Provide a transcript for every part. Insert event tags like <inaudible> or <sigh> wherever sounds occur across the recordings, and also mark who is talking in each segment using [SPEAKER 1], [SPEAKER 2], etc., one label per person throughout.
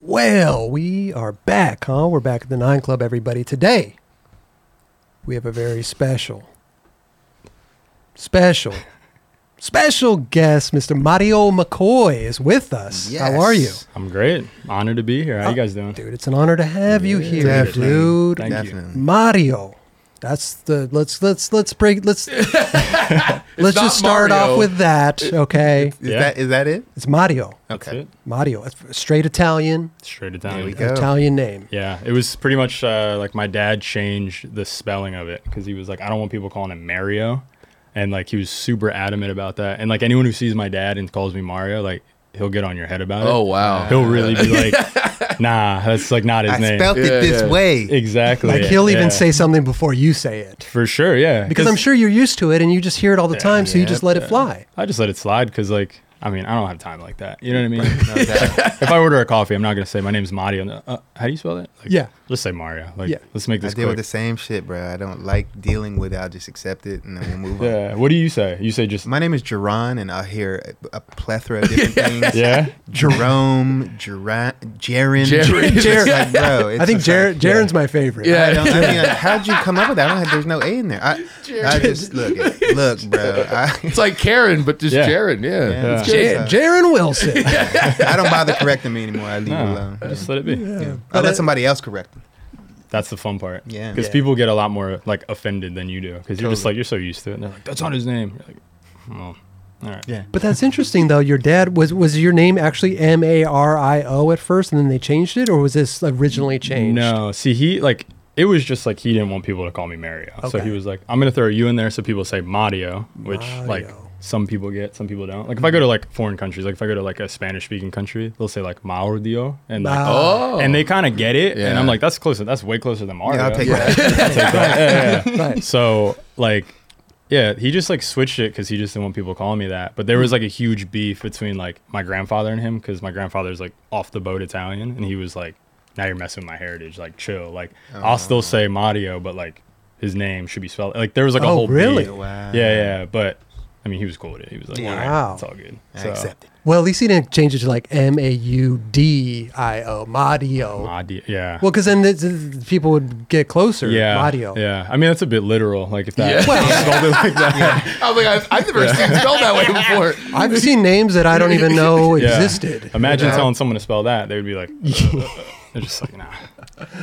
[SPEAKER 1] Well, we are back, huh? We're back at the Nine Club, everybody. Today, we have a very special, special, special guest. Mr. Mario McCoy is with us. How are you?
[SPEAKER 2] Yes.
[SPEAKER 3] I'm great. Honored to be here.
[SPEAKER 2] Oh,
[SPEAKER 3] How you guys doing?
[SPEAKER 1] Dude, it's an honor to have you here,
[SPEAKER 2] Definitely.
[SPEAKER 1] dude.
[SPEAKER 3] Thank you.
[SPEAKER 2] Definitely.
[SPEAKER 1] Mario. That's the let's let's let's break
[SPEAKER 2] <laughs>
[SPEAKER 1] let's let's
[SPEAKER 2] not
[SPEAKER 1] just start
[SPEAKER 2] Mario.
[SPEAKER 1] off with that, okay?
[SPEAKER 2] Is
[SPEAKER 3] Yeah.
[SPEAKER 2] that is that it?
[SPEAKER 1] It's Mario.
[SPEAKER 3] That's
[SPEAKER 2] Okay.
[SPEAKER 3] it.
[SPEAKER 1] Mario. It's a straight Italian
[SPEAKER 3] Straight
[SPEAKER 2] There we
[SPEAKER 3] Italian.
[SPEAKER 2] go. Oh.
[SPEAKER 1] Italian name.
[SPEAKER 3] Yeah, it was pretty much uh, like my dad changed the spelling of it because he was like, I don't want people calling him Mario, and like he was super adamant about that. And like anyone who sees my dad and calls me Mario, like he'll get on your head about it.
[SPEAKER 2] Oh, wow.
[SPEAKER 3] He'll really be
[SPEAKER 2] <laughs>
[SPEAKER 3] like, Nah, that's like not his
[SPEAKER 2] I
[SPEAKER 3] name.
[SPEAKER 2] spelt it
[SPEAKER 4] Yeah,
[SPEAKER 2] this
[SPEAKER 3] <laughs>
[SPEAKER 4] yeah.
[SPEAKER 2] way.
[SPEAKER 3] exactly.
[SPEAKER 1] Like he'll
[SPEAKER 3] yeah.
[SPEAKER 1] even say something before you say it.
[SPEAKER 3] for sure. Yeah,
[SPEAKER 1] Because I'm sure you're used to it and you just hear it all the time, so you
[SPEAKER 2] yeah,
[SPEAKER 1] just let it fly.
[SPEAKER 3] I just let it slide because like. I mean, I don't have time like that. You know what I mean?
[SPEAKER 2] Exactly.
[SPEAKER 3] if I order a coffee, I'm not gonna say my name's Mario. No, Uh, how do you spell that? Like,
[SPEAKER 1] Yeah.
[SPEAKER 3] let's say Mario. Like,
[SPEAKER 1] Yeah.
[SPEAKER 3] let's
[SPEAKER 2] I
[SPEAKER 3] make this
[SPEAKER 2] deal
[SPEAKER 3] quick.
[SPEAKER 2] with the same shit, bro. I don't like dealing with it. I'll just accept it and then we'll move on.
[SPEAKER 3] Yeah. What do you say? You say just
[SPEAKER 2] My name is Jerron, and I'll hear a, a plethora of different things. <laughs>
[SPEAKER 3] <laughs> yeah.
[SPEAKER 2] Jerome, Jerron, Jaron.
[SPEAKER 3] <laughs>
[SPEAKER 4] Jaron.
[SPEAKER 2] It's just like, bro, it's
[SPEAKER 1] I think
[SPEAKER 2] just
[SPEAKER 1] Jared,
[SPEAKER 2] like,
[SPEAKER 1] Jaren's my favorite.
[SPEAKER 4] Yeah.
[SPEAKER 2] I don't, I mean, like, how'd you come up with that? I don't have, there's no A in there. I, I just look, at- look, bro. I,
[SPEAKER 4] It's like Karen, but just
[SPEAKER 3] Yeah.
[SPEAKER 4] Jared. Yeah.
[SPEAKER 2] Yeah.
[SPEAKER 4] It's
[SPEAKER 2] Yeah.
[SPEAKER 4] Jared.
[SPEAKER 1] Ja- Jaren
[SPEAKER 4] <laughs>
[SPEAKER 1] Wilson.
[SPEAKER 2] I don't bother correcting me anymore. I leave it
[SPEAKER 3] No,
[SPEAKER 2] alone.
[SPEAKER 3] just let it be.
[SPEAKER 2] I
[SPEAKER 1] But
[SPEAKER 2] let
[SPEAKER 1] it-
[SPEAKER 2] somebody else correct me.
[SPEAKER 3] That's the fun part.
[SPEAKER 2] Yeah.
[SPEAKER 3] Because
[SPEAKER 2] Yeah.
[SPEAKER 3] people get a lot more like offended than you do because you're just
[SPEAKER 2] Totally.
[SPEAKER 3] like you're so used to it. And they're like, that's not his name. You're like, well, all right.
[SPEAKER 2] Yeah.
[SPEAKER 1] But that's interesting though. Your dad was was your name actually M A R I O at first, and then they changed it, or was this originally changed?
[SPEAKER 3] No. See, he like it was just like he didn't want people to call me Mario, so
[SPEAKER 1] Okay.
[SPEAKER 3] he was like, I'm gonna throw you in there so people say Mario, which like
[SPEAKER 1] Mario.
[SPEAKER 3] some people get, some people don't. Like if I go to like foreign countries, like if I go to like a Spanish speaking country, they'll say like Mauro and like.
[SPEAKER 1] Mau-
[SPEAKER 4] Oh.
[SPEAKER 3] And they kind of get it, and I'm
[SPEAKER 4] Yeah.
[SPEAKER 3] like, "That's closer. That's way closer than Mario."
[SPEAKER 2] Yeah, I'll take that.
[SPEAKER 1] <laughs> Right.
[SPEAKER 3] So like, yeah, he just like switched it because he just didn't want people calling me that. But there was like a huge beef between like my grandfather and him because my grandfather's like off the boat Italian, and he was like, "Now you're messing with my heritage. Like, chill. Like, I'll still say Mario, but like his name should be spelled like there was like a
[SPEAKER 1] Oh,
[SPEAKER 3] whole
[SPEAKER 1] really?
[SPEAKER 3] beef.
[SPEAKER 2] Wow.
[SPEAKER 3] Yeah, yeah. But I mean, he was cool with it. He was like,
[SPEAKER 2] Yeah.
[SPEAKER 3] "All right,
[SPEAKER 1] Wow.
[SPEAKER 3] it's all good."
[SPEAKER 2] <laughs> I
[SPEAKER 3] So,
[SPEAKER 2] accept it.
[SPEAKER 1] Well, at least he didn't change it to like M A U D I O Mario.
[SPEAKER 3] Mario, yeah.
[SPEAKER 1] Well, because then it's, it's- people would get closer.
[SPEAKER 3] yeah,
[SPEAKER 1] Mario.
[SPEAKER 3] Yeah, I mean that's a bit literal. Like if that,
[SPEAKER 4] Yeah. Well-
[SPEAKER 3] <laughs> spelled it like that.
[SPEAKER 4] I'm like, I've, I've never
[SPEAKER 3] <laughs>
[SPEAKER 4] seen it spelled that way before.
[SPEAKER 1] I've seen names that I don't even know
[SPEAKER 3] <laughs> Yeah.
[SPEAKER 1] existed.
[SPEAKER 3] Imagine
[SPEAKER 2] Yeah.
[SPEAKER 3] telling someone to spell that; they would be like, uh, "They're just like, nah."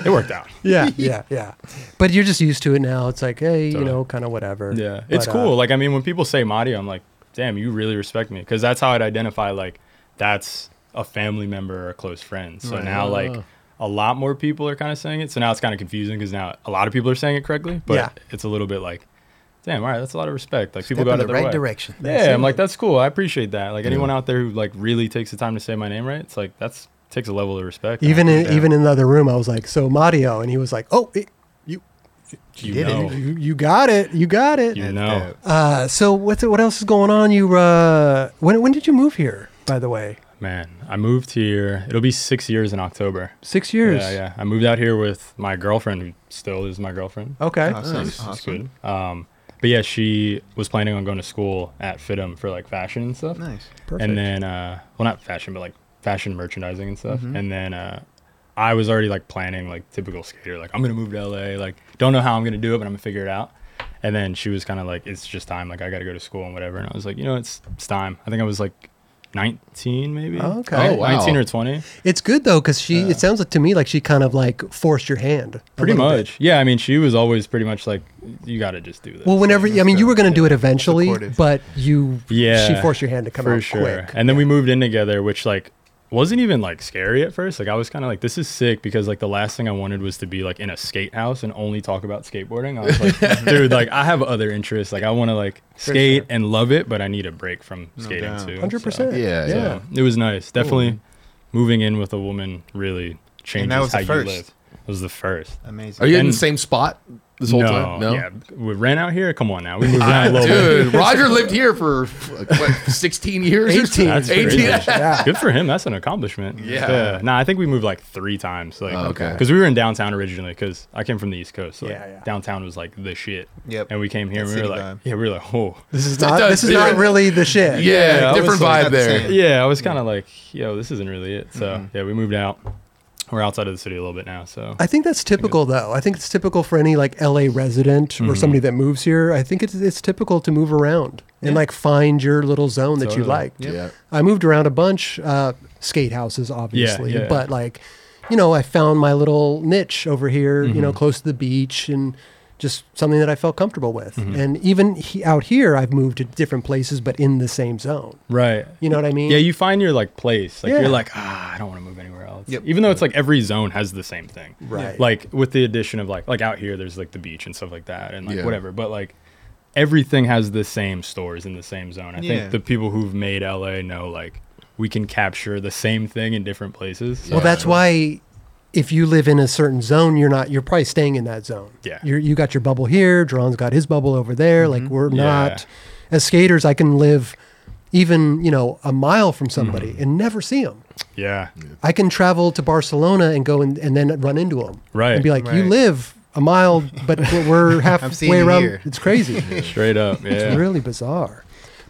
[SPEAKER 3] It worked out. <laughs>
[SPEAKER 1] Yeah, yeah, yeah. But you're just used to it now. It's like, hey, you
[SPEAKER 3] Totally.
[SPEAKER 1] know, kind of whatever.
[SPEAKER 3] Yeah, it's
[SPEAKER 1] But, uh,
[SPEAKER 3] cool. like, I mean, when people say Mario, I'm like, "Damn, you really respect me," because that's how I'd identify. Like, that's a family member or a close friend. So now, like, a lot more people are kind of saying it. So now it's kind of confusing because now a lot of people are saying it correctly, but
[SPEAKER 1] Yeah.
[SPEAKER 3] it's a little bit like, "Damn, all right, that's a lot of respect." Like, people
[SPEAKER 2] Step
[SPEAKER 3] got
[SPEAKER 2] in
[SPEAKER 3] it
[SPEAKER 2] the right
[SPEAKER 3] way.
[SPEAKER 2] direction.
[SPEAKER 3] Yeah, I'm like, that's cool. I appreciate that. Like, anyone out there who like really takes the time to say my name right, it's like that's takes a level of respect.
[SPEAKER 1] even in,
[SPEAKER 2] Yeah.
[SPEAKER 1] even in the other room, I was like, so Mario, and he was like, oh, it, you,
[SPEAKER 3] you
[SPEAKER 2] did it.
[SPEAKER 3] know.
[SPEAKER 1] you you got it, you got it.
[SPEAKER 3] You
[SPEAKER 2] That's
[SPEAKER 3] know.
[SPEAKER 2] dope.
[SPEAKER 1] Uh, so what's what else is going on? You uh, when when did you move here? By the way,
[SPEAKER 3] Man, I moved here. It'll be six years in October.
[SPEAKER 1] six years.
[SPEAKER 3] Yeah, yeah. I moved out here with my girlfriend, who still is my girlfriend.
[SPEAKER 2] Oh.
[SPEAKER 1] Okay. Ah,
[SPEAKER 2] Awesome.
[SPEAKER 3] She's- she's
[SPEAKER 2] Awesome.
[SPEAKER 3] good. Um, but yeah, she was planning on going to school at FITM for like fashion and stuff.
[SPEAKER 2] Nice.
[SPEAKER 1] Perfect.
[SPEAKER 3] And then, uh, well, not fashion, but like fashion merchandising and
[SPEAKER 1] Mm-hmm.
[SPEAKER 3] stuff. And then uh, I was already like planning, like typical skater, like I'm gonna move to LA. Like don't know how I'm gonna do it, but I'm gonna figure it out. And then she was kind of like, it's just time. Like I gotta go to school and whatever. And I was like, you know, it's it's time. I think I was like 19 maybe.
[SPEAKER 1] Oh, okay.
[SPEAKER 3] Nin-
[SPEAKER 4] Oh, wow.
[SPEAKER 3] 19 or 20.
[SPEAKER 1] it's good though because she. it sounds like to me like she kind of like forced your hand. a
[SPEAKER 3] Pretty
[SPEAKER 1] little bit.
[SPEAKER 3] much. Yeah. I mean, she was always pretty much like, you gotta just do this.
[SPEAKER 1] Well, whenever I mean, you were going to do it eventually,
[SPEAKER 2] Supportive.
[SPEAKER 1] but you.
[SPEAKER 3] Yeah,
[SPEAKER 1] She forced your hand to come out quick.
[SPEAKER 3] And then we moved in together, which like wasn't even like scary at first. Like I was kind of like, this is sick because like the last thing I wanted was to be like in a skate house and only talk about skateboarding. I was like, dude, like I have other interests. Like I want to like skate and love it, but I need a break from skating
[SPEAKER 2] doubt.
[SPEAKER 3] too.
[SPEAKER 1] Hundred
[SPEAKER 3] So,
[SPEAKER 1] percent.
[SPEAKER 4] Yeah,
[SPEAKER 1] Yeah.
[SPEAKER 4] yeah.
[SPEAKER 3] It was nice. Definitely moving in with a woman really changes
[SPEAKER 2] that was the
[SPEAKER 3] how
[SPEAKER 2] first.
[SPEAKER 3] you live. It was the first.
[SPEAKER 2] Amazing.
[SPEAKER 4] Are you in the
[SPEAKER 3] And-
[SPEAKER 4] same spot this whole
[SPEAKER 3] no,
[SPEAKER 4] time? No.
[SPEAKER 3] yeah, we ran out here. Come on now,
[SPEAKER 4] <laughs>
[SPEAKER 3] we moved around a little bit. <laughs>
[SPEAKER 4] Dude, Roger lived here for like, what, 16 years? or
[SPEAKER 1] 18.
[SPEAKER 3] That's
[SPEAKER 4] 18.
[SPEAKER 3] crazy.
[SPEAKER 1] Yeah.
[SPEAKER 3] Good for him. That's an accomplishment.
[SPEAKER 4] Yeah.
[SPEAKER 3] Nah, I think we moved like three times. Like,
[SPEAKER 4] Oh, okay.
[SPEAKER 3] Because we were in downtown originally. Because I came from the East Coast. So like,
[SPEAKER 1] Yeah, yeah.
[SPEAKER 3] Downtown was like the shit.
[SPEAKER 2] Yep.
[SPEAKER 3] And we came here.
[SPEAKER 2] That
[SPEAKER 3] and we were
[SPEAKER 2] city
[SPEAKER 3] like,
[SPEAKER 2] vibe.
[SPEAKER 3] yeah, we were like, oh.
[SPEAKER 1] This is not.
[SPEAKER 4] does
[SPEAKER 1] This is
[SPEAKER 4] do
[SPEAKER 1] not
[SPEAKER 4] it.
[SPEAKER 1] really the shit.
[SPEAKER 4] Yeah,
[SPEAKER 3] Yeah, I
[SPEAKER 4] different
[SPEAKER 3] was
[SPEAKER 2] like-
[SPEAKER 4] vibe there.
[SPEAKER 2] Yeah.
[SPEAKER 3] Yeah, I was kind of like, yo, this isn't really it. So yeah, we moved out. We're outside of the city a little bit now, so
[SPEAKER 1] I think that's typical, though. I think it's typical for any like LA resident
[SPEAKER 3] Mm-hmm.
[SPEAKER 1] or somebody that moves here. I think it's it's typical to move around and like find your little zone that you
[SPEAKER 3] Totally.
[SPEAKER 1] liked.
[SPEAKER 3] Yeah.
[SPEAKER 4] Yeah.
[SPEAKER 1] I moved around a bunch, uh, skate houses, obviously,
[SPEAKER 3] yeah.
[SPEAKER 1] but like, you know, I found my little niche over here, you
[SPEAKER 3] Mm-hmm.
[SPEAKER 1] know, close to the beach and just something that I felt comfortable with.
[SPEAKER 3] Mm-hmm.
[SPEAKER 1] And even he, out here, I've moved to different places, but in the same zone.
[SPEAKER 3] right.
[SPEAKER 1] You know what I mean?
[SPEAKER 3] Yeah, you find your like place. Like
[SPEAKER 1] Yeah.
[SPEAKER 3] you're like, ah, I don't want to move anywhere else.
[SPEAKER 2] Yep.
[SPEAKER 3] Even though it's like every zone has the same thing.
[SPEAKER 1] Right.
[SPEAKER 3] Like with the addition of like like out here there's like the beach and stuff like that and like
[SPEAKER 4] Yeah.
[SPEAKER 3] whatever. But like everything has the same stores in the same zone. I
[SPEAKER 2] Yeah.
[SPEAKER 3] think the people who've made LA know like we can capture the same thing in different places. So,
[SPEAKER 1] Well, that's why if you live in a certain zone, you're not. You're probably staying in that zone.
[SPEAKER 3] Yeah. Mm-hmm.
[SPEAKER 1] You're, you got your bubble here. Dron's got his bubble over there. Like we're
[SPEAKER 3] Yeah.
[SPEAKER 1] not. As skaters, I can live even you know a mile from somebody
[SPEAKER 3] Mm.
[SPEAKER 1] and never see them.
[SPEAKER 3] yeah.
[SPEAKER 1] I can travel to Barcelona and go and, and then run into them.
[SPEAKER 3] Right.
[SPEAKER 1] And be like, you
[SPEAKER 2] Right.
[SPEAKER 1] live a mile, but we're-
[SPEAKER 3] <laughs>
[SPEAKER 1] we're
[SPEAKER 2] seen
[SPEAKER 1] halfway
[SPEAKER 2] you
[SPEAKER 1] around.
[SPEAKER 2] here.
[SPEAKER 1] It's crazy.
[SPEAKER 3] Straight up. Yeah.
[SPEAKER 1] It's really bizarre.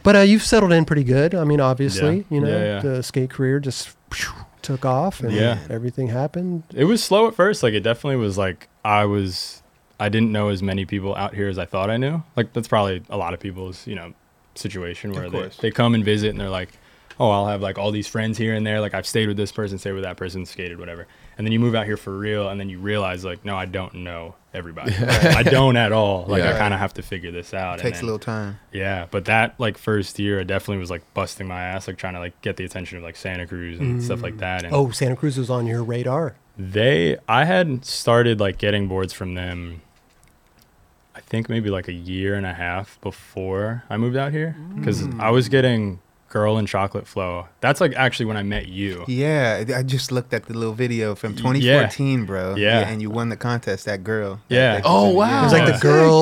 [SPEAKER 1] But uh, you've settled in pretty good. I mean, obviously,
[SPEAKER 3] Yeah.
[SPEAKER 1] you know,
[SPEAKER 3] Yeah, yeah.
[SPEAKER 1] the skate career just phew, took off and
[SPEAKER 3] Yeah.
[SPEAKER 1] everything happened.
[SPEAKER 3] it was slow at first. Like it definitely was like I was I didn't know as many people out here as I thought I knew. Like that's probably a lot of people's, you know, situation where they,
[SPEAKER 2] course.
[SPEAKER 3] they come and visit and they're like, Oh, I'll have like all these friends here and there, like I've stayed with this person, stayed with that person, skated, whatever. And then you move out here for real and then you realize like, no, I don't know everybody. I don't at all. Like I
[SPEAKER 4] Yeah.
[SPEAKER 3] kinda have to figure this out.
[SPEAKER 2] Takes a
[SPEAKER 3] and then-
[SPEAKER 2] little time.
[SPEAKER 3] yeah, but that like first year I definitely was like busting my ass, like trying to like get the attention of like Santa Cruz and stuff like that. And
[SPEAKER 1] Oh, Santa Cruz was on your radar.
[SPEAKER 3] they i had started like getting boards from them i think maybe like a year and a half before i moved out here because
[SPEAKER 2] Mm.
[SPEAKER 3] i was getting girl and chocolate flow that's like actually when i met you
[SPEAKER 2] Yeah, I I just looked at the little video from 2014, bro.
[SPEAKER 3] Yeah.
[SPEAKER 2] and you won the contest. That girl.
[SPEAKER 3] Yeah.
[SPEAKER 2] That- that-
[SPEAKER 4] Oh,
[SPEAKER 2] yeah.
[SPEAKER 4] wow.
[SPEAKER 1] It was like
[SPEAKER 3] Yeah.
[SPEAKER 1] the girl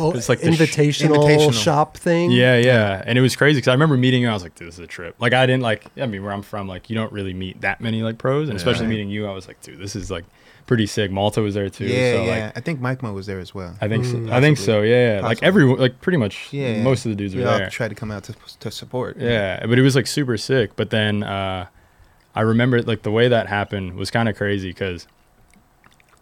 [SPEAKER 1] oh,
[SPEAKER 3] It's like the sh-
[SPEAKER 1] invitational,
[SPEAKER 2] Invitational.
[SPEAKER 1] shop thing.
[SPEAKER 3] yeah yeah and it was crazy because i remember meeting you i was like dude this is a trip like i didn't like i mean where i'm from like you don't really meet that many like pros and especially
[SPEAKER 2] Right.
[SPEAKER 3] meeting you i was like dude this is like pretty sick malta was there too
[SPEAKER 2] Yeah,
[SPEAKER 3] so
[SPEAKER 2] yeah.
[SPEAKER 3] like
[SPEAKER 2] I think Mike Mo was there as well.
[SPEAKER 3] i think so i think so yeah, yeah. like
[SPEAKER 2] Possibly.
[SPEAKER 3] everyone like pretty much
[SPEAKER 2] Yeah,
[SPEAKER 3] most of the dudes
[SPEAKER 2] we
[SPEAKER 3] were
[SPEAKER 2] all
[SPEAKER 3] there
[SPEAKER 2] tried to come out to, to support.
[SPEAKER 3] Yeah, but it was like super sick. But then uh, I remember like the way that happened was kind of crazy because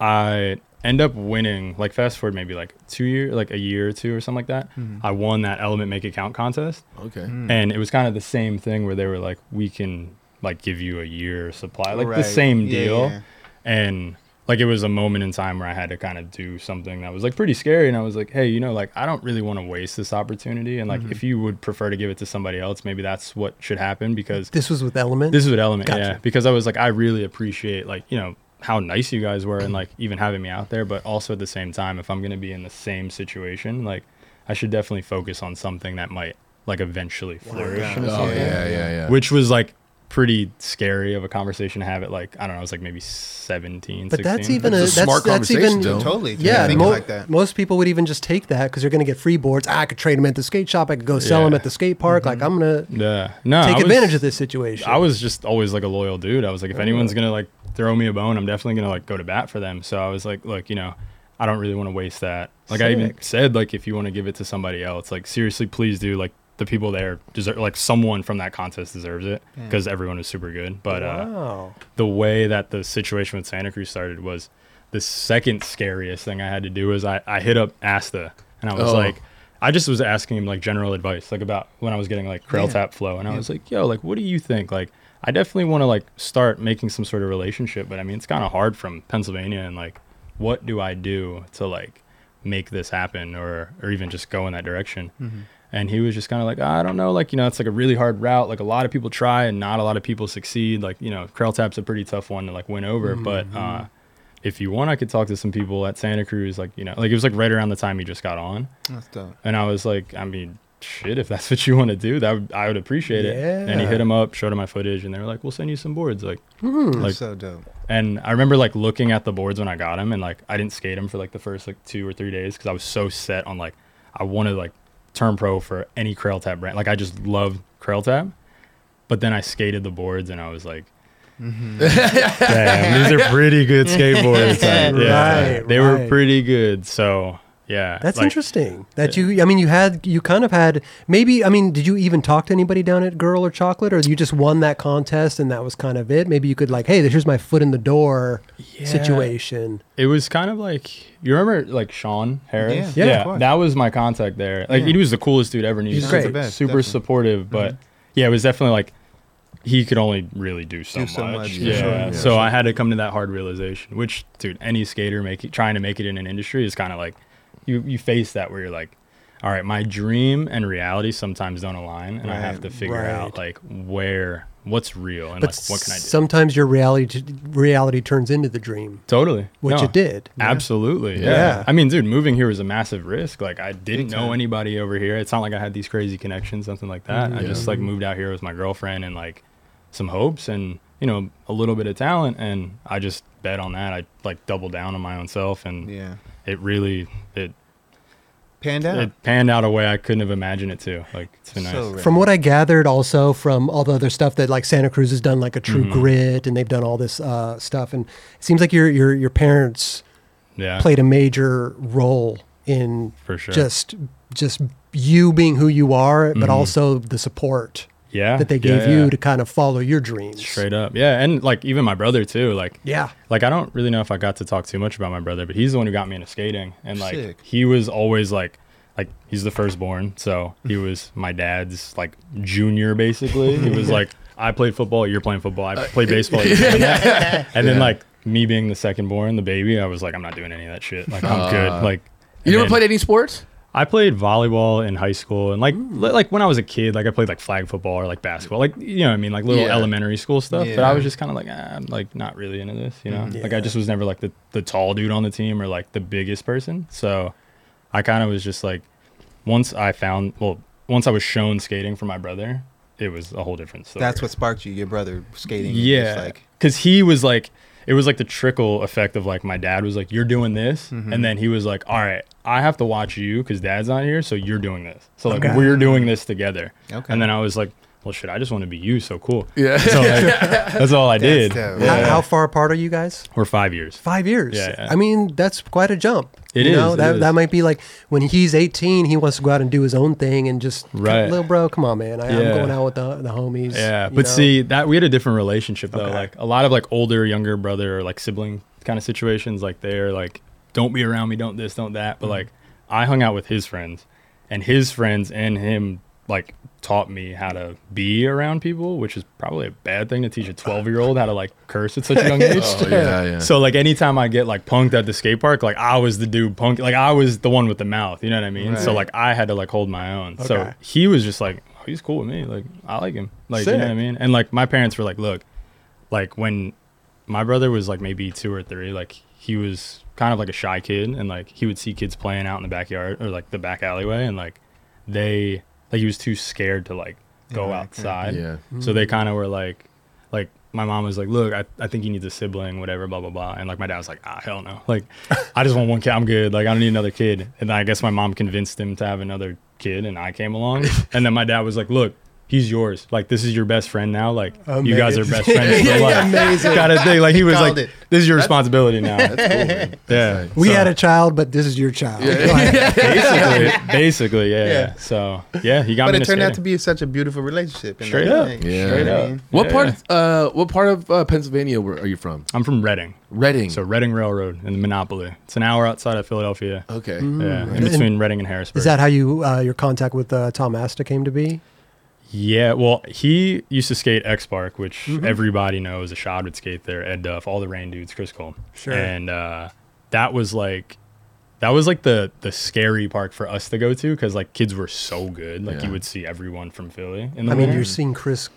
[SPEAKER 3] I end up winning. Like fast forward maybe like two year, like a year or two or something like that. I won that Element Make It Count contest,
[SPEAKER 4] Okay.
[SPEAKER 2] Mm.
[SPEAKER 3] and it was kind of the same thing where they were like, "We can like give you a year supply, like the
[SPEAKER 2] Right.
[SPEAKER 3] same
[SPEAKER 2] Yeah,
[SPEAKER 3] deal,"
[SPEAKER 2] yeah.
[SPEAKER 3] and. Like it was a moment in time where I had to kind of do something that was like pretty scary, and I was like, "Hey, you know, like I don't really want to waste this opportunity, and like
[SPEAKER 2] Mm-hmm.
[SPEAKER 3] if you would prefer to give it to somebody else, maybe that's what should happen because
[SPEAKER 1] This was with Element.
[SPEAKER 3] this is what element,
[SPEAKER 1] Gotcha.
[SPEAKER 3] yeah. Because I was like, I really appreciate like you know how nice you guys were and like even having me out there, but also at the same time, if I'm gonna be in the same situation, like I should definitely focus on something that might like eventually flourish,
[SPEAKER 2] Yeah.
[SPEAKER 4] Oh yeah, yeah, yeah.
[SPEAKER 3] which was like pretty scary of a conversation to have at like I don't know, I was like maybe 17,
[SPEAKER 1] but that's
[SPEAKER 3] 16.
[SPEAKER 1] even a,
[SPEAKER 4] That's a
[SPEAKER 1] that's,
[SPEAKER 4] smart
[SPEAKER 1] that's even
[SPEAKER 4] conversation, though.
[SPEAKER 2] Totally.
[SPEAKER 1] Yeah,
[SPEAKER 2] Thinking
[SPEAKER 1] mo-
[SPEAKER 2] like that.
[SPEAKER 1] most people would even just take that because they're going to get free boards. Ah, I could trade them at the skate shop. I could go sell
[SPEAKER 3] Yeah.
[SPEAKER 1] them at the skate park. Like I'm going to
[SPEAKER 3] yeah. No,
[SPEAKER 1] take
[SPEAKER 3] I was-
[SPEAKER 1] advantage of this situation.
[SPEAKER 3] I was just always like a loyal dude. I was like, if
[SPEAKER 1] Oh.
[SPEAKER 3] anyone's gonna like throw me a bone, I'm definitely gonna like go to bat for them. So I was like, look, you know, I don't really want to waste that. Like I even
[SPEAKER 1] Sick.
[SPEAKER 3] said, like if you want to give it to somebody else, like seriously, please do. Like the people there deserve, like someone from that contest deserves it because everyone was super good. But uh,
[SPEAKER 1] wow.
[SPEAKER 3] the way that the situation with Santa Cruz started was the second scariest thing I had to do was I, I hit up Asta and I was
[SPEAKER 4] Oh.
[SPEAKER 3] like I just was asking him like general advice like about when I was getting like Krell
[SPEAKER 2] Yeah.
[SPEAKER 3] tap flow and I was like yo like what do you think like I definitely want to like start making some sort of relationship but I mean it's kind of hard from Pennsylvania and like what do I do to like make this happen or or even just go in that direction
[SPEAKER 2] Mm-hmm.
[SPEAKER 3] and he was just kind of like I don't know like you know it's like a really hard route like a lot of people try and not a lot of people succeed like you know Krell tap's a pretty tough one to like win
[SPEAKER 2] Mm-hmm.
[SPEAKER 3] over but uh if you want, I could talk to some people at Santa Cruz. Like, you know, like it was like right around the time you just got on.
[SPEAKER 2] That's dope.
[SPEAKER 3] And I was like, I mean, shit, if that's <laughs> what you want to do, that would, I would appreciate it. And he
[SPEAKER 1] Yeah.
[SPEAKER 3] hit him up, showed him my footage, and they were like, we'll send you some boards. Like, like,
[SPEAKER 2] That's so dope.
[SPEAKER 3] and I remember like looking at the boards when I got him, and like I didn't skate him for like the first like two or three days because I was so set on like I wanted like turn pro for any Krail Tab brand. Like I just loved Krail Tab, but then I skated the boards and I was like.
[SPEAKER 1] Mm-hmm.
[SPEAKER 3] <laughs> Damn, these are pretty good skateboards.
[SPEAKER 1] <laughs> Right,
[SPEAKER 3] they were
[SPEAKER 1] right.
[SPEAKER 3] pretty good. So Yeah.
[SPEAKER 1] That's
[SPEAKER 3] like,
[SPEAKER 1] interesting. That you, I mean, you had, you kind of had, maybe, I mean, did you even talk to anybody down at Girl or Chocolate, or you just won that contest and that was kind of it? Maybe you could like, hey, here's my foot in the door
[SPEAKER 3] Yeah.
[SPEAKER 1] situation.
[SPEAKER 3] It was kind of like you remember like Sean Harris.
[SPEAKER 2] Yeah. Yeah, of course.
[SPEAKER 3] that was my contact there. Like
[SPEAKER 2] Yeah.
[SPEAKER 3] he was the coolest dude ever. And he
[SPEAKER 1] He's
[SPEAKER 3] was
[SPEAKER 1] great.
[SPEAKER 3] super-
[SPEAKER 2] The best,
[SPEAKER 3] super
[SPEAKER 2] definitely. Mm-hmm.
[SPEAKER 3] supportive. But yeah, it was definitely like he could only really do so,
[SPEAKER 2] Do
[SPEAKER 3] much.
[SPEAKER 2] so much, for
[SPEAKER 3] Yeah.
[SPEAKER 2] sure, yeah.
[SPEAKER 3] So I had to come to that hard realization. Which, dude, any skater making trying to make it in an industry is kind of like you you face that where you're like, all right, my dream and reality sometimes don't align, and I have
[SPEAKER 2] Right,
[SPEAKER 3] to figure
[SPEAKER 1] right.
[SPEAKER 3] out like where what's real and
[SPEAKER 1] But
[SPEAKER 3] like what can I do.
[SPEAKER 1] sometimes your reality reality turns into the dream,
[SPEAKER 3] totally,
[SPEAKER 1] which
[SPEAKER 3] No.
[SPEAKER 1] it did.
[SPEAKER 3] Absolutely. Yeah.
[SPEAKER 1] Yeah.
[SPEAKER 3] I mean, dude, moving here was a massive risk. Like, I didn't know
[SPEAKER 2] time.
[SPEAKER 3] anybody over here. It's not like I had these crazy connections, something like that. I just like moved out here with my girlfriend and like some hopes and you know a little bit of talent, and I just bet on that. I like doubled down on my own self, and
[SPEAKER 2] Yeah.
[SPEAKER 3] it really it
[SPEAKER 2] Panned out.
[SPEAKER 3] it panned out a way I couldn't have imagined it to. Like, it's been
[SPEAKER 2] So
[SPEAKER 3] nice.
[SPEAKER 2] rad.
[SPEAKER 1] From what I gathered, also from all the other stuff that like Santa Cruz has done, like a True
[SPEAKER 3] Mm-hmm.
[SPEAKER 1] Grit, and they've done all this uh, stuff, and it seems like your your your parents
[SPEAKER 3] Yeah.
[SPEAKER 1] played a major role in
[SPEAKER 3] Uh. For sure. Mm-hmm.
[SPEAKER 1] just just you being who you are, but also the support
[SPEAKER 3] yeah.
[SPEAKER 1] that they
[SPEAKER 3] yeah,
[SPEAKER 1] gave
[SPEAKER 3] yeah.
[SPEAKER 1] you to kind of follow your dreams.
[SPEAKER 3] straight up. Yeah, and like even my brother too. Like
[SPEAKER 1] Yeah.
[SPEAKER 3] like I don't really know if I got to talk too much about my brother, but he's the one who got me into skating, and like
[SPEAKER 2] Sick.
[SPEAKER 3] he was always like, like he's the firstborn, so he was my dad's like junior basically. he was like, I played football, you're playing football, I play baseball,
[SPEAKER 4] <laughs>
[SPEAKER 3] you're playing that. and then like me being the second born, the baby, I was like, I'm not doing any of that shit. Like I'm good. Like and
[SPEAKER 4] You never
[SPEAKER 3] then-
[SPEAKER 4] played any sports?
[SPEAKER 3] I played volleyball in high school and like li- like when I was a kid, like I played like flag football or like basketball, like you know what I mean, like little
[SPEAKER 4] Yeah.
[SPEAKER 3] elementary school stuff. But I
[SPEAKER 2] Yeah. Mm-hmm.
[SPEAKER 3] was just kind of like ah, I'm like not really into this, you know. Like
[SPEAKER 1] Yeah.
[SPEAKER 3] I just was never like the the tall dude on the team or like the biggest person. So I kind of was just like once I found well once I was shown skating from my brother, it was a whole different story.
[SPEAKER 2] That's what sparked you, your brother skating. and just
[SPEAKER 3] Yeah,
[SPEAKER 2] Like,
[SPEAKER 3] because he was like, it was like the trickle effect of like my dad was like, "You're doing this,"
[SPEAKER 2] Mm-hmm.
[SPEAKER 3] and then he was like, "All right, I have to watch you because dad's not here, so you're doing this. So like
[SPEAKER 1] Okay.
[SPEAKER 3] we're doing this together."
[SPEAKER 2] Okay.
[SPEAKER 3] And then I was like, "Well, shit, I just want to be you. So cool."
[SPEAKER 4] Yeah.
[SPEAKER 2] <laughs>
[SPEAKER 3] So like, that's all I did.
[SPEAKER 2] dope.
[SPEAKER 1] How,
[SPEAKER 3] Yeah.
[SPEAKER 1] how far apart are you guys?
[SPEAKER 3] We're five years.
[SPEAKER 1] Five years.
[SPEAKER 3] Yeah, yeah.
[SPEAKER 1] I mean, that's quite a jump.
[SPEAKER 3] It
[SPEAKER 1] you
[SPEAKER 3] is,
[SPEAKER 1] Know?
[SPEAKER 3] it
[SPEAKER 1] that
[SPEAKER 3] is.
[SPEAKER 1] that might be like when he's 18, he wants to go out and do his own thing and just
[SPEAKER 3] Right.
[SPEAKER 1] little bro, come on, man. I, I'm
[SPEAKER 3] Yeah.
[SPEAKER 1] going out with the, the homies.
[SPEAKER 3] Yeah,
[SPEAKER 1] you
[SPEAKER 3] but
[SPEAKER 1] know?
[SPEAKER 3] see that we had a different relationship though.
[SPEAKER 1] Okay.
[SPEAKER 3] Like a lot of like older, younger brother or like sibling kind of situations. Like they're like, don't be around me, don't this, don't that.
[SPEAKER 1] Mm-hmm.
[SPEAKER 3] But like I hung out with his friends, and his friends and him like taught me how to be around people, which is probably a bad thing to teach a twelve year old how to like curse at such a
[SPEAKER 1] <laughs>
[SPEAKER 3] young
[SPEAKER 1] Oh,
[SPEAKER 3] age.
[SPEAKER 4] yeah, yeah.
[SPEAKER 3] Oh, So like anytime I get like punked at the skate park, like I was the dude punk, like I was the one with the mouth. You know what I mean? So
[SPEAKER 2] Right.
[SPEAKER 3] like I had to like hold my own.
[SPEAKER 1] Okay.
[SPEAKER 3] So he was just like, oh, he's cool with me. Like I like him. Like you know what I
[SPEAKER 1] Sick.
[SPEAKER 3] mean? And like my parents were like, look, like when my brother was like maybe two or three, like he was kind of like a shy kid, and like he would see kids playing out in the backyard or like the back alleyway, and like they like he was too scared to like go
[SPEAKER 2] Interact,
[SPEAKER 3] outside.
[SPEAKER 4] yeah.
[SPEAKER 3] So they kind of were like, like my mom was like, look, I, I think he needs a sibling, whatever, blah blah blah, and like my dad was like, ah, hell no,
[SPEAKER 1] <laughs>
[SPEAKER 3] like I just want one kid, I'm good, like I don't need another kid, and I guess my mom convinced him to have another kid, and I
[SPEAKER 1] <laughs>
[SPEAKER 3] came along, and then my dad was like, look. He's yours. Like this is your best friend now. Like you guys are best
[SPEAKER 2] <laughs>
[SPEAKER 3] friends. for
[SPEAKER 1] Yeah,
[SPEAKER 3] life.
[SPEAKER 1] amazing.
[SPEAKER 3] Kind of thing. Like he was
[SPEAKER 2] called
[SPEAKER 3] like,
[SPEAKER 2] it.
[SPEAKER 3] "This is your
[SPEAKER 2] <laughs>
[SPEAKER 3] responsibility now."
[SPEAKER 4] That's cool, man.
[SPEAKER 3] yeah,
[SPEAKER 1] We
[SPEAKER 3] So,
[SPEAKER 1] had a child, but this is your child.
[SPEAKER 4] <laughs> Yeah.
[SPEAKER 1] Like,
[SPEAKER 3] basically, basically, yeah,
[SPEAKER 2] Yeah.
[SPEAKER 3] So yeah, he got
[SPEAKER 2] but
[SPEAKER 3] me.
[SPEAKER 2] it turned out to
[SPEAKER 3] be
[SPEAKER 2] be such a beautiful relationship. and
[SPEAKER 3] Straight
[SPEAKER 2] everything.
[SPEAKER 3] up.
[SPEAKER 2] You
[SPEAKER 4] Yeah.
[SPEAKER 2] know
[SPEAKER 4] Straight
[SPEAKER 2] what I
[SPEAKER 3] up.
[SPEAKER 2] mean?
[SPEAKER 4] What
[SPEAKER 3] Yeah,
[SPEAKER 4] part?
[SPEAKER 3] yeah.
[SPEAKER 4] Of, uh, what part of uh, Pennsylvania were, are you from?
[SPEAKER 3] I'm from Reading,
[SPEAKER 4] Reading.
[SPEAKER 3] so Reading Railroad in Monopoly. It's an hour outside of Philadelphia.
[SPEAKER 4] okay.
[SPEAKER 3] Yeah, in between Reading and Harrisburg.
[SPEAKER 1] Is that how you uh, your contact with uh, Tom Asta came to be?
[SPEAKER 3] Yeah, well, he used to skate X Park, which everybody knows. Ashad would skate there. Ed Duff, all the Rain dudes, Chris Cole.
[SPEAKER 1] Sure.
[SPEAKER 3] And uh, that was like, that was like the the scary park for us to go to because like kids were so good. Like
[SPEAKER 4] Yeah.
[SPEAKER 3] you would see everyone from Philly. In the
[SPEAKER 1] I mean,
[SPEAKER 3] winter.
[SPEAKER 1] you're seeing Chris,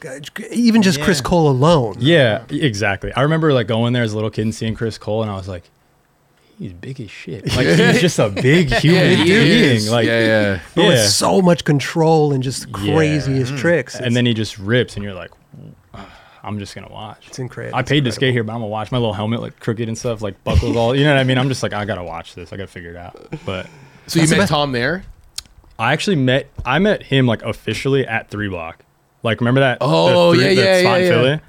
[SPEAKER 1] even just Chris
[SPEAKER 2] Yeah.
[SPEAKER 1] Cole alone.
[SPEAKER 3] Yeah, e, exactly. I remember like going there as a little kid and seeing Chris Cole, and I was like, he's big as shit. Like he's just a big human
[SPEAKER 4] he
[SPEAKER 3] being.
[SPEAKER 4] is.
[SPEAKER 3] Like <laughs>
[SPEAKER 4] yeah, yeah.
[SPEAKER 1] But
[SPEAKER 3] yeah.
[SPEAKER 1] with so much control and just
[SPEAKER 3] Yeah. Mm.
[SPEAKER 1] craziest tricks.
[SPEAKER 3] and then he just rips, and you're like, "Ugh, I'm just gonna watch.
[SPEAKER 1] It's incredible.
[SPEAKER 3] I paid to skate here, but I'm gonna watch. My little helmet like crooked and stuff, like buckles all. You know what I mean? I'm just like, I gotta watch this. I gotta figure it out. But
[SPEAKER 4] So you met Tom
[SPEAKER 3] <laughs>
[SPEAKER 4] there?
[SPEAKER 3] I actually met I met him like officially at Three Block. Like remember that?
[SPEAKER 4] Oh,
[SPEAKER 3] the
[SPEAKER 4] yeah,
[SPEAKER 3] spot
[SPEAKER 4] yeah,
[SPEAKER 3] in
[SPEAKER 4] yeah, yeah.
[SPEAKER 3] Philly?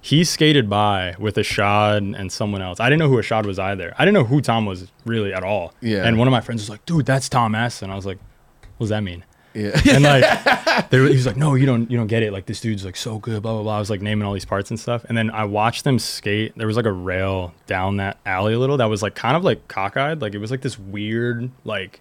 [SPEAKER 3] He skated by with Ashad and someone else. I didn't know who Ashad was either. I didn't know who Tom was really at all.
[SPEAKER 4] Yeah.
[SPEAKER 3] And one of my friends was like, "Dude, that's Tom S." And I was like, "What does that mean?"
[SPEAKER 4] Yeah.
[SPEAKER 3] And
[SPEAKER 4] <laughs>
[SPEAKER 3] like, they were, he was like, "No, you don't, you don't get it. Like this dude's like so good, blah blah blah." I was like naming all these parts and stuff. And then I watched them skate. There was like a rail down that alley a little that was like kind of like cockeyed. Like it was like this weird like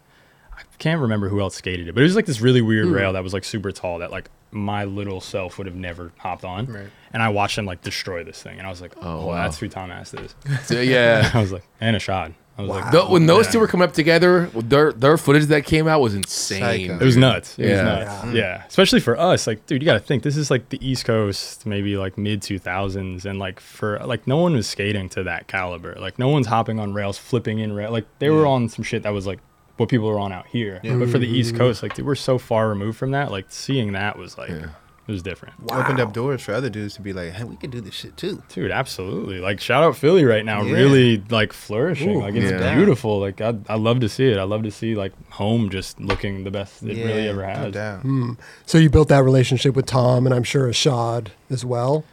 [SPEAKER 3] I can't remember who else skated it, but it was like this really weird rail that was like super tall that like my little self would have never hopped on.
[SPEAKER 2] Right.
[SPEAKER 3] And I watched them like destroy this thing, and I was like, "Oh,
[SPEAKER 4] wow.
[SPEAKER 3] that's who Tom Ass is." <laughs>
[SPEAKER 4] So, yeah.
[SPEAKER 3] I was like, "And a shot." I was like,
[SPEAKER 4] Tho- when those two were coming up together, their their footage that came out was insane.
[SPEAKER 2] Psycho.
[SPEAKER 3] It was nuts. It
[SPEAKER 4] Yeah.
[SPEAKER 3] was nuts. Yeah. Especially for us. Like, dude, you got to think this is like the East Coast, maybe like mid 2000s. And like, for like, no one was skating to that caliber. Like, no one's hopping on rails, flipping in rail. Like, they were on some shit that was like what people were on out here. But for the East
[SPEAKER 2] Mm-hmm.
[SPEAKER 3] Coast, like, dude, we're so far removed from that. Like, seeing that was like, it was different.
[SPEAKER 2] Opened up doors for other dudes to be like, hey, we could do this shit too.
[SPEAKER 3] Dude, absolutely. Like, shout out Philly right now,
[SPEAKER 2] Yeah.
[SPEAKER 3] really like flourishing.
[SPEAKER 1] Ooh,
[SPEAKER 3] like, it's
[SPEAKER 2] yeah.
[SPEAKER 3] beautiful. Like, I, I love to see it. I love to see like home just looking the best it really ever has.
[SPEAKER 2] down.
[SPEAKER 1] So you built that relationship with Tom, and I'm sure Ashad as well.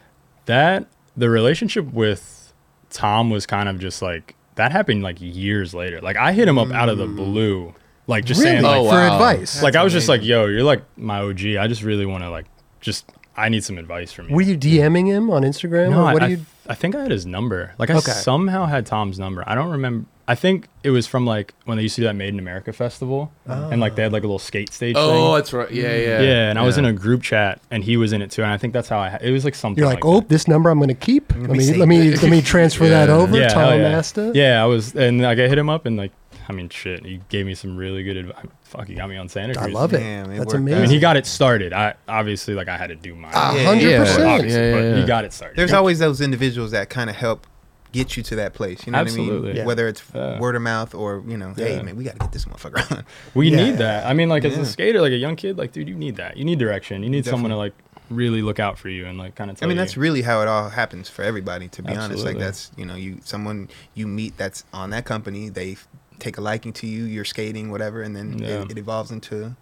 [SPEAKER 3] that the relationship with Tom was kind of just like that happened like years later. Like I hit him up out of
[SPEAKER 1] Mm.
[SPEAKER 3] the blue, like just saying like,
[SPEAKER 4] Oh,
[SPEAKER 1] for
[SPEAKER 4] wow.
[SPEAKER 1] advice.
[SPEAKER 3] like I was just like,
[SPEAKER 2] amazing.
[SPEAKER 3] "Yo, you're like my OG. I just really want to like just I need some advice from you."
[SPEAKER 1] were you DMing him on Instagram?
[SPEAKER 3] no,
[SPEAKER 1] or
[SPEAKER 3] I,
[SPEAKER 1] what
[SPEAKER 3] I,
[SPEAKER 1] do you?
[SPEAKER 3] I think I had his number. Like I
[SPEAKER 1] Okay.
[SPEAKER 3] somehow had Tom's number. I don't remember. I think it was from like when they used to do that Made in America festival, and like they had like a little skate stage. thing.
[SPEAKER 4] Oh, that's right. Yeah, yeah.
[SPEAKER 3] yeah. And I was in a group chat, and he was in it too. And I think that's how I. It was like something.
[SPEAKER 1] You're like,
[SPEAKER 3] that.
[SPEAKER 1] oh, this number I'm going to keep. Let
[SPEAKER 2] me
[SPEAKER 1] me
[SPEAKER 2] save
[SPEAKER 1] let me let me transfer that over.
[SPEAKER 3] yeah, hell
[SPEAKER 1] Tom
[SPEAKER 3] yeah.
[SPEAKER 1] Asta.
[SPEAKER 3] Yeah, I was, and like I hit him up, and like, I mean, shit, he gave me some really good advice. Fuck, he got me on Santa
[SPEAKER 1] I
[SPEAKER 3] Cruz.
[SPEAKER 1] love it.
[SPEAKER 2] Damn, it
[SPEAKER 1] That's
[SPEAKER 2] worked
[SPEAKER 1] amazing.
[SPEAKER 3] I mean, he
[SPEAKER 2] out.
[SPEAKER 3] got it started. I obviously, like, I had to do my
[SPEAKER 1] A
[SPEAKER 2] Yeah,
[SPEAKER 1] hundred
[SPEAKER 4] yeah.
[SPEAKER 1] percent.
[SPEAKER 3] obviously,
[SPEAKER 4] Yeah,
[SPEAKER 3] but
[SPEAKER 4] yeah, yeah.
[SPEAKER 3] he got it started.
[SPEAKER 2] There's always those individuals that kind of help get you to that place. You know what I
[SPEAKER 3] Absolutely.
[SPEAKER 2] mean?
[SPEAKER 3] Yeah.
[SPEAKER 2] Whether it's
[SPEAKER 3] Yeah.
[SPEAKER 2] word of mouth or, you know, hey,
[SPEAKER 3] Yeah.
[SPEAKER 2] man, we got to get this motherfucker on.
[SPEAKER 3] we
[SPEAKER 1] Yeah.
[SPEAKER 3] need that. I mean, like, as
[SPEAKER 2] Yeah.
[SPEAKER 3] a skater, like a young kid, like, dude, you need that. You need direction. You need someone to like really look out for you and like kind of.
[SPEAKER 2] I mean, that's really how it all happens for everybody, to be honest. Like,
[SPEAKER 3] Oh, Absolutely.
[SPEAKER 2] that's, you know, you someone you meet that's on that company, they f- take a liking to you, you're skating, whatever, and then
[SPEAKER 3] Yeah.
[SPEAKER 2] it, it evolves into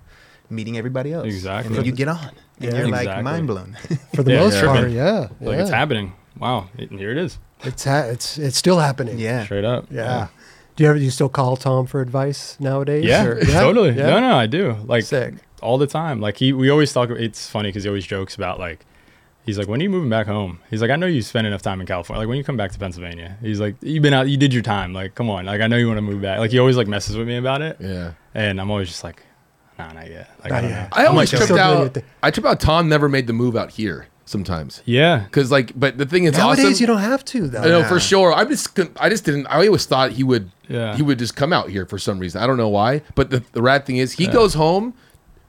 [SPEAKER 2] meeting everybody else. And
[SPEAKER 3] Exactly.
[SPEAKER 2] then you get on. And
[SPEAKER 1] Yeah.
[SPEAKER 2] you're like
[SPEAKER 3] Exactly.
[SPEAKER 2] mind blown.
[SPEAKER 1] For the
[SPEAKER 3] Yeah,
[SPEAKER 1] most
[SPEAKER 3] yeah.
[SPEAKER 1] part,
[SPEAKER 3] Tripping.
[SPEAKER 1] yeah.
[SPEAKER 3] like
[SPEAKER 1] yeah.
[SPEAKER 3] it's happening. Wow, it, here it is,
[SPEAKER 1] It's ha- it's it's still happening.
[SPEAKER 2] <laughs> yeah.
[SPEAKER 3] straight up.
[SPEAKER 1] Yeah. Do you ever do you still call Tom for advice nowadays?
[SPEAKER 3] Yeah,
[SPEAKER 1] or- yeah?
[SPEAKER 3] totally.
[SPEAKER 1] Yeah?
[SPEAKER 3] No, no, I do. Like
[SPEAKER 1] Sick.
[SPEAKER 3] all the time. Like he, we always talk. It's funny because he always jokes about like, he's like, when are you moving back home? He's like, I know you spend enough time in California. Like when you come back to Pennsylvania, he's like, you've been out, you did your time. Like come on, like I know you want to move back. Like he always like messes with me about it,
[SPEAKER 4] yeah.
[SPEAKER 3] and I'm always just like, nah, not yet. Like,
[SPEAKER 1] Not
[SPEAKER 3] I don't
[SPEAKER 1] yet.
[SPEAKER 3] know.
[SPEAKER 4] I always
[SPEAKER 1] Still
[SPEAKER 4] tripped
[SPEAKER 1] doing your
[SPEAKER 4] out.
[SPEAKER 1] thing.
[SPEAKER 4] I trip out. Tom never made the move out here sometimes
[SPEAKER 3] Yeah,
[SPEAKER 4] because like, but the thing is,
[SPEAKER 1] Nowadays
[SPEAKER 4] awesome.
[SPEAKER 1] you don't have to though.
[SPEAKER 4] I know
[SPEAKER 2] Yeah.
[SPEAKER 4] for sure. I just couldn't- I just didn't. I always thought he would.
[SPEAKER 3] Yeah.
[SPEAKER 4] He would just come out here for some reason. I don't know why. But the the rad thing is, he goes home,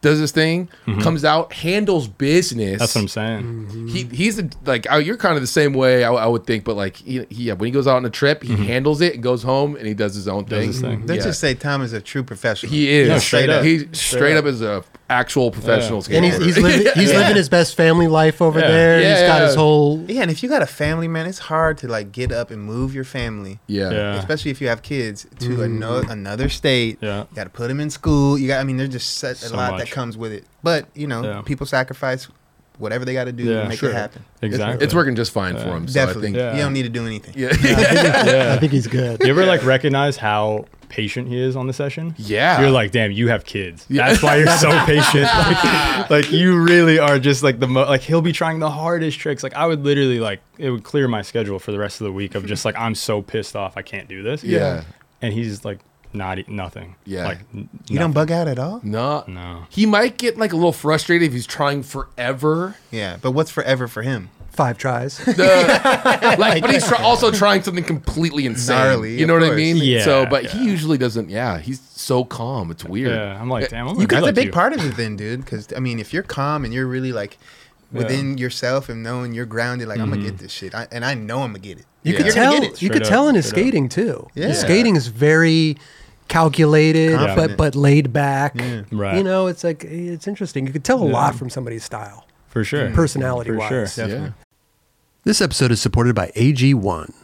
[SPEAKER 4] does his thing, comes out, handles business.
[SPEAKER 3] Mm-hmm. that's what I'm saying.
[SPEAKER 4] He he's a, like oh, you're kind of the same way I, I would think, but like he, he yeah, when he goes out on a trip, he handles it and goes home and he does his own thing.
[SPEAKER 3] Mm-hmm. his thing.
[SPEAKER 2] Let's
[SPEAKER 4] Yeah.
[SPEAKER 2] just say Tom is a true professional.
[SPEAKER 4] he is
[SPEAKER 3] No,
[SPEAKER 4] straight
[SPEAKER 3] straight
[SPEAKER 4] up.
[SPEAKER 3] up.
[SPEAKER 4] He straight up is a actual professional skater.
[SPEAKER 1] and he's, he's living he's living his best family life over
[SPEAKER 3] Yeah.
[SPEAKER 1] there.
[SPEAKER 4] Yeah,
[SPEAKER 1] he's got
[SPEAKER 4] yeah.
[SPEAKER 1] his
[SPEAKER 2] <laughs>
[SPEAKER 1] whole
[SPEAKER 2] Yeah, and if you got a family, man, it's hard to like get up and move your family.
[SPEAKER 4] <laughs> yeah.
[SPEAKER 3] Yeah.
[SPEAKER 2] Especially if you have kids to ano- another state,
[SPEAKER 3] Yeah.
[SPEAKER 2] you got to put them in school. You got, I mean, there's just such a
[SPEAKER 3] So
[SPEAKER 2] lot that
[SPEAKER 3] much.
[SPEAKER 2] comes with it. But you know,
[SPEAKER 3] Yeah.
[SPEAKER 2] people sacrifice whatever they got to do
[SPEAKER 3] Yeah,
[SPEAKER 2] to make
[SPEAKER 3] sure.
[SPEAKER 2] it happen.
[SPEAKER 3] Exactly.
[SPEAKER 4] It's, it's working just fine for him. So
[SPEAKER 2] Definitely,
[SPEAKER 4] I think,
[SPEAKER 3] Yeah.
[SPEAKER 2] you don't need to do anything.
[SPEAKER 4] yeah, <laughs> yeah,
[SPEAKER 1] I
[SPEAKER 3] Yeah.
[SPEAKER 1] think he's good.
[SPEAKER 3] You ever like recognize how patient he is on the session?
[SPEAKER 4] Yeah.
[SPEAKER 3] You're like, damn, you have kids. That's why you're
[SPEAKER 4] <laughs>
[SPEAKER 3] so patient. Like, like, you really are just like the mo- like he'll be trying the hardest tricks. Like I would literally like it would clear my schedule for the rest of the week of just like I'm so pissed off I can't do this.
[SPEAKER 4] Yeah.
[SPEAKER 3] And he's like not e- nothing.
[SPEAKER 4] Yeah.
[SPEAKER 3] Like n-
[SPEAKER 2] You don't bug out at all.
[SPEAKER 4] No,
[SPEAKER 3] No.
[SPEAKER 4] He might get like a little frustrated if he's
[SPEAKER 2] <laughs>
[SPEAKER 4] trying forever.
[SPEAKER 2] Yeah, but what's forever for him?
[SPEAKER 1] Five tries.
[SPEAKER 4] Like, but he's try- also trying something completely insane.
[SPEAKER 2] Gnarly,
[SPEAKER 4] you know
[SPEAKER 2] of
[SPEAKER 4] what I
[SPEAKER 2] course.
[SPEAKER 4] mean?
[SPEAKER 3] Yeah,
[SPEAKER 4] So, but he
[SPEAKER 3] yeah.
[SPEAKER 4] usually doesn't. Yeah, he's so calm. It's weird.
[SPEAKER 3] Yeah. I'm like, damn. I'm
[SPEAKER 2] You
[SPEAKER 3] gonna be
[SPEAKER 2] that's a
[SPEAKER 3] like
[SPEAKER 2] big
[SPEAKER 3] you.
[SPEAKER 2] part of it, then, dude. Because I mean, if you're calm and you're really like within yourself and knowing you're grounded, like
[SPEAKER 3] Mm-hmm.
[SPEAKER 2] I'm gonna get this shit, I, and I know I'm gonna get it.
[SPEAKER 1] You
[SPEAKER 4] Yeah.
[SPEAKER 1] could
[SPEAKER 4] You're
[SPEAKER 2] gonna
[SPEAKER 1] tell.
[SPEAKER 2] get it.
[SPEAKER 1] You could
[SPEAKER 3] Straight
[SPEAKER 1] tell
[SPEAKER 3] up,
[SPEAKER 1] in his
[SPEAKER 3] straight up.
[SPEAKER 1] skating too.
[SPEAKER 2] Yeah.
[SPEAKER 1] His skating is very calculated, but
[SPEAKER 2] Confident.
[SPEAKER 1] but laid back.
[SPEAKER 3] Right.
[SPEAKER 1] You know, it's like it's interesting. You could tell a lot from somebody's style,
[SPEAKER 3] For sure.
[SPEAKER 1] personality
[SPEAKER 3] For
[SPEAKER 1] wise.
[SPEAKER 3] sure.
[SPEAKER 4] Yeah.
[SPEAKER 1] This episode is supported by AG1.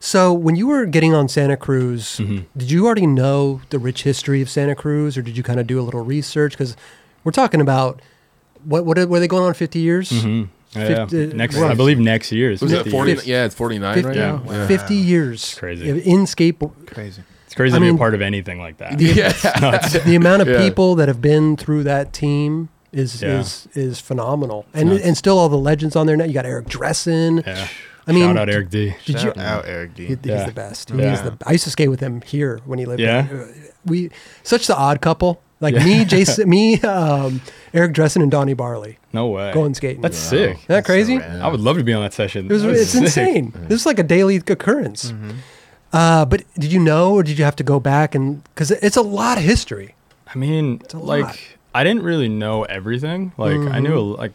[SPEAKER 1] So when you were getting on Santa Cruz, did you already know the rich history of Santa Cruz, or did you kind of do a little research? Because we're talking about what what are, were they going on fifty years?
[SPEAKER 3] Yeah,
[SPEAKER 1] Fifty-
[SPEAKER 3] next,
[SPEAKER 1] right.
[SPEAKER 3] I believe next year is
[SPEAKER 4] Was it
[SPEAKER 3] 50
[SPEAKER 4] forty?
[SPEAKER 3] years.
[SPEAKER 4] Yeah, it's forty nine
[SPEAKER 1] Fifty,
[SPEAKER 3] <laughs>
[SPEAKER 4] right now.
[SPEAKER 2] now?
[SPEAKER 1] 50
[SPEAKER 2] Wow.
[SPEAKER 1] years
[SPEAKER 3] Crazy.
[SPEAKER 1] in skateboard.
[SPEAKER 2] Crazy.
[SPEAKER 3] It's crazy
[SPEAKER 1] I
[SPEAKER 3] to be
[SPEAKER 1] mean-
[SPEAKER 3] a part of anything like
[SPEAKER 1] <laughs>
[SPEAKER 3] that. <laughs>
[SPEAKER 4] Yeah,
[SPEAKER 1] The amount of
[SPEAKER 4] Yeah.
[SPEAKER 1] people that have been through that team is
[SPEAKER 3] Yeah.
[SPEAKER 1] is is phenomenal, and
[SPEAKER 3] nuts.
[SPEAKER 1] and still all the legends on there now. You got Eric Dressen.
[SPEAKER 3] Yeah.
[SPEAKER 1] I mean,
[SPEAKER 3] shout out Eric D.
[SPEAKER 1] Did you?
[SPEAKER 2] Shout out Eric
[SPEAKER 1] He-
[SPEAKER 2] D.
[SPEAKER 1] He's
[SPEAKER 3] Yeah.
[SPEAKER 1] the best.
[SPEAKER 3] Yeah.
[SPEAKER 1] He's the. I used to skate with him here when he lived.
[SPEAKER 3] Yeah?
[SPEAKER 1] here. we such the odd couple. Like
[SPEAKER 3] <laughs>
[SPEAKER 1] me, Jason, me, um, Eric Dressen, and Donnie Barley
[SPEAKER 3] No way.
[SPEAKER 1] going skating.
[SPEAKER 3] That's
[SPEAKER 1] Isn't
[SPEAKER 3] sick.
[SPEAKER 1] that crazy?
[SPEAKER 2] rad.
[SPEAKER 3] I would love to be on that session.
[SPEAKER 1] It was,
[SPEAKER 3] That was
[SPEAKER 1] it's
[SPEAKER 3] sick. Mm-hmm.
[SPEAKER 1] insane. This is like a daily occurrence. Uh, but did you know, or did you have to go back and because it's a lot of history?
[SPEAKER 3] I mean,
[SPEAKER 1] a
[SPEAKER 3] like
[SPEAKER 1] lot.
[SPEAKER 3] I didn't really know everything. Like I knew a- like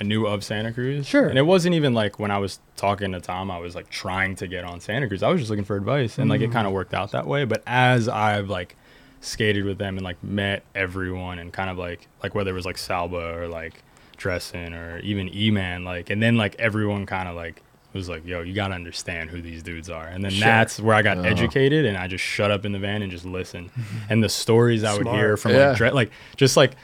[SPEAKER 3] I knew of Santa
[SPEAKER 1] Mm-hmm.
[SPEAKER 3] Cruz.
[SPEAKER 1] Sure.
[SPEAKER 3] And it wasn't even like when I was talking to Tom, I was like trying to get on Santa Cruz. I was just looking for advice and like it
[SPEAKER 1] Mm.
[SPEAKER 3] kind of worked out that way, but as I've like skated with them and like met everyone and kind of like like whether it was like Salba or like Dressen or even E-Man like and then like everyone kind of like was like, yo, you gotta understand who these dudes are, and then that's where I got
[SPEAKER 4] Oh.
[SPEAKER 3] educated, and I just shut up in the van and just listened. and the stories I would hear
[SPEAKER 1] Smart.
[SPEAKER 3] from
[SPEAKER 4] Yeah.
[SPEAKER 3] like, Dre- like just like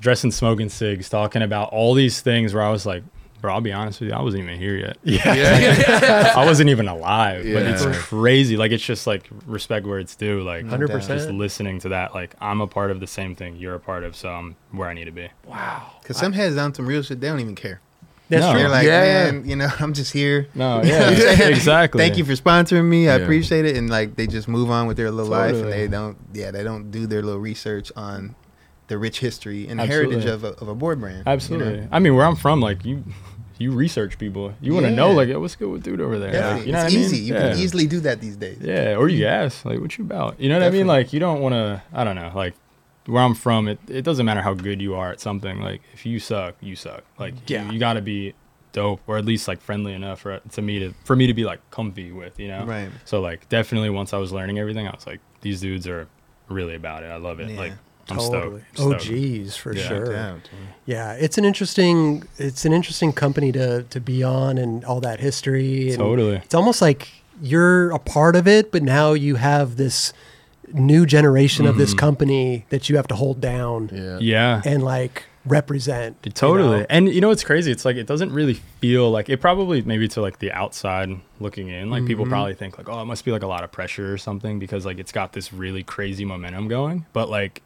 [SPEAKER 3] dressing, smoking cigs, talking about all these things where I was like, bro, I'll be honest with you, I wasn't even here yet. <laughs>
[SPEAKER 4] yeah.
[SPEAKER 3] I wasn't even alive. But
[SPEAKER 4] Yeah.
[SPEAKER 3] it's crazy. Like it's just like respect where it's due. Like
[SPEAKER 1] 100%.
[SPEAKER 3] Just listening to that, like I'm a part of the same thing you're a part of, so I'm where I need to be.
[SPEAKER 2] Because some heads on some real shit, they don't even care.
[SPEAKER 1] That's
[SPEAKER 3] No.
[SPEAKER 2] They're
[SPEAKER 1] true.
[SPEAKER 2] like,
[SPEAKER 4] Yeah, yeah.
[SPEAKER 2] man, you know, <laughs> I'm just here.
[SPEAKER 3] Oh.
[SPEAKER 2] <laughs>
[SPEAKER 3] No, yeah, exactly.
[SPEAKER 2] Thank you for sponsoring me. I
[SPEAKER 4] Yeah.
[SPEAKER 2] appreciate it. And like, they just move on with their little life, and
[SPEAKER 3] Totally.
[SPEAKER 2] they don't, yeah, they don't do their little research on the rich history and
[SPEAKER 3] Absolutely.
[SPEAKER 2] heritage of a, of a board brand. you know?
[SPEAKER 3] Absolutely. I mean, where I'm from, like you, you research people. You want to know,
[SPEAKER 2] Yeah.
[SPEAKER 3] like, yo, what's good with dude over there?
[SPEAKER 2] Definitely.
[SPEAKER 3] Like, you know
[SPEAKER 2] it's
[SPEAKER 3] what I mean?
[SPEAKER 2] easy. You
[SPEAKER 3] yeah.
[SPEAKER 2] can easily do that these days.
[SPEAKER 3] Yeah, or you ask, like, what you about? You know what I mean?
[SPEAKER 2] Definitely.
[SPEAKER 3] Like, you don't want to. I don't know. Like, where I'm from, it it doesn't matter how good you are at something. Like, if you suck, you suck. Like,
[SPEAKER 1] Yeah.
[SPEAKER 3] you, you got to be dope, or at least like friendly enough for to me to for me to be like comfy with. You know?
[SPEAKER 2] Right.
[SPEAKER 3] So like, definitely once I was learning everything, I was like, these dudes are really about it. I love it.
[SPEAKER 2] Yeah.
[SPEAKER 3] Like, I'm
[SPEAKER 1] Totally.
[SPEAKER 3] stoked. I'm
[SPEAKER 1] Oh,
[SPEAKER 3] stoked.
[SPEAKER 1] geez, for
[SPEAKER 3] Yeah.
[SPEAKER 1] sure.
[SPEAKER 2] Damn, dude.
[SPEAKER 1] Yeah, it's an interesting it's an interesting company to to be on and all that history. And
[SPEAKER 3] Totally.
[SPEAKER 1] It's almost like you're a part of it, but now you have this new generation of this company that you have to hold down
[SPEAKER 4] yeah.
[SPEAKER 3] Yeah.
[SPEAKER 1] and like represent. you know?
[SPEAKER 3] Totally. And you know what's crazy? It's like it doesn't really feel like it probably maybe to like the outside looking in, like
[SPEAKER 1] Mm-hmm.
[SPEAKER 3] people probably think like, oh, it must be like a lot of pressure or something because like it's got this really crazy momentum going. But like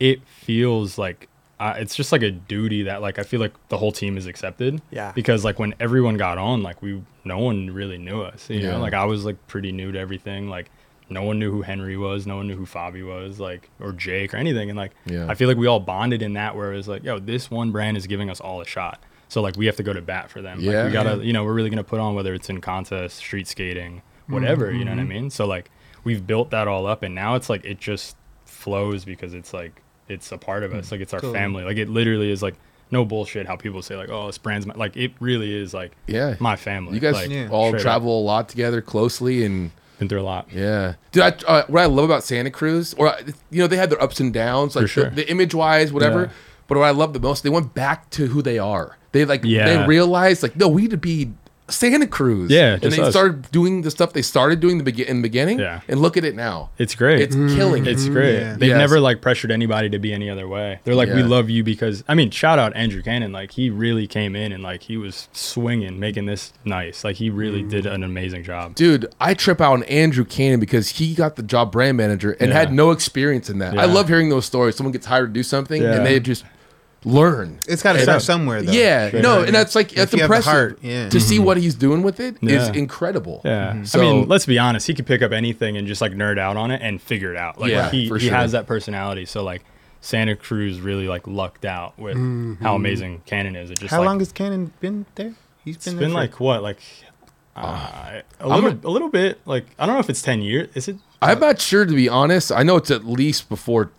[SPEAKER 3] it feels like uh, it's just like a duty that like I feel like the whole team is accepted.
[SPEAKER 1] Yeah.
[SPEAKER 3] Because like when everyone got on, like we no one really knew us. You
[SPEAKER 4] Yeah.
[SPEAKER 3] know, like I was like pretty new to everything. Like no one knew who Henry was, no one knew who Fabi was, like or Jake or anything. And like
[SPEAKER 4] Yeah.
[SPEAKER 3] I feel like we all bonded in that where it was like, yo, this one brand is giving us all a shot. So like we have to go to bat for them.
[SPEAKER 4] Yeah.
[SPEAKER 3] Like we gotta you know, we're really gonna put on whether it's in contests, street skating, whatever, you know
[SPEAKER 4] Mm-hmm.
[SPEAKER 3] what I mean? So like we've built that all up and now it's like it just flows because it's like it's a part of
[SPEAKER 4] Mm.
[SPEAKER 3] us. Like it's our
[SPEAKER 2] Totally.
[SPEAKER 3] family. Like it literally is like no bullshit how people say like, Oh, this brand's my like it really is like
[SPEAKER 4] Yeah.
[SPEAKER 3] my family.
[SPEAKER 4] You guys
[SPEAKER 3] like,
[SPEAKER 2] Yeah.
[SPEAKER 4] all
[SPEAKER 3] straight up.
[SPEAKER 4] travel a lot together closely, and
[SPEAKER 3] been through a lot.
[SPEAKER 4] yeah, dude. I, uh, what I love about Santa Cruz, or uh, you know, they had their ups and downs, like
[SPEAKER 3] For sure.
[SPEAKER 4] the, the image wise, whatever.
[SPEAKER 3] Yeah.
[SPEAKER 4] But what I love the most, they went back to who they are. They like
[SPEAKER 3] Yeah.
[SPEAKER 4] they realized like no, we need to be Santa Cruz.
[SPEAKER 3] Yeah,
[SPEAKER 4] and
[SPEAKER 3] just
[SPEAKER 4] they
[SPEAKER 3] us.
[SPEAKER 4] started doing the stuff they started doing the begin in the beginning.
[SPEAKER 3] Yeah.
[SPEAKER 4] and look at it now.
[SPEAKER 3] It's great.
[SPEAKER 4] It's
[SPEAKER 2] Mm-hmm.
[SPEAKER 4] killing.
[SPEAKER 3] It's great.
[SPEAKER 2] yeah.
[SPEAKER 3] They've
[SPEAKER 4] Yes.
[SPEAKER 3] never like pressured anybody to be any other way. They're like, we
[SPEAKER 4] Yeah.
[SPEAKER 3] love you because I mean, shout out Andrew Cannon. Like he really came in and like he was swinging, making this nice. Like he really did
[SPEAKER 2] Mm.
[SPEAKER 3] an amazing job.
[SPEAKER 4] Dude, I trip out on Andrew Cannon because he got the job brand manager and
[SPEAKER 3] Yeah.
[SPEAKER 4] had no experience in that. I
[SPEAKER 3] Yeah.
[SPEAKER 4] love hearing those stories. Someone gets hired to do something
[SPEAKER 3] Yeah.
[SPEAKER 4] and they just learn.
[SPEAKER 2] It's got to
[SPEAKER 3] Yeah.
[SPEAKER 2] start somewhere, though.
[SPEAKER 4] yeah,
[SPEAKER 3] Sure.
[SPEAKER 4] no, and that's like
[SPEAKER 2] If
[SPEAKER 4] that's
[SPEAKER 2] you have the
[SPEAKER 4] impressive.
[SPEAKER 2] heart, yeah. Mm-hmm.
[SPEAKER 4] To see what he's doing with it is
[SPEAKER 3] Yeah.
[SPEAKER 4] incredible.
[SPEAKER 3] Yeah.
[SPEAKER 4] So-
[SPEAKER 3] I mean, let's be honest. He could pick up anything and just like nerd out on it and figure it out. Like
[SPEAKER 4] Yeah,
[SPEAKER 3] he,
[SPEAKER 4] for
[SPEAKER 3] he
[SPEAKER 4] sure.
[SPEAKER 3] has that personality. So like Santa Cruz really like lucked out with how amazing Cannon is. It just
[SPEAKER 2] Mm-hmm. How
[SPEAKER 3] like,
[SPEAKER 2] long has Cannon been there? He's
[SPEAKER 3] It's
[SPEAKER 2] been there
[SPEAKER 3] been
[SPEAKER 2] for-
[SPEAKER 3] like what, like uh, a
[SPEAKER 4] I'm
[SPEAKER 3] little,
[SPEAKER 4] gonna-
[SPEAKER 3] a little bit. Like I don't know if it's ten years. Is it?
[SPEAKER 4] I'm not sure to be honest. I know it's at least before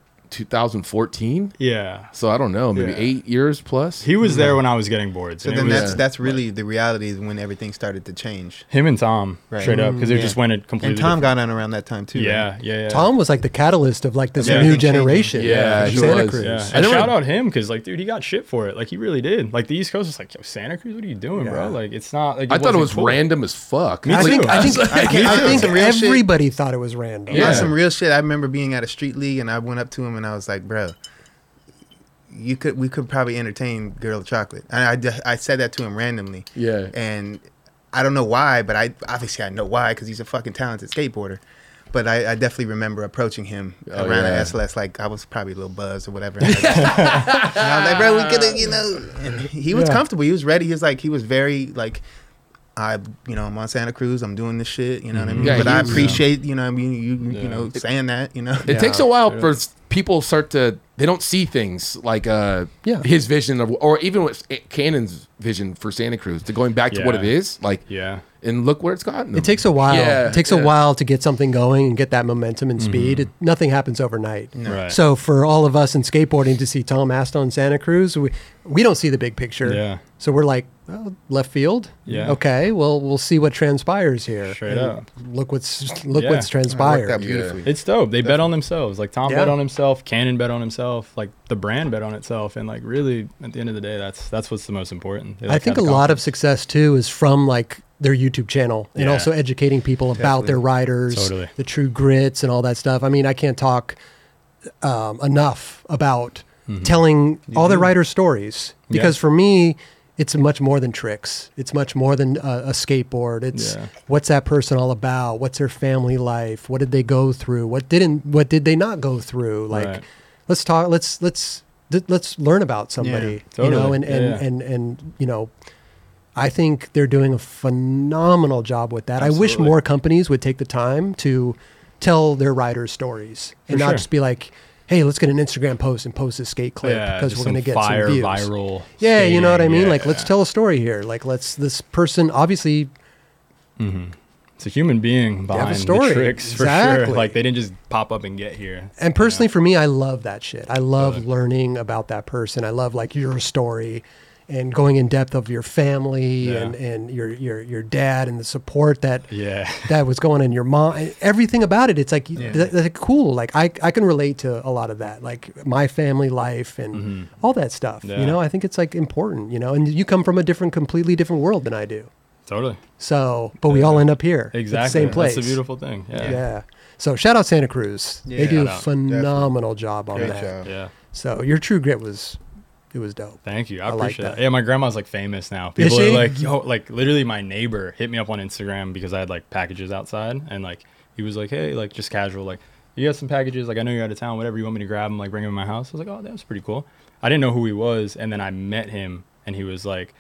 [SPEAKER 4] 2014,
[SPEAKER 3] Yeah.
[SPEAKER 4] so I don't know, maybe
[SPEAKER 3] Yeah.
[SPEAKER 4] eight years plus.
[SPEAKER 3] He
[SPEAKER 1] Mm.
[SPEAKER 3] was there when I was getting boards.
[SPEAKER 2] So
[SPEAKER 3] and it
[SPEAKER 2] then
[SPEAKER 3] was-
[SPEAKER 2] that's that's really the reality is when everything started to change.
[SPEAKER 3] Him and Tom,
[SPEAKER 2] Right.
[SPEAKER 3] straight up, because they
[SPEAKER 2] Mm, yeah.
[SPEAKER 3] just went it completely.
[SPEAKER 2] And Tom got
[SPEAKER 3] different-
[SPEAKER 2] on around that time too.
[SPEAKER 3] yeah,
[SPEAKER 2] right?
[SPEAKER 3] yeah, yeah.
[SPEAKER 1] Tom was like the catalyst of like this
[SPEAKER 2] Yeah.
[SPEAKER 1] new
[SPEAKER 2] Everything changing.
[SPEAKER 1] generation.
[SPEAKER 4] Yeah,
[SPEAKER 1] of
[SPEAKER 4] he
[SPEAKER 1] Santa
[SPEAKER 4] was.
[SPEAKER 1] Cruz.
[SPEAKER 3] Yeah,
[SPEAKER 4] I
[SPEAKER 3] and
[SPEAKER 4] never-
[SPEAKER 3] shout out him because like, dude, he got shit for it. Like he really did. Like the East Coast was like, yo, Santa Cruz, what are you doing, bro? Like it's not. Like,
[SPEAKER 4] I thought it
[SPEAKER 3] wasn't
[SPEAKER 4] was
[SPEAKER 3] cool.
[SPEAKER 4] random as fuck.
[SPEAKER 3] Me
[SPEAKER 1] I
[SPEAKER 4] Like,
[SPEAKER 1] think I think
[SPEAKER 2] I can't-
[SPEAKER 1] I
[SPEAKER 2] I
[SPEAKER 1] think
[SPEAKER 2] some real shit.
[SPEAKER 1] everybody thought it was random.
[SPEAKER 4] Yeah.
[SPEAKER 2] On some real shit, I remember being at a street league and I went up to him and I was like, bro, you could we could probably entertain Girl of Chocolate. And I, d- I said that to him randomly.
[SPEAKER 4] Yeah.
[SPEAKER 2] And I don't know why, but I obviously I know why because he's a fucking talented skateboarder. But I, I definitely remember approaching him
[SPEAKER 4] Oh,
[SPEAKER 2] around
[SPEAKER 4] yeah.
[SPEAKER 2] the SLS like I was probably a little buzzed or whatever. <laughs> And I was like, and I was like, bro, we could have, you know. And he was
[SPEAKER 1] Yeah.
[SPEAKER 2] comfortable. He was ready. He was like, he was very like, I, you know, I'm on Santa Cruz. I'm doing this shit. You know what I mean?
[SPEAKER 4] Mm-hmm. Yeah,
[SPEAKER 2] but
[SPEAKER 4] he
[SPEAKER 2] I
[SPEAKER 4] was-
[SPEAKER 2] appreciate, you know, what I mean, you,
[SPEAKER 3] Yeah.
[SPEAKER 2] you know, saying that, you know.
[SPEAKER 4] It takes a while for s- people start to they don't see things like uh
[SPEAKER 1] Yeah.
[SPEAKER 4] his vision of or even with eh, Cannon's vision for Santa Cruz to going back to what it
[SPEAKER 3] Yeah.
[SPEAKER 4] is like
[SPEAKER 3] Yeah,
[SPEAKER 4] and look where it's gotten. Them.
[SPEAKER 1] It takes a while.
[SPEAKER 4] Yeah,
[SPEAKER 1] it takes
[SPEAKER 4] yeah.
[SPEAKER 1] a while to get something going and get that momentum and speed. It, nothing happens overnight.
[SPEAKER 3] Mm-hmm. Right.
[SPEAKER 1] So for all of us in skateboarding to see Tom Aston on Santa Cruz, we we don't see the big picture.
[SPEAKER 3] Yeah.
[SPEAKER 1] So we're like oh, left field.
[SPEAKER 3] Yeah.
[SPEAKER 1] Okay. Well, we'll see what transpires here.
[SPEAKER 3] Straight
[SPEAKER 1] And
[SPEAKER 3] up.
[SPEAKER 1] Look what's look
[SPEAKER 3] Yeah.
[SPEAKER 1] what's transpired.
[SPEAKER 2] Worked out beautifully.
[SPEAKER 3] it's dope. They bet on themselves. Like Tom bet
[SPEAKER 1] Yeah.
[SPEAKER 3] on himself, Cannon bet on himself, like the brand bet on itself, and like really, at the end of the day, that's that's what's the most important. They,
[SPEAKER 1] I
[SPEAKER 3] like,
[SPEAKER 1] think a
[SPEAKER 3] have
[SPEAKER 1] lot of
[SPEAKER 3] confidence.
[SPEAKER 1] success too is from like their YouTube channel and
[SPEAKER 3] Yeah.
[SPEAKER 1] also educating people about their riders,
[SPEAKER 3] Totally.
[SPEAKER 1] the true grits, and all that stuff. I mean, I can't talk um, enough about
[SPEAKER 3] Mm-hmm.
[SPEAKER 1] telling all the riders' stories
[SPEAKER 3] Yeah.
[SPEAKER 1] because for me, it's much more than tricks. It's much more than uh, a, a skateboard. It's
[SPEAKER 3] Yeah.
[SPEAKER 1] what's that person all about? What's their family life? What did they go through? What didn't? What did they not go through? Like,
[SPEAKER 3] Right.
[SPEAKER 1] let's talk. Let's let's let's learn about somebody. You know,
[SPEAKER 3] totally.
[SPEAKER 1] and and,
[SPEAKER 3] Yeah.
[SPEAKER 1] and and you know, I think they're doing a phenomenal job with that. I wish
[SPEAKER 3] Absolutely.
[SPEAKER 1] more companies would take the time to tell their riders stories and not
[SPEAKER 3] sure.
[SPEAKER 1] just be like, "Hey, let's get an Instagram post and post this skate clip
[SPEAKER 3] Yeah,
[SPEAKER 1] because
[SPEAKER 3] just
[SPEAKER 1] we're going to
[SPEAKER 3] some
[SPEAKER 1] get
[SPEAKER 3] fire
[SPEAKER 1] some views."
[SPEAKER 3] viral.
[SPEAKER 1] yeah, you know what I
[SPEAKER 3] skating.
[SPEAKER 1] mean.
[SPEAKER 3] Yeah,
[SPEAKER 1] like, let's
[SPEAKER 3] yeah.
[SPEAKER 1] tell a story here. Like, let's this person obviously
[SPEAKER 3] It's a human being
[SPEAKER 1] have a
[SPEAKER 3] behind
[SPEAKER 1] story.
[SPEAKER 3] the tricks for
[SPEAKER 1] Exactly.
[SPEAKER 3] sure. Like they didn't just pop up and get here.
[SPEAKER 1] And personally, for me, I love that shit. I love learning about that person. I love like your story and going in depth of your family
[SPEAKER 3] Yeah.
[SPEAKER 1] and, and your, your your dad and the support that
[SPEAKER 3] Yeah. <laughs>
[SPEAKER 1] that was going on in your mom. and Everything about it, it's like that, that's cool. Like I, I can relate to a lot of that, like my family life and all that stuff. You
[SPEAKER 3] Mm-hmm. Yeah.
[SPEAKER 1] know, I think it's like important. You know, and you come from a different, completely different world than I do.
[SPEAKER 3] Totally.
[SPEAKER 1] So, but we all end up here, at the
[SPEAKER 3] Exactly.
[SPEAKER 1] same place.
[SPEAKER 3] That's the beautiful thing. Yeah. Yeah.
[SPEAKER 1] Yeah. So shout out Santa Cruz. they
[SPEAKER 2] Yeah.
[SPEAKER 1] do
[SPEAKER 3] Shout
[SPEAKER 1] a
[SPEAKER 3] out.
[SPEAKER 1] phenomenal job on
[SPEAKER 2] Great
[SPEAKER 1] that.
[SPEAKER 2] job.
[SPEAKER 1] So your true grit was, it was dope.
[SPEAKER 3] Thank you.
[SPEAKER 1] I
[SPEAKER 3] I,
[SPEAKER 1] like
[SPEAKER 3] appreciate
[SPEAKER 1] that.
[SPEAKER 3] that. Yeah, my grandma's like famous now.
[SPEAKER 1] Is
[SPEAKER 3] People are
[SPEAKER 1] she?
[SPEAKER 3] like, yo, like literally my neighbor hit me up on Instagram because I had like packages outside and like he was like, Hey, like just casual, like you have some packages, like I know you're out of town, whatever you want me to grab them, like bring them in my house. I was like, Oh, that was pretty cool. I didn't know who he was, and then I met him and he was like,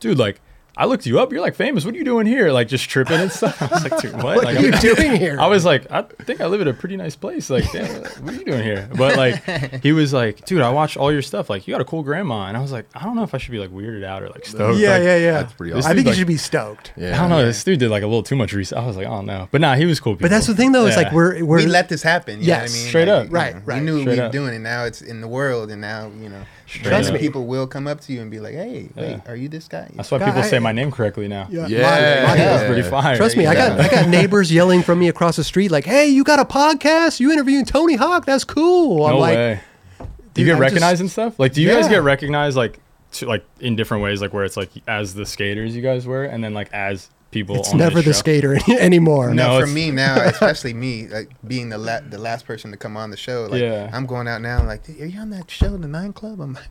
[SPEAKER 3] Dude, like I looked you up. You're like famous. What are you doing here? Like just tripping and stuff. I was like, dude,
[SPEAKER 1] <laughs>
[SPEAKER 3] what?
[SPEAKER 1] What
[SPEAKER 3] like,
[SPEAKER 1] are you
[SPEAKER 3] I'm-
[SPEAKER 1] doing here?
[SPEAKER 3] I was like, I think I live at a pretty nice place. Like, damn, what are you doing here?
[SPEAKER 1] <laughs>
[SPEAKER 3] But like, he was like, dude, I watch all your stuff. Like, you got a cool grandma. And I was like, I don't know if I should be like weirded out or like
[SPEAKER 1] <laughs>
[SPEAKER 3] stoked.
[SPEAKER 1] yeah,
[SPEAKER 3] Like,
[SPEAKER 1] yeah, yeah.
[SPEAKER 4] that's pretty
[SPEAKER 1] I
[SPEAKER 3] awesome.
[SPEAKER 1] think
[SPEAKER 3] Like-
[SPEAKER 1] you should be stoked.
[SPEAKER 4] yeah.
[SPEAKER 3] I don't know. This dude did like a little too much research. I was like, oh no. But nah, he was cool. People.
[SPEAKER 1] But that's the thing though. It's
[SPEAKER 3] Yeah.
[SPEAKER 1] like we're we're
[SPEAKER 2] we let this happen. You know what
[SPEAKER 1] Yes,
[SPEAKER 2] I mean?
[SPEAKER 3] straight
[SPEAKER 2] Like,
[SPEAKER 3] up.
[SPEAKER 2] you
[SPEAKER 1] Right,
[SPEAKER 2] know,
[SPEAKER 1] right.
[SPEAKER 2] We knew what
[SPEAKER 3] Straight
[SPEAKER 2] we were
[SPEAKER 3] up.
[SPEAKER 2] doing, and now it's in the world, and now you know.
[SPEAKER 1] Trust
[SPEAKER 2] Trust
[SPEAKER 1] me.
[SPEAKER 2] People will come up to you and be like, "Hey, wait,
[SPEAKER 3] Yeah.
[SPEAKER 2] are you this guy?"
[SPEAKER 3] That's why
[SPEAKER 1] God,
[SPEAKER 3] people
[SPEAKER 1] I-
[SPEAKER 3] say my name correctly now.
[SPEAKER 1] Yeah.
[SPEAKER 4] Yeah.
[SPEAKER 1] My- my-
[SPEAKER 3] That was
[SPEAKER 4] Yeah.
[SPEAKER 3] pretty
[SPEAKER 1] <laughs>
[SPEAKER 3] fire.
[SPEAKER 1] Trust me, I got I got neighbors yelling from me across the street like, "Hey, you got a podcast? You interviewing Tony Hawk? That's cool." I'm
[SPEAKER 3] no
[SPEAKER 1] like,
[SPEAKER 3] way. Do you
[SPEAKER 2] Dude,
[SPEAKER 3] get
[SPEAKER 2] I'm just-
[SPEAKER 3] recognized and stuff? Like, do you guys
[SPEAKER 2] Yeah.
[SPEAKER 3] get recognized like to, like in different ways? Like where it's like as the skaters you guys were, and then like as people.
[SPEAKER 1] It's
[SPEAKER 3] on
[SPEAKER 1] never the
[SPEAKER 3] show?
[SPEAKER 1] skater <laughs> any- anymore.
[SPEAKER 2] No,
[SPEAKER 3] No.
[SPEAKER 2] for
[SPEAKER 3] it's- <laughs>
[SPEAKER 2] me now, especially me, like being the la- the last person to come on the show. Like
[SPEAKER 3] Yeah.
[SPEAKER 2] I'm going out now. Like, are you on that show, the Nine Club? I'm like,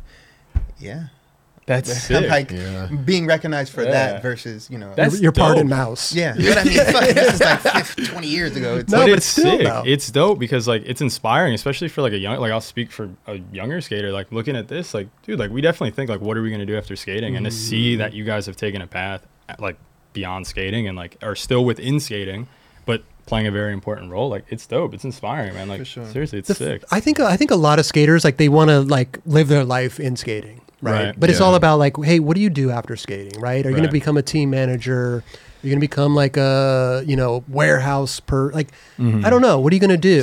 [SPEAKER 2] yeah. <laughs>
[SPEAKER 3] That's
[SPEAKER 1] <laughs>
[SPEAKER 2] I'm
[SPEAKER 3] sick.
[SPEAKER 2] like
[SPEAKER 4] Yeah.
[SPEAKER 2] being recognized for
[SPEAKER 3] Yeah.
[SPEAKER 2] that versus you know.
[SPEAKER 3] That's-
[SPEAKER 1] Your part in
[SPEAKER 3] dope.
[SPEAKER 1] mouse.
[SPEAKER 2] yeah, you know what I
[SPEAKER 3] <laughs>
[SPEAKER 2] mean. It's like, this is like 50, 20 years ago. It's
[SPEAKER 1] No,
[SPEAKER 2] like,
[SPEAKER 1] but
[SPEAKER 3] but,
[SPEAKER 1] it's
[SPEAKER 3] it's
[SPEAKER 1] still,
[SPEAKER 3] sick.
[SPEAKER 1] though.
[SPEAKER 3] It's dope because like it's inspiring, especially for like a young. Like I'll speak for a younger skater. Like looking at this, like dude, like we definitely think like what are we gonna do after skating, and to see that you guys have taken a path uh, like beyond skating and like are still within skating, but playing a very important role. Like it's dope. It's inspiring, man. Like
[SPEAKER 2] For sure.
[SPEAKER 3] seriously, it's
[SPEAKER 1] The f-
[SPEAKER 3] sick.
[SPEAKER 1] I think I think a lot of skaters like they want to like live their life in skating, right?
[SPEAKER 3] Right.
[SPEAKER 1] But it's
[SPEAKER 4] Yeah.
[SPEAKER 1] all about like, hey, what do you do after skating, right? Are you going to
[SPEAKER 3] Right.
[SPEAKER 1] become a team manager? Are you going to become like a you know warehouse per like I don't know. What are you going to do?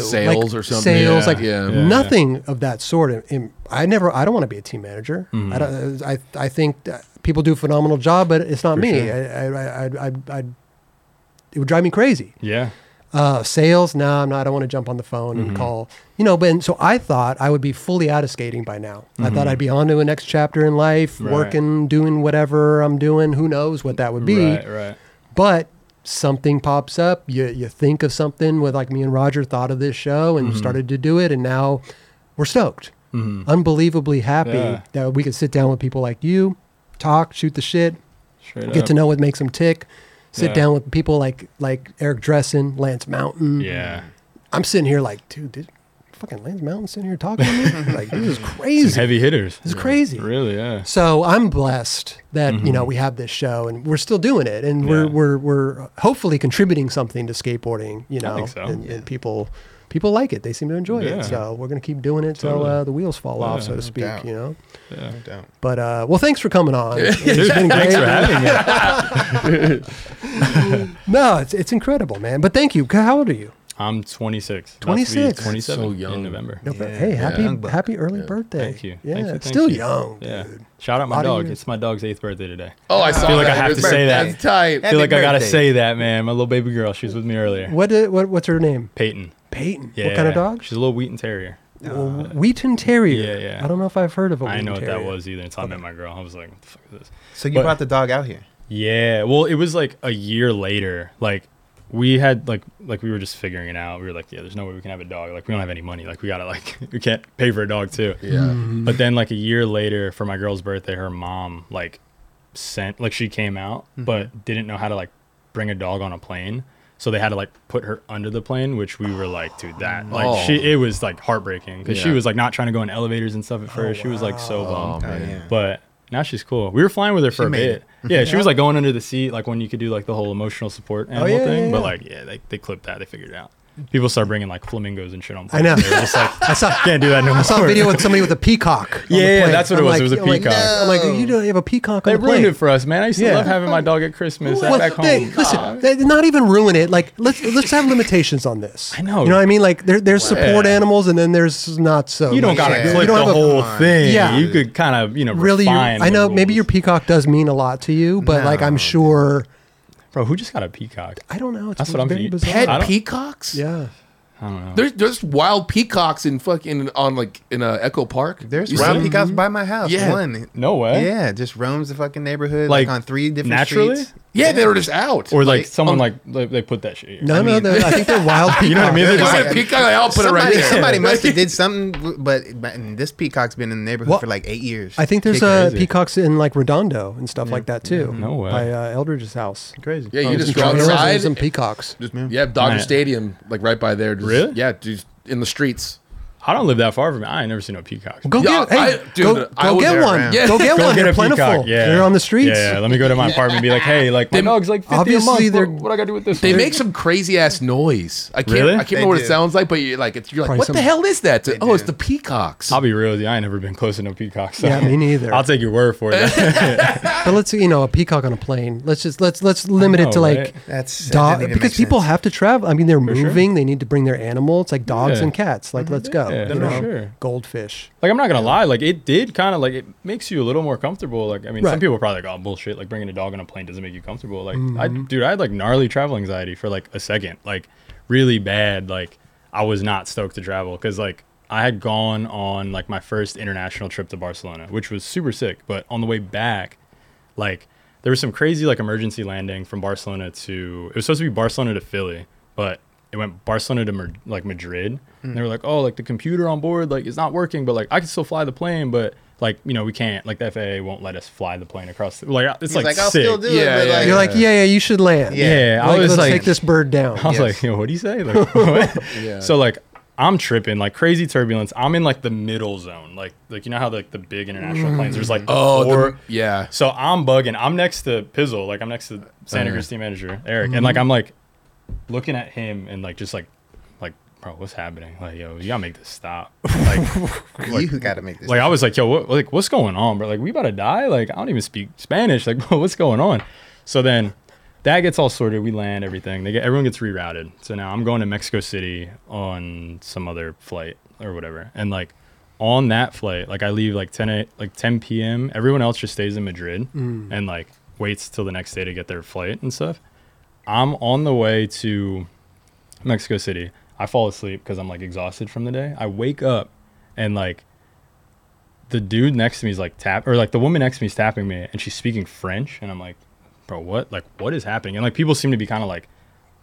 [SPEAKER 1] Like,
[SPEAKER 4] Sales or something.
[SPEAKER 1] Sales
[SPEAKER 4] Yeah,
[SPEAKER 1] like
[SPEAKER 4] yeah.
[SPEAKER 3] Yeah.
[SPEAKER 1] nothing of that sort. And- and I never. I don't want to be a team manager. I don't. I I think that people do a phenomenal job, but it's not
[SPEAKER 3] For
[SPEAKER 1] me.
[SPEAKER 3] sure.
[SPEAKER 1] I, I I I I'd- I'd it would drive me crazy
[SPEAKER 3] Yeah.
[SPEAKER 1] uh, sales. No, I'm not. I don't want to jump on the phone
[SPEAKER 3] Mm-hmm.
[SPEAKER 1] and call. You know, but and so I thought I would be fully out of skating by now. I thought I'd be on to a next chapter in life,
[SPEAKER 3] Mm-hmm. Right.
[SPEAKER 1] working, doing whatever I'm doing. Who knows what that would be?
[SPEAKER 3] Right. Right.
[SPEAKER 1] But something pops up. You you think of something with like me and Roger thought of this show
[SPEAKER 3] Mm-hmm.
[SPEAKER 1] and started to do it, and now we're stoked, unbelievably happy
[SPEAKER 3] Yeah.
[SPEAKER 1] that we could sit down with people like you, talk, shoot the shit,
[SPEAKER 3] Straight
[SPEAKER 1] get
[SPEAKER 3] up.
[SPEAKER 1] to know what makes them tick. Sit
[SPEAKER 3] Yeah.
[SPEAKER 1] down with people like like Eric Dressen, Lance Mountain,
[SPEAKER 3] Yeah.
[SPEAKER 1] I'm sitting here like, dude, did fucking Lance Mountain sitting here talking to
[SPEAKER 3] <laughs>
[SPEAKER 1] me? like, this is
[SPEAKER 3] Some
[SPEAKER 1] crazy.
[SPEAKER 3] heavy hitters.
[SPEAKER 1] this is crazy.
[SPEAKER 3] Really. Yeah.
[SPEAKER 1] So I'm blessed that you know we have this show and we're still doing it and we're
[SPEAKER 3] Yeah.
[SPEAKER 1] we're we're hopefully contributing something to skateboarding. You know,
[SPEAKER 3] think so.
[SPEAKER 1] and, and people people like it. They seem to enjoy
[SPEAKER 3] Yeah.
[SPEAKER 1] it. So we're gonna keep doing it till
[SPEAKER 3] Totally.
[SPEAKER 1] uh, the wheels fall off,
[SPEAKER 3] Yeah,
[SPEAKER 1] so to
[SPEAKER 3] no
[SPEAKER 1] speak.
[SPEAKER 2] doubt.
[SPEAKER 1] You know.
[SPEAKER 3] Yeah.
[SPEAKER 2] <laughs> don't.
[SPEAKER 1] But uh, well, thanks for coming on. It's
[SPEAKER 3] Dude, <laughs>
[SPEAKER 1] been
[SPEAKER 3] thanks for
[SPEAKER 1] great.
[SPEAKER 3] having me.
[SPEAKER 1] <laughs>
[SPEAKER 3] <laughs>
[SPEAKER 1] No, it's it's incredible, man. But thank you. How old are you?
[SPEAKER 3] I'm 26. About to be
[SPEAKER 1] 26.
[SPEAKER 3] 27
[SPEAKER 4] So
[SPEAKER 3] in
[SPEAKER 4] young.
[SPEAKER 3] November.
[SPEAKER 1] No, but
[SPEAKER 2] Yeah.
[SPEAKER 1] hey, happy
[SPEAKER 2] Young buck.
[SPEAKER 1] happy early birthday.
[SPEAKER 3] Thank you.
[SPEAKER 1] Yeah,
[SPEAKER 3] Thank you, thank
[SPEAKER 1] still
[SPEAKER 3] you.
[SPEAKER 1] young,
[SPEAKER 3] Yeah.
[SPEAKER 1] dude.
[SPEAKER 3] Shout out
[SPEAKER 1] Lot
[SPEAKER 3] my
[SPEAKER 1] of
[SPEAKER 3] dog.
[SPEAKER 1] years.
[SPEAKER 3] It's my dog's eighth birthday today.
[SPEAKER 4] Oh, I saw
[SPEAKER 3] feel like
[SPEAKER 4] that.
[SPEAKER 3] I have
[SPEAKER 4] It was
[SPEAKER 3] to say that.
[SPEAKER 4] That's tight.
[SPEAKER 3] I feel like
[SPEAKER 2] Happy
[SPEAKER 3] I gotta
[SPEAKER 2] birthday.
[SPEAKER 3] say that, man. My little baby girl. She was with me earlier.
[SPEAKER 1] What, did, what what's her name?
[SPEAKER 3] Peyton.
[SPEAKER 1] Peyton.
[SPEAKER 3] Yeah.
[SPEAKER 1] What kind of dog?
[SPEAKER 3] She's a little Wheaton Terrier.
[SPEAKER 1] Well, Wheaton Terrier.
[SPEAKER 3] Yeah, yeah.
[SPEAKER 1] I don't know if I've heard of a
[SPEAKER 3] I
[SPEAKER 1] Wheaton
[SPEAKER 3] didn't know what
[SPEAKER 1] Terrier.
[SPEAKER 3] that was either until I met my girl. I was like, what the fuck is this?
[SPEAKER 2] So you
[SPEAKER 3] But-
[SPEAKER 2] brought the dog out here.
[SPEAKER 3] Yeah. Well, it was like a year later. Like we had like like we were just figuring it out. We were like, yeah, there's no way we can have a dog. Like we don't have any money. Like we gotta like <laughs> we can't pay for a dog too.
[SPEAKER 4] Yeah.
[SPEAKER 3] But then like a year later for my girl's birthday, her mom like sent like she came out
[SPEAKER 1] Mm-hmm.
[SPEAKER 3] but didn't know how to like bring a dog on a plane. So they had to like put her under the plane, which we were like, dude, that like
[SPEAKER 4] Oh.
[SPEAKER 3] she it was like heartbreaking because she
[SPEAKER 4] Yeah.
[SPEAKER 3] was like not trying to go in elevators and stuff at first. She was like so
[SPEAKER 4] Oh,
[SPEAKER 3] bummed.
[SPEAKER 4] man.
[SPEAKER 2] yeah.
[SPEAKER 3] But now she's cool. We were flying with her for a
[SPEAKER 2] made
[SPEAKER 1] <laughs>
[SPEAKER 3] bit. Yeah, she was like going under the seat, like when you could do like the whole emotional support animal
[SPEAKER 1] Oh, yeah,
[SPEAKER 3] thing.
[SPEAKER 1] yeah,
[SPEAKER 3] But
[SPEAKER 1] yeah.
[SPEAKER 3] like, yeah, they, they clipped that. They figured it out. People start bringing like flamingos and shit on.
[SPEAKER 1] I know.
[SPEAKER 3] planes. They're just like
[SPEAKER 1] I
[SPEAKER 3] <laughs>
[SPEAKER 1] saw, <laughs> I
[SPEAKER 3] can't do that no more.
[SPEAKER 1] saw a video with somebody with a peacock. on the
[SPEAKER 3] Yeah,
[SPEAKER 1] plane.
[SPEAKER 3] that's what it
[SPEAKER 1] I'm
[SPEAKER 3] was.
[SPEAKER 1] Like,
[SPEAKER 3] It was a
[SPEAKER 1] I'm like,
[SPEAKER 3] peacock.
[SPEAKER 1] I'm like, you don't have a peacock
[SPEAKER 3] They
[SPEAKER 1] on the plane.
[SPEAKER 3] ruined it for us, man. I used to
[SPEAKER 1] Yeah.
[SPEAKER 3] love having my dog at Christmas
[SPEAKER 1] Well,
[SPEAKER 3] back home.
[SPEAKER 1] they- listen, they did not even ruin it. Like let's let's have limitations on this.
[SPEAKER 3] I know.
[SPEAKER 1] You know what I mean? Like there, there's support
[SPEAKER 3] Yeah.
[SPEAKER 1] animals, and then there's not so.
[SPEAKER 3] Oh, you don't
[SPEAKER 1] much.
[SPEAKER 3] gotta
[SPEAKER 2] Yeah.
[SPEAKER 1] You
[SPEAKER 3] clip
[SPEAKER 1] don't
[SPEAKER 3] the
[SPEAKER 1] have a-
[SPEAKER 3] whole
[SPEAKER 2] Come on.
[SPEAKER 3] thing.
[SPEAKER 1] Yeah.
[SPEAKER 3] you could kind of you know
[SPEAKER 1] really. your-
[SPEAKER 3] Refine
[SPEAKER 1] I know
[SPEAKER 3] the
[SPEAKER 1] maybe your
[SPEAKER 3] rules.
[SPEAKER 1] peacock does mean a lot to you, but like I'm
[SPEAKER 2] No.
[SPEAKER 1] sure.
[SPEAKER 3] bro who just got a peacock.
[SPEAKER 1] I don't know. It's
[SPEAKER 3] That's what I'm
[SPEAKER 1] very
[SPEAKER 3] thinking.
[SPEAKER 1] bizarre.
[SPEAKER 3] I
[SPEAKER 4] Pet
[SPEAKER 3] don't-
[SPEAKER 4] peacocks?
[SPEAKER 1] Yeah.
[SPEAKER 3] I don't know.
[SPEAKER 4] There's there's wild peacocks in fucking on like in uh, Echo Park.
[SPEAKER 2] There's
[SPEAKER 4] You
[SPEAKER 2] round
[SPEAKER 4] see 'em?
[SPEAKER 3] Mm-hmm.
[SPEAKER 2] peacocks by my house.
[SPEAKER 4] Yeah.
[SPEAKER 2] One.
[SPEAKER 3] No way.
[SPEAKER 2] Yeah, just roams the fucking neighborhood like,
[SPEAKER 3] Like,
[SPEAKER 2] on three different
[SPEAKER 3] naturally?
[SPEAKER 2] streets.
[SPEAKER 4] Yeah, they were just out. oh,
[SPEAKER 3] Or like,
[SPEAKER 2] Like,
[SPEAKER 3] someone
[SPEAKER 2] um,
[SPEAKER 3] like they, they put that shit. Here.
[SPEAKER 1] No, no,
[SPEAKER 2] mean-
[SPEAKER 1] they're- I think they're wild peacocks.
[SPEAKER 3] You know what I mean? They're
[SPEAKER 4] Is
[SPEAKER 3] just
[SPEAKER 4] that
[SPEAKER 3] like
[SPEAKER 4] a peacock? I'll put
[SPEAKER 2] somebody,
[SPEAKER 4] it right there.
[SPEAKER 2] somebody
[SPEAKER 4] <laughs>
[SPEAKER 2] must <laughs> have did something, w- but, but this peacock's been in the neighborhood
[SPEAKER 1] Well,
[SPEAKER 2] for like eight years.
[SPEAKER 1] I think there's
[SPEAKER 2] Kicking.
[SPEAKER 1] uh,
[SPEAKER 3] Crazy.
[SPEAKER 1] peacocks in like Redondo and stuff like that too.
[SPEAKER 3] No way.
[SPEAKER 1] By uh, Eldridge's house.
[SPEAKER 2] crazy.
[SPEAKER 4] Yeah,
[SPEAKER 3] um,
[SPEAKER 4] you
[SPEAKER 1] Some
[SPEAKER 4] just go
[SPEAKER 1] coyotes and
[SPEAKER 4] outside.
[SPEAKER 1] Some peacocks.
[SPEAKER 4] Just- yeah, Dodger
[SPEAKER 3] Man.
[SPEAKER 4] Stadium, like right by there. Just,
[SPEAKER 3] Really?
[SPEAKER 4] Yeah, just in the streets.
[SPEAKER 3] I don't live that far from it. I ain't never seen no peacocks.
[SPEAKER 1] Go
[SPEAKER 4] Yeah,
[SPEAKER 1] get, hey,
[SPEAKER 4] I- dude,
[SPEAKER 1] go,
[SPEAKER 4] I
[SPEAKER 1] go
[SPEAKER 4] was
[SPEAKER 1] get
[SPEAKER 4] there,
[SPEAKER 1] one.
[SPEAKER 2] man.
[SPEAKER 4] Yeah.
[SPEAKER 1] Go get
[SPEAKER 3] Go
[SPEAKER 1] one.
[SPEAKER 3] get
[SPEAKER 1] They're
[SPEAKER 3] a
[SPEAKER 1] plentiful.
[SPEAKER 3] peacock. Yeah,
[SPEAKER 1] They're on the streets.
[SPEAKER 3] Yeah, let me go to my apartment and be like, hey, like my
[SPEAKER 4] They-
[SPEAKER 3] dog's like fifty a
[SPEAKER 1] obviously
[SPEAKER 3] month.
[SPEAKER 1] they're-
[SPEAKER 3] What, what I got to do with this?
[SPEAKER 4] They
[SPEAKER 3] thing?
[SPEAKER 4] make some crazy ass noise. I can't.
[SPEAKER 3] Really?
[SPEAKER 4] I can't
[SPEAKER 2] They
[SPEAKER 4] remember what
[SPEAKER 2] do.
[SPEAKER 4] it sounds like, but you're like, it's, you're like,
[SPEAKER 1] Probably
[SPEAKER 4] what
[SPEAKER 1] some-
[SPEAKER 4] the hell is that?
[SPEAKER 2] They
[SPEAKER 4] oh, it's
[SPEAKER 2] do.
[SPEAKER 4] the peacocks.
[SPEAKER 3] I'll be real with you. I ain't never been close to no peacocks. so-
[SPEAKER 1] Yeah, me neither.
[SPEAKER 3] <laughs> I'll take your word for
[SPEAKER 4] <laughs>
[SPEAKER 3] it.
[SPEAKER 1] But let's you know a peacock on a plane. Let's just let's let's limit
[SPEAKER 3] know,
[SPEAKER 1] it to like
[SPEAKER 3] right?
[SPEAKER 2] That's that
[SPEAKER 1] dog
[SPEAKER 2] doesn't even
[SPEAKER 1] because
[SPEAKER 2] make
[SPEAKER 1] people
[SPEAKER 2] sense.
[SPEAKER 1] have to travel. I mean, they're
[SPEAKER 3] sure.
[SPEAKER 1] moving. They need to bring their animal. It's like dogs
[SPEAKER 3] Yeah. Mm-hmm.
[SPEAKER 1] and cats. Like let's go.
[SPEAKER 3] Yeah,
[SPEAKER 1] you
[SPEAKER 3] for
[SPEAKER 1] know?
[SPEAKER 3] sure.
[SPEAKER 1] Goldfish.
[SPEAKER 3] like I'm not gonna lie. Like it did kind of like it makes you a little more comfortable. Like I mean,
[SPEAKER 1] Right.
[SPEAKER 3] some people are probably like, oh bullshit. Like bringing a dog on a plane doesn't make you comfortable. Like I, dude, I had like gnarly travel anxiety for like a second. Like really bad. Like I was not stoked to travel because like. I had gone on like my first international trip to Barcelona, which was super sick. But on the way back, like there was some crazy like emergency landing from Barcelona to it was supposed to be Barcelona to Philly, but it went Barcelona to Mer- like Madrid.
[SPEAKER 1] Hmm.
[SPEAKER 3] And they were like, "Oh, like the computer on board like it's not working, but like I can still fly the plane, but like you know we can't like the FAA won't let us fly the plane across. The, like it's
[SPEAKER 2] He's
[SPEAKER 3] like,
[SPEAKER 2] like, I'll
[SPEAKER 3] sick.
[SPEAKER 2] still do
[SPEAKER 4] Yeah,
[SPEAKER 2] it. But
[SPEAKER 4] yeah,
[SPEAKER 2] like,
[SPEAKER 1] You're like, yeah, yeah, you should land.
[SPEAKER 2] Yeah.
[SPEAKER 3] Yeah, I
[SPEAKER 1] Like,
[SPEAKER 3] was
[SPEAKER 1] let's
[SPEAKER 3] like,
[SPEAKER 1] take this bird down.
[SPEAKER 3] <laughs> I was
[SPEAKER 2] Yes.
[SPEAKER 3] like, Yo, what do you say?
[SPEAKER 1] <laughs>
[SPEAKER 3] Like, <laughs> what? So like, I'm tripping like crazy turbulence. I'm in like the middle zone, like like you know how like the big
[SPEAKER 1] Mm-hmm.
[SPEAKER 3] international planes. There's like
[SPEAKER 4] Oh,
[SPEAKER 3] four-
[SPEAKER 4] the, yeah.
[SPEAKER 3] So I'm bugging. I'm next to Pizzle, like I'm next to Santa Cruz team manager Eric, and like I'm like looking at him and like just like like bro, what's happening? Like yo, you gotta make this stop. Like
[SPEAKER 2] you got to make this.
[SPEAKER 3] like I was like, yo, what, like what's going on, bro? Like we about to die. Like I don't even speak Spanish. Like <laughs> bro, what's going on? So then that gets all sorted. We land everything. They get everyone gets rerouted. So now I'm going to Mexico City on some other flight or whatever. And like on that flight, like I leave like 10 a, like 10 p.m. Everyone else just stays in Madrid and like waits till the next day to get their flight and stuff. I'm on the way to Mexico City. I fall asleep because I'm like exhausted from the day. I wake up and like the dude next to me is like tap or like the woman next to me is tapping me and she's speaking French and I'm like, bro, what? Like what is happening? And like people seem to be kind of like,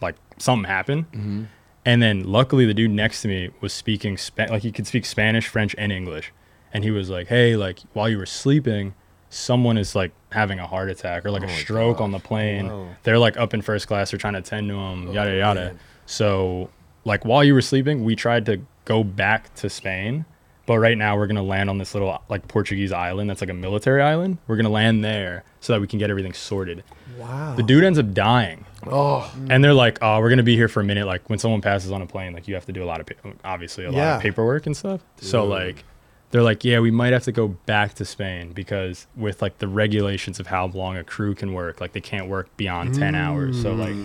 [SPEAKER 3] like something happened. And then luckily the dude next to me was speaking Spa- like he could speak Spanish, French, and English. And he was like, hey, like while you were sleeping, someone is like having a heart attack or like a stroke on the plane. They're like up in first class. They're trying to attend to him. yada yada. So like while you were sleeping, we tried to go back to Spain. But right now we're gonna land on this little like Portuguese island that's like a military island. We're gonna land there so that we can get everything sorted.
[SPEAKER 1] wow.
[SPEAKER 3] The dude ends up dying,
[SPEAKER 1] oh,
[SPEAKER 3] and they're like, "Oh, we're gonna be here for a minute." Like when someone passes on a plane, like you have to do a lot of pa- obviously a lot
[SPEAKER 1] Yeah.
[SPEAKER 3] of paperwork and stuff. So like, they're like, "Yeah, we might have to go back to Spain because with like the regulations of how long a crew can work, like they can't work beyond ten hours. So like,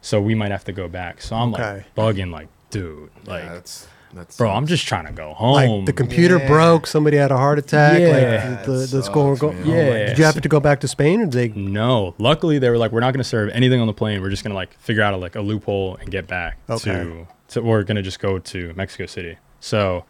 [SPEAKER 3] so we might have to go back." So I'm
[SPEAKER 1] Mm. Okay.
[SPEAKER 3] like bugging, like, dude, like,
[SPEAKER 4] Yeah, that's that's
[SPEAKER 3] bro, I'm just trying to go
[SPEAKER 1] like
[SPEAKER 3] home.
[SPEAKER 1] the computer
[SPEAKER 2] Yeah.
[SPEAKER 1] broke. Somebody had a heart attack.
[SPEAKER 3] Yeah.
[SPEAKER 1] Like the, the, the
[SPEAKER 4] That
[SPEAKER 1] score.
[SPEAKER 4] sucks,
[SPEAKER 1] Go-
[SPEAKER 4] man.
[SPEAKER 1] oh,
[SPEAKER 3] Yeah.
[SPEAKER 1] Did you happen to go back to Spain, or did they?
[SPEAKER 3] No. Luckily, they were like, we're not going to serve anything on the plane. We're just going to like figure out a, like a loophole and get back
[SPEAKER 1] Okay.
[SPEAKER 3] to, to. We're going to just go to Mexico City. So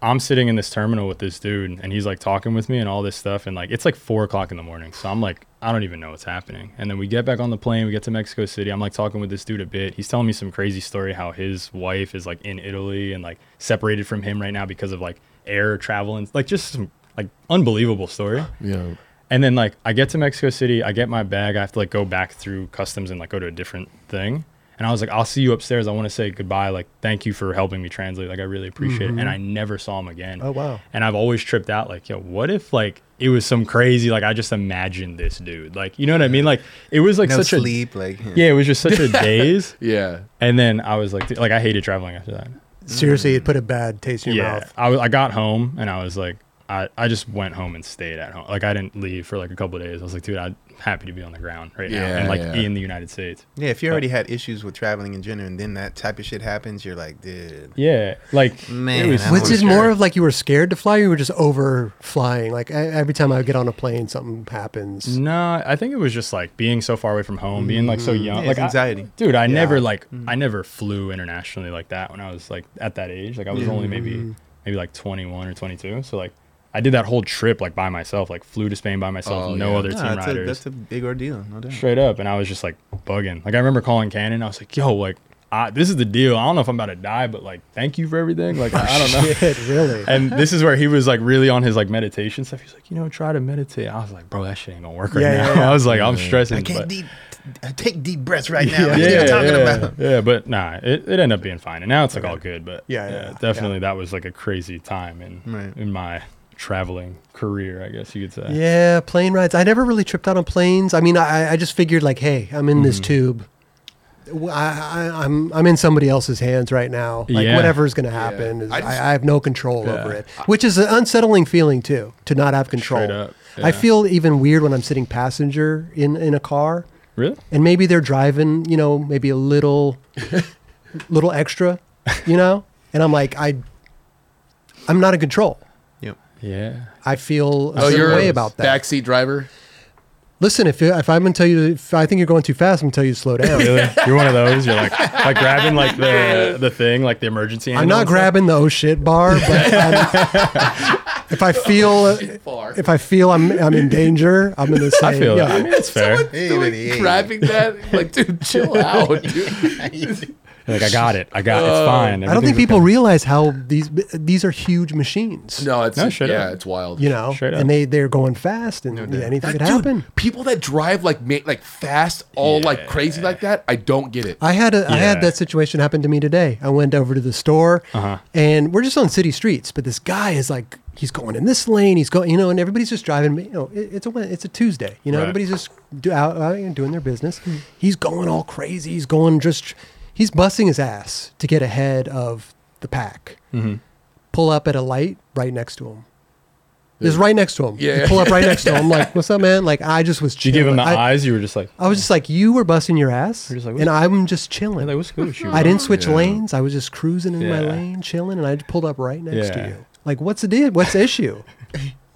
[SPEAKER 3] I'm sitting in this terminal with this dude, and he's like talking with me and all this stuff, and like it's like four o'clock in the morning. So I'm like, I don't even know what's happening. And then we get back on the plane. We get to Mexico City. I'm like talking with this dude a bit. He's telling me some crazy story how his wife is like in Italy and like separated from him right now because of like air travel and like just some like unbelievable story.
[SPEAKER 4] yeah.
[SPEAKER 3] And then like I get to Mexico City, I get my bag, I have to like go back through customs and like go to a different thing. And I was like, I'll see you upstairs. I want to say goodbye. Like, thank you for helping me translate. Like, I really appreciate it. And I never saw him again.
[SPEAKER 1] Oh, wow.
[SPEAKER 3] And I've always tripped out, like, yo, what if like it was some crazy, like I just imagined this dude. Like, you know what I mean? Like it was like
[SPEAKER 2] no
[SPEAKER 3] such
[SPEAKER 2] sleep. like
[SPEAKER 3] a Yeah, it was just such a daze.
[SPEAKER 4] Yeah.
[SPEAKER 3] And then I was like, dude, like I hated traveling after that.
[SPEAKER 1] Seriously, it put a bad taste in your
[SPEAKER 3] Yeah,
[SPEAKER 1] mouth.
[SPEAKER 3] I, was- I got home and I was like, I, I just went home and stayed at home. Like I didn't leave for like a couple of days. I was like, dude, I'm happy to be on the ground right now
[SPEAKER 4] Yeah,
[SPEAKER 3] and like
[SPEAKER 4] yeah.
[SPEAKER 3] in the United States.
[SPEAKER 2] Yeah, if you already had issues with traveling in general, and then that type of shit happens, you're like, dude.
[SPEAKER 3] Yeah, like
[SPEAKER 2] Man,
[SPEAKER 3] it was,
[SPEAKER 2] I
[SPEAKER 1] Was
[SPEAKER 2] was
[SPEAKER 1] it more
[SPEAKER 2] scared.
[SPEAKER 1] of like you were scared to fly, or you were just over flying? Like e- every time I would get on a plane, something
[SPEAKER 3] Mm,
[SPEAKER 1] happens.
[SPEAKER 3] nah. I think it was just like being so far away from home, being like so young,
[SPEAKER 2] Yeah,
[SPEAKER 3] like
[SPEAKER 2] Mm, it's
[SPEAKER 3] I-
[SPEAKER 2] anxiety. Mm.
[SPEAKER 3] dude, I never like I never flew internationally like that when I was like at that age. Like I was only
[SPEAKER 2] Mm.
[SPEAKER 3] maybe maybe like 21 or 22. So like I did that whole trip like by myself. Like flew to Spain by myself,
[SPEAKER 4] Oh,
[SPEAKER 3] no
[SPEAKER 4] yeah.
[SPEAKER 3] other team
[SPEAKER 2] Nah, that's, a,
[SPEAKER 3] riders.
[SPEAKER 2] that's a big ordeal, no doubt.
[SPEAKER 3] Mm. straight up and i was just like bugging like i remember calling cannon i was like yo like I, this is the deal i don't know if i'm about to die but like thank you for everything like
[SPEAKER 1] <laughs>
[SPEAKER 3] i don't know
[SPEAKER 1] Oh, Shit, really?
[SPEAKER 3] and this is where he was like really on his like meditation stuff he's like you know try to meditate i was like bro that shit ain't gonna work right
[SPEAKER 1] Yeah,
[SPEAKER 3] now <laughs>
[SPEAKER 1] yeah, yeah.
[SPEAKER 3] i was like i'm stressing
[SPEAKER 2] I can't
[SPEAKER 1] <laughs>
[SPEAKER 3] but-
[SPEAKER 2] deep, t- take deep breaths right
[SPEAKER 3] <laughs>
[SPEAKER 2] now.
[SPEAKER 3] yeah,
[SPEAKER 2] What are you
[SPEAKER 3] yeah,
[SPEAKER 2] talking
[SPEAKER 3] yeah,
[SPEAKER 2] about?
[SPEAKER 3] yeah, but nah, it, it ended up being fine, and now it's like all good. But
[SPEAKER 1] Yeah, yeah, yeah.
[SPEAKER 3] definitely that was like a crazy time in
[SPEAKER 2] Right.
[SPEAKER 3] in my traveling career, I guess you could say.
[SPEAKER 1] Yeah, plane rides. I never really tripped out on planes. I mean, I, I just figured like, hey, I'm in
[SPEAKER 3] Mm-hmm.
[SPEAKER 1] this tube. W- I, am I'm in somebody else's hands right now. Like
[SPEAKER 3] Yeah.
[SPEAKER 1] whatever's going to happen, is, I,
[SPEAKER 4] I just-
[SPEAKER 1] I, have no control
[SPEAKER 3] Yeah.
[SPEAKER 1] over it, which is an unsettling feeling too, to not have control.
[SPEAKER 3] Straight up, yeah.
[SPEAKER 1] I feel even weird when I'm sitting passenger in in a car,
[SPEAKER 3] Really?
[SPEAKER 1] and maybe they're driving, you know, maybe a
[SPEAKER 3] <laughs>
[SPEAKER 1] little, little extra, you know, and I'm like, I, I'm not in control.
[SPEAKER 2] Yep.
[SPEAKER 3] Yeah.
[SPEAKER 1] I feel a
[SPEAKER 4] Oh,
[SPEAKER 1] certain
[SPEAKER 4] you're
[SPEAKER 1] way about that.
[SPEAKER 4] backseat driver.
[SPEAKER 1] Listen, if if I'm gonna tell you, if I think you're going too fast, I'm gonna tell you to slow down.
[SPEAKER 3] Really? You're one of those. You're like like grabbing like the the thing, like the emergency.
[SPEAKER 1] I'm not
[SPEAKER 3] handle and
[SPEAKER 1] grabbing the oh shit bar, but
[SPEAKER 3] <laughs>
[SPEAKER 1] I'm- if I feel
[SPEAKER 4] bar.
[SPEAKER 1] if I feel I'm I'm in danger, I'm gonna
[SPEAKER 3] stuff.
[SPEAKER 1] say
[SPEAKER 3] I feel
[SPEAKER 1] yeah.
[SPEAKER 3] that. I mean, that's fair.
[SPEAKER 2] Hey,
[SPEAKER 4] Doing-
[SPEAKER 2] buddy, hey.
[SPEAKER 4] grabbing that, like,
[SPEAKER 2] <laughs>
[SPEAKER 4] dude, chill out, dude.
[SPEAKER 3] You're like I got it. I got. it's fine.
[SPEAKER 1] Uh, I don't think
[SPEAKER 3] Everything's
[SPEAKER 1] people
[SPEAKER 3] okay.
[SPEAKER 1] realize how these these are huge machines.
[SPEAKER 4] No, it's
[SPEAKER 3] No, straight
[SPEAKER 4] yeah,
[SPEAKER 3] up.
[SPEAKER 4] it's wild.
[SPEAKER 1] you know,
[SPEAKER 3] Straight up.
[SPEAKER 1] and they they're going fast, and yeah, anything could
[SPEAKER 4] Dude,
[SPEAKER 1] happen.
[SPEAKER 4] People that drive like ma- like fast, all like crazy like that, I don't get it.
[SPEAKER 1] I had a I
[SPEAKER 3] Yeah. Uh-huh.
[SPEAKER 1] had that situation happen to me today. I went over to the store, and we're just on city streets. But this guy is like, he's going in this lane. He's going, you know, and everybody's just driving. You know, it, it's a Wed- it's a Tuesday. You know,
[SPEAKER 3] Right.
[SPEAKER 1] everybody's just do, out, out and doing their business. He's going all crazy. He's going just, he's busting his ass to get ahead of the pack.
[SPEAKER 3] Mm-hmm.
[SPEAKER 1] Pull up at a light right next to him. Is right next to him. You
[SPEAKER 4] Yeah.
[SPEAKER 1] pull up right next to
[SPEAKER 3] <laughs>
[SPEAKER 1] him. Like, what's up, man? Like, I just was.
[SPEAKER 3] Did you give him the
[SPEAKER 1] chilling. I,
[SPEAKER 3] eyes? You were just like.
[SPEAKER 1] I was just like, you were busting your ass,
[SPEAKER 3] You're just like,
[SPEAKER 1] and I'm just chilling.
[SPEAKER 3] Like, what's good with you?
[SPEAKER 1] I didn't switch
[SPEAKER 4] Yeah.
[SPEAKER 1] lanes. I was just cruising in my
[SPEAKER 3] Yeah.
[SPEAKER 1] lane, chilling, and I just pulled up right next
[SPEAKER 3] Yeah.
[SPEAKER 1] to you. Like, what's the deal? What's the
[SPEAKER 3] <laughs>
[SPEAKER 1] issue?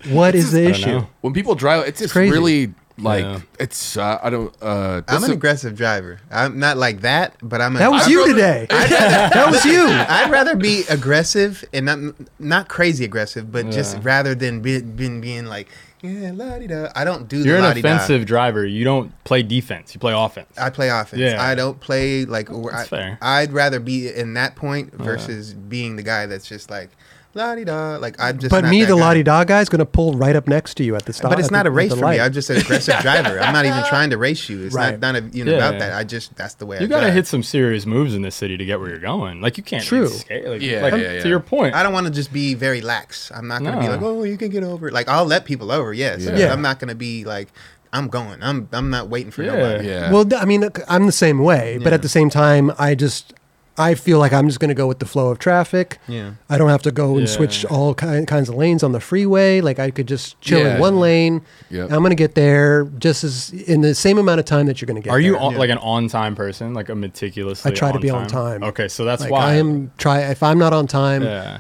[SPEAKER 1] What is the
[SPEAKER 3] I don't
[SPEAKER 1] issue?
[SPEAKER 3] know.
[SPEAKER 4] When people drive, it's just
[SPEAKER 1] crazy.
[SPEAKER 4] really like
[SPEAKER 3] Yeah.
[SPEAKER 4] it's. Uh, I don't. Uh,
[SPEAKER 2] I'm
[SPEAKER 4] that's
[SPEAKER 2] an
[SPEAKER 4] a-
[SPEAKER 2] aggressive driver. I'm not like that, but I'm. A,
[SPEAKER 1] That was
[SPEAKER 4] I
[SPEAKER 1] you
[SPEAKER 4] drove-
[SPEAKER 1] today. that was you.
[SPEAKER 2] I'd rather be aggressive and not not crazy aggressive, but just
[SPEAKER 3] Yeah.
[SPEAKER 2] rather than be, been being like yeah la di da. I don't do the
[SPEAKER 3] You're an
[SPEAKER 2] la-di-da.
[SPEAKER 3] offensive driver. You don't play defense. You play offense.
[SPEAKER 2] I play offense.
[SPEAKER 3] Yeah.
[SPEAKER 2] I don't play like. or I,
[SPEAKER 3] That's fair.
[SPEAKER 2] I'd rather be in that point versus being the guy that's just like la di da. Like I'm just.
[SPEAKER 1] But
[SPEAKER 2] not
[SPEAKER 1] me,
[SPEAKER 2] that
[SPEAKER 1] the
[SPEAKER 2] guy.
[SPEAKER 1] la di da guy, is going to pull right up next to you at the stop.
[SPEAKER 2] But it's
[SPEAKER 1] at the-
[SPEAKER 2] not a
[SPEAKER 1] at
[SPEAKER 2] race
[SPEAKER 1] the
[SPEAKER 2] for me.
[SPEAKER 1] light.
[SPEAKER 2] I'm just an aggressive driver. I'm
[SPEAKER 1] <laughs>
[SPEAKER 2] not even trying to race you. It's
[SPEAKER 1] Right.
[SPEAKER 2] not, not a, even
[SPEAKER 3] Yeah,
[SPEAKER 2] about
[SPEAKER 3] yeah.
[SPEAKER 2] that. I just that's the way I
[SPEAKER 3] You gotta
[SPEAKER 2] drive.
[SPEAKER 3] hit some serious moves in this city to get where you're going. Like you can't. be
[SPEAKER 1] True.
[SPEAKER 3] scared. Like,
[SPEAKER 4] Yeah,
[SPEAKER 3] like,
[SPEAKER 4] yeah, yeah.
[SPEAKER 3] To your point.
[SPEAKER 2] I don't want to just be very lax. I'm not going to be
[SPEAKER 3] No.
[SPEAKER 2] like, oh, you can get over. it." Like I'll let people over, yes. but
[SPEAKER 1] Yeah.
[SPEAKER 2] I'm not going to be like, I'm going. I'm I'm not waiting for
[SPEAKER 3] Yeah.
[SPEAKER 2] nobody.
[SPEAKER 4] yeah.
[SPEAKER 1] Well, th- I mean, look, I'm the same way, but at the same time, I just I feel like I'm just going to go with the flow of traffic.
[SPEAKER 2] Yeah.
[SPEAKER 1] I don't have to go and
[SPEAKER 3] Yeah.
[SPEAKER 1] switch all ki- kinds of lanes on the freeway. Like I could just chill
[SPEAKER 4] Yeah.
[SPEAKER 1] in one lane.
[SPEAKER 4] Yep.
[SPEAKER 1] I'm going to get there just as in the same amount of time that you're going to get.
[SPEAKER 3] Are you
[SPEAKER 1] there.
[SPEAKER 3] on, like an on-time person? Like a meticulously.
[SPEAKER 1] I try to be on time.
[SPEAKER 3] Okay, so that's
[SPEAKER 1] Like,
[SPEAKER 3] why
[SPEAKER 1] I am try if I'm not on time,
[SPEAKER 3] Yeah,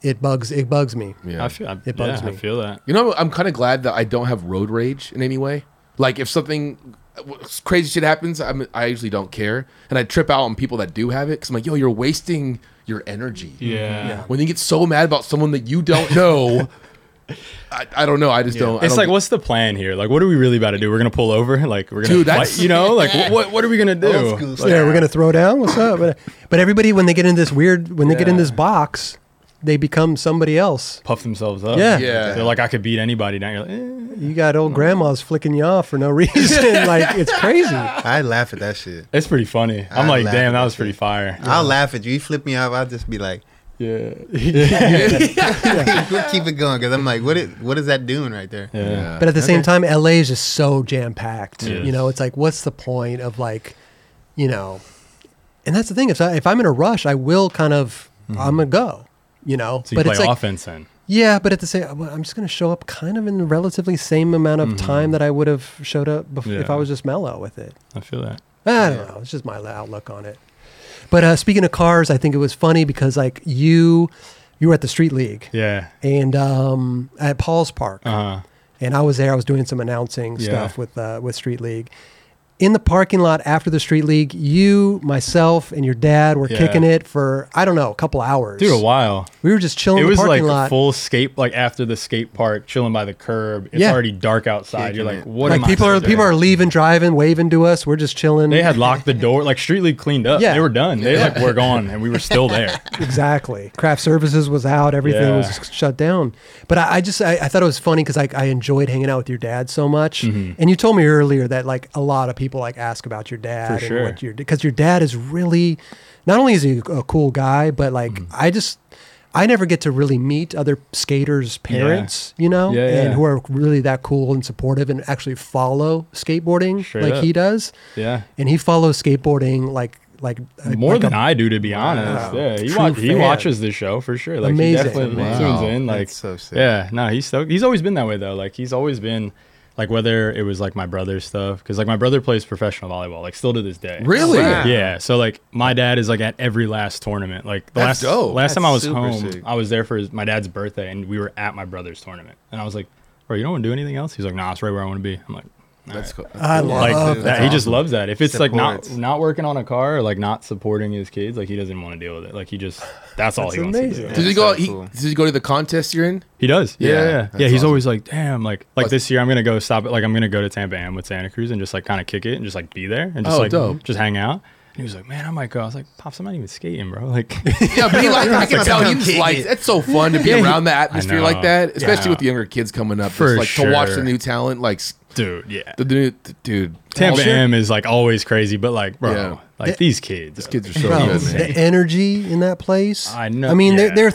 [SPEAKER 1] it bugs it bugs me.
[SPEAKER 4] yeah.
[SPEAKER 3] I feel. I,
[SPEAKER 1] It bugs
[SPEAKER 3] yeah, I
[SPEAKER 1] me.
[SPEAKER 3] feel that.
[SPEAKER 4] You know, I'm kind of glad that I don't have road rage in any way. Like, if something crazy shit happens, I'm, I usually don't care, and I trip out on people that do have it because I'm like, yo, you're wasting your energy.
[SPEAKER 1] Mm-hmm.
[SPEAKER 3] Yeah.
[SPEAKER 4] When you get so mad about someone that you don't
[SPEAKER 3] <laughs>
[SPEAKER 4] know, I, I don't know. I just don't. I
[SPEAKER 3] It's
[SPEAKER 4] don't
[SPEAKER 3] like,
[SPEAKER 4] get-
[SPEAKER 3] what's the plan here? Like, what are we really about to do? We're gonna pull over. <laughs> Like, we're gonna,
[SPEAKER 4] Dude,
[SPEAKER 3] fight,
[SPEAKER 4] that's-
[SPEAKER 3] you know, like, wh- what, what are we gonna do?
[SPEAKER 2] Old school
[SPEAKER 3] Like,
[SPEAKER 1] yeah, we're gonna throw down. What's up? But, but everybody, when they get in this weird, when they get in
[SPEAKER 3] Yeah.
[SPEAKER 1] this box, they become somebody else.
[SPEAKER 3] puff themselves up.
[SPEAKER 1] Yeah.
[SPEAKER 4] Yeah.
[SPEAKER 3] They're like, I could beat anybody. Now you're like, eh.
[SPEAKER 1] You got old grandmas flicking you off for no <laughs> reason. like it's crazy.
[SPEAKER 2] I laugh at that shit.
[SPEAKER 3] it's pretty funny. I'm
[SPEAKER 2] I
[SPEAKER 3] like,
[SPEAKER 2] laugh
[SPEAKER 3] damn,
[SPEAKER 2] at
[SPEAKER 3] that
[SPEAKER 2] that
[SPEAKER 3] was pretty fire.
[SPEAKER 2] I'll laugh at you. You flip me off. I'll just be like, <laughs>
[SPEAKER 3] <laughs> Yeah.
[SPEAKER 2] keep it going because I'm like, what it, what is that doing right there?
[SPEAKER 3] Yeah.
[SPEAKER 1] But at the same time, LA is just so jam packed.
[SPEAKER 3] Yes.
[SPEAKER 1] You know, it's like, what's the point of like, you know, and that's the thing. If, I, if I'm in a rush, I will kind of, I'm gonna go. You know,
[SPEAKER 3] Mm-hmm. So you
[SPEAKER 1] but it's
[SPEAKER 3] play
[SPEAKER 1] like,
[SPEAKER 3] offense then.
[SPEAKER 1] yeah, but at the same, well, I'm just gonna show up kind of in the relatively same amount of time that I would have showed up bef- if
[SPEAKER 3] Mm-hmm. Yeah.
[SPEAKER 1] I was just mellow with it.
[SPEAKER 3] I feel that.
[SPEAKER 1] I don't know. It's just my outlook on it. But uh, speaking of cars, I think it was funny because like you, you were at the street league
[SPEAKER 3] Yeah.
[SPEAKER 1] and um, at Paul's Park,
[SPEAKER 3] Uh huh.
[SPEAKER 1] and I was there. I was doing some announcing
[SPEAKER 3] Yeah.
[SPEAKER 1] stuff with uh, with Street League. In the parking lot after the Street League, you, myself, and your dad were
[SPEAKER 3] Yeah.
[SPEAKER 1] kicking it for I don't know a couple hours.
[SPEAKER 3] Dude, a while.
[SPEAKER 1] we were just chilling
[SPEAKER 3] It
[SPEAKER 1] in the
[SPEAKER 3] was like
[SPEAKER 1] parking lot.
[SPEAKER 3] full skate, like after the skate park, chilling by the curb. It's
[SPEAKER 1] Yeah.
[SPEAKER 3] already dark outside. You're
[SPEAKER 2] Kicking it.
[SPEAKER 3] like, what?
[SPEAKER 1] like
[SPEAKER 3] am I
[SPEAKER 1] people are
[SPEAKER 3] doing?
[SPEAKER 1] people are leaving, driving, waving to us. We're just chilling.
[SPEAKER 3] They had locked the door. Like Street League cleaned up.
[SPEAKER 1] Yeah.
[SPEAKER 3] They were done. They like were gone, and we were
[SPEAKER 2] <laughs>
[SPEAKER 3] still there.
[SPEAKER 1] exactly. Craft services was out. Everything
[SPEAKER 3] Yeah.
[SPEAKER 1] was shut down. But I, I just I, I thought it was funny because I, I enjoyed hanging out with your dad so much.
[SPEAKER 3] Mm-hmm.
[SPEAKER 1] And you told me earlier that like a lot of people like ask about your dad
[SPEAKER 3] For
[SPEAKER 1] and
[SPEAKER 3] sure.
[SPEAKER 1] what your because your dad is really not only is he a cool guy, but like
[SPEAKER 3] Mm-hmm.
[SPEAKER 1] I just. I never get to really meet other skaters' parents, you know,
[SPEAKER 3] Yeah,
[SPEAKER 1] and
[SPEAKER 3] yeah.
[SPEAKER 1] who are really that cool and supportive and actually follow skateboarding
[SPEAKER 3] Straight
[SPEAKER 1] like
[SPEAKER 3] up.
[SPEAKER 1] he does.
[SPEAKER 3] Yeah.
[SPEAKER 1] And he follows skateboarding like like uh,
[SPEAKER 3] More
[SPEAKER 1] like a
[SPEAKER 3] than I do, to be honest. Yeah, he,
[SPEAKER 1] True
[SPEAKER 3] wa- he
[SPEAKER 1] fan.
[SPEAKER 3] watches the show for sure. Like
[SPEAKER 1] Amazing.
[SPEAKER 3] he definitely
[SPEAKER 4] Wow.
[SPEAKER 3] tunes in. Like
[SPEAKER 2] That's so sick.
[SPEAKER 3] yeah, no, he's so, he's always been that way though. Like he's always been like whether it was like my brother's stuff because like my brother plays professional volleyball like still to this day.
[SPEAKER 4] really?
[SPEAKER 2] Wow.
[SPEAKER 3] Yeah. So like my dad is like at every last tournament. Like the
[SPEAKER 4] That's
[SPEAKER 3] last
[SPEAKER 4] dope.
[SPEAKER 3] last time I was
[SPEAKER 2] That's super
[SPEAKER 3] home,
[SPEAKER 2] sick.
[SPEAKER 3] I was there for his, my dad's birthday and we were at my brother's tournament. And I was like, "Bro, you don't want to do anything else?" He's like, "Nah, it's right where I want to be." I'm like,
[SPEAKER 4] That's cool.
[SPEAKER 1] I love
[SPEAKER 3] like
[SPEAKER 1] that.
[SPEAKER 3] that, he just loves that. If it's like
[SPEAKER 2] Supports.
[SPEAKER 3] not not working on a car, or, like not supporting his kids, like he doesn't want to deal with it. Like he just that's all
[SPEAKER 1] That's
[SPEAKER 3] he wants
[SPEAKER 1] amazing.
[SPEAKER 3] to do.
[SPEAKER 4] Does he
[SPEAKER 2] That's
[SPEAKER 4] go?
[SPEAKER 2] so
[SPEAKER 4] he,
[SPEAKER 2] cool.
[SPEAKER 4] Does he go to the contest you're in?
[SPEAKER 3] He does. Yeah,
[SPEAKER 2] Yeah,
[SPEAKER 3] yeah. yeah.
[SPEAKER 2] that's
[SPEAKER 3] he's
[SPEAKER 2] awesome.
[SPEAKER 3] always like, damn, like like
[SPEAKER 4] What's-
[SPEAKER 3] this year I'm gonna go stop it. Like I'm gonna go to Tampa Am with Santa Cruz and just like kind of kick it and just like be there and just
[SPEAKER 4] Oh,
[SPEAKER 3] like
[SPEAKER 4] dope.
[SPEAKER 3] just hang out. And he was like, man, I might go. I was like, pops, I'm not even skating, bro. <laughs>
[SPEAKER 4] <laughs>
[SPEAKER 3] Like.
[SPEAKER 4] Yeah, but he likes. I can
[SPEAKER 2] Like,
[SPEAKER 4] tell he
[SPEAKER 2] come
[SPEAKER 4] just
[SPEAKER 2] kick
[SPEAKER 4] likes.
[SPEAKER 2] it.
[SPEAKER 4] That's so fun
[SPEAKER 1] <laughs>
[SPEAKER 4] to be
[SPEAKER 3] Yeah, he-
[SPEAKER 4] around the atmosphere like
[SPEAKER 3] know.
[SPEAKER 4] that, especially
[SPEAKER 3] Yeah.
[SPEAKER 4] with the younger kids coming up.
[SPEAKER 3] For
[SPEAKER 4] just like to watch the
[SPEAKER 3] sure.
[SPEAKER 4] new talent, like s-
[SPEAKER 3] Dude, yeah.
[SPEAKER 4] the new the, dude.
[SPEAKER 3] Tampa
[SPEAKER 4] Sure.
[SPEAKER 3] Am is like always crazy, but like, bro,
[SPEAKER 4] Yeah.
[SPEAKER 3] like these kids,
[SPEAKER 4] These kids are so
[SPEAKER 1] Bro,
[SPEAKER 3] <laughs>
[SPEAKER 4] good, man.
[SPEAKER 1] the energy in that place.
[SPEAKER 3] I know,
[SPEAKER 1] I mean,
[SPEAKER 3] yeah.
[SPEAKER 1] they're they're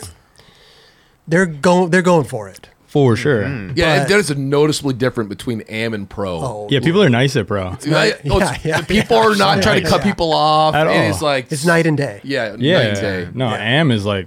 [SPEAKER 1] they're going they're going for it.
[SPEAKER 3] for sure.
[SPEAKER 4] Yeah,
[SPEAKER 1] But-
[SPEAKER 4] there's a noticeably different between am and pro.
[SPEAKER 1] Oh,
[SPEAKER 3] Yeah, people are nice at bro.
[SPEAKER 4] Dude, like, oh,
[SPEAKER 1] <laughs>
[SPEAKER 4] it's-
[SPEAKER 1] Yeah, yeah,
[SPEAKER 4] the people are not trying to cut
[SPEAKER 1] yeah.
[SPEAKER 4] people off.
[SPEAKER 3] At
[SPEAKER 4] It
[SPEAKER 3] all.
[SPEAKER 4] is like
[SPEAKER 1] it's night and day.
[SPEAKER 4] Yeah, night
[SPEAKER 3] Yeah,
[SPEAKER 4] and day.
[SPEAKER 3] no, Am is like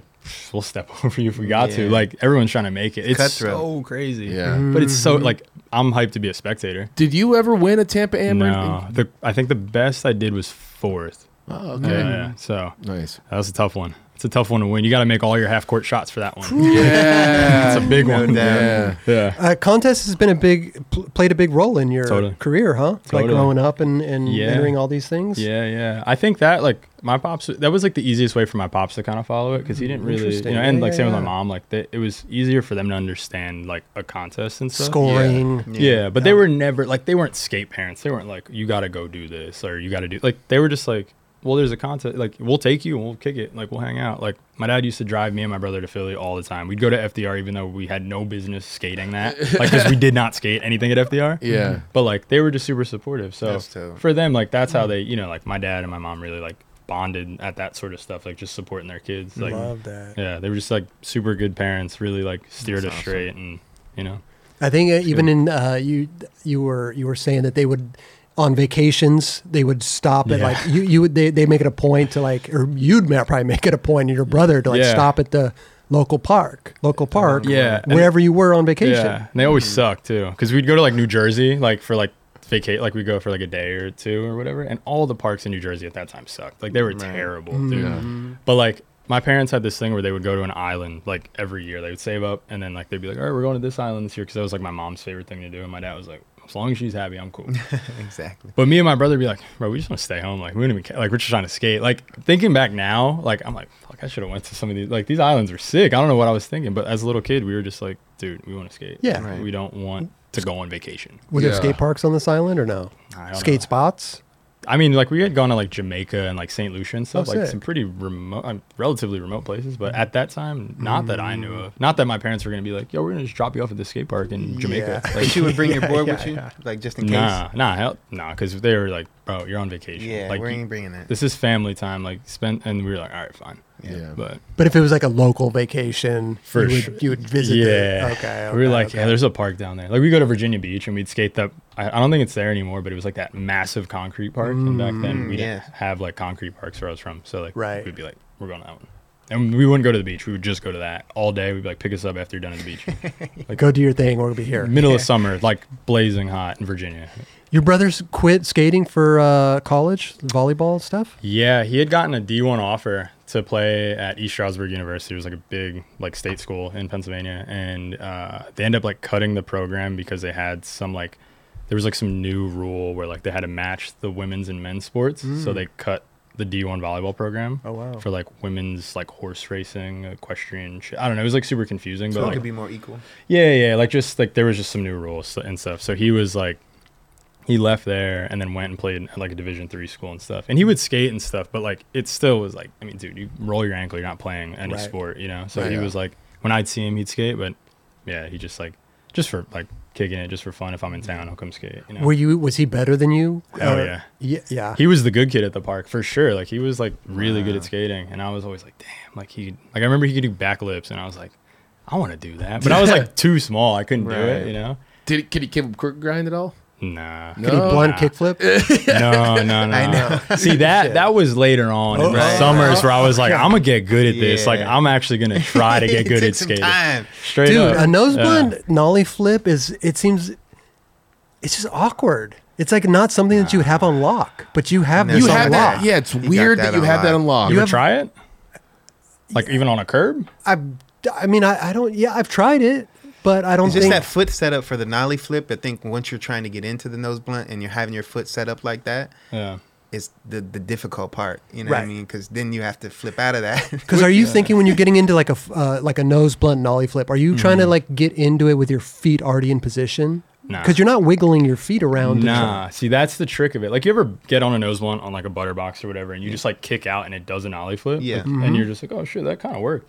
[SPEAKER 3] we'll step <laughs> over you if we got to.
[SPEAKER 2] Yeah.
[SPEAKER 3] Like everyone's trying to make it. It's
[SPEAKER 2] Cutthroat.
[SPEAKER 3] so crazy.
[SPEAKER 4] Yeah.
[SPEAKER 3] but it's so like I'm hyped to be a spectator.
[SPEAKER 4] Did you ever win a Tampa Am? or
[SPEAKER 3] No,
[SPEAKER 4] anything?
[SPEAKER 3] the, I think the best I did was fourth.
[SPEAKER 4] Oh,
[SPEAKER 3] Yeah,
[SPEAKER 4] okay.
[SPEAKER 3] yeah, so <laughs>
[SPEAKER 4] Nice.
[SPEAKER 3] that was a tough one. It's a tough one to win. You got to make all your half court shots for that one.
[SPEAKER 4] Yeah.
[SPEAKER 3] It's a big one.
[SPEAKER 2] doubt.
[SPEAKER 4] yeah.
[SPEAKER 3] Yeah.
[SPEAKER 1] Uh, contest has been a big pl- played a big role in your
[SPEAKER 3] Totally.
[SPEAKER 1] career, huh? Like
[SPEAKER 3] Totally.
[SPEAKER 1] growing up and and
[SPEAKER 3] Yeah.
[SPEAKER 1] entering all these things.
[SPEAKER 3] Yeah, yeah. I think that like my pops, that was like the easiest way for my pops to kind of follow it because he didn't really, you
[SPEAKER 1] Interesting.
[SPEAKER 3] know, and
[SPEAKER 1] Yeah,
[SPEAKER 3] like
[SPEAKER 1] yeah,
[SPEAKER 3] same
[SPEAKER 1] yeah.
[SPEAKER 3] with my mom, like they, it was easier for them to understand like a contest and stuff.
[SPEAKER 1] Scoring.
[SPEAKER 3] Yeah, but they were never like they weren't skate parents. They weren't like you got to go do this or you got to do like they were just like well there's a contest like we'll take you and we'll kick it like we'll hang out like my dad used to drive me and my brother to Philly all the time. We'd go to FDR even though we had no business
[SPEAKER 2] <laughs>
[SPEAKER 3] skating that like because we did not skate anything at FDR.
[SPEAKER 4] Yeah.
[SPEAKER 3] but like they were just super supportive. So
[SPEAKER 2] That's dope. Mm.
[SPEAKER 3] for them like that's how they you know like my dad and my mom really like bonded at that sort of stuff like just supporting their kids like
[SPEAKER 1] Love that.
[SPEAKER 3] yeah they were just like super good parents really like steered
[SPEAKER 2] That's
[SPEAKER 3] us
[SPEAKER 2] awesome.
[SPEAKER 3] straight and you know
[SPEAKER 1] I think uh, even in uh, you you were you were saying that they would on vacations they would stop at
[SPEAKER 3] Yeah.
[SPEAKER 1] like you you would they they make it a point to like or you'd ma- probably make it a point and your brother to like
[SPEAKER 3] Yeah. Uh-huh.
[SPEAKER 1] stop at the local park local park
[SPEAKER 3] Yeah, and-
[SPEAKER 1] wherever you were on vacation
[SPEAKER 3] Yeah, and they always suck too. Because we'd go to like New Jersey, like for like vacate, like we'd go for like a day or two or whatever, and all the parks in New Jersey at that time sucked. Like they were terrible, dude. But like my parents had this thing where they would go to an island like every year. They would save up and then like they'd be like, all right, we're going to this island this year because that was like my mom's favorite thing to do, and my dad was like. As long as she's happy, I'm cool.
[SPEAKER 2] <laughs> exactly.
[SPEAKER 3] But me and my brother be like, bro, we just want to stay home. Like we don't even care. Like we're just trying to skate. Like thinking back now, like I'm like, fuck, I should have went to some of these. Like these islands are sick. I don't know what I was thinking, but as a little kid, we were just like, dude, we want to skate.
[SPEAKER 1] Yeah.
[SPEAKER 2] Right.
[SPEAKER 3] We don't want to go on vacation.
[SPEAKER 1] were there
[SPEAKER 4] Yeah.
[SPEAKER 1] skate parks on this island or no
[SPEAKER 3] I don't
[SPEAKER 1] skate
[SPEAKER 3] know.
[SPEAKER 1] spots
[SPEAKER 3] I mean, like we had gone to like Jamaica and like St. Lucia and stuff,
[SPEAKER 1] Oh,
[SPEAKER 3] like
[SPEAKER 1] sick.
[SPEAKER 3] some pretty remote, um, relatively remote places. But at that time, not that I knew of. Not that my parents were gonna be like, yo, we're gonna just drop you off at the skate park
[SPEAKER 1] <laughs>
[SPEAKER 3] in Jamaica.
[SPEAKER 1] Mm. Yeah.
[SPEAKER 3] Like,
[SPEAKER 2] But you would bring your board <laughs> with you, like just in case.
[SPEAKER 3] nah, nah, hell, nah, because they were like, bro, you're on vacation.
[SPEAKER 2] Yeah,
[SPEAKER 3] like
[SPEAKER 2] we
[SPEAKER 3] you-
[SPEAKER 2] ain't bringing that.
[SPEAKER 3] this is family time. Like spend, and we were like, all right, fine.
[SPEAKER 4] Yeah.
[SPEAKER 3] But
[SPEAKER 1] but if it was like a local vacation
[SPEAKER 3] For
[SPEAKER 1] you would,
[SPEAKER 3] sure.
[SPEAKER 1] you would visit
[SPEAKER 3] yeah,
[SPEAKER 1] the, okay,
[SPEAKER 3] we were
[SPEAKER 1] okay,
[SPEAKER 3] like,
[SPEAKER 1] okay.
[SPEAKER 3] yeah, there's a park down there. Like we go to Virginia Beach and we'd skate the. I, I don't think it's there anymore, but it was like that massive concrete park. and back then we
[SPEAKER 2] yeah.
[SPEAKER 3] didn't have like concrete parks where I was from, so like
[SPEAKER 1] Mm, Right.
[SPEAKER 3] we'd be like, we're going to that one. And we wouldn't go to the beach. We would just go to that all day. We'd be like, pick us up after you're done at the
[SPEAKER 1] <laughs>
[SPEAKER 3] beach.
[SPEAKER 1] go do your thing we'll be here
[SPEAKER 3] Middle of summer, like blazing hot in Virginia.
[SPEAKER 1] your brothers quit skating for uh, college volleyball stuff
[SPEAKER 3] Yeah, he had gotten a D1 offer to play at East Stroudsburg University. It was like a big like state school in Pennsylvania, and uh, they ended up like cutting the program because they had some like there was like some new rule where like they had to match the women's and men's sports, so
[SPEAKER 2] Mm.
[SPEAKER 3] they cut the D1 volleyball program.
[SPEAKER 1] Oh, wow.
[SPEAKER 3] For like women's like horse racing, equestrian. Shit. I don't know. It was like super confusing,
[SPEAKER 2] So
[SPEAKER 3] but
[SPEAKER 2] it
[SPEAKER 3] like,
[SPEAKER 2] could be more equal.
[SPEAKER 3] yeah, yeah, like just like there was just some new rules and stuff. So he was like, he left there and then went and played at like a Division three school and stuff. And he would skate and stuff, but like it still was like, I mean, dude, you roll your ankle, you're not playing any
[SPEAKER 1] Right.
[SPEAKER 3] sport, you know. So
[SPEAKER 4] Right,
[SPEAKER 3] he
[SPEAKER 4] yeah.
[SPEAKER 3] was like, when I'd see him, he'd skate, but yeah, he just like, just for like kicking it, just for fun. If I'm in town, I'll come skate. You know?
[SPEAKER 1] Were you? Was he better than you?
[SPEAKER 3] Hell
[SPEAKER 1] Uh,
[SPEAKER 3] yeah.
[SPEAKER 1] yeah, yeah.
[SPEAKER 3] he was the good kid at the park for sure. Like he was like really good at skating, and I was always like, damn, like he like I remember he could do backflips, and I was like, I want to do that, but I was like too small, I couldn't do
[SPEAKER 2] Right.
[SPEAKER 3] it, you know.
[SPEAKER 4] Did could he give him quick grind at all?
[SPEAKER 3] Nah.
[SPEAKER 1] Could he
[SPEAKER 4] No.
[SPEAKER 1] blunt
[SPEAKER 3] Nah.
[SPEAKER 1] <laughs>
[SPEAKER 3] <laughs>
[SPEAKER 1] kickflip?
[SPEAKER 3] No, no, no.
[SPEAKER 2] I know.
[SPEAKER 3] See that that was later on in the
[SPEAKER 1] Oh,
[SPEAKER 3] summers where I was like, I'm gonna get good at this.
[SPEAKER 2] Yeah.
[SPEAKER 3] Like I'm actually gonna
[SPEAKER 2] <laughs>
[SPEAKER 3] try to get
[SPEAKER 2] It
[SPEAKER 3] good
[SPEAKER 2] took
[SPEAKER 3] at
[SPEAKER 2] some
[SPEAKER 3] skating.
[SPEAKER 2] time.
[SPEAKER 3] Straight
[SPEAKER 1] Dude,
[SPEAKER 3] up.
[SPEAKER 1] a nose
[SPEAKER 3] Yeah.
[SPEAKER 1] blunt nollie flip is. It seems. It's just awkward. It's like not something that you would have on lock, but you have
[SPEAKER 2] No,
[SPEAKER 1] this
[SPEAKER 4] You
[SPEAKER 2] It's
[SPEAKER 1] on
[SPEAKER 4] have that.
[SPEAKER 1] lock.
[SPEAKER 4] Yeah, it's
[SPEAKER 2] got
[SPEAKER 4] weird
[SPEAKER 2] that
[SPEAKER 4] that you have that
[SPEAKER 2] unlocked.
[SPEAKER 4] unlocked.
[SPEAKER 3] You ever try it? Like even on a curb?
[SPEAKER 1] I, I mean, I, I don't. Yeah, I've tried it. But I don't
[SPEAKER 2] It's just
[SPEAKER 1] think
[SPEAKER 2] that foot setup for the nollie flip. I think once you're trying to get into the nose blunt and you're having your foot set up like that,
[SPEAKER 3] Yeah.
[SPEAKER 2] it's the the difficult part. You know what I
[SPEAKER 1] Right.
[SPEAKER 2] mean? Because then you have to flip out of that.
[SPEAKER 1] <laughs>
[SPEAKER 2] <laughs>
[SPEAKER 1] Because are you thinking when you're getting into like a f- uh, like a nose blunt nollie flip, are you trying to like get into it with your feet already in position?
[SPEAKER 3] Nah.
[SPEAKER 1] Because you're not wiggling your feet around. to try-
[SPEAKER 3] Nah, see that's the trick of it. Like you ever get on a nose blunt on like a butter box or whatever, and you just like kick out and it does an ollie flip.
[SPEAKER 2] Yeah.
[SPEAKER 3] like,
[SPEAKER 1] Mm-hmm.
[SPEAKER 3] and you're just like, oh shit, that kind of worked.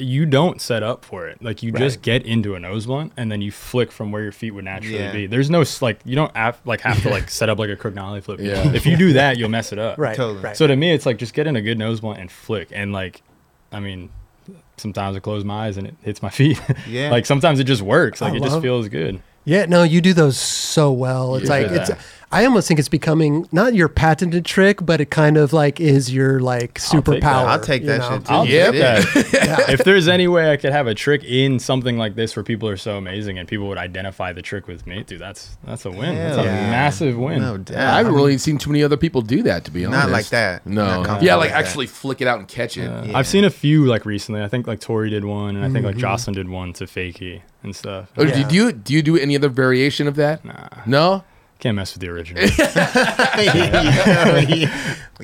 [SPEAKER 3] You don't set up for it. Like you just get into a nose blunt and then you flick from where your feet would naturally
[SPEAKER 2] Yeah.
[SPEAKER 3] be. There's no s- like you don't have, like have
[SPEAKER 2] <laughs>
[SPEAKER 3] to like set up like a crooked ollie flip.
[SPEAKER 4] Yeah.
[SPEAKER 3] If you do that, you'll mess it up.
[SPEAKER 1] Right.
[SPEAKER 2] Totally.
[SPEAKER 1] Right.
[SPEAKER 3] So to me, it's like just get in a good nose blunt and flick. And like, I mean, sometimes I close my eyes and it hits my feet. <laughs>
[SPEAKER 2] Yeah.
[SPEAKER 3] like sometimes it just works. Like
[SPEAKER 1] I
[SPEAKER 3] it just
[SPEAKER 1] love-
[SPEAKER 3] feels good.
[SPEAKER 1] yeah. No, you do those so well. It's like it's.
[SPEAKER 3] Yeah.
[SPEAKER 1] I almost think it's becoming not your patented trick, but it kind of like is your like
[SPEAKER 3] I'll take that.
[SPEAKER 1] superpower.
[SPEAKER 2] I'll take
[SPEAKER 1] you
[SPEAKER 2] that
[SPEAKER 1] know?
[SPEAKER 2] shit too.
[SPEAKER 3] I'll
[SPEAKER 4] Yeah,
[SPEAKER 3] take that. If there's any way I could have a trick in something like this where people are so amazing and people would identify the trick with me, dude, that's that's a win. that's
[SPEAKER 2] Hell
[SPEAKER 3] a
[SPEAKER 2] yeah.
[SPEAKER 3] massive win.
[SPEAKER 2] No doubt.
[SPEAKER 4] I haven't
[SPEAKER 2] <laughs>
[SPEAKER 4] really seen too many other people do that, to be honest.
[SPEAKER 2] Not like that. Not
[SPEAKER 4] No.
[SPEAKER 2] comfortable
[SPEAKER 4] yeah, like
[SPEAKER 2] like that.
[SPEAKER 4] actually flick it out and catch it.
[SPEAKER 3] Uh,
[SPEAKER 2] Yeah.
[SPEAKER 3] I've seen a few like recently. I think like Tori did one, and I think like
[SPEAKER 2] Mm-hmm.
[SPEAKER 3] Jocelyn did one to Fakey and stuff.
[SPEAKER 4] Or
[SPEAKER 1] Yeah.
[SPEAKER 4] Oh, do you do you do any other variation of that?
[SPEAKER 3] Nah,
[SPEAKER 4] No.
[SPEAKER 3] can't mess with the
[SPEAKER 2] <laughs>
[SPEAKER 3] original.
[SPEAKER 2] We're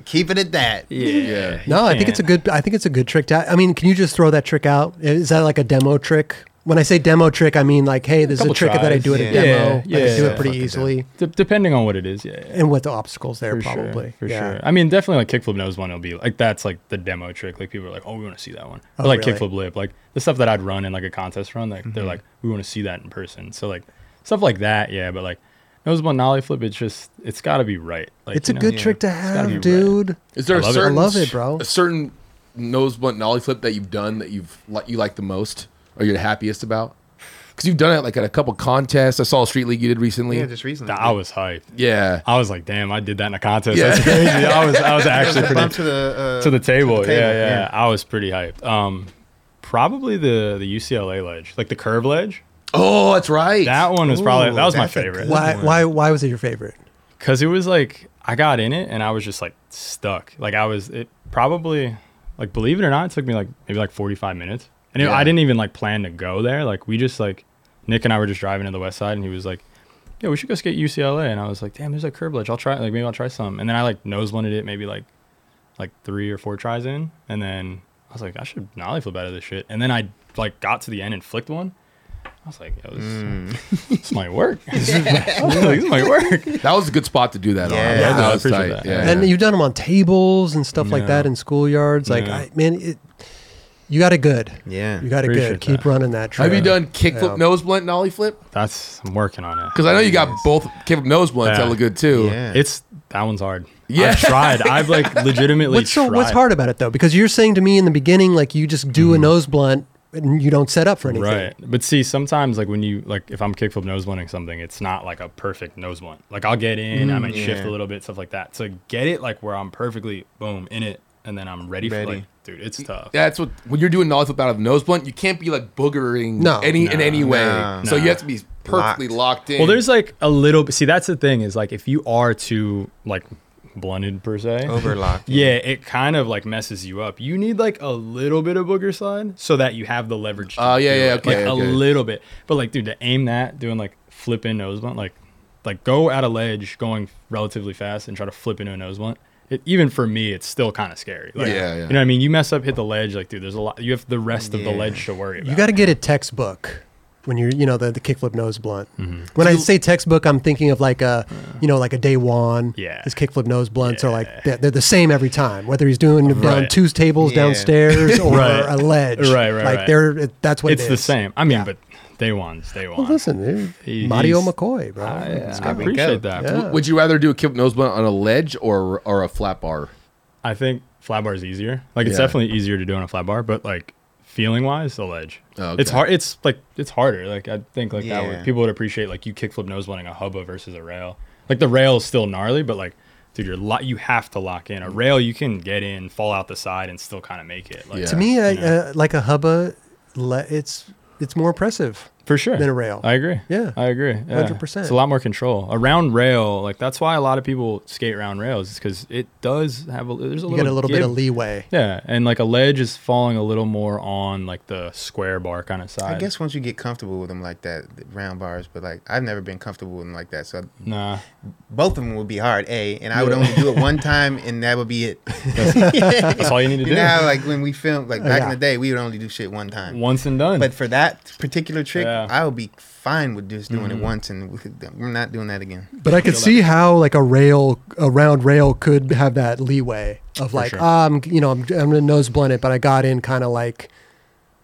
[SPEAKER 2] keeping it that.
[SPEAKER 4] Yeah.
[SPEAKER 1] No, I think it's a good. I think it's a good trick. To, I mean, can you just throw that trick out? Is that like a demo trick? When I say demo trick, I mean like, hey, there's a,
[SPEAKER 3] Couple
[SPEAKER 1] trick that I
[SPEAKER 3] tries.
[SPEAKER 1] do at a
[SPEAKER 2] Yeah.
[SPEAKER 1] demo.
[SPEAKER 3] Yeah,
[SPEAKER 1] I could do
[SPEAKER 3] yeah.
[SPEAKER 1] it pretty
[SPEAKER 2] Fucking
[SPEAKER 1] easily,
[SPEAKER 3] D- depending on what it is. Yeah, yeah.
[SPEAKER 1] and what the obstacles there
[SPEAKER 3] For sure,
[SPEAKER 1] probably.
[SPEAKER 3] for
[SPEAKER 1] Yeah.
[SPEAKER 3] sure. I mean, definitely like kickflip nose one will be like that's like the demo trick. Like people are like, oh, we want to see that one. Or
[SPEAKER 1] Oh,
[SPEAKER 3] like
[SPEAKER 1] really?
[SPEAKER 3] kickflip lip, like the stuff that I'd run in like a contest run. Like they're like, we want to see that in person. So like stuff like that, yeah. But like nose one nollie flip, it's just it's got to be right. Like
[SPEAKER 1] It's a
[SPEAKER 3] you know?
[SPEAKER 1] good
[SPEAKER 2] yeah.
[SPEAKER 1] trick to
[SPEAKER 3] gotta be
[SPEAKER 1] have,
[SPEAKER 3] right.
[SPEAKER 1] dude.
[SPEAKER 4] Is there
[SPEAKER 3] I love it.
[SPEAKER 4] a
[SPEAKER 3] I
[SPEAKER 4] certain
[SPEAKER 1] love it, bro.
[SPEAKER 4] A certain nose blunt nollie flip that you've done that you've like you like the most or you're the happiest about? Because you've done it like at a couple contests. I saw a street league you did recently.
[SPEAKER 2] Yeah, just recently.
[SPEAKER 3] I was hyped.
[SPEAKER 4] yeah.
[SPEAKER 3] I was like, damn, I did that in a contest.
[SPEAKER 4] Yeah.
[SPEAKER 3] That's crazy. I was I was actually
[SPEAKER 2] Bump
[SPEAKER 3] pretty
[SPEAKER 2] to the, uh,
[SPEAKER 3] <laughs> to the table.
[SPEAKER 2] table,
[SPEAKER 3] yeah, yeah,
[SPEAKER 2] yeah.
[SPEAKER 3] I was pretty hyped. Um, probably the the UCLA ledge, like the curve ledge.
[SPEAKER 4] Oh, that's right.
[SPEAKER 3] That one was probably
[SPEAKER 2] Ooh,
[SPEAKER 3] that was my
[SPEAKER 2] that's a
[SPEAKER 3] favorite.
[SPEAKER 2] good
[SPEAKER 1] Why?
[SPEAKER 2] one.
[SPEAKER 1] Why? Why was it your favorite?
[SPEAKER 3] because it was like I got in it and I was just like stuck. Like I was it probably like believe it or not, it took me like maybe like forty five minutes, and it-
[SPEAKER 4] Yeah.
[SPEAKER 3] I didn't even like plan to go there. Like we just like Nick and I were just driving to the west side, and he was like, "Yeah, we should go skate UCLA," and I was like, "Damn, there's a curb ledge. I'll try. Like maybe I'll try some." And then I like nose blended it maybe like like three or four tries in, and then I was like, "I should nollie flip out of this shit," and then I like got to the end and flicked one. I was like, Yo, this, <laughs> this might work. I was like, this might work.
[SPEAKER 4] That was a good spot to do that
[SPEAKER 2] Yeah.
[SPEAKER 4] on.
[SPEAKER 2] Yeah,
[SPEAKER 4] that
[SPEAKER 3] no, I
[SPEAKER 4] was
[SPEAKER 3] appreciate
[SPEAKER 4] tight.
[SPEAKER 3] that.
[SPEAKER 4] Yeah.
[SPEAKER 1] And you've done them on tables and stuff like
[SPEAKER 3] Yeah.
[SPEAKER 1] that in schoolyards. Like,
[SPEAKER 3] Yeah.
[SPEAKER 1] I, man, it, you got it good.
[SPEAKER 2] Yeah.
[SPEAKER 1] You got it
[SPEAKER 3] Appreciate
[SPEAKER 1] good. Keep
[SPEAKER 3] that.
[SPEAKER 1] running that trick.
[SPEAKER 4] Have you done kickflip
[SPEAKER 1] Yeah.
[SPEAKER 4] nose blunt nollie flip?
[SPEAKER 3] That's I'm working on it.
[SPEAKER 4] Because I know you got both kickflip nose blunts
[SPEAKER 3] Yeah.
[SPEAKER 4] that look good too.
[SPEAKER 2] Yeah.
[SPEAKER 3] It's that one's hard.
[SPEAKER 4] Yeah.
[SPEAKER 3] I've tried. I've
[SPEAKER 1] <laughs>
[SPEAKER 3] like legitimately
[SPEAKER 1] What's so?
[SPEAKER 3] tried.
[SPEAKER 1] What's hard about it though? Because you're saying to me in the beginning, like you just do a nose blunt and you don't set up for anything.
[SPEAKER 3] Right. But see, sometimes like when you like if I'm kickflip nose blunting something, it's not like a perfect nose blunt. Like I'll get in, I
[SPEAKER 1] Mm,
[SPEAKER 3] might shift
[SPEAKER 2] yeah.
[SPEAKER 3] a little bit, stuff like that. So get it like where I'm perfectly boom in it, and then I'm ready,
[SPEAKER 2] Ready.
[SPEAKER 3] for like dude, it's tough.
[SPEAKER 4] That's what when you're doing nollie flip out of nose blunt, you can't be like boogering
[SPEAKER 1] No.
[SPEAKER 4] any in
[SPEAKER 3] No.
[SPEAKER 4] any way.
[SPEAKER 2] No.
[SPEAKER 4] So
[SPEAKER 3] No.
[SPEAKER 4] you have to be perfectly locked, in.
[SPEAKER 3] Well, there's like a little. bit. See, that's the thing is like if you are too like blunted per
[SPEAKER 1] Oh,
[SPEAKER 2] <laughs>
[SPEAKER 3] se,
[SPEAKER 2] overlock.
[SPEAKER 3] Yeah, it kind of like messes you up. You need like a little bit of booger slide so that you have the leverage. to
[SPEAKER 4] Oh, yeah,
[SPEAKER 3] do
[SPEAKER 4] yeah,
[SPEAKER 3] it.
[SPEAKER 4] okay,
[SPEAKER 3] like
[SPEAKER 4] okay.
[SPEAKER 3] a little bit. But like, dude, to aim that, doing like flip in nose blunt, like, like go at a ledge, going relatively fast, and try to flip into a nose blunt. It, even for me, it's still kind of scary. Like,
[SPEAKER 4] Yeah, yeah.
[SPEAKER 3] You know what I mean? You mess up, hit the ledge, like, dude, there's a lot. You have the rest of the
[SPEAKER 2] Yeah.
[SPEAKER 3] ledge to worry about.
[SPEAKER 1] You got to get a textbook when you're, you know, the, the kickflip nose blunt.
[SPEAKER 3] Mm-hmm.
[SPEAKER 1] When I say textbook, I'm thinking of like a, you know, like a day one.
[SPEAKER 3] Yeah.
[SPEAKER 1] His kickflip nose blunts are like, they're, they're the same every time, whether he's doing them down
[SPEAKER 3] Right.
[SPEAKER 1] two tables
[SPEAKER 2] Yeah.
[SPEAKER 3] <laughs>
[SPEAKER 1] downstairs or
[SPEAKER 3] Right.
[SPEAKER 1] a ledge.
[SPEAKER 3] Right, right,
[SPEAKER 1] Like
[SPEAKER 3] right.
[SPEAKER 1] they're, it, that's what
[SPEAKER 3] it's
[SPEAKER 1] it
[SPEAKER 3] the
[SPEAKER 1] is.
[SPEAKER 3] same. I mean, but day one's day one.
[SPEAKER 1] Well, listen,
[SPEAKER 3] He-
[SPEAKER 1] dude, Mario
[SPEAKER 3] he's-
[SPEAKER 1] McCoy, bro.
[SPEAKER 3] I,
[SPEAKER 1] It's
[SPEAKER 3] I
[SPEAKER 1] got-
[SPEAKER 3] appreciate that.
[SPEAKER 1] yeah.
[SPEAKER 4] Would you rather do a kickflip nose blunt on a ledge or or a flat bar?
[SPEAKER 3] I think flat bar is easier. Like it's
[SPEAKER 4] Yeah.
[SPEAKER 3] definitely easier to do on a flat bar, but like feeling wise, the ledge.
[SPEAKER 4] Oh,
[SPEAKER 3] It's
[SPEAKER 4] okay.
[SPEAKER 3] hard. It's like it's harder. Like I think like that
[SPEAKER 2] Yeah.
[SPEAKER 3] would, people would appreciate like you kickflip nose blunting a hubba versus a rail. Like the rail is still gnarly, but like dude, you're lo- you have to lock in a rail. You can get in, fall out the side, and still kind of make it. Like
[SPEAKER 4] Yeah.
[SPEAKER 1] To me, I,
[SPEAKER 3] You know?
[SPEAKER 1] uh, like a hubba, le- it's, it's more impressive.
[SPEAKER 3] for sure
[SPEAKER 1] than a rail.
[SPEAKER 3] I agree.
[SPEAKER 1] Yeah.
[SPEAKER 3] I agree. Yeah.
[SPEAKER 1] 100%.
[SPEAKER 3] It's a lot more control around rail. Like that's why a lot of people skate around rails because it does have a there's a
[SPEAKER 1] you
[SPEAKER 3] little
[SPEAKER 1] get a little bit
[SPEAKER 3] give.
[SPEAKER 1] of leeway.
[SPEAKER 3] Yeah, and like a ledge is falling a little more on like the square bar kind of side.
[SPEAKER 2] I guess once you get comfortable with them like that, the round bars. But like, I've never been comfortable with them like that. So
[SPEAKER 3] Nah,
[SPEAKER 2] both of them would be hard, a, and I would only do it one time, and that would be it.
[SPEAKER 3] <laughs>
[SPEAKER 2] <laughs>
[SPEAKER 3] that's all you need to do.
[SPEAKER 2] Now, like when we filmed, like back
[SPEAKER 1] Oh, Yeah.
[SPEAKER 2] in the day, we would only do shit one time.
[SPEAKER 3] Once and done.
[SPEAKER 2] But for that particular trick,
[SPEAKER 3] Yeah.
[SPEAKER 2] I would be fine with just
[SPEAKER 1] Mm-hmm.
[SPEAKER 2] doing it once, and we're not doing that again.
[SPEAKER 1] But I could see how like a rail, a round rail could have that leeway of like,
[SPEAKER 3] sure.
[SPEAKER 1] um, you know, I'm, I'm gonna nose blunt it, but I got in kind of like,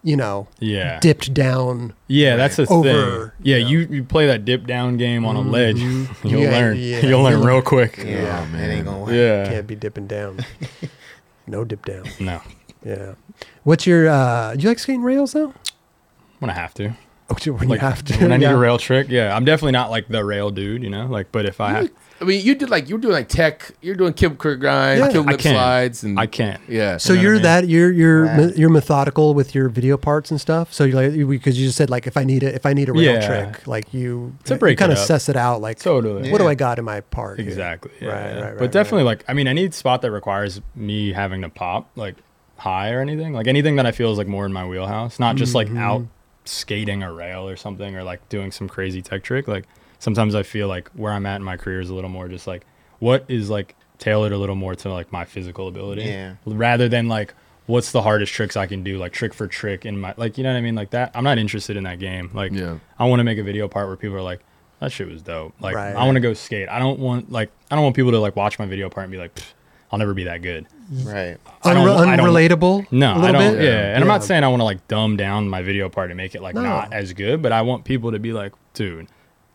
[SPEAKER 1] you know,
[SPEAKER 3] yeah.
[SPEAKER 1] dipped down.
[SPEAKER 3] Yeah, that's the
[SPEAKER 1] Over, Mm-hmm.
[SPEAKER 3] thing. Yeah, you, you play that dip down game on a ledge, <laughs> you'll
[SPEAKER 1] Yeah,
[SPEAKER 3] learn.
[SPEAKER 1] yeah.
[SPEAKER 3] You'll learn real quick. Yeah.
[SPEAKER 2] Yeah, it ain't gonna work.
[SPEAKER 1] Can't be dipping down.
[SPEAKER 3] <laughs>
[SPEAKER 1] no dip down.
[SPEAKER 3] No, I'm
[SPEAKER 1] Yeah. What's your? uh Do you like skating rails though?
[SPEAKER 3] gonna have to.
[SPEAKER 1] Oh, dude, when
[SPEAKER 3] Like
[SPEAKER 1] you have to.
[SPEAKER 3] when I need
[SPEAKER 1] yeah.
[SPEAKER 3] a rail trick, yeah, I'm definitely not like the rail dude, you know. Like, but if I have,
[SPEAKER 4] I mean, you did like you were doing like tech. You're doing kip quick grind,
[SPEAKER 1] Yeah.
[SPEAKER 4] kip
[SPEAKER 3] I
[SPEAKER 4] lip
[SPEAKER 3] can.
[SPEAKER 4] slides, and
[SPEAKER 3] I can't.
[SPEAKER 4] Yeah.
[SPEAKER 1] So
[SPEAKER 3] You know
[SPEAKER 1] you're
[SPEAKER 3] what I
[SPEAKER 1] that you're you're
[SPEAKER 2] Wow.
[SPEAKER 1] me- you're methodical with your video parts and stuff. So you're like because you just said like if I need it if I need a rail
[SPEAKER 3] Yeah.
[SPEAKER 1] trick like you,
[SPEAKER 3] To break
[SPEAKER 1] you kind
[SPEAKER 3] it
[SPEAKER 1] of
[SPEAKER 3] up.
[SPEAKER 1] suss it out like
[SPEAKER 3] Totally.
[SPEAKER 1] what do
[SPEAKER 2] Yeah.
[SPEAKER 1] I got in my part here?
[SPEAKER 3] Exactly. Yeah,
[SPEAKER 1] Right,
[SPEAKER 3] yeah.
[SPEAKER 1] right, right,
[SPEAKER 3] But definitely, like, I mean, any spot that requires me having to pop, like, high or anything, like anything that I feel is like more in my wheelhouse, not just
[SPEAKER 1] Mm-hmm.
[SPEAKER 3] like out skating a rail or something or like doing some crazy tech trick. Like, sometimes I feel like where I'm at in my career is a little more just like what is like tailored a little more to like my physical ability
[SPEAKER 2] Yeah.
[SPEAKER 3] rather than like what's the hardest tricks I can do, like trick for trick in my, like, you know what I mean? Like, that I'm not interested in that game. Like,
[SPEAKER 4] Yeah.
[SPEAKER 3] I want to make a video part where people are like, that shit was dope. Like,
[SPEAKER 1] Right.
[SPEAKER 3] I want to go skate. I don't want like I don't want people to like watch my video part and be like, "Pfft, I'll never be that good.
[SPEAKER 2] Right.
[SPEAKER 3] I don't-
[SPEAKER 1] Unre-
[SPEAKER 3] I don't-
[SPEAKER 1] unrelatable.
[SPEAKER 3] No,
[SPEAKER 1] a
[SPEAKER 3] I
[SPEAKER 1] little
[SPEAKER 3] don't.
[SPEAKER 1] bit?
[SPEAKER 3] Yeah, and I'm not
[SPEAKER 1] Yeah.
[SPEAKER 3] saying I want to like dumb down my video part and make it like
[SPEAKER 1] No.
[SPEAKER 3] not as good, but I want people to be like, dude,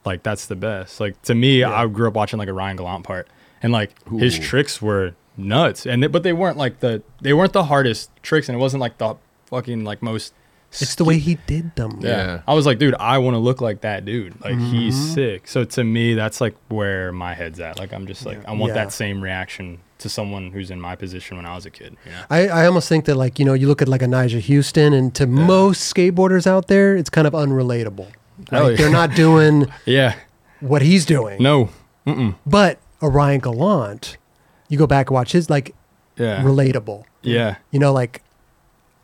[SPEAKER 3] like that's the best. Like to me, I grew up watching like a Ryan Gallant part, and like his
[SPEAKER 4] Ooh.
[SPEAKER 3] tricks were nuts, and they, but they weren't like the they weren't the hardest tricks, and it wasn't like the fucking like most.
[SPEAKER 1] It's the way he did them.
[SPEAKER 4] Yeah.
[SPEAKER 3] I was like, dude, I want to look like that dude. Like
[SPEAKER 1] Mm-hmm.
[SPEAKER 3] he's sick. So to me, that's like where my head's at. Like I'm just like, I want
[SPEAKER 1] Yeah.
[SPEAKER 3] that same reaction to someone who's in my position when I was a kid. You know?
[SPEAKER 1] I, I almost think that like you know you look at like a Nigel Houston and to most skateboarders out there it's kind of unrelatable. Like,
[SPEAKER 3] Hell Oh, yeah.
[SPEAKER 1] They're not
[SPEAKER 3] <laughs>
[SPEAKER 1] doing
[SPEAKER 3] Yeah.
[SPEAKER 1] what he's doing.
[SPEAKER 3] No.
[SPEAKER 1] But Orion Gallant, you go back and watch his like
[SPEAKER 3] Yeah.
[SPEAKER 1] relatable.
[SPEAKER 3] yeah.
[SPEAKER 1] You know, like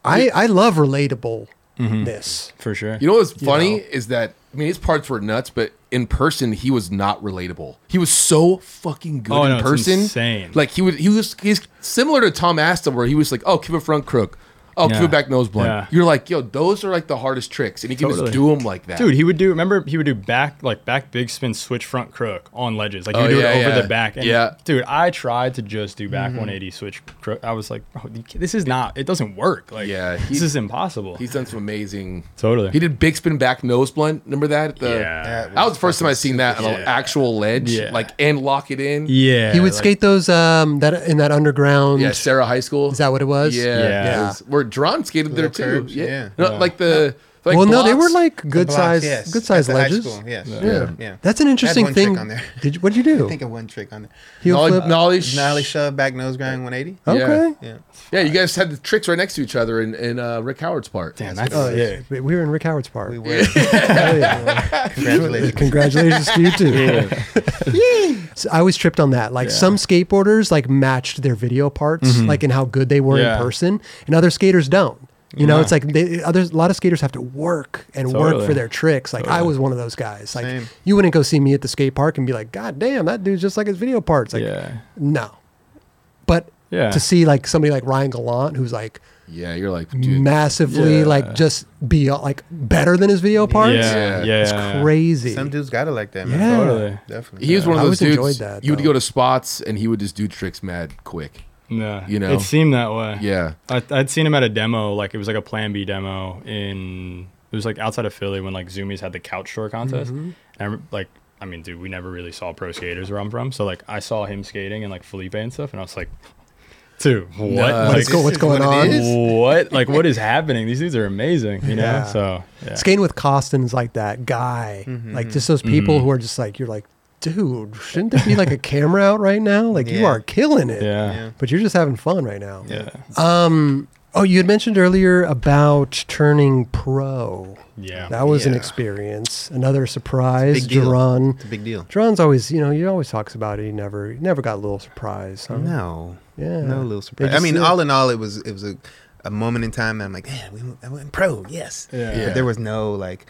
[SPEAKER 1] I I love relatableness.
[SPEAKER 3] Mm-hmm. For sure.
[SPEAKER 4] You know what's funny
[SPEAKER 1] know?
[SPEAKER 4] is that I mean his parts were nuts, but in person he was not relatable. He was so fucking good
[SPEAKER 3] Oh,
[SPEAKER 4] in
[SPEAKER 3] no, it's
[SPEAKER 4] person.
[SPEAKER 3] insane.
[SPEAKER 4] Like he was he was he's similar to Tom Aston where he was like, oh, give a front crook, oh, give
[SPEAKER 3] Yeah.
[SPEAKER 4] a back nose blunt.
[SPEAKER 3] Yeah.
[SPEAKER 4] You're like, yo, those are like the hardest tricks, and he can
[SPEAKER 3] Totally.
[SPEAKER 4] just do them like that,
[SPEAKER 3] Dude, he would do. Remember, he would do back like back big spin switch front crook on ledges. Like you
[SPEAKER 4] Oh,
[SPEAKER 3] do
[SPEAKER 4] yeah,
[SPEAKER 3] it over
[SPEAKER 4] yeah.
[SPEAKER 3] the back. And
[SPEAKER 4] Yeah.
[SPEAKER 3] Dude, I tried to just do
[SPEAKER 1] Mm-hmm.
[SPEAKER 3] back 180 switch crook. I was like, bro, you ca- this is not. It doesn't work. Like,
[SPEAKER 4] Yeah,
[SPEAKER 3] this
[SPEAKER 4] he-
[SPEAKER 3] is impossible.
[SPEAKER 4] He's done some amazing.
[SPEAKER 3] Totally.
[SPEAKER 4] He did big spin back nose blunt. Remember that? At the-
[SPEAKER 3] yeah.
[SPEAKER 4] That was the first time I seen that on an
[SPEAKER 3] Yeah.
[SPEAKER 4] actual ledge,
[SPEAKER 3] Yeah.
[SPEAKER 4] like and lock it in.
[SPEAKER 3] Yeah.
[SPEAKER 1] He would
[SPEAKER 3] like-
[SPEAKER 1] skate those um that in that underground.
[SPEAKER 4] Yeah, Sarah High School.
[SPEAKER 1] Is that what it was?
[SPEAKER 4] Yeah,
[SPEAKER 3] Yeah.
[SPEAKER 4] it was- where Dron skated there
[SPEAKER 2] Little
[SPEAKER 4] too.
[SPEAKER 2] curves,
[SPEAKER 4] yeah.
[SPEAKER 2] yeah.
[SPEAKER 4] No, like the like
[SPEAKER 1] well, no, they
[SPEAKER 4] blocks.
[SPEAKER 1] were like good
[SPEAKER 2] Blocks,
[SPEAKER 1] size
[SPEAKER 2] yes.
[SPEAKER 1] good size
[SPEAKER 2] At the high
[SPEAKER 1] ledges.
[SPEAKER 2] school, Yes.
[SPEAKER 4] Yeah.
[SPEAKER 2] Yeah.
[SPEAKER 1] That's an interesting
[SPEAKER 2] one trick
[SPEAKER 1] thing.
[SPEAKER 2] on there.
[SPEAKER 1] Did you, what did you do?
[SPEAKER 2] I think of one trick on there.
[SPEAKER 1] Heel
[SPEAKER 4] nollie,
[SPEAKER 1] flip?
[SPEAKER 4] nollie, sh-
[SPEAKER 2] Gnarly shove, back nose grind, 180.
[SPEAKER 1] Oh. okay.
[SPEAKER 2] Yeah.
[SPEAKER 4] Yeah, you guys had the tricks right next to each other in, in uh, Rick Howard's part.
[SPEAKER 3] Damn, that's
[SPEAKER 1] <laughs> Oh, yeah.
[SPEAKER 3] sick.
[SPEAKER 1] We we were in Rick Howard's part.
[SPEAKER 2] We were.
[SPEAKER 1] Oh, yeah.
[SPEAKER 2] Congratulations.
[SPEAKER 1] <laughs> Congratulations to you too. <laughs> So I always tripped on that. Like
[SPEAKER 3] Yeah.
[SPEAKER 1] some skateboarders like matched their video parts,
[SPEAKER 2] Mm-hmm.
[SPEAKER 1] like in how good they were
[SPEAKER 3] Yeah.
[SPEAKER 1] in person, and other skaters don't. You know,
[SPEAKER 3] No.
[SPEAKER 1] it's like they, others. A lot of skaters have to work and work
[SPEAKER 3] Totally.
[SPEAKER 1] for their tricks. Like I was one of those guys. Like
[SPEAKER 2] Same.
[SPEAKER 1] you wouldn't go see me at the skate park and be like, "God damn, that dude's just like his video parts." Like
[SPEAKER 3] yeah.
[SPEAKER 1] no, but
[SPEAKER 3] Yeah.
[SPEAKER 1] to see like somebody like Ryan Gallant who's like
[SPEAKER 4] Yeah, you're like, dude.
[SPEAKER 1] massively
[SPEAKER 3] Yeah.
[SPEAKER 1] like just be like better than his video parts.
[SPEAKER 3] Yeah. Yeah.
[SPEAKER 4] Yeah.
[SPEAKER 1] It's crazy.
[SPEAKER 2] Some dudes got it like that,
[SPEAKER 1] Yeah.
[SPEAKER 2] man.
[SPEAKER 3] Totally.
[SPEAKER 2] Definitely.
[SPEAKER 4] He was one
[SPEAKER 1] I
[SPEAKER 4] of those
[SPEAKER 1] always enjoyed
[SPEAKER 4] dudes.
[SPEAKER 1] that,
[SPEAKER 4] you would
[SPEAKER 1] though.
[SPEAKER 4] go to spots and he would just do tricks mad quick.
[SPEAKER 3] Yeah.
[SPEAKER 4] You know?
[SPEAKER 3] It seemed that way.
[SPEAKER 4] Yeah.
[SPEAKER 3] I, I'd seen him at a demo, like it was like a Plan B demo in it was like outside of Philly when like Zoomies had the couch tour contest. And I rem- like I mean, dude, we never really saw pro skaters where I'm from, so like I saw him skating and like Felipe and stuff, and I was like, dude, what?
[SPEAKER 4] Nah.
[SPEAKER 3] Like,
[SPEAKER 1] What's, go- what's
[SPEAKER 2] is
[SPEAKER 1] going
[SPEAKER 2] what
[SPEAKER 1] on?
[SPEAKER 2] it is.
[SPEAKER 3] what? Like, what is happening? These dudes are amazing, you know.
[SPEAKER 1] Yeah.
[SPEAKER 3] So yeah.
[SPEAKER 1] Skating with Costins like that guy,
[SPEAKER 2] Mm-hmm.
[SPEAKER 1] like just those people
[SPEAKER 3] Mm-hmm.
[SPEAKER 1] who are just like you're like, dude, shouldn't there be
[SPEAKER 3] <laughs>
[SPEAKER 1] like a camera out right now? Like you
[SPEAKER 2] Yeah.
[SPEAKER 1] are killing it,
[SPEAKER 3] yeah,
[SPEAKER 2] Yeah.
[SPEAKER 1] but you're just having fun right now.
[SPEAKER 3] yeah,
[SPEAKER 1] Um, Oh, you had mentioned earlier about turning pro.
[SPEAKER 3] Yeah.
[SPEAKER 1] That was an
[SPEAKER 2] Yeah.
[SPEAKER 1] experience. Another surprise.
[SPEAKER 2] Big deal.
[SPEAKER 1] Duran.
[SPEAKER 2] It's a big deal.
[SPEAKER 1] Duran's always, you know, he always talks about it. He never, he never got a little surprise. Huh?
[SPEAKER 2] No.
[SPEAKER 1] Yeah.
[SPEAKER 2] No little surprise.
[SPEAKER 1] They
[SPEAKER 2] I
[SPEAKER 1] just
[SPEAKER 2] mean,
[SPEAKER 1] did.
[SPEAKER 2] all in all, it was it was a, a moment in time that I'm like, man, we went, I went pro, yes.
[SPEAKER 3] Yeah.
[SPEAKER 4] Yeah.
[SPEAKER 2] But there was no like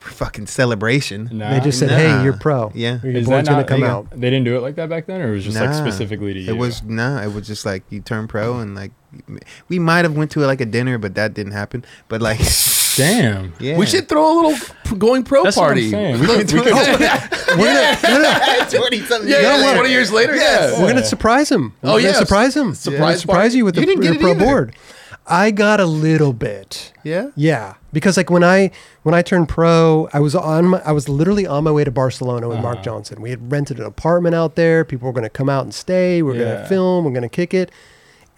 [SPEAKER 2] fucking celebration.
[SPEAKER 3] No.
[SPEAKER 1] They just said, "Hey,
[SPEAKER 2] Nah.
[SPEAKER 1] you're pro.
[SPEAKER 2] Yeah.
[SPEAKER 1] Your
[SPEAKER 3] Is
[SPEAKER 1] board's
[SPEAKER 3] that
[SPEAKER 1] gonna
[SPEAKER 3] not-
[SPEAKER 1] come
[SPEAKER 3] they,
[SPEAKER 1] out."
[SPEAKER 3] They didn't do it like that back then, or it was just like
[SPEAKER 2] Nah.
[SPEAKER 3] specifically to you.
[SPEAKER 2] It was no, it was just like you turn pro and like we might have went to like a dinner, but that didn't happen. But like,
[SPEAKER 3] damn.
[SPEAKER 2] yeah,
[SPEAKER 4] We should <laughs> throw a little p- going pro
[SPEAKER 3] That's what I'm
[SPEAKER 4] party.
[SPEAKER 3] saying.
[SPEAKER 4] <laughs> Look,
[SPEAKER 3] We
[SPEAKER 4] we
[SPEAKER 3] could-
[SPEAKER 4] could-
[SPEAKER 2] <laughs> twenty something.
[SPEAKER 4] yeah,
[SPEAKER 2] years
[SPEAKER 4] yeah,
[SPEAKER 2] later.
[SPEAKER 4] 20 years later.
[SPEAKER 2] Yes.
[SPEAKER 1] We're
[SPEAKER 4] Yeah.
[SPEAKER 1] gonna surprise him. We're
[SPEAKER 4] Oh,
[SPEAKER 1] gonna
[SPEAKER 4] yes.
[SPEAKER 1] surprise him.
[SPEAKER 4] Surprise
[SPEAKER 1] We're gonna surprise
[SPEAKER 4] party.
[SPEAKER 1] you with
[SPEAKER 2] You
[SPEAKER 1] the,
[SPEAKER 2] didn't get
[SPEAKER 1] the
[SPEAKER 2] it
[SPEAKER 1] pro
[SPEAKER 2] either.
[SPEAKER 1] board. I got a little bit.
[SPEAKER 2] Yeah.
[SPEAKER 1] Yeah, because like when I when I turned pro, I was on my, I was literally on my way to Barcelona with Mark Johnson. We had rented an apartment out there. People were going to come out and stay. We are going
[SPEAKER 3] Yeah.
[SPEAKER 1] to film. We're going to kick it.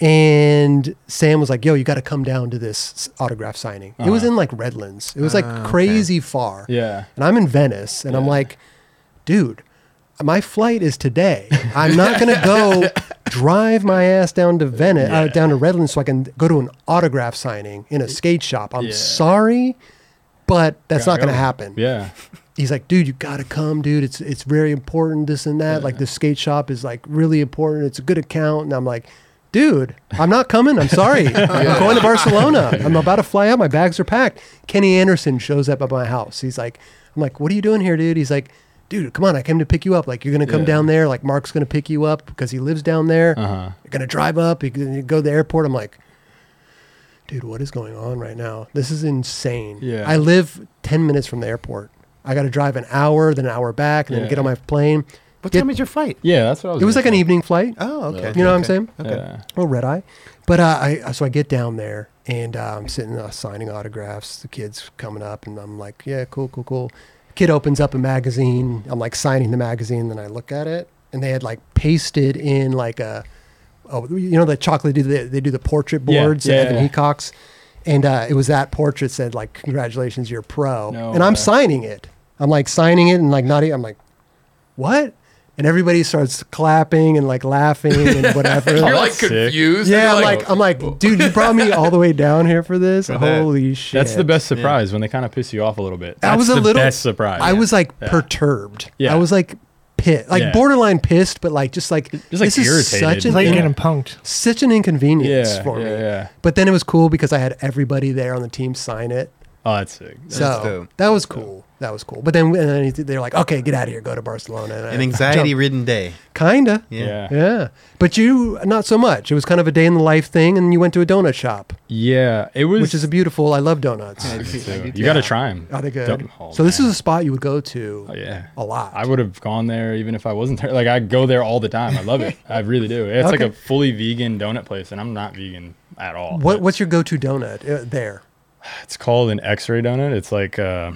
[SPEAKER 1] And Sam was like, "Yo, you got to come down to this autograph signing." It was in like Redlands. It was like crazy far.
[SPEAKER 3] Yeah.
[SPEAKER 1] And I'm in Venice, and I'm like, "Dude, my flight is today. I'm not going to
[SPEAKER 3] <laughs>
[SPEAKER 1] go drive my ass down to Venice, uh, down to Redlands, so I can go to an autograph signing in a skate shop. I'm
[SPEAKER 3] Yeah.
[SPEAKER 1] sorry, but that's not
[SPEAKER 3] Gotta
[SPEAKER 1] going to
[SPEAKER 3] go.
[SPEAKER 1] happen.
[SPEAKER 3] Yeah.
[SPEAKER 1] He's like, dude, you got to come, dude. It's it's very important, this and that. Like the skate shop is like really important. It's a good account, and I'm like. Dude, I'm not coming. I'm sorry. I'm going to Barcelona. I'm about to fly out. My bags are packed. Kenny Anderson shows up at my house. He's like, I'm like, what are you doing here, dude? He's like, dude, come on. I came to pick you up. Like, you're going to come
[SPEAKER 3] Yeah.
[SPEAKER 1] down there. Like, Mark's going to pick you up because he lives down there.
[SPEAKER 3] Uh-huh.
[SPEAKER 1] You're going to drive up. You're going to go to the airport. I'm like, dude, what is going on right now? This is insane.
[SPEAKER 3] Yeah.
[SPEAKER 1] I live 10 minutes from the airport. I got to drive an hour, then an hour back, and then
[SPEAKER 3] Yeah.
[SPEAKER 1] get on my plane.
[SPEAKER 2] What
[SPEAKER 1] Get-
[SPEAKER 2] time is your flight?
[SPEAKER 3] Yeah. That's what I was.
[SPEAKER 1] It was like
[SPEAKER 3] gonna
[SPEAKER 1] an
[SPEAKER 3] say.
[SPEAKER 1] evening flight.
[SPEAKER 2] Oh, okay.
[SPEAKER 1] You know what I'm saying?
[SPEAKER 2] Okay.
[SPEAKER 3] Yeah.
[SPEAKER 1] Well, red eye. But uh, I so I get down there and uh, I'm sitting uh, signing autographs. The kid's coming up and I'm like, yeah, cool, cool, cool. Kid opens up a magazine. I'm like signing the magazine. Then I look at it and they had like pasted in like a, oh, you know the chocolate they do the, they do the portrait
[SPEAKER 3] Yeah,
[SPEAKER 1] boards
[SPEAKER 3] yeah,
[SPEAKER 1] at Evan
[SPEAKER 3] yeah.
[SPEAKER 1] Hecox, and uh, it was that portrait said like congratulations you're a pro
[SPEAKER 3] No
[SPEAKER 1] and I'm
[SPEAKER 3] way.
[SPEAKER 1] signing it. I'm like signing it and like not e- I'm like what. And everybody starts clapping and like laughing and whatever.
[SPEAKER 4] You're like
[SPEAKER 3] sick.
[SPEAKER 4] confused.
[SPEAKER 1] Yeah,
[SPEAKER 4] You're
[SPEAKER 1] I'm like, I'm like, dude, you brought me all the way down here for this.
[SPEAKER 2] that.
[SPEAKER 1] Holy shit!
[SPEAKER 3] That's the best surprise when they kind of piss you off a little bit.
[SPEAKER 1] I
[SPEAKER 3] That's
[SPEAKER 1] was a
[SPEAKER 3] the
[SPEAKER 1] little-
[SPEAKER 3] best surprise.
[SPEAKER 1] I was like perturbed.
[SPEAKER 3] Yeah.
[SPEAKER 1] I was like pit, like
[SPEAKER 3] Yeah.
[SPEAKER 1] borderline pissed, but like just like just
[SPEAKER 3] like,
[SPEAKER 1] this is
[SPEAKER 3] irritated.
[SPEAKER 1] such
[SPEAKER 3] It's
[SPEAKER 1] an
[SPEAKER 3] like
[SPEAKER 5] Like
[SPEAKER 3] Yeah.
[SPEAKER 5] you're getting punked.
[SPEAKER 1] such an inconvenience
[SPEAKER 3] Yeah,
[SPEAKER 1] for
[SPEAKER 3] yeah,
[SPEAKER 1] me.
[SPEAKER 3] yeah.
[SPEAKER 1] But then it was cool because I had everybody there on the team sign it.
[SPEAKER 3] Oh, that's sick.
[SPEAKER 1] So
[SPEAKER 2] dope.
[SPEAKER 1] that was cool. That was cool. But then, and then they're like, okay, get out of here, go to Barcelona. And I
[SPEAKER 2] An anxiety-ridden day.
[SPEAKER 1] jumped. kinda.
[SPEAKER 2] Yeah.
[SPEAKER 3] yeah. yeah.
[SPEAKER 1] Yeah, but you not so much. It was kind of a day in the life thing, and you went to a donut shop,
[SPEAKER 3] It was.
[SPEAKER 1] which is a beautiful. I love donuts.
[SPEAKER 3] you got to try them.
[SPEAKER 1] Are they good?
[SPEAKER 3] Oh,
[SPEAKER 1] so this
[SPEAKER 3] man.
[SPEAKER 1] is a spot you would go to
[SPEAKER 3] Oh, yeah.
[SPEAKER 1] a lot.
[SPEAKER 3] I would have gone there even if I wasn't there. Like I go there all the time. I love it. I really do. It's like
[SPEAKER 1] Okay.
[SPEAKER 3] a fully vegan donut place, and I'm not vegan at all.
[SPEAKER 1] What
[SPEAKER 3] but
[SPEAKER 1] what's your go-to donut uh, there?
[SPEAKER 3] It's called an X-ray donut. It's like uh,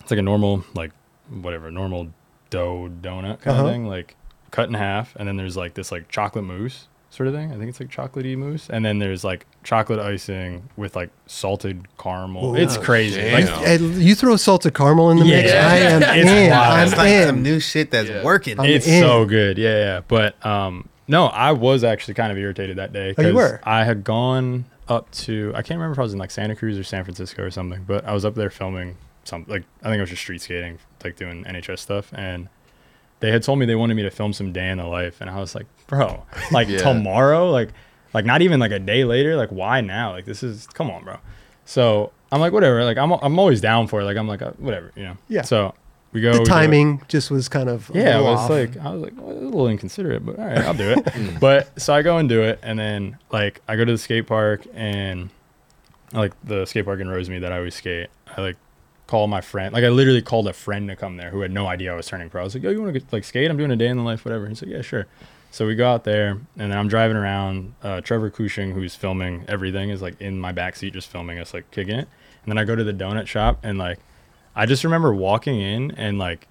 [SPEAKER 3] it's like a normal like whatever normal dough donut kind
[SPEAKER 1] Uh-huh.
[SPEAKER 3] of thing, like cut in half, and then there's like this like chocolate mousse sort of thing. I think it's like chocolatey mousse, and then there's like chocolate icing with like salted caramel. it's crazy.
[SPEAKER 4] damn.
[SPEAKER 3] Like
[SPEAKER 4] No.
[SPEAKER 1] Uh, You throw salted caramel in the mix.
[SPEAKER 3] Yeah.
[SPEAKER 1] I am
[SPEAKER 3] <laughs> It's
[SPEAKER 1] in.
[SPEAKER 3] wild.
[SPEAKER 1] I'm
[SPEAKER 2] It's like
[SPEAKER 1] in.
[SPEAKER 2] some new shit that's
[SPEAKER 4] Yeah.
[SPEAKER 2] working.
[SPEAKER 1] I'm-
[SPEAKER 3] it's
[SPEAKER 1] in.
[SPEAKER 3] so good. Yeah, yeah. But um, no, I was actually kind of irritated that day
[SPEAKER 1] Oh, you were?
[SPEAKER 3] I had gone up to I can't remember if I was in like Santa Cruz or San Francisco or something, but I was up there filming some like I think I was just street skating, like doing NHS stuff, and they had told me they wanted me to film some day in the life, and I was like,
[SPEAKER 1] <laughs>
[SPEAKER 3] bro, like
[SPEAKER 4] Yeah.
[SPEAKER 3] tomorrow, like like not even like a day later, like why now? Like this is come on, bro. So I'm like whatever, like I'm I'm always down for it. Like I'm like uh, whatever, you know.
[SPEAKER 1] Yeah.
[SPEAKER 3] So we go
[SPEAKER 1] The
[SPEAKER 3] we do it.
[SPEAKER 1] timing just was kind of a
[SPEAKER 3] Yeah, I
[SPEAKER 1] little
[SPEAKER 3] was
[SPEAKER 1] off. Hmm.
[SPEAKER 3] like, I was like, well, a little inconsiderate, but all right, I'll do
[SPEAKER 1] <laughs>
[SPEAKER 3] it. but so I go and do it, and then like I go to the skate park and like the skate park in Roseme that I always skate. I like call my friend, like I literally called a friend to come there who had no idea I was turning pro. I was like, yo, you want to like skate? I'm doing a day in the life, whatever. He's like, yeah, sure. So we go out there, and then I'm driving around. Uh, Trevor Cushing, who's filming everything, is like in my backseat just filming us, like kicking it. And then I go to the donut shop, and like I just remember walking in and like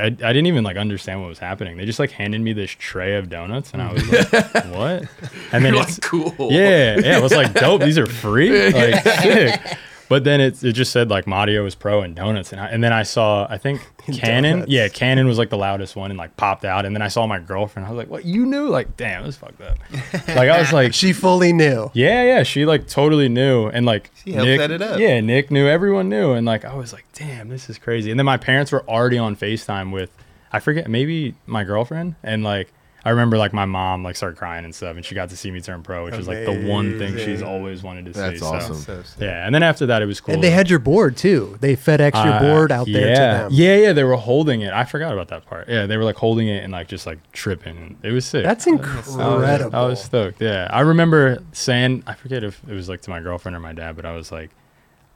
[SPEAKER 3] I, I didn't even like understand what was happening. They just like handed me this tray of donuts, and I was like,
[SPEAKER 4] <laughs>
[SPEAKER 3] "What?" And then
[SPEAKER 4] You're
[SPEAKER 1] um,
[SPEAKER 3] it's
[SPEAKER 4] like, <laughs> cool. <laughs>
[SPEAKER 3] yeah, yeah, it was like dope. These are free, like sick. But then it, it just said like Mario was pro and donuts, and I, and then I saw I
[SPEAKER 4] <laughs>
[SPEAKER 3] think Canon,
[SPEAKER 1] Donuts.
[SPEAKER 3] yeah, Canon was like the loudest one and like popped out, and then I saw my girlfriend. I was like, "What you knew?" Like, damn, this fucked up. Like I was like,
[SPEAKER 1] She fully knew.
[SPEAKER 3] yeah, yeah, she like totally knew, and like
[SPEAKER 2] She helped
[SPEAKER 3] Nick,
[SPEAKER 2] set it up.
[SPEAKER 3] Yeah, Nick knew, everyone knew, and like I was like, damn, this is crazy. And then my parents were already on Facetime with, I forget, maybe my girlfriend, and like I remember like my mom like started crying and stuff, and she got to see me turn pro, which is like the one thing she's
[SPEAKER 2] Amazing.
[SPEAKER 3] always wanted to see.
[SPEAKER 4] That's
[SPEAKER 3] so-
[SPEAKER 4] awesome.
[SPEAKER 2] So sick.
[SPEAKER 3] Yeah, and then after that, it was cool.
[SPEAKER 1] And they had your board too. They FedEx your
[SPEAKER 3] Uh,
[SPEAKER 1] board out there to
[SPEAKER 3] yeah.
[SPEAKER 1] them.
[SPEAKER 3] Yeah, yeah, they were holding it. I forgot about that part. Yeah, they were like holding it and like just like tripping. It was sick.
[SPEAKER 1] That's
[SPEAKER 3] I was-
[SPEAKER 1] incredible.
[SPEAKER 3] I was stoked. Yeah, I remember saying, I forget if it was like to my girlfriend or my dad, but I was like,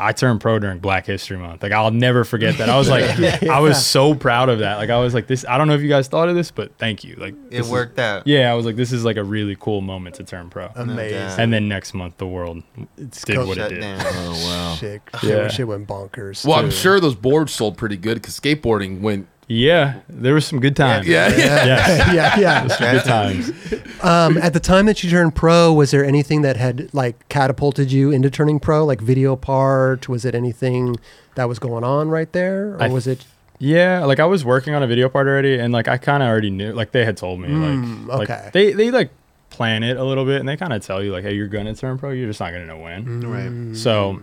[SPEAKER 3] I turned pro during Black History Month. Like I'll never forget that. I was like, I was so proud of that. Like I was like, this. I don't know if you guys thought of this, but thank you. Like
[SPEAKER 2] It
[SPEAKER 3] this is-
[SPEAKER 2] worked out.
[SPEAKER 3] yeah, I was like, this is like a really cool moment to turn pro.
[SPEAKER 1] Amazing.
[SPEAKER 2] doubt.
[SPEAKER 3] and then next month, the world did
[SPEAKER 1] co-
[SPEAKER 3] what it
[SPEAKER 2] Shut
[SPEAKER 3] did.
[SPEAKER 2] down.
[SPEAKER 3] <laughs>
[SPEAKER 4] Oh wow.
[SPEAKER 1] Shit,
[SPEAKER 3] Yeah.
[SPEAKER 1] shit went bonkers. <laughs>
[SPEAKER 4] Well, I'm sure those boards sold pretty good because skateboarding went.
[SPEAKER 3] Yeah, there was some good times.
[SPEAKER 4] Yeah, yeah.
[SPEAKER 1] <laughs>
[SPEAKER 3] Yes.
[SPEAKER 1] yeah,
[SPEAKER 3] <laughs>
[SPEAKER 1] yeah.
[SPEAKER 3] good times.
[SPEAKER 1] Um, at the time that you turned pro, was there anything that had like catapulted you into turning pro, like video part? Was it anything that was going on right there, or
[SPEAKER 3] I
[SPEAKER 1] was it?
[SPEAKER 3] Yeah, like I was working on a video part already, and like I kind of already knew. Like they had told me,
[SPEAKER 1] Mm,
[SPEAKER 3] like,
[SPEAKER 1] okay.
[SPEAKER 3] like they they like plan it a little bit, and they kind of tell you like, hey, you're gonna turn pro, you're just not gonna know when.
[SPEAKER 2] Right.
[SPEAKER 3] So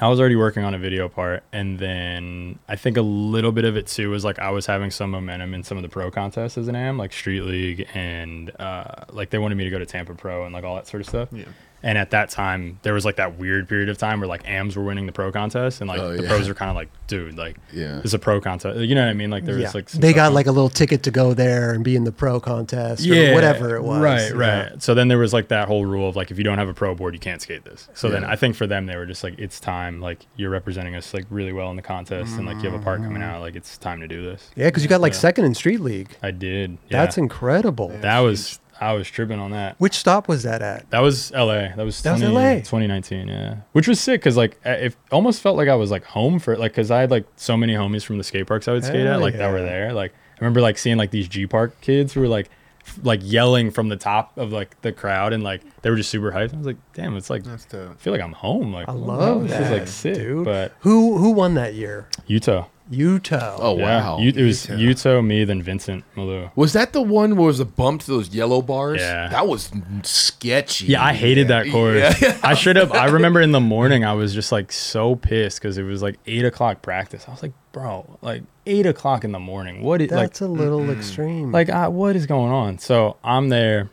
[SPEAKER 3] I was already working on a video part, and then I think a little bit of it too was like I was having some momentum in some of the pro contests as an am, like Street League, and uh, like they wanted me to go to Tampa Pro and like all that sort of stuff.
[SPEAKER 2] Yeah.
[SPEAKER 3] And at that time, there was like that weird period of time where like AMs were winning the pro contest, and like
[SPEAKER 4] Oh,
[SPEAKER 3] the
[SPEAKER 4] yeah.
[SPEAKER 3] pros are kind of like, dude, like
[SPEAKER 4] Yeah.
[SPEAKER 3] it's a pro contest. You know what I mean? Like there
[SPEAKER 1] Yeah.
[SPEAKER 3] was like some
[SPEAKER 1] they
[SPEAKER 3] stuff
[SPEAKER 1] got
[SPEAKER 3] on-
[SPEAKER 1] like a little ticket to go there and be in the pro contest or whatever it was.
[SPEAKER 3] Right,
[SPEAKER 1] Yeah.
[SPEAKER 3] right. So then there was like that whole rule of like if you don't have a pro board, you can't skate this. So then
[SPEAKER 4] Yeah.
[SPEAKER 3] I think for them they were just like it's time. Like you're representing us like really well in the contest, and like you have a part coming out. Like it's time to do this.
[SPEAKER 1] Mm. Yeah, because you got like
[SPEAKER 3] Yeah.
[SPEAKER 1] second in street league.
[SPEAKER 3] I did.
[SPEAKER 1] That's
[SPEAKER 3] yeah.
[SPEAKER 1] incredible.
[SPEAKER 3] that was I was tripping on that.
[SPEAKER 1] Which stop was that at?
[SPEAKER 3] That was LA. That was,
[SPEAKER 1] That was
[SPEAKER 3] 20
[SPEAKER 1] LA.
[SPEAKER 3] 2019, yeah. Which was sick cuz like I- it almost felt like I was like home for it like cuz I had like so many homies from the skate parks I would skate
[SPEAKER 1] Hell
[SPEAKER 3] at like that were
[SPEAKER 1] yeah.
[SPEAKER 3] there. Like I remember like seeing like these G Park kids who were like f- like yelling from the top of like the crowd and like they were just super hyped. I was like, "Damn, it's like
[SPEAKER 2] That's dope.
[SPEAKER 3] I feel like I'm home." Like
[SPEAKER 1] I
[SPEAKER 3] what the
[SPEAKER 1] love
[SPEAKER 3] hell? This is like
[SPEAKER 1] that,
[SPEAKER 3] sick.
[SPEAKER 1] dude.
[SPEAKER 3] But
[SPEAKER 1] Who who won that year?
[SPEAKER 3] Utah.
[SPEAKER 1] Utah.
[SPEAKER 4] Oh
[SPEAKER 3] yeah.
[SPEAKER 4] wow.
[SPEAKER 3] U- it was
[SPEAKER 2] Utah.
[SPEAKER 3] Utah, me then Vincent Malou.
[SPEAKER 4] was that the one where was a bump to those yellow bars?
[SPEAKER 3] Yeah.
[SPEAKER 4] That was sketchy.
[SPEAKER 3] Yeah, I hated that course.
[SPEAKER 4] Yeah.
[SPEAKER 3] I should have. I remember
[SPEAKER 4] <laughs>
[SPEAKER 3] in the morning, I was just like so pissed because it was like eight o'clock practice. I was like, bro, like eight o'clock in the morning. What is like,
[SPEAKER 1] That's a little extreme.
[SPEAKER 3] like, I, what is going on? So I'm there,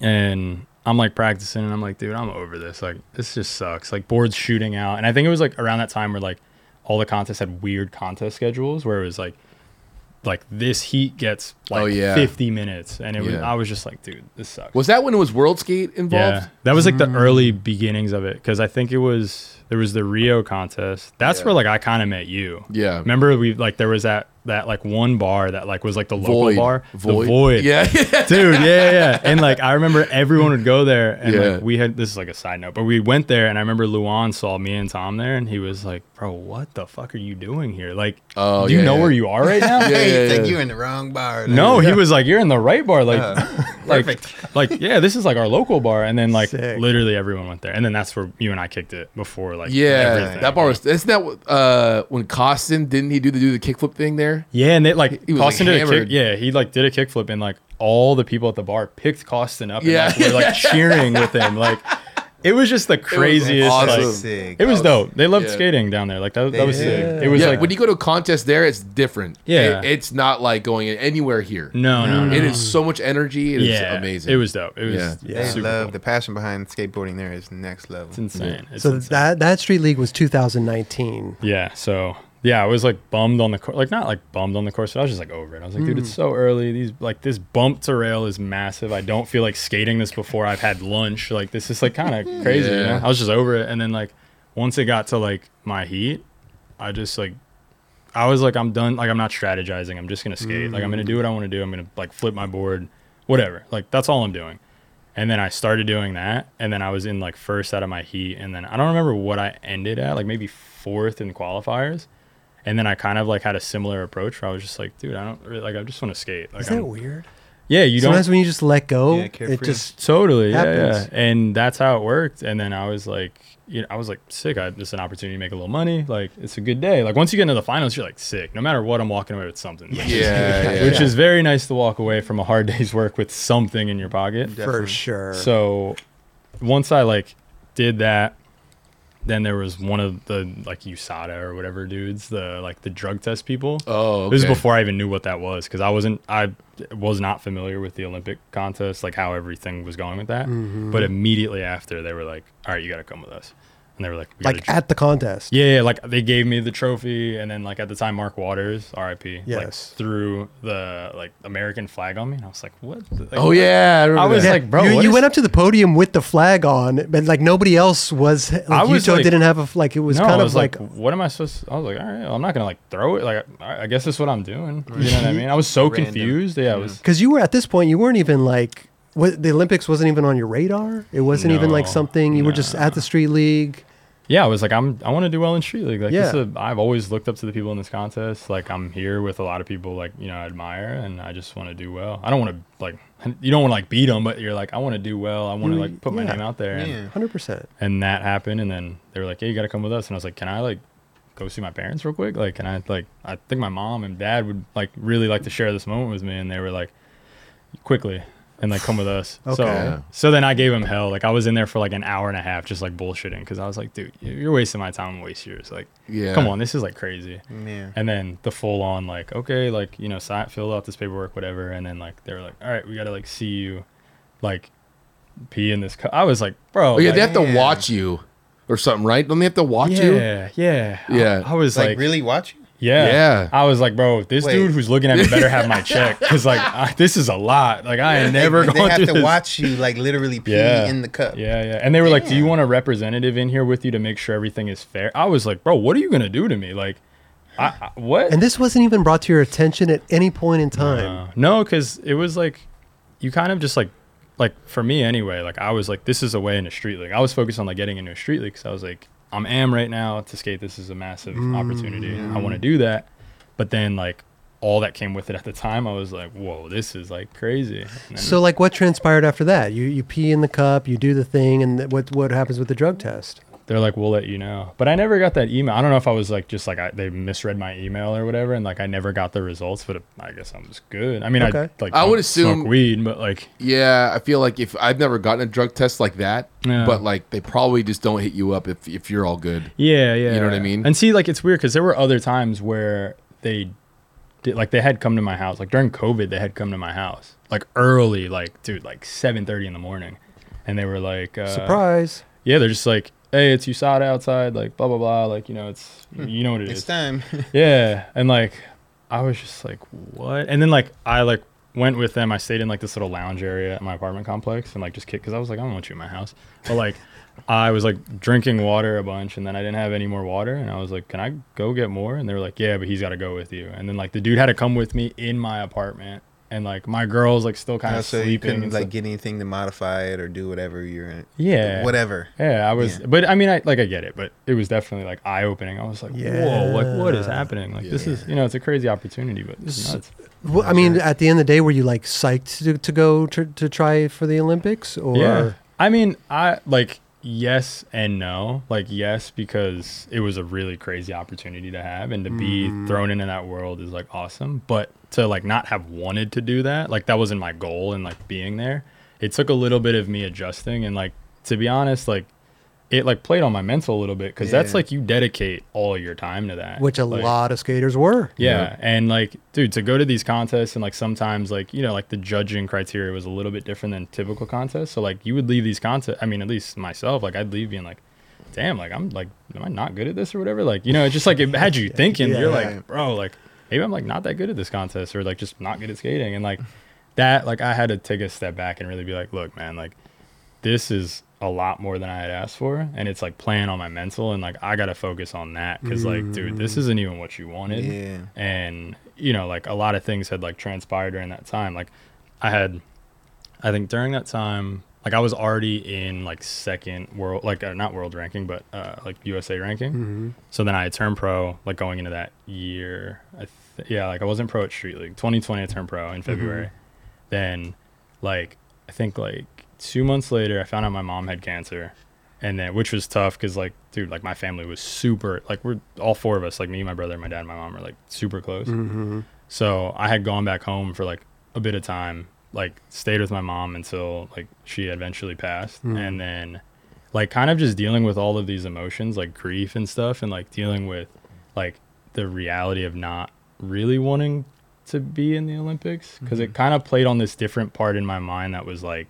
[SPEAKER 3] and I'm like practicing, and I'm like, dude, I'm over this. Like, this just sucks. Like boards shooting out, and I think it was like around that time where like all the contests had weird contest schedules where it was like. Like this heat gets like
[SPEAKER 4] Oh, yeah.
[SPEAKER 3] 50 minutes, and it was.
[SPEAKER 4] Yeah.
[SPEAKER 3] I was just like, dude, this sucks.
[SPEAKER 4] Was that when it was World Skate involved?
[SPEAKER 3] Yeah, that was like the early beginnings of it because I think it was there was the Rio contest. That's
[SPEAKER 4] Yeah.
[SPEAKER 3] where like I kind of met you.
[SPEAKER 4] Yeah.
[SPEAKER 3] remember we like there was that that like one bar that like was like the local
[SPEAKER 4] Void.
[SPEAKER 3] bar,
[SPEAKER 4] Void.
[SPEAKER 3] the void.
[SPEAKER 4] Yeah.
[SPEAKER 3] <laughs>
[SPEAKER 4] <laughs>
[SPEAKER 3] dude, yeah, yeah, yeah. And like I remember everyone would go there, and
[SPEAKER 4] Yeah.
[SPEAKER 3] like we had this is like a side note, but we went there, and I remember Luan saw me and Tom there, and he was like, "Bro, what the fuck are you doing here? Like,
[SPEAKER 4] Oh,
[SPEAKER 3] do you
[SPEAKER 4] yeah,
[SPEAKER 3] know
[SPEAKER 4] yeah.
[SPEAKER 3] where you are
[SPEAKER 4] <laughs>
[SPEAKER 3] right now?"
[SPEAKER 4] Yeah,
[SPEAKER 2] Hey,
[SPEAKER 4] yeah,
[SPEAKER 2] it's like
[SPEAKER 4] yeah.
[SPEAKER 2] you're in the wrong bar.
[SPEAKER 3] No, he was like, "You're in the right bar." Like,
[SPEAKER 4] Uh-huh.
[SPEAKER 2] Oh,
[SPEAKER 3] <laughs> like,
[SPEAKER 2] perfect.
[SPEAKER 3] like, yeah, this is like our local bar. And then like,
[SPEAKER 1] Sick.
[SPEAKER 3] literally everyone went there. And then that's where you and I kicked it before. Like,
[SPEAKER 4] Yeah,
[SPEAKER 3] everything.
[SPEAKER 4] that bar was. Isn't that what, uh, when Costin didn't he do the do the kickflip thing there?
[SPEAKER 3] Yeah, and they like
[SPEAKER 4] He was,
[SPEAKER 3] Costin
[SPEAKER 4] like,
[SPEAKER 3] did a kick.
[SPEAKER 4] hammered.
[SPEAKER 3] Yeah, he like did a kickflip, and like all the people at the bar picked Costin up.
[SPEAKER 4] Yeah.
[SPEAKER 3] and, like, were
[SPEAKER 4] <laughs>
[SPEAKER 3] like cheering with him. Like, it was just the craziest.
[SPEAKER 4] awesome.
[SPEAKER 3] like,
[SPEAKER 2] Sick.
[SPEAKER 3] it was
[SPEAKER 4] That was-
[SPEAKER 3] dope. They loved
[SPEAKER 4] yeah.
[SPEAKER 3] skating down there. Like that, that was
[SPEAKER 2] did.
[SPEAKER 3] sick. It was
[SPEAKER 4] yeah,
[SPEAKER 3] like
[SPEAKER 4] when you go to a contest there, it's different.
[SPEAKER 3] Yeah.
[SPEAKER 4] It- it's not like going anywhere here.
[SPEAKER 3] no, no, no.
[SPEAKER 4] It is so much energy. It is
[SPEAKER 3] yeah,
[SPEAKER 4] amazing.
[SPEAKER 3] It was dope. It was
[SPEAKER 4] Yeah.
[SPEAKER 1] Yeah.
[SPEAKER 2] They
[SPEAKER 3] super
[SPEAKER 2] love
[SPEAKER 3] cool.
[SPEAKER 2] the passion behind skateboarding. There is next level.
[SPEAKER 3] It's insane. It's
[SPEAKER 1] so
[SPEAKER 3] insane. Oh
[SPEAKER 1] that that street league was 2019.
[SPEAKER 3] Yeah. So yeah, I was like bummed on the course, like not like bummed on the course, but I was just like over it. I was like, dude, it's so early. These like this bump to rail is massive. I don't feel like skating this before I've had lunch. Like this is like kind of crazy. You
[SPEAKER 4] Yeah.
[SPEAKER 3] know? I was just over it, and then like once it got to like my heat, I just like. I was like, I'm done. Like, I'm not strategizing. I'm just gonna skate. Like, I'm gonna
[SPEAKER 1] Mm.
[SPEAKER 3] do what I want to do. I'm gonna like flip my board, whatever. Like, that's all I'm doing. And then I started doing that, and then I was in like first out of my heat, and then I don't remember what I ended at, like maybe fourth in qualifiers. And then I kind of like had a similar approach where I was just like, dude, I don't really like. I just want to skate. Like,
[SPEAKER 1] Is that
[SPEAKER 3] I'm-
[SPEAKER 1] weird?
[SPEAKER 3] Yeah, you don't
[SPEAKER 1] Sometimes when you just let go,
[SPEAKER 2] Yeah,
[SPEAKER 1] it
[SPEAKER 2] carefree.
[SPEAKER 1] just
[SPEAKER 3] totally. Yeah, yeah.
[SPEAKER 1] happens.
[SPEAKER 3] And that's how it worked. And then I was like, you know, I was like, sick. I this is an opportunity to make a little money. Like, it's a good day. Like once you get into the finals, you're like, sick. No matter what, I'm walking away with something. <laughs> Which, is,
[SPEAKER 4] yeah, yeah.
[SPEAKER 3] which is very nice to walk away from a hard <laughs> day's work with something in your pocket.
[SPEAKER 1] for
[SPEAKER 2] Definitely.
[SPEAKER 1] sure.
[SPEAKER 3] So once I like did that, then there was one of the like USADA or whatever dudes, the like the drug test people.
[SPEAKER 4] Oh,
[SPEAKER 3] This is
[SPEAKER 4] okay.
[SPEAKER 3] before I even knew what that was because I wasn't I was not familiar with the Olympic contest, like how everything was going with that.
[SPEAKER 1] Mm-hmm.
[SPEAKER 3] But immediately after, they were like, "All right, you got to come with us," and they were like, we gotta
[SPEAKER 1] like
[SPEAKER 3] ju-
[SPEAKER 1] at the contest.
[SPEAKER 3] yeah, yeah, like they gave me the trophy, and then like at the time, Mark Waters, R.I.P., like
[SPEAKER 1] Yes.
[SPEAKER 3] threw the like American flag on me, and I was like, "What?" the- like,
[SPEAKER 4] Oh yeah, I, remember
[SPEAKER 3] I was
[SPEAKER 4] that.
[SPEAKER 3] like, bro,
[SPEAKER 1] you,
[SPEAKER 3] what
[SPEAKER 1] you
[SPEAKER 3] is-
[SPEAKER 1] went up to the podium with the flag on, but like nobody else was. Like,
[SPEAKER 3] I was,
[SPEAKER 1] Utah
[SPEAKER 3] like-
[SPEAKER 1] didn't have a f- like. It was
[SPEAKER 3] no,
[SPEAKER 1] kind
[SPEAKER 3] I
[SPEAKER 1] of
[SPEAKER 3] was like,
[SPEAKER 1] like,
[SPEAKER 3] what am I supposed? To, I was like, all right, well, I'm not gonna like throw it. Like, I, I guess that's what I'm doing. You
[SPEAKER 1] <laughs>
[SPEAKER 3] know what I mean? I was so
[SPEAKER 2] Random.
[SPEAKER 3] confused. Yeah, I was.
[SPEAKER 1] because you were at this point, you weren't even like what, the Olympics wasn't even on your radar. It wasn't even like
[SPEAKER 3] No,
[SPEAKER 1] something you were just
[SPEAKER 3] no.
[SPEAKER 1] at the street league.
[SPEAKER 3] Yeah, I was like, I'm. I want to do well in street league. Like, this
[SPEAKER 1] Yeah.
[SPEAKER 3] is a, I've always looked up to the people in this contest. Like, I'm here with a lot of people. Like, you know, I admire, and I just want to do well. I don't want to like. <laughs> You don't want to like beat them, but you're like, I want to do well. I want to
[SPEAKER 1] You-
[SPEAKER 3] like put my
[SPEAKER 1] yeah.
[SPEAKER 3] name out there. And,
[SPEAKER 2] Yeah.
[SPEAKER 1] Hundred percent.
[SPEAKER 3] and that happened and then they were like hey you gotta come with us and i was like can i like go see my parents real quick like can i like i think my mom and dad would like really like to share this moment with me and they were like quickly and like come with us
[SPEAKER 1] Okay.
[SPEAKER 3] so so then i gave him hell like i was in there for like an hour and a half just like bullshitting because i was like dude you- you're wasting my time and waste yours like
[SPEAKER 4] Yeah.
[SPEAKER 3] come on this is like crazy
[SPEAKER 2] Yeah.
[SPEAKER 3] and then the full on like, okay, like you know, sign, fill out this paperwork, whatever. And then like they were like, all right, we gotta like see you, like pee in this cup. I was like, bro,
[SPEAKER 4] Oh yeah,
[SPEAKER 3] like-
[SPEAKER 4] they have to
[SPEAKER 2] Yeah.
[SPEAKER 4] watch you or something, right? Don't they have to watch you?
[SPEAKER 3] yeah, yeah, I-
[SPEAKER 4] Yeah.
[SPEAKER 3] I, was
[SPEAKER 2] Like,
[SPEAKER 3] like,
[SPEAKER 2] really watch you?
[SPEAKER 3] Yeah,
[SPEAKER 4] Yeah.
[SPEAKER 3] I was like, bro, this
[SPEAKER 2] Wait.
[SPEAKER 3] dude who's looking at me better
[SPEAKER 2] <laughs>
[SPEAKER 3] have my check because like I, this is a lot. Like I ain't never
[SPEAKER 2] they,
[SPEAKER 3] going
[SPEAKER 2] they have
[SPEAKER 3] through
[SPEAKER 2] to
[SPEAKER 3] this.
[SPEAKER 2] watch you like literally pee
[SPEAKER 3] <laughs> Yeah.
[SPEAKER 2] in the cup.
[SPEAKER 3] Yeah, yeah. And they were like, "Do you want a representative in here with you to make sure everything is fair?" I was like, "Bro, what are you gonna do to me? Like, I, I what?"
[SPEAKER 1] And this wasn't even brought to your attention at any point in time.
[SPEAKER 3] Uh, no, because it was like you kind of just like like for me anyway. Like I was like this is a way in a street league. I was focused on like getting into a street league because I was like I'm am right now to skate. This is a massive
[SPEAKER 1] Mm,
[SPEAKER 3] opportunity. I want to do that. But then like all that came with it at the time, I was like, whoa, this is like crazy. And then-
[SPEAKER 1] So like, what transpired after that? You you pee in the cup, you do the thing, and th- what what happens with the drug test?
[SPEAKER 3] they're like, we'll let you know. But I never got that email. I don't know if I was like, just like I, they misread my email or whatever, and like I never got the results. But I guess I'm just good. I mean,
[SPEAKER 1] Okay.
[SPEAKER 3] I like
[SPEAKER 4] I would
[SPEAKER 3] don't smoke
[SPEAKER 4] assume-
[SPEAKER 3] weed, but like
[SPEAKER 4] Yeah, I feel like if I've never gotten a drug test like that,
[SPEAKER 3] Yeah.
[SPEAKER 4] but like they probably just don't hit you up if if you're all good.
[SPEAKER 3] Yeah, yeah.
[SPEAKER 4] know what I
[SPEAKER 3] yeah.
[SPEAKER 4] mean?
[SPEAKER 3] And see, like, it's weird because there were other times where they did, like, they had come to my house. Like during COVID, they had come to my house, like early, like dude, like seven thirty in the morning, and they were like, uh,
[SPEAKER 1] Surprise!
[SPEAKER 3] Yeah, they're just like, hey, it's USADA outside, like blah blah blah, like you know, it's
[SPEAKER 4] Hmm.
[SPEAKER 3] you know what it is.
[SPEAKER 2] It's time.
[SPEAKER 3] Yeah, and like I was just like, what? And then like I like went with them. I stayed in like this little lounge area at my apartment complex and like just kicked because I was like, I don't want you in my house. But like <laughs> I was like drinking water a bunch, and then I didn't have any more water, and I was like, can I go get more? And they were like, yeah, but he's got to go with you. And then like the dude had to come with me in my apartment, and like my girl's like still kind
[SPEAKER 2] Uh, <laughs>
[SPEAKER 3] of
[SPEAKER 2] so you
[SPEAKER 3] sleeping.
[SPEAKER 2] couldn't
[SPEAKER 3] and
[SPEAKER 2] like
[SPEAKER 3] stuff.
[SPEAKER 2] get anything to modify it or do whatever you're in.
[SPEAKER 3] Yeah.
[SPEAKER 2] Whatever.
[SPEAKER 3] Yeah, I was,
[SPEAKER 2] Yeah.
[SPEAKER 3] but I mean, I like I get it, but it was definitely like eye opening. I was like, whoa, like what is
[SPEAKER 1] Yeah.
[SPEAKER 3] happening? Like this is, you know, it's a crazy opportunity, but this is nuts.
[SPEAKER 1] Well, I mean, at the end of the day, were you like psyched to, to go to, to try for the Olympics? Or
[SPEAKER 3] yeah, I mean, I like yes and no. Like yes, because it was a really crazy opportunity to have, and to
[SPEAKER 1] Mm-hmm.
[SPEAKER 3] be thrown into that world is like awesome. But to like not have wanted to do that, like that wasn't my goal, and like being there, it took a little bit of me adjusting, and like to be honest, like. It like played on my mental a little bit because that's
[SPEAKER 2] Yeah.
[SPEAKER 3] like you dedicate all your time to that,
[SPEAKER 1] which a
[SPEAKER 3] Like,
[SPEAKER 1] lot of skaters were.
[SPEAKER 3] yeah.
[SPEAKER 4] Yeah.
[SPEAKER 3] And like, dude, to go to these contests and like sometimes like, you know, like the judging criteria was a little bit different than typical contests. So like you would leave these contests. I mean, at least myself, like I'd leave being like, damn, like I'm like, am I not good at this or whatever? Like, you know, it's just like it had you thinking,
[SPEAKER 1] Yeah.
[SPEAKER 3] you're like, bro, like maybe I'm like not that good at this contest or like just not good at skating. And like that, like I had to take a step back and really be like, look, man, like this is a lot more than I had asked for, and it's like playing on my mental, and like I gotta focus on that because like, dude, this isn't even what you wanted,
[SPEAKER 2] Yeah.
[SPEAKER 3] and you know, like a lot of things had like transpired during that time. Like, I had, I think during that time, like I was already in like second world, like uh, not world ranking, but uh, like USA ranking. So then I had turned pro, like going into that year. I th- yeah, like I wasn't pro at Street League. 2020, I turned pro in February. Then, like, I think like two months later, I found out my mom had cancer, and then which was tough because like, dude, like my family was super like we're all four of us, like me, my brother, my dad, and my mom are like super close.
[SPEAKER 1] Mm-hmm.
[SPEAKER 3] So I had gone back home for like a bit of time, like stayed with my mom until like she eventually passed, and then like kind of just dealing with all of these emotions, like grief and stuff, and like dealing with like the reality of not really wanting to be in the Olympics because it kind of played on this different part in my mind that was like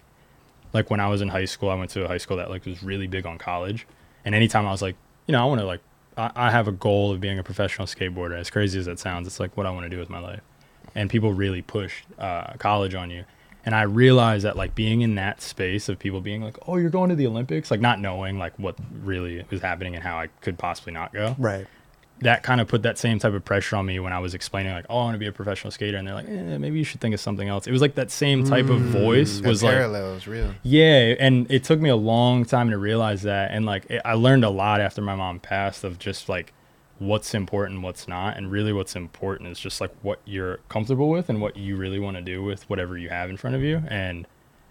[SPEAKER 3] like when I was in high school, I went to a high school that like was really big on college. And anytime I was like, you know, I want to like, I, I have a goal of being a professional skateboarder. As crazy as that sounds, it's like what I want to do with my life. And people really push uh, college on you. And I realized that like being in that space of people being like, oh, you're going to the Olympics, like not knowing like what really was happening and how I could possibly not go
[SPEAKER 1] Right.
[SPEAKER 3] that kind of put that same type of pressure on me when I was explaining like, oh, I want to be a professional skater, and they're like, eh, maybe you should think of something else. It was like that same type of voice
[SPEAKER 2] The
[SPEAKER 3] was like,
[SPEAKER 2] parallels, real.
[SPEAKER 3] yeah, and it took me a long time to realize that, and like it, I learned a lot after my mom passed of just like what's important, what's not, and really what's important is just like what you're comfortable with and what you really want to do with whatever you have in front of you, and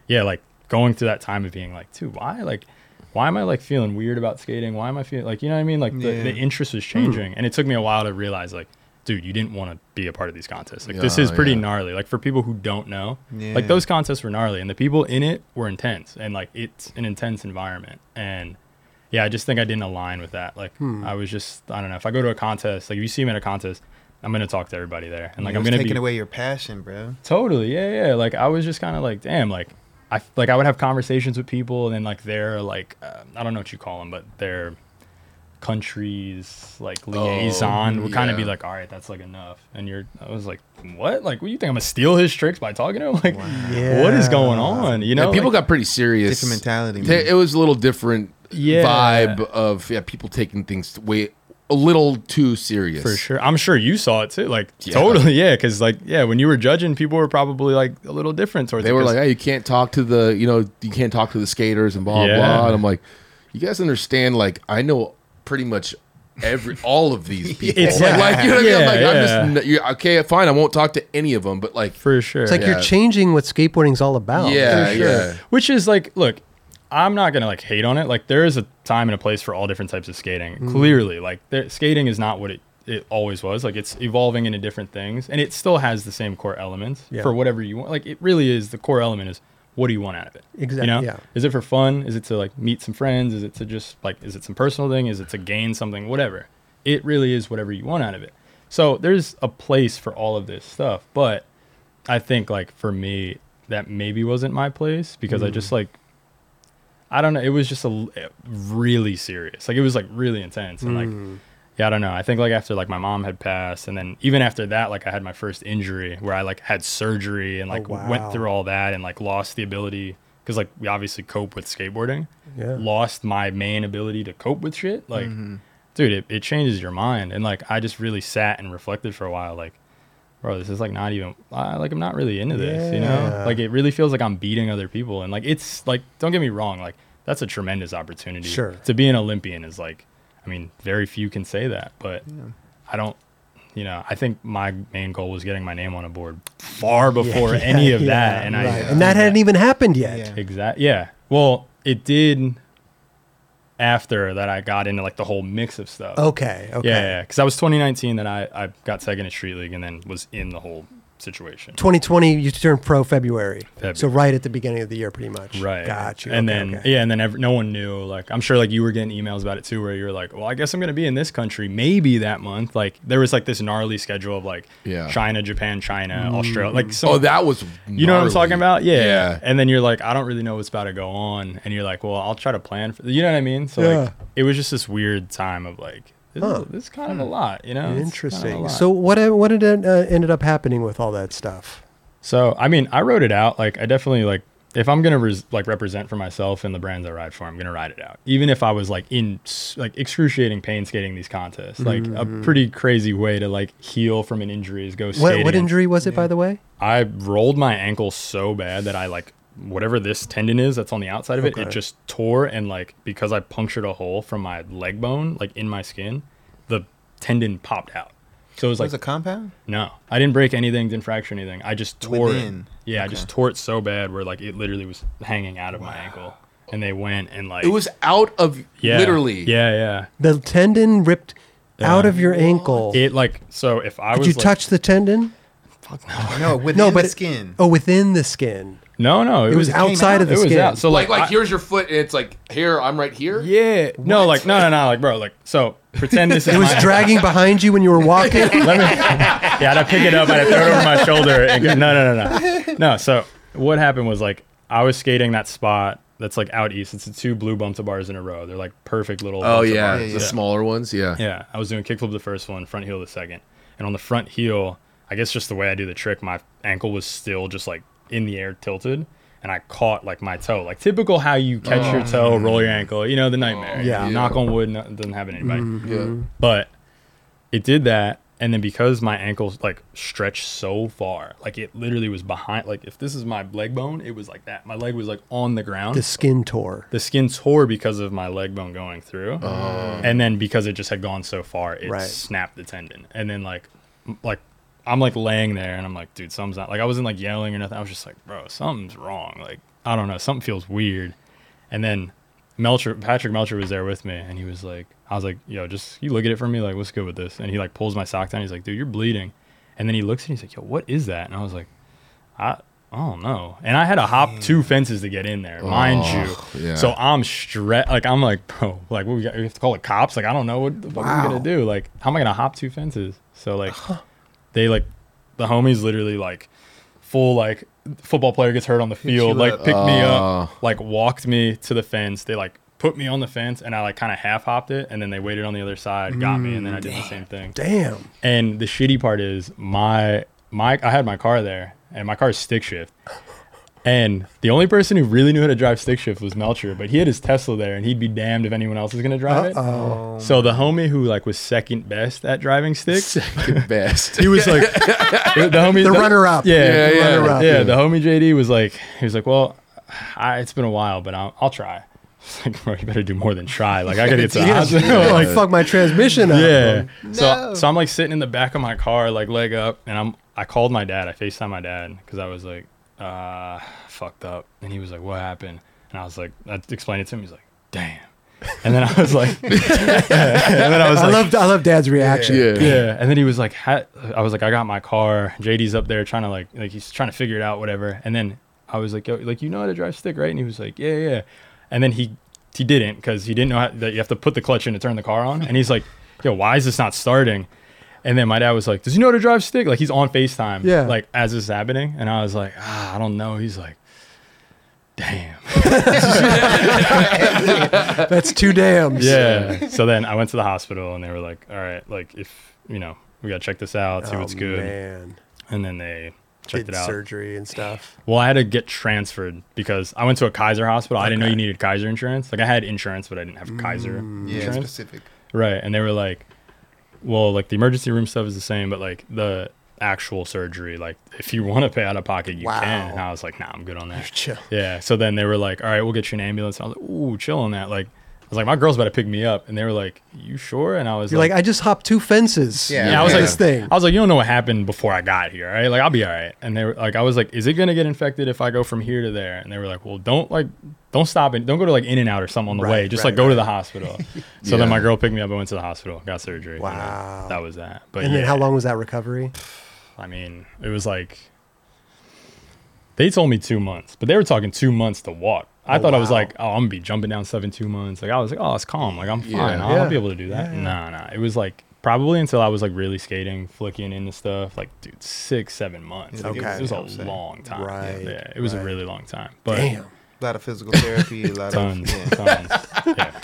[SPEAKER 3] yeah, like going through that time of being like, dude, why like. Why am I like feeling weird about skating? Why am I feeling like you know what I mean? Like the,
[SPEAKER 2] Yeah.
[SPEAKER 3] the interest was changing, and it took me a while to realize like, dude, you didn't want to be a part of these contests. Like this
[SPEAKER 4] Yeah,
[SPEAKER 3] is pretty
[SPEAKER 4] yeah.
[SPEAKER 3] gnarly. Like for people who don't know,
[SPEAKER 2] Yeah.
[SPEAKER 3] like those contests were gnarly, and the people in it were intense, and like it's an intense environment. And yeah, I just think I didn't align with that. Like
[SPEAKER 2] Hmm.
[SPEAKER 3] I was just I don't know. If I go to a contest, like if you see me at a contest, I'm gonna talk to everybody there, and like
[SPEAKER 2] It
[SPEAKER 3] I'm
[SPEAKER 2] was
[SPEAKER 3] gonna
[SPEAKER 2] taking
[SPEAKER 3] be
[SPEAKER 2] away your passion, bro.
[SPEAKER 3] Totally. Yeah, yeah. Like I was just kind of like, damn, like I like I would have conversations with people and then like their like uh, I don't know what you call them, but their countries like liaison would kind of be
[SPEAKER 4] Oh, yeah.
[SPEAKER 3] like, all right, that's like enough. And you're I was like, what? Like, what you think I'm gonna steal his tricks by talking to him? <laughs> Like, what is going on? You know,
[SPEAKER 4] yeah, people
[SPEAKER 3] Like,
[SPEAKER 4] got pretty serious.
[SPEAKER 2] Different mentality.
[SPEAKER 4] They- It
[SPEAKER 2] Man.
[SPEAKER 4] was a little different
[SPEAKER 3] Yeah.
[SPEAKER 4] vibe of yeah, people taking things way a little too serious.
[SPEAKER 3] for sure. I'm sure you saw it too. Like,
[SPEAKER 4] Yeah.
[SPEAKER 3] totally. Yeah, because like yeah, when you were judging, people were probably like a little different towards.
[SPEAKER 4] They
[SPEAKER 3] it
[SPEAKER 4] were
[SPEAKER 3] 'cause-
[SPEAKER 4] like, "Hey, you can't talk to the you know you can't talk to the skaters and blah
[SPEAKER 3] Yeah.
[SPEAKER 4] blah." And I'm like, "You guys understand? Like, I know pretty much." Every all
[SPEAKER 3] <laughs>
[SPEAKER 4] of these people,
[SPEAKER 3] It's
[SPEAKER 4] like,
[SPEAKER 3] like-
[SPEAKER 4] you know what I mean? I'm like,
[SPEAKER 3] Yeah,
[SPEAKER 4] I'm just you okay. Fine, I won't talk to any of them. But like,
[SPEAKER 3] for sure.
[SPEAKER 1] It's like
[SPEAKER 4] Yeah.
[SPEAKER 1] you're changing what skateboarding's all about.
[SPEAKER 4] yeah,
[SPEAKER 3] for sure.
[SPEAKER 4] yeah.
[SPEAKER 3] Which is like, look, I'm not gonna like hate on it. Like there is a time and a place for all different types of skating. Clearly, like there, skating is not what it it always was. Like it's evolving into different things, and it still has the same core elements
[SPEAKER 1] Yeah.
[SPEAKER 3] for whatever you want. Like it really is the core element is what do you want out of it?
[SPEAKER 1] Exact-
[SPEAKER 3] You know?
[SPEAKER 1] yeah.
[SPEAKER 3] Is it for fun? Is it to like meet some friends? Is it to just like is it some personal thing? Is it to gain something? Whatever. It really is whatever you want out of it. So there's a place for all of this stuff, but I think like for me that maybe wasn't my place because I
[SPEAKER 1] Mm.
[SPEAKER 3] just like I don't know it was just a l- eh, really serious like it was like really intense and like yeah I don't know I think like after like my mom had passed and then even after that like I had my first injury where I like had surgery and like
[SPEAKER 1] wow.
[SPEAKER 3] went through all that and like lost the ability because like we obviously cope with skateboarding
[SPEAKER 1] Yeah. Mm-hmm.
[SPEAKER 3] lost my main ability to cope with shit like dude it, it changes your mind and like I just really sat and reflected for a while like bro, this is like not even I like I'm not really into this, you know?
[SPEAKER 1] Yeah.
[SPEAKER 3] Like it really feels like I'm beating other people and like it's like don't get me wrong, like that's a tremendous opportunity.
[SPEAKER 1] Sure.
[SPEAKER 3] To be an Olympian is like I mean, very few can say that, but I don't you know, I think my main goal was getting my name on a board far before any of
[SPEAKER 1] <laughs> Yeah,
[SPEAKER 3] that and I
[SPEAKER 1] right. and that hadn't even happened yet.
[SPEAKER 2] Yeah.
[SPEAKER 3] Exactly. Yeah. Well, it did after that I got into like the whole mix of stuff.
[SPEAKER 1] Okay. Oh, Okay.
[SPEAKER 3] Yeah, yeah, because that was 2019 that I, I got second in Street League and then was in the whole situation.
[SPEAKER 1] 2020, you turned pro February.
[SPEAKER 3] February.
[SPEAKER 1] So right at the beginning of the year, pretty much.
[SPEAKER 3] Right.
[SPEAKER 1] Got you.
[SPEAKER 3] And
[SPEAKER 1] Okay,
[SPEAKER 3] then,
[SPEAKER 1] okay.
[SPEAKER 3] yeah, and then ev- no one knew. Like, I'm sure like you were getting emails about it too, where you're like, well, I guess I'm going to be in this country maybe that month. Like, there was like this gnarly schedule of like
[SPEAKER 4] Yeah.
[SPEAKER 3] China, Japan,
[SPEAKER 1] Mm.
[SPEAKER 3] China, Australia. Like, some,
[SPEAKER 4] Oh, that was
[SPEAKER 3] you know what I'm
[SPEAKER 4] gnarly.
[SPEAKER 3] talking about? Yeah.
[SPEAKER 4] yeah.
[SPEAKER 3] And then you're like, I don't really know what's about to go on. And you're like, well, I'll try to plan for, you know what I mean? So,
[SPEAKER 1] Yeah.
[SPEAKER 3] like, it was just this weird time of like, this,
[SPEAKER 1] Huh.
[SPEAKER 3] is, this is kind of a lot, you know? It's kind of a
[SPEAKER 1] Interesting.
[SPEAKER 3] lot.
[SPEAKER 1] So what what did it, uh, ended up happening with all that stuff?
[SPEAKER 3] So I mean, I wrote it out. Like I definitely like if I'm gonna res- like represent for myself and the brands I ride for, I'm gonna ride it out. Even if I was like in s- like excruciating pain skating these contests, like a pretty crazy way to like heal from an injury is go skating.
[SPEAKER 1] Mm-hmm. What, what injury was it, by the way?
[SPEAKER 3] I rolled my ankle so bad that I like whatever this tendon is that's on the outside of it,
[SPEAKER 1] Okay.
[SPEAKER 3] it just tore and like because I punctured a hole from my leg bone like in my skin, the tendon popped out. So it was
[SPEAKER 2] It
[SPEAKER 3] like
[SPEAKER 2] was a
[SPEAKER 3] <laughs>
[SPEAKER 2] compound?
[SPEAKER 3] no, I didn't break anything, didn't fracture anything. I just tore
[SPEAKER 2] Within.
[SPEAKER 3] it. Yeah, I just tore it so bad where like it literally was hanging out of my ankle. And they went and like
[SPEAKER 4] It was out of
[SPEAKER 3] yeah,
[SPEAKER 4] literally.
[SPEAKER 3] yeah yeah.
[SPEAKER 1] The tendon ripped out of your ankle.
[SPEAKER 3] It like so if I
[SPEAKER 1] Did
[SPEAKER 3] was
[SPEAKER 1] you
[SPEAKER 3] like,
[SPEAKER 1] touch the tendon?
[SPEAKER 2] No, within
[SPEAKER 1] No, but
[SPEAKER 2] the skin.
[SPEAKER 1] Oh, within the skin.
[SPEAKER 3] no no it,
[SPEAKER 1] It, was,
[SPEAKER 3] was
[SPEAKER 1] outside
[SPEAKER 2] out?
[SPEAKER 1] of the
[SPEAKER 3] it was
[SPEAKER 1] skin.
[SPEAKER 3] out so
[SPEAKER 4] Like
[SPEAKER 3] like
[SPEAKER 4] like
[SPEAKER 3] I-
[SPEAKER 4] here's your foot and it's like here I'm right here.
[SPEAKER 3] yeah no like no no no like bro like so pretend this is
[SPEAKER 1] <laughs> it
[SPEAKER 3] <laughs>
[SPEAKER 1] was
[SPEAKER 3] my-
[SPEAKER 1] dragging behind you when you were walking.
[SPEAKER 3] Let me. Yeah, I'd pick it up and I'd throw it over my shoulder. And go, no, no, no, no. No. So what happened was like I was skating that spot that's like out east. It's the two blue bumps of bars in a row. They're like perfect little.
[SPEAKER 4] Oh
[SPEAKER 3] bumps of
[SPEAKER 4] yeah,
[SPEAKER 3] bars.
[SPEAKER 4] the smaller ones. Yeah.
[SPEAKER 3] Yeah, I was doing kickflip the first one, front heel the second, and on the front heel, I guess just the way I do the trick, my ankle was still just like in the air tilted, and I caught like my toe, like typical how you catch your toe, roll your ankle, you know, the nightmare.
[SPEAKER 1] Yeah.
[SPEAKER 4] yeah. Mm-hmm.
[SPEAKER 3] knock on wood, no, it doesn't happen to anybody.
[SPEAKER 4] Yeah.
[SPEAKER 3] But it did that, and then because my ankles like stretched so far, like it literally was behind. Like if this is my leg bone, it was like that. My leg was like on the ground
[SPEAKER 1] the skin tore.
[SPEAKER 3] the skin tore because of my leg bone going through, and then because it just had gone so far, it
[SPEAKER 1] Right.
[SPEAKER 3] snapped the tendon. And then like, m- like I'm like laying there, and I'm like, dude, something's not. Like I wasn't like yelling or nothing. I was just like, bro, something's wrong. Like I don't know, something feels weird. And then Melcher, Patrick Melcher was there with me, and he was like, I was like, yo, just you look at it for me. Like what's good with this? And he like pulls my sock down. He's like, dude, you're bleeding. And then he looks and he's like, yo, what is that? And I was like, I. I don't know. And I had to hop two fences to get in there, mind you.
[SPEAKER 4] yeah.
[SPEAKER 3] So I'm stre like I'm like, <laughs> bro, like what we, got, we have to call the cops. Like I don't know what the fuck I'm gonna do. Like how am I gonna hop two fences? So like <sighs> they like the homies literally like full like football player gets hurt on the field,
[SPEAKER 2] you
[SPEAKER 3] like
[SPEAKER 2] up.
[SPEAKER 3] picked me
[SPEAKER 4] Oh.
[SPEAKER 3] up, like walked me to the fence. They like put me on the fence and I like kind of half hopped it and then they waited on the other side, got me, and then I did
[SPEAKER 2] Mm.
[SPEAKER 3] the same thing.
[SPEAKER 1] Damn.
[SPEAKER 3] And the shitty part is my my I had my car there and my car's stick shift. And the only person who really knew how to drive stick shift was Melcher, but he had his Tesla there and he'd be damned if anyone else was gonna drive it. So the homie who like was second best at driving stick, <laughs>
[SPEAKER 4] Second best.
[SPEAKER 3] he was like the homie
[SPEAKER 1] The runner-up.
[SPEAKER 3] Yeah,
[SPEAKER 4] Yeah,
[SPEAKER 3] the
[SPEAKER 4] yeah.
[SPEAKER 3] runner-up.
[SPEAKER 1] Yeah.
[SPEAKER 3] Yeah, the homie JD was like he was like, Well, I, it's been a while, but I'll, I'll try. <laughs> It's like, bro, you better do more than try. Like I gotta <laughs> get to the
[SPEAKER 1] <laughs>
[SPEAKER 3] hospital.
[SPEAKER 1] like
[SPEAKER 3] Like,
[SPEAKER 1] fuck my transmission up.
[SPEAKER 3] yeah. So
[SPEAKER 2] No.
[SPEAKER 3] so I'm like sitting in the back of my car, like leg up, and I'm I called my dad. I Facetime my dad because I was like, uh, fucked up, and he was like, what happened? And I was like, I explained it to him. He's like, damn. And then I was like, <laughs> and then I was
[SPEAKER 1] I
[SPEAKER 3] like,
[SPEAKER 1] love I love Dad's reaction.
[SPEAKER 4] yeah.
[SPEAKER 3] yeah. And then he was like, ha- I was like, I got my car. JD's up there trying to like, like he's trying to figure it out, whatever. And then I was like, Yo, like you know how to drive stick, right? And he was like, yeah, yeah. And then he he didn't because he didn't know how, that you have to put the clutch in to turn the car on. And he's like, Yo, why is this not starting? And then my dad was like, Does he know how to drive stick? Like he's on Facetime,
[SPEAKER 1] Yeah.
[SPEAKER 3] Like as this is happening, and I was like, ah, I don't know. He's like. Damn.
[SPEAKER 1] That's two dams.
[SPEAKER 3] Yeah. so then I went to the hospital and they were like, all right, like if, you know, we got to check this out, see
[SPEAKER 1] Oh,
[SPEAKER 3] what's good
[SPEAKER 1] Man.
[SPEAKER 3] and then they checked
[SPEAKER 1] Did
[SPEAKER 3] it out.
[SPEAKER 1] surgery and stuff.
[SPEAKER 3] Well, I had to get transferred because I went to a Kaiser hospital. I didn't know you needed Kaiser insurance. Like I had insurance, but I didn't have Kaiser
[SPEAKER 1] Mm,
[SPEAKER 2] Yeah,
[SPEAKER 3] insurance.
[SPEAKER 2] specific.
[SPEAKER 3] Right, and they were like, "Well, like the emergency room stuff is the same, but like the actual surgery, like if you want to pay out of pocket, you
[SPEAKER 1] Wow.
[SPEAKER 3] can." And I was like, "Nah, I'm good on that."
[SPEAKER 1] <laughs> Chill.
[SPEAKER 3] Yeah. So then they were like, "All right, we'll get you an ambulance." And I was like, "Ooh, chill on that." Like, I was like, "My girl's about to pick me up," and they were like, "You sure?" And I was
[SPEAKER 1] You're like, I just hopped two fences.
[SPEAKER 2] Yeah.
[SPEAKER 1] to
[SPEAKER 3] yeah, I was
[SPEAKER 1] do
[SPEAKER 3] like,
[SPEAKER 1] this thing.
[SPEAKER 3] I was like, you don't know what happened before I got here, right? Like, I'll be all right. And they were like, I was like, is it gonna get infected if I go from here to there? And they were like, well, don't like, don't stop it, don't go to like In and Out or something on the way. Just like go to the hospital. so then
[SPEAKER 4] Yeah.
[SPEAKER 3] my girl picked me up. I went to the hospital, got surgery. and
[SPEAKER 1] Wow.
[SPEAKER 3] that was that. But
[SPEAKER 1] and then
[SPEAKER 3] yeah,
[SPEAKER 1] how long was that recovery?
[SPEAKER 3] I mean, it was like they told me two months, but they were talking two months to walk. I thought I was
[SPEAKER 1] wow.
[SPEAKER 3] like, oh, I'm gonna be jumping down seven two months. Like I was like, oh, it's calm. Like I'm fine.
[SPEAKER 4] Yeah.
[SPEAKER 3] I'll,
[SPEAKER 1] Yeah.
[SPEAKER 3] I'll be able to do that. Nah, nah. It was like probably until I was like really skating, flicking into stuff. Like dude, six seven months. Like,
[SPEAKER 1] Okay.
[SPEAKER 3] it was, it was a
[SPEAKER 2] Upset.
[SPEAKER 3] long time.
[SPEAKER 1] Right,
[SPEAKER 3] Yeah, it was a really long time. But
[SPEAKER 1] Damn.
[SPEAKER 2] A lot of physical therapy, a lot
[SPEAKER 3] tons,
[SPEAKER 2] of
[SPEAKER 1] <laughs>
[SPEAKER 2] yeah.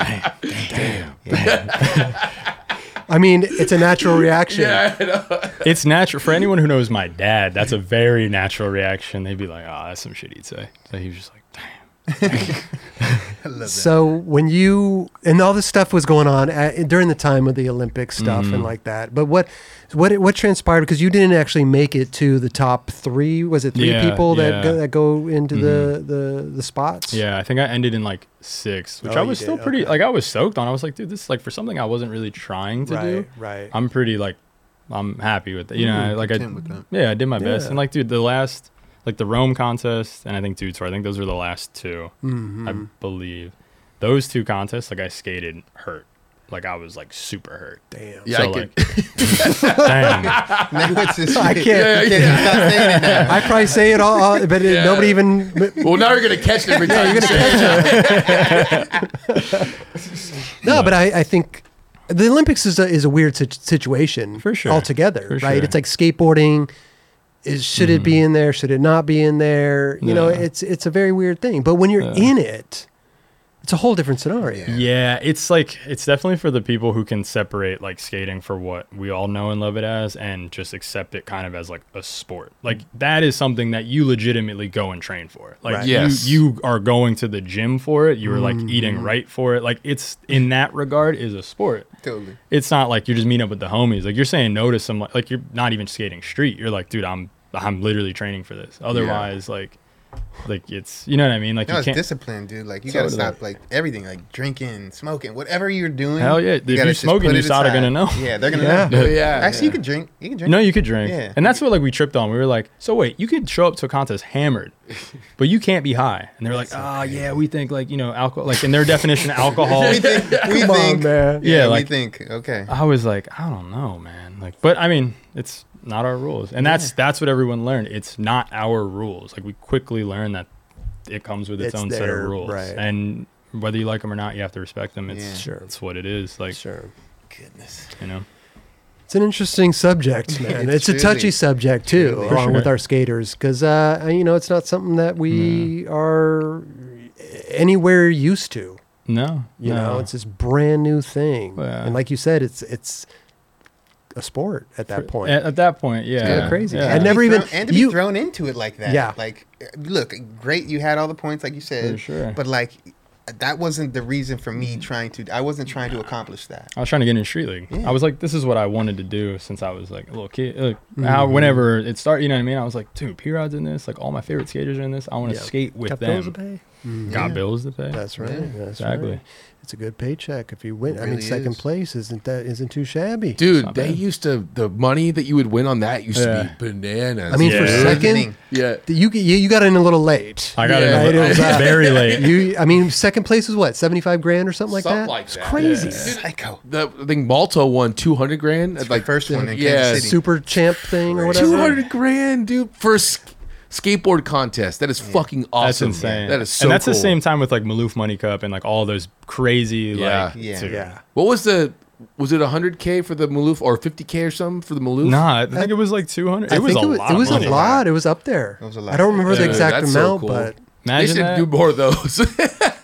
[SPEAKER 3] tons. Yeah.
[SPEAKER 1] I mean, it's a natural reaction.
[SPEAKER 4] <laughs>
[SPEAKER 3] It's natural for anyone who knows my dad. That's a very natural reaction. They'd be like, oh, that's some shit he'd say. So he was just like, damn.
[SPEAKER 1] So when you and all this stuff was going on at, during the time of the Olympic stuff
[SPEAKER 3] Mm-hmm.
[SPEAKER 1] and like that, but what what what transpired because you didn't actually make it to the top three? Was it three
[SPEAKER 3] Yeah,
[SPEAKER 1] people that
[SPEAKER 3] yeah. Mm-hmm.
[SPEAKER 1] go, that go into the, the the spots?
[SPEAKER 3] Yeah, I think I ended in like six, which
[SPEAKER 1] Oh,
[SPEAKER 3] I
[SPEAKER 1] you
[SPEAKER 3] was still
[SPEAKER 1] did,
[SPEAKER 3] pretty
[SPEAKER 1] okay.
[SPEAKER 3] like I was stoked on. I was like, dude, this is like for something I wasn't really trying to
[SPEAKER 1] right,
[SPEAKER 3] do.
[SPEAKER 1] right.
[SPEAKER 3] I'm pretty like I'm happy with it. You know,
[SPEAKER 2] Mm,
[SPEAKER 3] I- like I,
[SPEAKER 2] content with that.
[SPEAKER 3] yeah, I did my best.
[SPEAKER 1] Yeah.
[SPEAKER 3] And like, dude, the last, like the Rome contest, and I think Dude Tour. I think those were the last 2 I believe. Those two contests, like I skated hurt. Like I was like super hurt.
[SPEAKER 1] Damn.
[SPEAKER 4] Yeah, I
[SPEAKER 3] so,
[SPEAKER 4] could-
[SPEAKER 3] like, <laughs> dang.
[SPEAKER 2] <laughs> Now it's just-
[SPEAKER 1] I can't.
[SPEAKER 2] You can't stop saying it now.
[SPEAKER 1] I <laughs> probably say it all, but it,
[SPEAKER 4] Yeah.
[SPEAKER 1] nobody even. but-
[SPEAKER 4] Well, now you're gonna catch it every time. you say it.
[SPEAKER 1] No, but I, I think the Olympics is a, is a weird sit- situation
[SPEAKER 3] For sure.
[SPEAKER 1] altogether,
[SPEAKER 3] For
[SPEAKER 1] right?
[SPEAKER 3] sure. Mm-hmm.
[SPEAKER 1] It's like skateboarding. Is should it be in there? Should it not be in there? You know,
[SPEAKER 3] Yeah.
[SPEAKER 1] it's it's a very weird thing. But when you're in it, it's a whole different scenario.
[SPEAKER 3] Yeah, it's like it's definitely for the people who can separate like skating for what we all know and love it as and just accept it kind of as like a sport. Like that is something that you legitimately go and train for. Like
[SPEAKER 1] Right.
[SPEAKER 3] you
[SPEAKER 4] Yes.
[SPEAKER 3] you are going to the gym for it, you are like eating right for it. Like it's in that regard is a sport.
[SPEAKER 2] Totally.
[SPEAKER 3] It's not like you're just meeting up with the homies. Like you're saying no to some like you're not even skating street. You're like, dude, I'm I'm literally training for this. Otherwise, like like it's you know what I mean? Like
[SPEAKER 2] No,
[SPEAKER 3] you
[SPEAKER 2] it's
[SPEAKER 3] can't
[SPEAKER 2] discipline, dude. Like you
[SPEAKER 3] So
[SPEAKER 2] gotta
[SPEAKER 3] did
[SPEAKER 2] stop
[SPEAKER 3] I.
[SPEAKER 2] like everything, like drinking, smoking, whatever you're doing.
[SPEAKER 3] Hell yeah. If
[SPEAKER 2] gotta
[SPEAKER 3] you're
[SPEAKER 2] just
[SPEAKER 3] smoking,
[SPEAKER 2] put
[SPEAKER 3] your
[SPEAKER 2] it
[SPEAKER 3] side are gonna
[SPEAKER 2] aside.
[SPEAKER 3] know.
[SPEAKER 2] Yeah, they're gonna
[SPEAKER 1] Yeah.
[SPEAKER 2] know.
[SPEAKER 4] Yeah, yeah.
[SPEAKER 2] Actually, you could drink. You can drink.
[SPEAKER 3] No, you could drink.
[SPEAKER 2] Yeah.
[SPEAKER 3] And that's what like we tripped on. We were like, so wait, you could show up to a
[SPEAKER 1] <laughs>
[SPEAKER 3] contest hammered, but you can't be high. And they were like, oh yeah, we think like, you know, alcohol like in their
[SPEAKER 1] <laughs>
[SPEAKER 3] definition of alcohol.
[SPEAKER 2] we think. We
[SPEAKER 1] Come on,
[SPEAKER 2] think.
[SPEAKER 1] man.
[SPEAKER 2] Yeah,
[SPEAKER 3] Yeah,
[SPEAKER 2] we
[SPEAKER 3] like-
[SPEAKER 2] think. Okay.
[SPEAKER 3] I was like, I don't know, man. Like but I mean, it's not our rules. And that's that's what everyone learned. It's not our rules. Like we quickly learned that it comes with its,
[SPEAKER 1] It's
[SPEAKER 3] own set
[SPEAKER 1] their-
[SPEAKER 3] of rules.
[SPEAKER 1] right.
[SPEAKER 3] And whether you like them or not, you have to respect them. It's
[SPEAKER 2] Yeah.
[SPEAKER 1] Sure.
[SPEAKER 3] it's what it is. Like
[SPEAKER 1] Sure.
[SPEAKER 2] Goodness.
[SPEAKER 3] you know.
[SPEAKER 1] It's an interesting
[SPEAKER 3] <laughs>
[SPEAKER 1] subject, man.
[SPEAKER 2] It's
[SPEAKER 1] it's a touchy
[SPEAKER 2] really-
[SPEAKER 1] subject too,
[SPEAKER 2] really-
[SPEAKER 1] along
[SPEAKER 3] For
[SPEAKER 1] with
[SPEAKER 3] sure.
[SPEAKER 1] our skaters, because uh, you know it's not something that we are anywhere used to.
[SPEAKER 3] No.
[SPEAKER 1] You
[SPEAKER 3] no.
[SPEAKER 1] know, it's this brand new thing,
[SPEAKER 3] Yeah.
[SPEAKER 1] and like you said, it's it's a sport at that point.
[SPEAKER 3] At, at that point, yeah.
[SPEAKER 1] kinda crazy.
[SPEAKER 3] Yeah.
[SPEAKER 1] I
[SPEAKER 2] And to
[SPEAKER 1] never
[SPEAKER 2] be
[SPEAKER 1] even-
[SPEAKER 2] thrown- and to be
[SPEAKER 1] you-
[SPEAKER 2] thrown into it like that.
[SPEAKER 1] Yeah.
[SPEAKER 2] Like, look, great. You had all the points, like you said.
[SPEAKER 3] For sure.
[SPEAKER 2] But like, that wasn't the reason for me trying to. I wasn't trying to accomplish that.
[SPEAKER 3] I was trying to get into street league.
[SPEAKER 2] Yeah.
[SPEAKER 3] I was like, this is what I wanted to do since I was like a little kid. Like, how- whenever it started, you know what I mean? I was like, dude, P Rod's in this. Like, all my favorite skaters are in this. I want to
[SPEAKER 1] Yeah.
[SPEAKER 3] skate with
[SPEAKER 1] Got
[SPEAKER 3] them.
[SPEAKER 1] bills to pay?
[SPEAKER 3] Got
[SPEAKER 2] Yeah.
[SPEAKER 3] bills to pay.
[SPEAKER 1] That's right.
[SPEAKER 2] Yeah,
[SPEAKER 1] That's
[SPEAKER 3] exactly.
[SPEAKER 1] right. It's a good paycheck if you win.
[SPEAKER 2] It
[SPEAKER 1] I mean,
[SPEAKER 2] really
[SPEAKER 1] second
[SPEAKER 2] is.
[SPEAKER 1] place isn't that isn't too shabby.
[SPEAKER 4] Dude,
[SPEAKER 3] not
[SPEAKER 4] they
[SPEAKER 3] bad.
[SPEAKER 4] used to the money that you would win on that used
[SPEAKER 3] Yeah.
[SPEAKER 4] to be bananas.
[SPEAKER 1] I mean, for
[SPEAKER 3] Yeah.
[SPEAKER 1] second,
[SPEAKER 4] yeah,
[SPEAKER 1] you, you you got in a little late.
[SPEAKER 3] I got
[SPEAKER 4] Yeah.
[SPEAKER 3] in
[SPEAKER 1] Right, it was, uh,
[SPEAKER 3] <laughs> very late.
[SPEAKER 1] you, I mean, second place is what seventy five grand or something like
[SPEAKER 4] Something
[SPEAKER 1] that.
[SPEAKER 4] like
[SPEAKER 1] it's
[SPEAKER 4] that.
[SPEAKER 1] crazy.
[SPEAKER 4] Yeah.
[SPEAKER 2] Psycho.
[SPEAKER 4] the I think Malta won two hundred grand at
[SPEAKER 2] Like
[SPEAKER 4] like
[SPEAKER 2] first one in
[SPEAKER 4] yeah,
[SPEAKER 2] Kansas City.
[SPEAKER 1] Super champ thing or whatever.
[SPEAKER 4] two hundred grand, dude, for a sk- skateboard contest. That is fucking
[SPEAKER 3] That's
[SPEAKER 4] <laughs> awesome.
[SPEAKER 3] insane.
[SPEAKER 4] That is so.
[SPEAKER 3] And that's the
[SPEAKER 4] cool.
[SPEAKER 3] same time with like Maloof Money Cup and like all those crazy
[SPEAKER 4] Yeah.
[SPEAKER 3] like.
[SPEAKER 2] Yeah.
[SPEAKER 3] dude.
[SPEAKER 1] Yeah.
[SPEAKER 4] What was the? Was it hundred k for the Maloof or fifty k or something for the Maloof?
[SPEAKER 3] Nah, I think it was like 200. It
[SPEAKER 1] I
[SPEAKER 3] was
[SPEAKER 1] think
[SPEAKER 3] a
[SPEAKER 1] it was,
[SPEAKER 3] lot.
[SPEAKER 1] it
[SPEAKER 3] of
[SPEAKER 1] was
[SPEAKER 3] money.
[SPEAKER 1] a lot. It was up there.
[SPEAKER 2] It was a lot.
[SPEAKER 1] I don't remember the
[SPEAKER 4] Dude,
[SPEAKER 1] exact
[SPEAKER 4] that's so
[SPEAKER 1] amount,
[SPEAKER 4] cool.
[SPEAKER 1] but
[SPEAKER 4] they
[SPEAKER 3] Imagine
[SPEAKER 4] should
[SPEAKER 3] that.
[SPEAKER 4] do more of those. <laughs>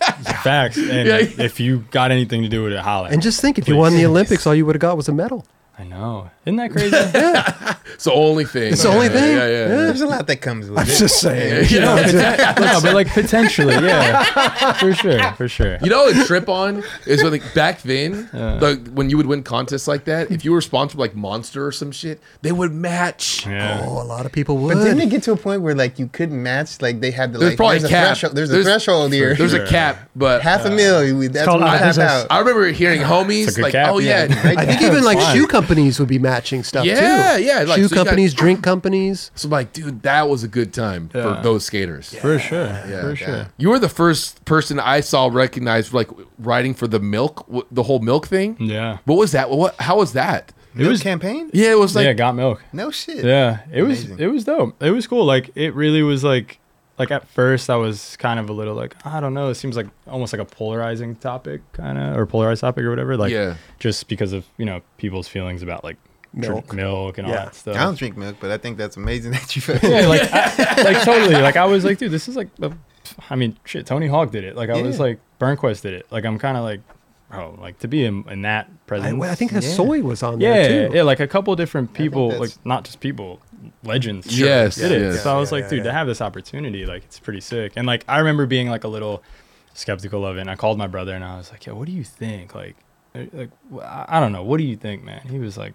[SPEAKER 3] Facts. And
[SPEAKER 4] Yeah.
[SPEAKER 3] if you got anything to do with it, holla.
[SPEAKER 1] and just think, if you won the Olympics, all you would have got was a medal.
[SPEAKER 3] I know. Isn't that crazy?
[SPEAKER 4] it's the only thing.
[SPEAKER 1] It's the only
[SPEAKER 4] Yeah,
[SPEAKER 1] thing.
[SPEAKER 4] Yeah, yeah.
[SPEAKER 2] There's a lot that comes with
[SPEAKER 1] I'm
[SPEAKER 2] it.
[SPEAKER 1] just saying.
[SPEAKER 4] Yeah.
[SPEAKER 3] no, but- no, but like potentially, yeah. For sure. For sure.
[SPEAKER 4] You know, a trip on is when, like back then, like when you would win contests like that. If you were sponsored by, like Monster or some shit, they would match.
[SPEAKER 3] Yeah.
[SPEAKER 1] Oh, a lot of people would.
[SPEAKER 2] But didn't it get to a point where like you couldn't match? Like they had the
[SPEAKER 4] There's
[SPEAKER 2] like
[SPEAKER 4] probably
[SPEAKER 2] there's
[SPEAKER 4] a cap.
[SPEAKER 2] a threshold. There's,
[SPEAKER 4] There's-
[SPEAKER 2] a threshold here.
[SPEAKER 4] There's a cap,
[SPEAKER 2] <laughs>
[SPEAKER 4] but
[SPEAKER 2] half a mil. we- That's
[SPEAKER 1] called
[SPEAKER 2] what we
[SPEAKER 1] out of
[SPEAKER 2] tap
[SPEAKER 1] business.
[SPEAKER 2] out.
[SPEAKER 4] I remember hearing homies
[SPEAKER 3] a good
[SPEAKER 4] like,
[SPEAKER 3] cap,
[SPEAKER 4] "Oh yeah,
[SPEAKER 3] yeah.
[SPEAKER 4] yeah.
[SPEAKER 1] I think even like
[SPEAKER 3] Fine.
[SPEAKER 1] shoe companies would be matching stuff
[SPEAKER 4] Yeah,
[SPEAKER 1] too.
[SPEAKER 4] yeah, like,
[SPEAKER 1] shoe
[SPEAKER 4] so you got-
[SPEAKER 1] companies, drink companies.
[SPEAKER 4] So I'm like, "Dude, that was a good time
[SPEAKER 3] Yeah.
[SPEAKER 4] for those skaters."
[SPEAKER 3] For sure. for sure.
[SPEAKER 2] yeah.
[SPEAKER 4] You were the first person I saw recognized for like riding for the milk, w- the whole milk thing.
[SPEAKER 3] Yeah.
[SPEAKER 4] What was that? What? How was that?
[SPEAKER 3] It was
[SPEAKER 2] campaign.
[SPEAKER 4] Yeah, it was like
[SPEAKER 3] yeah, got milk.
[SPEAKER 2] No shit.
[SPEAKER 3] Yeah. It was
[SPEAKER 2] Amazing.
[SPEAKER 3] it was dope. It was cool. Like it really was like like at first I was kind of a little like, I don't know, it seems like almost like a polarizing topic kinda or polarized topic or whatever. Like
[SPEAKER 4] Yeah.
[SPEAKER 3] just because of, you know, people's feelings about like tr-
[SPEAKER 1] Milk.
[SPEAKER 3] milk and
[SPEAKER 1] Yeah.
[SPEAKER 3] all that stuff.
[SPEAKER 2] I don't drink milk, but I think that's amazing <laughs> that you.
[SPEAKER 3] yeah, like, I, like totally. Like I was like, dude, this is like, the- I mean, shit. Tony Hawk did it. Like I was
[SPEAKER 2] Yeah.
[SPEAKER 3] like, Burnquist did it. Like I'm kind of like, bro, like to be in, in that
[SPEAKER 1] I,
[SPEAKER 3] presence.
[SPEAKER 1] I think that
[SPEAKER 2] Yeah.
[SPEAKER 1] soy was on
[SPEAKER 3] yeah,
[SPEAKER 1] there too.
[SPEAKER 3] yeah, like a couple different people, like
[SPEAKER 2] that's-
[SPEAKER 3] not just people, legends.
[SPEAKER 4] Sure. Yes,
[SPEAKER 3] did it.
[SPEAKER 4] yes.
[SPEAKER 3] so I was
[SPEAKER 1] Yeah,
[SPEAKER 3] like,
[SPEAKER 1] yeah,
[SPEAKER 3] dude,
[SPEAKER 1] yeah.
[SPEAKER 3] to have this opportunity, like it's pretty sick. And like I remember being like a little skeptical of it. And I called my brother and I was like, yo, what do you think? Like, uh, like wh- I I don't know. What do you think, man? He was like.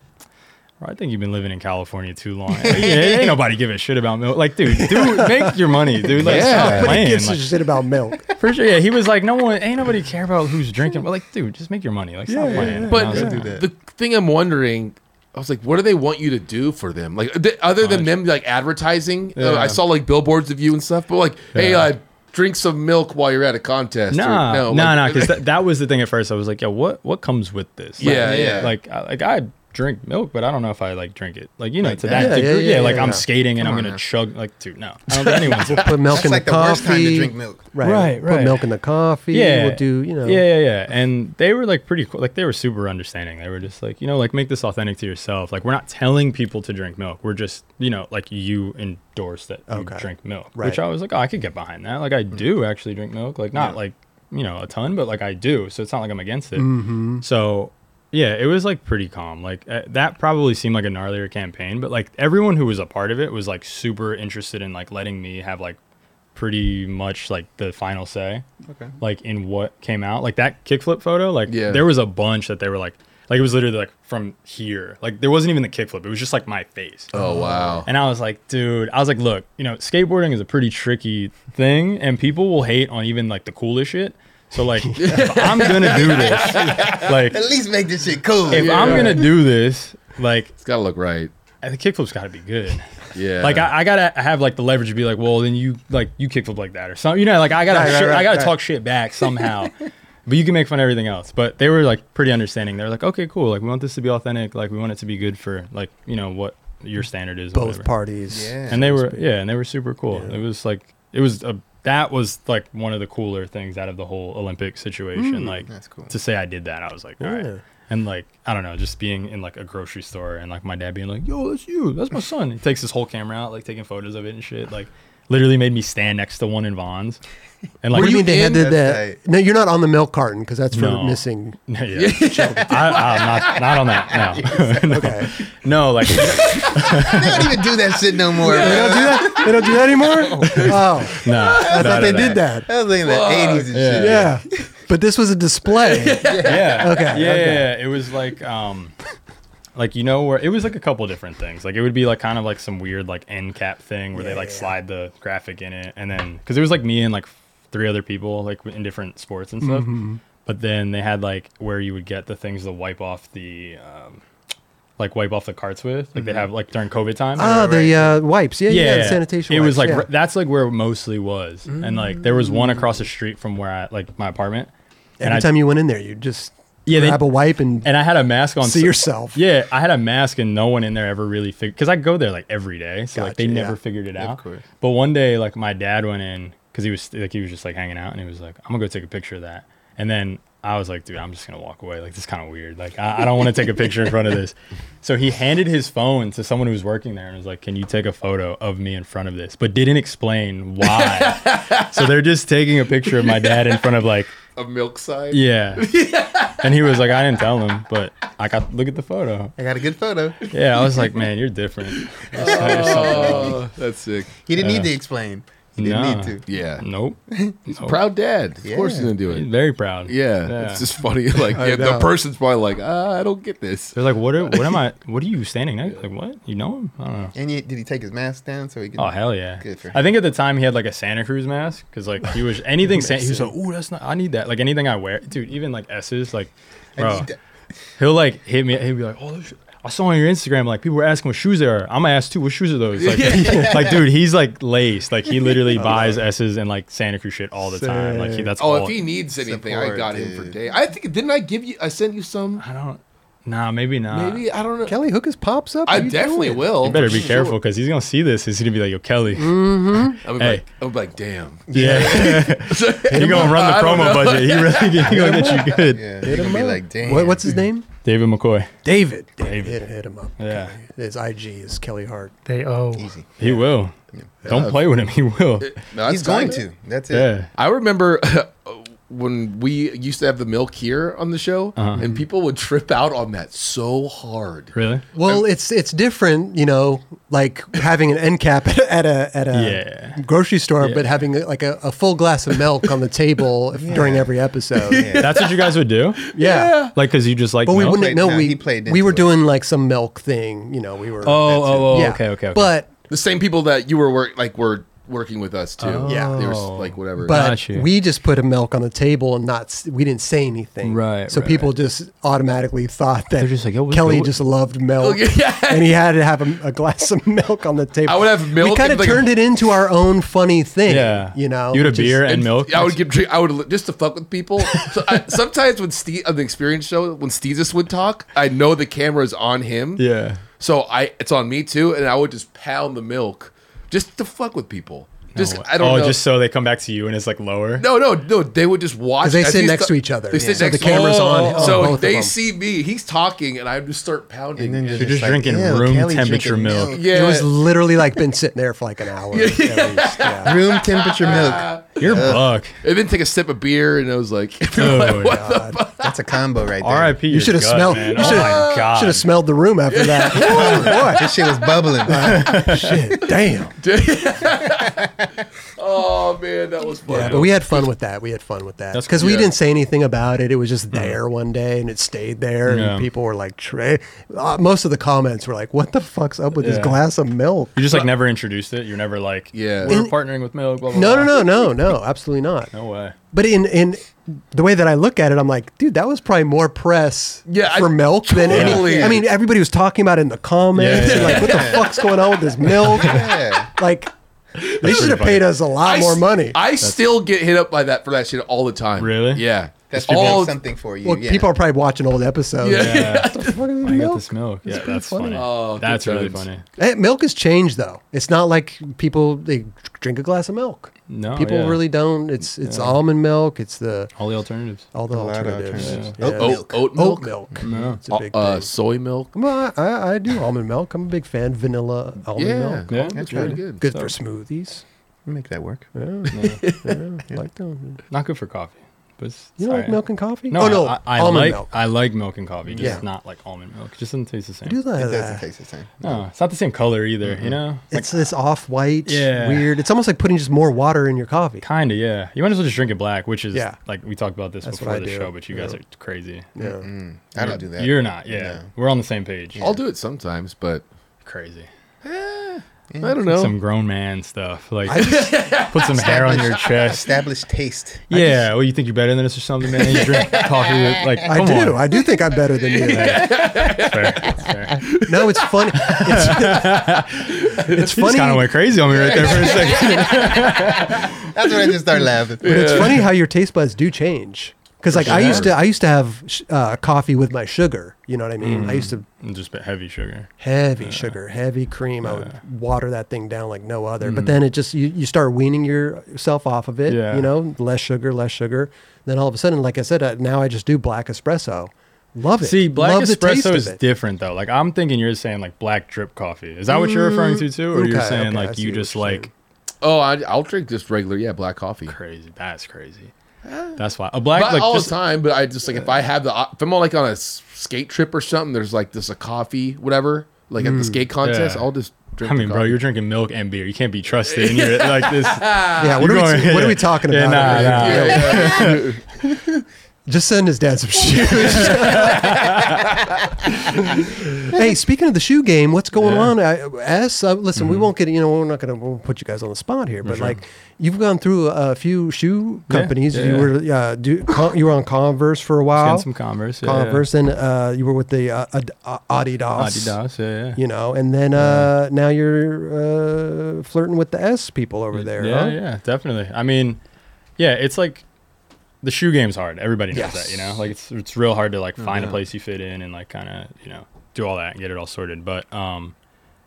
[SPEAKER 3] Bro, I think you've been living in California too long. Like, yeah, ain't nobody give a shit about milk. Like, dude, dude, make your money, dude. Like,
[SPEAKER 4] Yeah.
[SPEAKER 3] stop
[SPEAKER 1] Nobody
[SPEAKER 3] playing.
[SPEAKER 1] gives a
[SPEAKER 3] Like,
[SPEAKER 1] shit about milk.
[SPEAKER 3] for sure, yeah. He was like, no one, ain't nobody care about who's drinking. But like, dude, just make your money. Like, stop
[SPEAKER 1] Yeah, yeah,
[SPEAKER 3] playing.
[SPEAKER 1] yeah.
[SPEAKER 3] And I
[SPEAKER 4] But
[SPEAKER 3] was
[SPEAKER 2] yeah.
[SPEAKER 3] like,
[SPEAKER 2] do that.
[SPEAKER 4] the thing I'm wondering, I was like, what do they want you to do for them? Like, th- other than them, like advertising, uh,
[SPEAKER 3] Yeah.
[SPEAKER 4] I saw like billboards of you and stuff, but like, hey,
[SPEAKER 3] Yeah.
[SPEAKER 4] uh, drink some milk while you're at a contest. or-
[SPEAKER 3] Nah, no, nah,
[SPEAKER 4] like-
[SPEAKER 3] nah, because that, that was the thing at first. I was like, yo, what what comes with this? Like,
[SPEAKER 4] Yeah, yeah.
[SPEAKER 3] Like, I, like I drink milk, but I don't know if I like drink it. Like, you know, to that
[SPEAKER 1] that. Yeah, yeah,
[SPEAKER 3] degree, yeah,
[SPEAKER 1] yeah,
[SPEAKER 3] Like,
[SPEAKER 1] yeah,
[SPEAKER 3] I'm
[SPEAKER 1] yeah.
[SPEAKER 3] skating and
[SPEAKER 2] Come
[SPEAKER 3] I'm
[SPEAKER 2] on
[SPEAKER 3] gonna
[SPEAKER 2] now.
[SPEAKER 3] chug. Like, dude, no, I don't think anyone's. yeah,
[SPEAKER 1] <laughs> Put milk
[SPEAKER 2] That's
[SPEAKER 1] in
[SPEAKER 2] like
[SPEAKER 1] the
[SPEAKER 2] the
[SPEAKER 1] coffee.
[SPEAKER 2] worst time to drink milk.
[SPEAKER 1] Right,
[SPEAKER 3] Right,
[SPEAKER 1] Put
[SPEAKER 3] right.
[SPEAKER 1] milk in the coffee. We'll do, you know.
[SPEAKER 3] Yeah, yeah, yeah. And they were like pretty cool. Like, they were super understanding. They were just like, you know, like make this authentic to yourself. Like, we're not telling people to drink milk. We're just, you know, like you endorse that you
[SPEAKER 1] Okay.
[SPEAKER 3] drink milk. Which
[SPEAKER 1] Right. Mm.
[SPEAKER 3] I was like, oh, I could get behind that. Like, I do actually drink milk. Like, not like you know a ton, but like I do. So it's not like I'm against it.
[SPEAKER 1] Mm-hmm.
[SPEAKER 3] So yeah, it was like pretty calm. Like uh, that probably seemed like a gnarlier campaign, but like everyone who was a part of it was like super interested in like letting me have like pretty much like the final say. Okay. Like in what came out, like that kickflip photo, like
[SPEAKER 4] Yeah.
[SPEAKER 3] there was a bunch that they were like, like it was literally like from here. Like there wasn't even the kickflip; it was just like my face.
[SPEAKER 4] Oh wow.
[SPEAKER 3] And I was like, dude, I was like, look, you know, skateboarding is a pretty tricky thing, and people will hate on even like the coolest shit. So like, if I'm gonna do this, like,
[SPEAKER 2] At least make this shit cool.
[SPEAKER 3] if I'm gonna do this, like,
[SPEAKER 4] It's gotta look right.
[SPEAKER 3] the kickflip's got to be good.
[SPEAKER 4] Yeah.
[SPEAKER 3] Like, I, I gotta have like the leverage to be like, well, then you like you kickflip like that or something. You know, like I gotta
[SPEAKER 2] Right, right,
[SPEAKER 3] shit- I
[SPEAKER 2] right,
[SPEAKER 3] gotta
[SPEAKER 2] right.
[SPEAKER 3] talk shit
[SPEAKER 2] <laughs>
[SPEAKER 3] back somehow. but you can make fun of everything else. But they were like pretty understanding. they were like, okay, cool. Like we want this to be authentic. Like we want it to be good for like you know what your standard is. or
[SPEAKER 1] Both
[SPEAKER 3] whatever."
[SPEAKER 1] parties.
[SPEAKER 2] yeah.
[SPEAKER 3] and they were yeah and they were super cool it was like it was a that was like one of the cooler things out of the whole olympic situation like
[SPEAKER 2] That's cool.
[SPEAKER 3] to say i did that i was like all right.
[SPEAKER 1] Yeah.
[SPEAKER 3] and like i don't know just being in like a grocery store and like my dad being like yo that's you that's my son he takes his whole camera out like taking photos of it and shit like literally made me stand next to one in vons and like
[SPEAKER 1] What do
[SPEAKER 3] <laughs>
[SPEAKER 1] you mean they had
[SPEAKER 2] in?
[SPEAKER 1] to that?
[SPEAKER 2] That's tight.
[SPEAKER 1] No, you're not on the milk carton because that's for
[SPEAKER 3] No.
[SPEAKER 1] missing.
[SPEAKER 3] Yeah, <laughs> I, am not, not on that. No, <laughs> no, like
[SPEAKER 2] they don't even do that shit no more.
[SPEAKER 1] They
[SPEAKER 2] bro.
[SPEAKER 1] don't do that. They don't do <laughs> that anymore. Oh,
[SPEAKER 3] no.
[SPEAKER 1] I thought they did that.
[SPEAKER 2] <laughs> That was like in the eighties and shit.
[SPEAKER 1] Yeah, but this was a <laughs> display.
[SPEAKER 3] yeah.
[SPEAKER 1] Okay,
[SPEAKER 3] Yeah,
[SPEAKER 1] okay.
[SPEAKER 3] yeah, yeah. It was like um like you know where it was like a couple different things. Like it would be like kind of like some weird like end cap thing where they like slide the graphic in it and then cuz it was like me and like three other people like in different sports and stuff.
[SPEAKER 1] Mm-hmm.
[SPEAKER 3] But then they had like where you would get the things to wipe off the um like wipe off the carts with. Like they have like during COVID time.
[SPEAKER 1] Mm-hmm. Ah, the uh, wipes. Yeah, yeah,
[SPEAKER 3] yeah,
[SPEAKER 1] the sanitation.
[SPEAKER 3] It was
[SPEAKER 1] wipes,
[SPEAKER 3] like
[SPEAKER 1] yeah.
[SPEAKER 3] r- that's like where it mostly was, and like there was one across the
[SPEAKER 1] Mm.
[SPEAKER 3] street from where I like my apartment. and
[SPEAKER 1] every
[SPEAKER 3] I-
[SPEAKER 1] time you went in there, you just
[SPEAKER 3] Yeah, they-
[SPEAKER 1] grab a wipe and,
[SPEAKER 3] and I had a mask on.
[SPEAKER 1] <laughs> see
[SPEAKER 3] so-
[SPEAKER 1] yourself.
[SPEAKER 3] Yeah, I had a mask, and no one in there ever really figured because I go there like every day, so like they
[SPEAKER 1] Gotcha,
[SPEAKER 3] never
[SPEAKER 1] yeah.
[SPEAKER 3] figured it out.
[SPEAKER 2] course.
[SPEAKER 3] But one day, like my dad went in because he was like he was just like hanging out, and he was like, "I'm gonna go take a picture of that," and then. I was like, dude, I'm just gonna walk away. Like, this is kind of weird. Like, I, I don't want to take a picture in front of this. <laughs> So he handed his phone to someone who was working there and was like, "Can you take a photo of me in front of this?" But didn't explain why. so they're just taking a picture of my dad in front of like
[SPEAKER 4] a milk side.
[SPEAKER 3] yeah. and he was like, I didn't tell him, but I got look at the photo.
[SPEAKER 2] I got a good photo.
[SPEAKER 3] Yeah, I was like, man, you're
[SPEAKER 2] <laughs>
[SPEAKER 3] different. There's something <laughs>
[SPEAKER 4] Oh, that's sick.
[SPEAKER 2] He didn't
[SPEAKER 3] Yeah.
[SPEAKER 2] need to explain. He didn't
[SPEAKER 3] Nah.
[SPEAKER 2] need to.
[SPEAKER 4] Yeah.
[SPEAKER 3] wrong. Nope. He's
[SPEAKER 4] Proud dad. Of course he's
[SPEAKER 2] Yeah.
[SPEAKER 4] gonna do
[SPEAKER 3] He's
[SPEAKER 4] it.
[SPEAKER 3] very proud.
[SPEAKER 4] Yeah. It's just funny. <laughs> Like yeah, the
[SPEAKER 1] know.
[SPEAKER 4] person's probably like, ah, I don't get this.
[SPEAKER 3] They're like, what? Are, what am I? What are you standing next? Like, what? You know him? I don't know.
[SPEAKER 2] And yet, did he take his mask down so he could?
[SPEAKER 3] Oh hell yeah!
[SPEAKER 2] Good for him.
[SPEAKER 3] I think at the time he had like a Santa Cruz mask because like he was
[SPEAKER 2] <laughs>
[SPEAKER 3] anything. San- he was like, "Ooh, that's not. I need that. Like anything I wear, dude. Even like S's, like, bro,
[SPEAKER 2] need that.
[SPEAKER 3] he'll like hit me. He'll be like, "Oh, those sho- I saw on your Instagram like people were asking what shoes they are. I'm gonna ask too. What shoes are those?
[SPEAKER 2] <laughs>
[SPEAKER 3] Like, <laughs> like dude, he's like laced. Like he literally buys S's and like Santa Cruz shit all the time. Like he, that's
[SPEAKER 4] Oh,
[SPEAKER 3] all.
[SPEAKER 4] if he needs anything, I
[SPEAKER 2] Support,
[SPEAKER 4] got him for
[SPEAKER 2] dude.
[SPEAKER 4] day. I think didn't I give you? I sent you some.
[SPEAKER 3] I don't. Nah, maybe not.
[SPEAKER 4] Maybe I don't know.
[SPEAKER 1] Uh, Kelly Hookers pops up.
[SPEAKER 4] I
[SPEAKER 1] Are you
[SPEAKER 4] definitely
[SPEAKER 1] doing it?
[SPEAKER 4] will.
[SPEAKER 3] You better
[SPEAKER 4] for
[SPEAKER 3] be
[SPEAKER 4] sure. Mm.
[SPEAKER 3] careful because he's gonna see this. He's gonna be like, "Yo, Kelly,
[SPEAKER 4] I'm
[SPEAKER 3] Hey.
[SPEAKER 4] like, I'm like, damn.
[SPEAKER 3] <laughs> yeah, <laughs> you're gonna run
[SPEAKER 4] <laughs> I
[SPEAKER 3] the
[SPEAKER 4] don't
[SPEAKER 3] promo
[SPEAKER 4] know.
[SPEAKER 3] budget. He really he gonna
[SPEAKER 4] <laughs>
[SPEAKER 3] get you good."
[SPEAKER 2] yeah. He gonna be like, damn.
[SPEAKER 1] What, what's his name?
[SPEAKER 3] David McCoy.
[SPEAKER 1] David.
[SPEAKER 3] David.
[SPEAKER 1] Hit, hit him up.
[SPEAKER 3] Yeah.
[SPEAKER 1] His IG is Kelly Hart.
[SPEAKER 5] They owe.
[SPEAKER 3] He will. Don't play with him. He
[SPEAKER 4] <laughs>
[SPEAKER 3] will.
[SPEAKER 4] No,
[SPEAKER 2] He's
[SPEAKER 4] that's
[SPEAKER 2] going
[SPEAKER 4] tight.
[SPEAKER 2] to. That's it.
[SPEAKER 3] Yeah.
[SPEAKER 4] I remember <laughs> uh, when we used to have the milk here on the show,
[SPEAKER 3] Uh-huh. Mm-hmm.
[SPEAKER 4] and people would trip out on that so hard.
[SPEAKER 3] Really?
[SPEAKER 1] Well, it's it's different, you know, like having an end cap <laughs> at a at a
[SPEAKER 3] Yeah.
[SPEAKER 1] grocery store, but having like a, a full glass of milk on the
[SPEAKER 3] <laughs>
[SPEAKER 1] table during every episode. Yeah.
[SPEAKER 3] That's what you guys would
[SPEAKER 4] <laughs>
[SPEAKER 3] do? Like, because you just like.
[SPEAKER 1] But we
[SPEAKER 3] milk?
[SPEAKER 1] wouldn't
[SPEAKER 2] Played-
[SPEAKER 1] know.
[SPEAKER 2] no,
[SPEAKER 1] we
[SPEAKER 2] he played
[SPEAKER 1] we were
[SPEAKER 2] into it.
[SPEAKER 1] doing like some milk thing, you know. We were
[SPEAKER 3] Oh, oh, oh,
[SPEAKER 1] yeah.
[SPEAKER 3] okay, okay, okay.
[SPEAKER 1] But
[SPEAKER 4] The same people that you were work like were working with us too.
[SPEAKER 3] Oh.
[SPEAKER 1] Yeah.
[SPEAKER 4] they were s- like whatever.
[SPEAKER 1] But
[SPEAKER 3] Got you.
[SPEAKER 1] we just put a milk on the table and not s- we didn't say anything.
[SPEAKER 3] Right,
[SPEAKER 1] So
[SPEAKER 3] right,
[SPEAKER 1] people just automatically thought that
[SPEAKER 3] They're just like, "Yo, what's
[SPEAKER 1] Kelly
[SPEAKER 3] going-"
[SPEAKER 1] just loved milk,
[SPEAKER 4] Yeah.
[SPEAKER 1] and he had to have a, a glass of <laughs> milk on the table.
[SPEAKER 4] I would have milk
[SPEAKER 1] We kind
[SPEAKER 4] and,
[SPEAKER 1] of
[SPEAKER 4] like,
[SPEAKER 1] turned it into our own funny thing.
[SPEAKER 3] Yeah.
[SPEAKER 1] You know,
[SPEAKER 3] you had a
[SPEAKER 1] which is-
[SPEAKER 3] beer and milk.
[SPEAKER 4] I would give drink. I would li- just to fuck with people. <laughs> So I, sometimes when Steve on the experience show, when Steezus would talk, I know the camera's on him.
[SPEAKER 3] yeah.
[SPEAKER 4] So I it's on me too, and I would just pound the milk just to fuck with people. Just
[SPEAKER 3] No way.
[SPEAKER 4] I don't
[SPEAKER 3] oh,
[SPEAKER 4] know.
[SPEAKER 3] just so they come back to you and it's like lower.
[SPEAKER 4] no, no, no. They would just watch
[SPEAKER 1] 'Cause they
[SPEAKER 4] as
[SPEAKER 1] sit
[SPEAKER 4] he's
[SPEAKER 1] next
[SPEAKER 4] ta-
[SPEAKER 1] to each other.
[SPEAKER 4] They sit
[SPEAKER 1] So
[SPEAKER 4] next Oh,
[SPEAKER 1] the camera's on- on oh,
[SPEAKER 4] So
[SPEAKER 1] both of
[SPEAKER 4] they
[SPEAKER 1] them.
[SPEAKER 4] see me. He's talking, and I just start pounding.
[SPEAKER 2] then
[SPEAKER 4] And-
[SPEAKER 3] You're just
[SPEAKER 2] like,
[SPEAKER 3] drinking
[SPEAKER 2] "Ew,
[SPEAKER 3] room
[SPEAKER 2] Kelly's
[SPEAKER 3] temperature
[SPEAKER 2] drinking
[SPEAKER 3] milk.
[SPEAKER 4] yeah,
[SPEAKER 1] It was literally like been sitting there for like an
[SPEAKER 4] <laughs>
[SPEAKER 1] hour. at least, yeah.
[SPEAKER 2] <laughs> Room temperature milk.
[SPEAKER 3] You're a
[SPEAKER 4] <laughs>
[SPEAKER 3] buck.
[SPEAKER 4] and then take a sip of beer, and I was like, <laughs>
[SPEAKER 3] Oh,
[SPEAKER 4] what the
[SPEAKER 1] God.
[SPEAKER 2] That's a combo right there.
[SPEAKER 3] R.I.P.
[SPEAKER 1] You should have smelled.
[SPEAKER 3] Man.
[SPEAKER 1] You
[SPEAKER 3] oh
[SPEAKER 1] should
[SPEAKER 3] my god.
[SPEAKER 1] have smelled the room after
[SPEAKER 4] <laughs>
[SPEAKER 1] that.
[SPEAKER 2] This shit was bubbling.
[SPEAKER 3] <laughs>
[SPEAKER 1] Boy, shit,
[SPEAKER 4] <laughs>
[SPEAKER 1] damn.
[SPEAKER 4] oh man, that was fun.
[SPEAKER 1] Yeah, but we had fun with that. We had fun with that
[SPEAKER 3] That's
[SPEAKER 1] because
[SPEAKER 3] cool.
[SPEAKER 1] we
[SPEAKER 4] Yeah.
[SPEAKER 1] didn't say anything about it. It was
[SPEAKER 4] Hmm.
[SPEAKER 1] just there one day, and it stayed there, and
[SPEAKER 3] Yeah.
[SPEAKER 1] people were like, "Tra-" uh, most of the comments were like, "What the fuck's up with this
[SPEAKER 3] Yeah.
[SPEAKER 1] glass of milk?"
[SPEAKER 3] You just like never introduced it. You're never like,
[SPEAKER 4] Yeah.
[SPEAKER 3] we're
[SPEAKER 1] In-
[SPEAKER 3] partnering with milk. Blah, blah,
[SPEAKER 1] No,
[SPEAKER 3] blah.
[SPEAKER 1] no, no, no, no, absolutely not.
[SPEAKER 3] no
[SPEAKER 4] <laughs>
[SPEAKER 3] way.
[SPEAKER 1] But in in the way that I look at it, I'm like, dude, that was probably more press
[SPEAKER 4] Yeah, I-
[SPEAKER 1] for milk than
[SPEAKER 4] totally.
[SPEAKER 1] any. I mean, everybody was talking about it in the comments.
[SPEAKER 3] Yeah,
[SPEAKER 1] and
[SPEAKER 3] yeah,
[SPEAKER 1] like, what
[SPEAKER 4] <laughs>
[SPEAKER 1] the fuck's going on with this milk?
[SPEAKER 2] Yeah.
[SPEAKER 1] Like, they should have
[SPEAKER 3] funny.
[SPEAKER 1] paid us a lot
[SPEAKER 4] I
[SPEAKER 1] more
[SPEAKER 4] s-
[SPEAKER 1] money.
[SPEAKER 4] I still get hit up by that for that shit all the time.
[SPEAKER 3] Really?
[SPEAKER 4] Yeah.
[SPEAKER 2] That's
[SPEAKER 4] It's
[SPEAKER 2] all something for you.
[SPEAKER 1] well,
[SPEAKER 2] yeah.
[SPEAKER 1] people are probably watching old episodes.
[SPEAKER 4] Yeah.
[SPEAKER 3] Yeah.
[SPEAKER 1] What the fuck is
[SPEAKER 3] I got
[SPEAKER 1] milk?
[SPEAKER 3] this milk. Yeah,
[SPEAKER 1] pretty
[SPEAKER 3] that's
[SPEAKER 1] funny.
[SPEAKER 3] funny.
[SPEAKER 4] Oh,
[SPEAKER 3] that's
[SPEAKER 4] good
[SPEAKER 3] really
[SPEAKER 4] times.
[SPEAKER 3] funny.
[SPEAKER 1] Eh, milk has changed though. It's not like people they drink a glass of milk.
[SPEAKER 3] No,
[SPEAKER 1] people
[SPEAKER 3] yeah.
[SPEAKER 1] really don't. It's it's
[SPEAKER 3] Yeah.
[SPEAKER 1] almond milk. It's the
[SPEAKER 3] all the alternatives.
[SPEAKER 1] all the
[SPEAKER 2] A lot of
[SPEAKER 1] alternatives.
[SPEAKER 2] alternatives.
[SPEAKER 1] Yeah.
[SPEAKER 2] Oat
[SPEAKER 4] Oat,
[SPEAKER 2] milk.
[SPEAKER 4] oat milk.
[SPEAKER 1] Oat milk.
[SPEAKER 3] Oh, No.
[SPEAKER 1] It's a big
[SPEAKER 4] uh,
[SPEAKER 1] thing.
[SPEAKER 4] soy milk.
[SPEAKER 1] Well, I, I, I do almond milk. I'm a big fan. Vanilla almond
[SPEAKER 4] Yeah.
[SPEAKER 1] milk.
[SPEAKER 3] Yeah.
[SPEAKER 2] That's
[SPEAKER 4] It's really
[SPEAKER 2] right.
[SPEAKER 4] good.
[SPEAKER 1] Good for
[SPEAKER 3] <laughs>
[SPEAKER 1] smoothies.
[SPEAKER 2] Make that work.
[SPEAKER 1] Yeah,
[SPEAKER 3] No.
[SPEAKER 1] yeah, like them.
[SPEAKER 3] Not good for coffee. But it's,
[SPEAKER 1] You
[SPEAKER 3] it's
[SPEAKER 1] don't like
[SPEAKER 3] alright.
[SPEAKER 1] milk and coffee?
[SPEAKER 3] No,
[SPEAKER 1] oh no,
[SPEAKER 3] I, I
[SPEAKER 1] almond
[SPEAKER 3] like
[SPEAKER 1] milk.
[SPEAKER 3] I like milk and coffee, just
[SPEAKER 1] Yeah.
[SPEAKER 3] not like almond milk. It just doesn't taste the same.
[SPEAKER 1] do that.
[SPEAKER 2] It doesn't taste the same.
[SPEAKER 3] No, it's not the same color either. You know, like,
[SPEAKER 1] it's this off white,
[SPEAKER 3] Yeah.
[SPEAKER 1] weird. It's almost like putting just more water in your coffee.
[SPEAKER 3] Kinda, yeah. You might as well just drink it black, which is
[SPEAKER 1] Yeah.
[SPEAKER 3] like we talked about this
[SPEAKER 1] That's what
[SPEAKER 3] before
[SPEAKER 1] I
[SPEAKER 3] the
[SPEAKER 1] do.
[SPEAKER 3] show, but you guys
[SPEAKER 1] Yeah.
[SPEAKER 3] are crazy.
[SPEAKER 1] Yeah.
[SPEAKER 2] I don't do that.
[SPEAKER 3] You're not, yeah.
[SPEAKER 2] No.
[SPEAKER 3] We're on the same page.
[SPEAKER 4] I'll do it sometimes, but
[SPEAKER 3] Crazy.
[SPEAKER 4] Eh, I don't know.
[SPEAKER 3] Some grown man stuff. Like put
[SPEAKER 4] <laughs>
[SPEAKER 3] some hair
[SPEAKER 1] <laughs>
[SPEAKER 3] on your chest.
[SPEAKER 2] Established taste.
[SPEAKER 3] Yeah, well you think you're better than us or something, man. You <laughs> drink coffee with like
[SPEAKER 1] I
[SPEAKER 3] come
[SPEAKER 1] do.
[SPEAKER 3] on.
[SPEAKER 1] I do think I'm better than you.
[SPEAKER 3] That's
[SPEAKER 1] <laughs>
[SPEAKER 3] fair. That's fair.
[SPEAKER 1] No, it's funny.
[SPEAKER 3] <laughs>
[SPEAKER 1] It's, it's
[SPEAKER 3] You just
[SPEAKER 1] funny.
[SPEAKER 3] kinda went crazy on me
[SPEAKER 1] <laughs>
[SPEAKER 3] right there for a
[SPEAKER 4] <laughs>
[SPEAKER 3] second.
[SPEAKER 2] That's when I just started laughing.
[SPEAKER 1] but it's funny how your taste buds do change. Because like I used to, I used to have sh- uh, coffee with my sugar. You know what I mean? I used to
[SPEAKER 3] And just bit heavy sugar.
[SPEAKER 1] heavy sugar, heavy cream. I would water that thing down like no other. But then it just you, you start weaning yourself off of it.
[SPEAKER 3] Mm. Yeah.
[SPEAKER 1] You know, less sugar, less sugar. Then all of a sudden, like I said, uh, now I just do black espresso. Love it.
[SPEAKER 3] See, black
[SPEAKER 1] Love the taste
[SPEAKER 3] espresso
[SPEAKER 1] of
[SPEAKER 3] is
[SPEAKER 1] it.
[SPEAKER 3] different though. Like I'm thinking you're saying like black drip coffee. Is that what you're referring to too? Or you're
[SPEAKER 1] okay,
[SPEAKER 3] saying
[SPEAKER 1] okay, I
[SPEAKER 3] like
[SPEAKER 1] see
[SPEAKER 3] you
[SPEAKER 1] what
[SPEAKER 3] just
[SPEAKER 1] you're
[SPEAKER 3] like
[SPEAKER 1] saying.
[SPEAKER 4] Oh, I, I'll drink just regular, yeah, black coffee.
[SPEAKER 3] crazy. That's crazy. That's why a black
[SPEAKER 4] Not
[SPEAKER 3] like
[SPEAKER 4] all
[SPEAKER 3] just,
[SPEAKER 4] the time, but I just like if I have the op- if I'm on like on a s- skate trip or something, there's like this a coffee, whatever, like at the skate contest,
[SPEAKER 3] Mm, yeah.
[SPEAKER 4] I'll just drink.
[SPEAKER 3] I
[SPEAKER 4] the
[SPEAKER 3] mean, bro,
[SPEAKER 4] coffee.
[SPEAKER 3] you're drinking milk and beer. You can't be trusted. And you're like
[SPEAKER 1] <laughs>
[SPEAKER 3] this.
[SPEAKER 1] Yeah. What are,
[SPEAKER 3] Ah, You're
[SPEAKER 1] we,
[SPEAKER 3] going- <laughs>
[SPEAKER 1] what are we talking
[SPEAKER 3] Yeah,
[SPEAKER 1] about?
[SPEAKER 3] nah,
[SPEAKER 1] over here?
[SPEAKER 3] nah.
[SPEAKER 1] Yeah.
[SPEAKER 3] <laughs>
[SPEAKER 4] Yeah, yeah.
[SPEAKER 1] Just send his dad some shoes. hey, speaking of the shoe game, what's going
[SPEAKER 3] Yeah. Mm-hmm.
[SPEAKER 1] on? I, as uh, listen, we won't get you know we're not gonna we'll put you guys on the spot here, but like you've gone through a few shoe
[SPEAKER 3] Yeah,
[SPEAKER 1] companies.
[SPEAKER 3] yeah,
[SPEAKER 1] you
[SPEAKER 3] yeah.
[SPEAKER 1] were uh, do, con, you were on Converse for a while.
[SPEAKER 3] Getting some Converse. Yeah,
[SPEAKER 1] Converse, and uh, you were with the uh, Ad- uh,
[SPEAKER 3] Yeah.
[SPEAKER 1] Adidas.
[SPEAKER 3] Adidas. Yeah, yeah.
[SPEAKER 1] You know, and then uh, now you're uh, flirting with the S people over there.
[SPEAKER 3] Yeah,
[SPEAKER 1] huh?
[SPEAKER 3] yeah, definitely. I mean, yeah, it's like the shoe game's hard. Everybody knows
[SPEAKER 1] Yes. Oh,
[SPEAKER 3] that, you know. Like it's it's real hard to like find a place you fit in and like kind of you know do all that and get it all sorted. But um,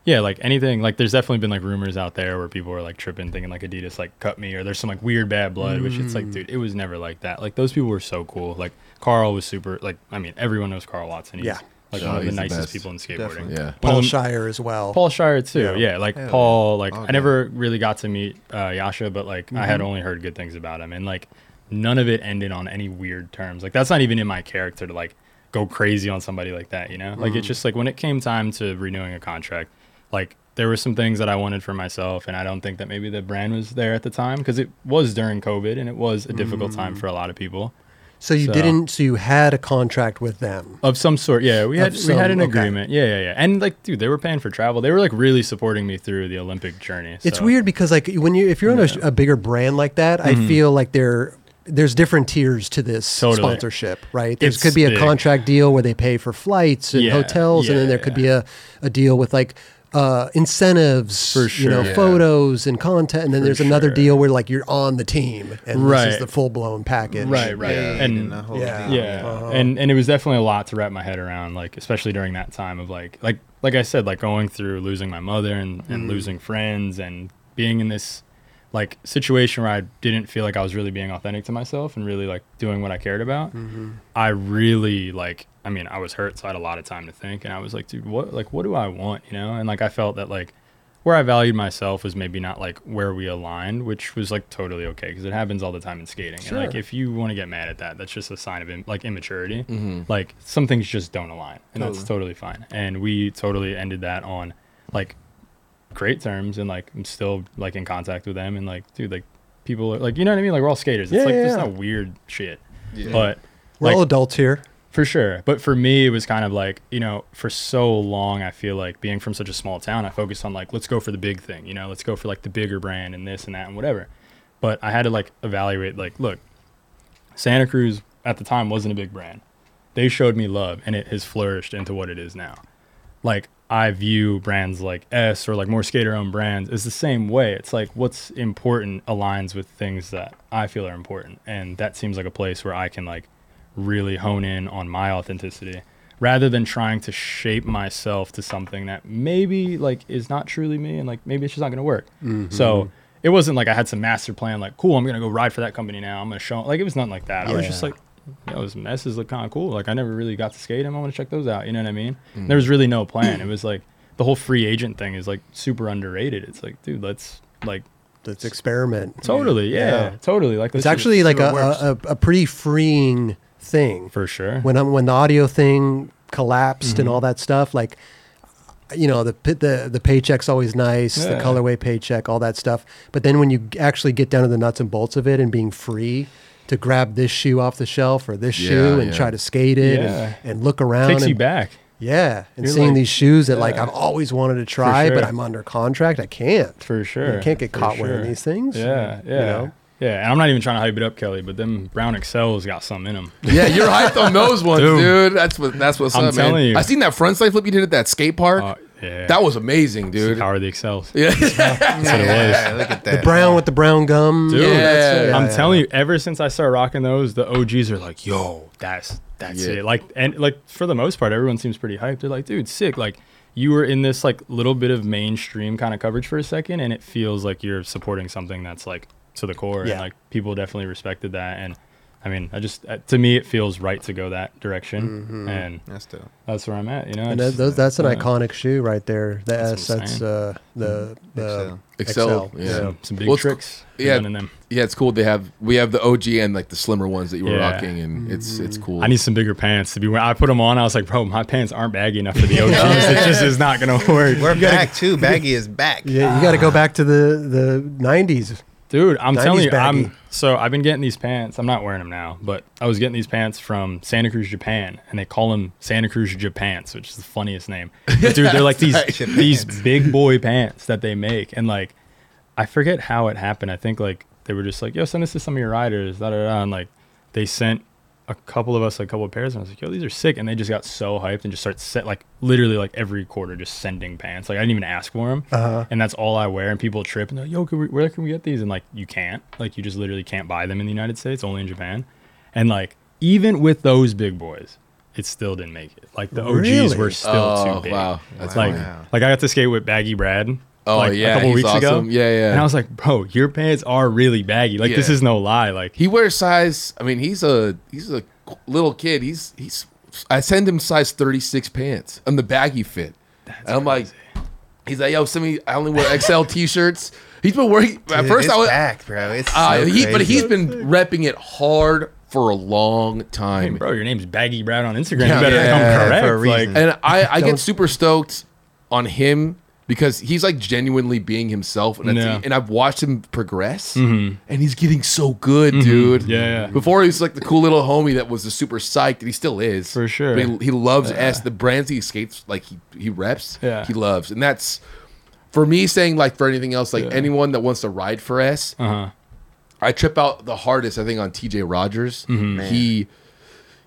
[SPEAKER 3] yeah, like anything, like there's definitely been like rumors out there where people are like tripping, thinking like Adidas like cut me or there's some like weird bad blood, which it's
[SPEAKER 1] Mm.
[SPEAKER 3] like, dude, it was never like that. Like those people were so cool. Like Carl was super. Like I mean, everyone knows Carl Watson. He's,
[SPEAKER 1] Yeah.
[SPEAKER 3] Like
[SPEAKER 4] Oh,
[SPEAKER 3] one of the
[SPEAKER 4] he's the
[SPEAKER 3] nicest
[SPEAKER 4] best.
[SPEAKER 3] people in skateboarding.
[SPEAKER 2] Definitely.
[SPEAKER 4] Yeah.
[SPEAKER 3] One
[SPEAKER 1] Paul
[SPEAKER 3] of the-
[SPEAKER 1] Shire as well.
[SPEAKER 3] Paul Shire too. Yeah, like
[SPEAKER 2] Yeah.
[SPEAKER 3] Paul. Like
[SPEAKER 2] Oh,
[SPEAKER 3] I never really got to meet uh, Yasha, but like I
[SPEAKER 1] Mm-hmm.
[SPEAKER 3] had only heard good things about him, and like none of it ended on any weird terms. Like that's not even in my character to like go crazy on somebody like that. You know, like
[SPEAKER 1] Mm-hmm.
[SPEAKER 3] it's just like when it came time to renewing a contract, like there were some things that I wanted for myself, and I don't think that
[SPEAKER 1] Mm-hmm.
[SPEAKER 3] maybe the brand was there at the time because it was during COVID and it was a difficult time for a lot of people.
[SPEAKER 1] So you
[SPEAKER 3] So-
[SPEAKER 1] didn't. So you had a contract with them.
[SPEAKER 3] of some sort. Yeah, we
[SPEAKER 1] Of
[SPEAKER 3] had we had
[SPEAKER 1] some-
[SPEAKER 3] an
[SPEAKER 1] okay.
[SPEAKER 3] agreement. Yeah, yeah, yeah. And like, dude, they were paying for travel. They were like really supporting me through the Olympic journey.
[SPEAKER 1] It's
[SPEAKER 3] so-
[SPEAKER 1] weird because like when you if you're on a, a bigger brand like that, I feel like there there's different tiers to this
[SPEAKER 3] Mm-hmm. Totally.
[SPEAKER 1] sponsorship, right? There
[SPEAKER 3] It's
[SPEAKER 1] could be a
[SPEAKER 3] big.
[SPEAKER 1] contract deal where they pay for flights and
[SPEAKER 3] Yeah,
[SPEAKER 1] hotels, and then
[SPEAKER 3] yeah,
[SPEAKER 1] there could be a, a deal with like uh, incentives,
[SPEAKER 3] For
[SPEAKER 1] you know,
[SPEAKER 3] sure.
[SPEAKER 1] photos and content, and then there's another
[SPEAKER 3] sure.
[SPEAKER 1] deal where like you're on the team and this is
[SPEAKER 3] Right.
[SPEAKER 1] the full blown package,
[SPEAKER 3] Right, right.
[SPEAKER 2] Yeah,
[SPEAKER 3] And-
[SPEAKER 2] the whole
[SPEAKER 1] yeah.
[SPEAKER 2] thing.
[SPEAKER 3] yeah and and it was definitely a lot to wrap my head around like especially during that time of like like like i said like going through losing my mother and, and losing friends and being in this like situation where i didn't feel like i was really being authentic to myself and really like doing what i cared about i really like i mean i was hurt so i had a lot of time to think and i was like dude what like what do i want you know and like i felt that like where I valued myself was maybe not like where we aligned, which was like totally okay because it happens all the time in skating. And like, if you want to get mad at that, that's just a sign of Im- like immaturity.
[SPEAKER 1] Mm-hmm.
[SPEAKER 3] Like some things just don't align, and that's totally fine. And we totally ended that on like great terms, and like I'm still like in contact with them, and like dude, like people are like you know what I mean? Like we're all skaters. It's
[SPEAKER 1] Yeah,
[SPEAKER 3] like
[SPEAKER 1] yeah,
[SPEAKER 3] there's
[SPEAKER 1] yeah.
[SPEAKER 3] no weird shit, but
[SPEAKER 1] We're
[SPEAKER 3] like,
[SPEAKER 1] all adults here.
[SPEAKER 3] for sure. But for me, it was kind of like, you know, for so long, I feel like being from such a small town, I focused on like, let's go for the big thing, you know, let's go for like the bigger brand and this and that and whatever. But I had to like evaluate, like, look, Santa Cruz at the time wasn't a big brand. They showed me love and it has flourished into what it is now. Like, I view brands like S or like more skater owned brands is the same way. It's like what's important aligns with things that I feel are important. And that seems like a place where I can like really hone in on my authenticity rather than trying to shape myself to something that maybe like is not truly me and like maybe it's just not going to work. So it wasn't like I had some master plan like cool I'm going to go ride for that company now I'm going to show like it was nothing like that. I was just like you know, those messes look kind of cool. Like I never really got to skate them. I want to check those out. You know what I mean?
[SPEAKER 1] Mm.
[SPEAKER 3] There was really no plan. it was like the whole free agent thing is like super underrated. It's like dude let's like
[SPEAKER 1] Let's experiment.
[SPEAKER 3] totally yeah,
[SPEAKER 1] Yeah.
[SPEAKER 3] totally like
[SPEAKER 1] It's actually like
[SPEAKER 2] what
[SPEAKER 1] a,
[SPEAKER 2] works.
[SPEAKER 1] a, a pretty freeing thing
[SPEAKER 3] for sure.
[SPEAKER 1] when I'm, when the audio thing collapsed
[SPEAKER 3] Mm-hmm.
[SPEAKER 1] and all that stuff, like you know the pi- the the paycheck's always nice,
[SPEAKER 3] Yeah.
[SPEAKER 1] the colorway paycheck, all that stuff. But then when you g- actually get down to the nuts and bolts of it and being free to grab this shoe off the shelf or this
[SPEAKER 4] Yeah,
[SPEAKER 1] shoe and
[SPEAKER 4] yeah.
[SPEAKER 1] try to skate it
[SPEAKER 3] Yeah.
[SPEAKER 1] and, and look around,
[SPEAKER 3] takes
[SPEAKER 1] and,
[SPEAKER 3] you back.
[SPEAKER 1] yeah, and
[SPEAKER 3] You're
[SPEAKER 1] seeing
[SPEAKER 3] like,
[SPEAKER 1] these shoes that like
[SPEAKER 3] yeah.
[SPEAKER 1] I've always wanted to try, but
[SPEAKER 3] sure.
[SPEAKER 1] I'm under contract, I can't.
[SPEAKER 3] For sure.
[SPEAKER 1] can't get
[SPEAKER 3] For
[SPEAKER 1] caught wearing these things,
[SPEAKER 3] Yeah,
[SPEAKER 1] you
[SPEAKER 3] yeah.
[SPEAKER 1] know?
[SPEAKER 3] Yeah, and I'm not even trying to hype it up, Kelly, but them brown excels got something
[SPEAKER 1] <laughs>
[SPEAKER 3] in them. <laughs>
[SPEAKER 4] Yeah, you're hyped on those ones, dude. That's what that's what's
[SPEAKER 3] I'm
[SPEAKER 4] up, man.
[SPEAKER 3] telling you. Uh,
[SPEAKER 4] I seen that front side flip you did at that skate park.
[SPEAKER 3] yeah.
[SPEAKER 4] That was amazing, dude.
[SPEAKER 3] Power of the excels.
[SPEAKER 4] <laughs> Yeah.
[SPEAKER 3] what it was.
[SPEAKER 2] Yeah, look at that.
[SPEAKER 1] The brown with the brown gum,
[SPEAKER 3] Dude,
[SPEAKER 4] Yeah.
[SPEAKER 3] that's it. I'm
[SPEAKER 1] Yeah.
[SPEAKER 3] telling you, ever since I started rocking those, the OGs are like, yo, that's that's
[SPEAKER 4] Yeah.
[SPEAKER 3] it. Like and like for the most part, everyone seems pretty hyped. They're like, dude, sick. Like you were in this like little bit of mainstream kind of coverage for a second, and it feels like you're supporting something that's like to the core.
[SPEAKER 1] Yeah.
[SPEAKER 3] And like people definitely respected that. And I mean, I just uh, to me it feels right to go that direction.
[SPEAKER 4] Mm-hmm.
[SPEAKER 3] And
[SPEAKER 2] That's dope.
[SPEAKER 3] that's where I'm at. You know, I
[SPEAKER 1] And that,
[SPEAKER 3] just-
[SPEAKER 1] those, that's an
[SPEAKER 3] yeah.
[SPEAKER 1] iconic shoe right there. The S,
[SPEAKER 3] That's what I'm
[SPEAKER 1] that's
[SPEAKER 3] saying.
[SPEAKER 1] uh, the the
[SPEAKER 4] Excel,
[SPEAKER 1] Excel.
[SPEAKER 4] yeah.
[SPEAKER 3] some, some big
[SPEAKER 4] Well, it's-
[SPEAKER 3] tricks.
[SPEAKER 4] yeah.
[SPEAKER 3] done in them.
[SPEAKER 4] Yeah, it's cool. They have we have the OG and like the slimmer ones that you were
[SPEAKER 3] Yeah.
[SPEAKER 4] rocking, and it's it's cool.
[SPEAKER 3] I need some bigger pants to be wearing. I put them on. I was like, bro, my pants aren't baggy enough for the OGs. it just is not gonna work.
[SPEAKER 2] <laughs> We're back too. Baggy is back.
[SPEAKER 1] Yeah, you got to go back to the the '90s.
[SPEAKER 3] Dude, I'm
[SPEAKER 1] 90s
[SPEAKER 3] telling you,
[SPEAKER 1] baggy.
[SPEAKER 3] I'm so I've been getting these pants. I'm not wearing them now, but I was getting these pants from Santa Cruz, Japan, and they call them Santa Cruz Japants, which is the funniest name. But dude, they're like these these big boy pants that they make, and like I forget how it happened. I think like they were just like, "Yo, send this to some of your riders," da da da, and like they sent a couple of us like, a couple of pairs, and I was like, "Yo, these are sick," and they just got so hyped and just started set like literally like every quarter just sending pants. Like I didn't even ask for them, and that's all I wear. And people trip and they're like, "Yo, can we, where can we get these?" And like you can't, like you just literally can't buy them in the United States, only in Japan, and like even with those big boys. It still didn't make it. Like the OGs
[SPEAKER 1] Really?
[SPEAKER 3] were still
[SPEAKER 4] Oh,
[SPEAKER 3] too big.
[SPEAKER 4] wow. That's
[SPEAKER 3] like,
[SPEAKER 4] funny.
[SPEAKER 3] like I got to skate with Baggy Brad.
[SPEAKER 4] Oh,
[SPEAKER 3] like,
[SPEAKER 4] yeah,
[SPEAKER 3] a couple
[SPEAKER 4] he's
[SPEAKER 3] weeks ago.
[SPEAKER 4] awesome. Yeah, yeah.
[SPEAKER 3] And I was like, bro, your pants are really baggy. Like this
[SPEAKER 4] Yeah.
[SPEAKER 3] is no lie. Like
[SPEAKER 4] He wears size. I mean, he's a he's a little kid. He's he's. I send him size thirty six pants on the baggy fit. and I'm like, he's like, yo, send me. I only wear XL t shirts. He's been wearing. At
[SPEAKER 2] Dude,
[SPEAKER 4] first,
[SPEAKER 2] it's
[SPEAKER 4] I was.
[SPEAKER 2] back, bro. It's
[SPEAKER 4] Uh,
[SPEAKER 2] so
[SPEAKER 4] he, but
[SPEAKER 2] crazy.
[SPEAKER 4] he's been repping it hard for a long time.
[SPEAKER 3] bro, your name's Baggy Brad on Instagram.
[SPEAKER 4] Yeah,
[SPEAKER 3] you better
[SPEAKER 4] yeah,
[SPEAKER 3] come
[SPEAKER 4] yeah,
[SPEAKER 3] correct.
[SPEAKER 2] for a reason.
[SPEAKER 3] Like
[SPEAKER 4] and I, I get super stoked on him because he's like genuinely being himself, and, that's-
[SPEAKER 3] Yeah.
[SPEAKER 4] and I've watched him progress, and he's getting so good, dude.
[SPEAKER 3] Yeah, yeah.
[SPEAKER 4] Mm-hmm. Before he was like the cool little homie that was a super psyched, and he still is
[SPEAKER 3] For sure.
[SPEAKER 4] But he, he loves S. The brands he skates, like he he reps,
[SPEAKER 3] Yeah.
[SPEAKER 4] he loves, and that's for me saying like for anything else, like anyone that wants to ride for S,
[SPEAKER 3] Uh-huh.
[SPEAKER 4] I trip out the hardest, I think, on TJ Rogers.
[SPEAKER 3] Mm-hmm.
[SPEAKER 4] He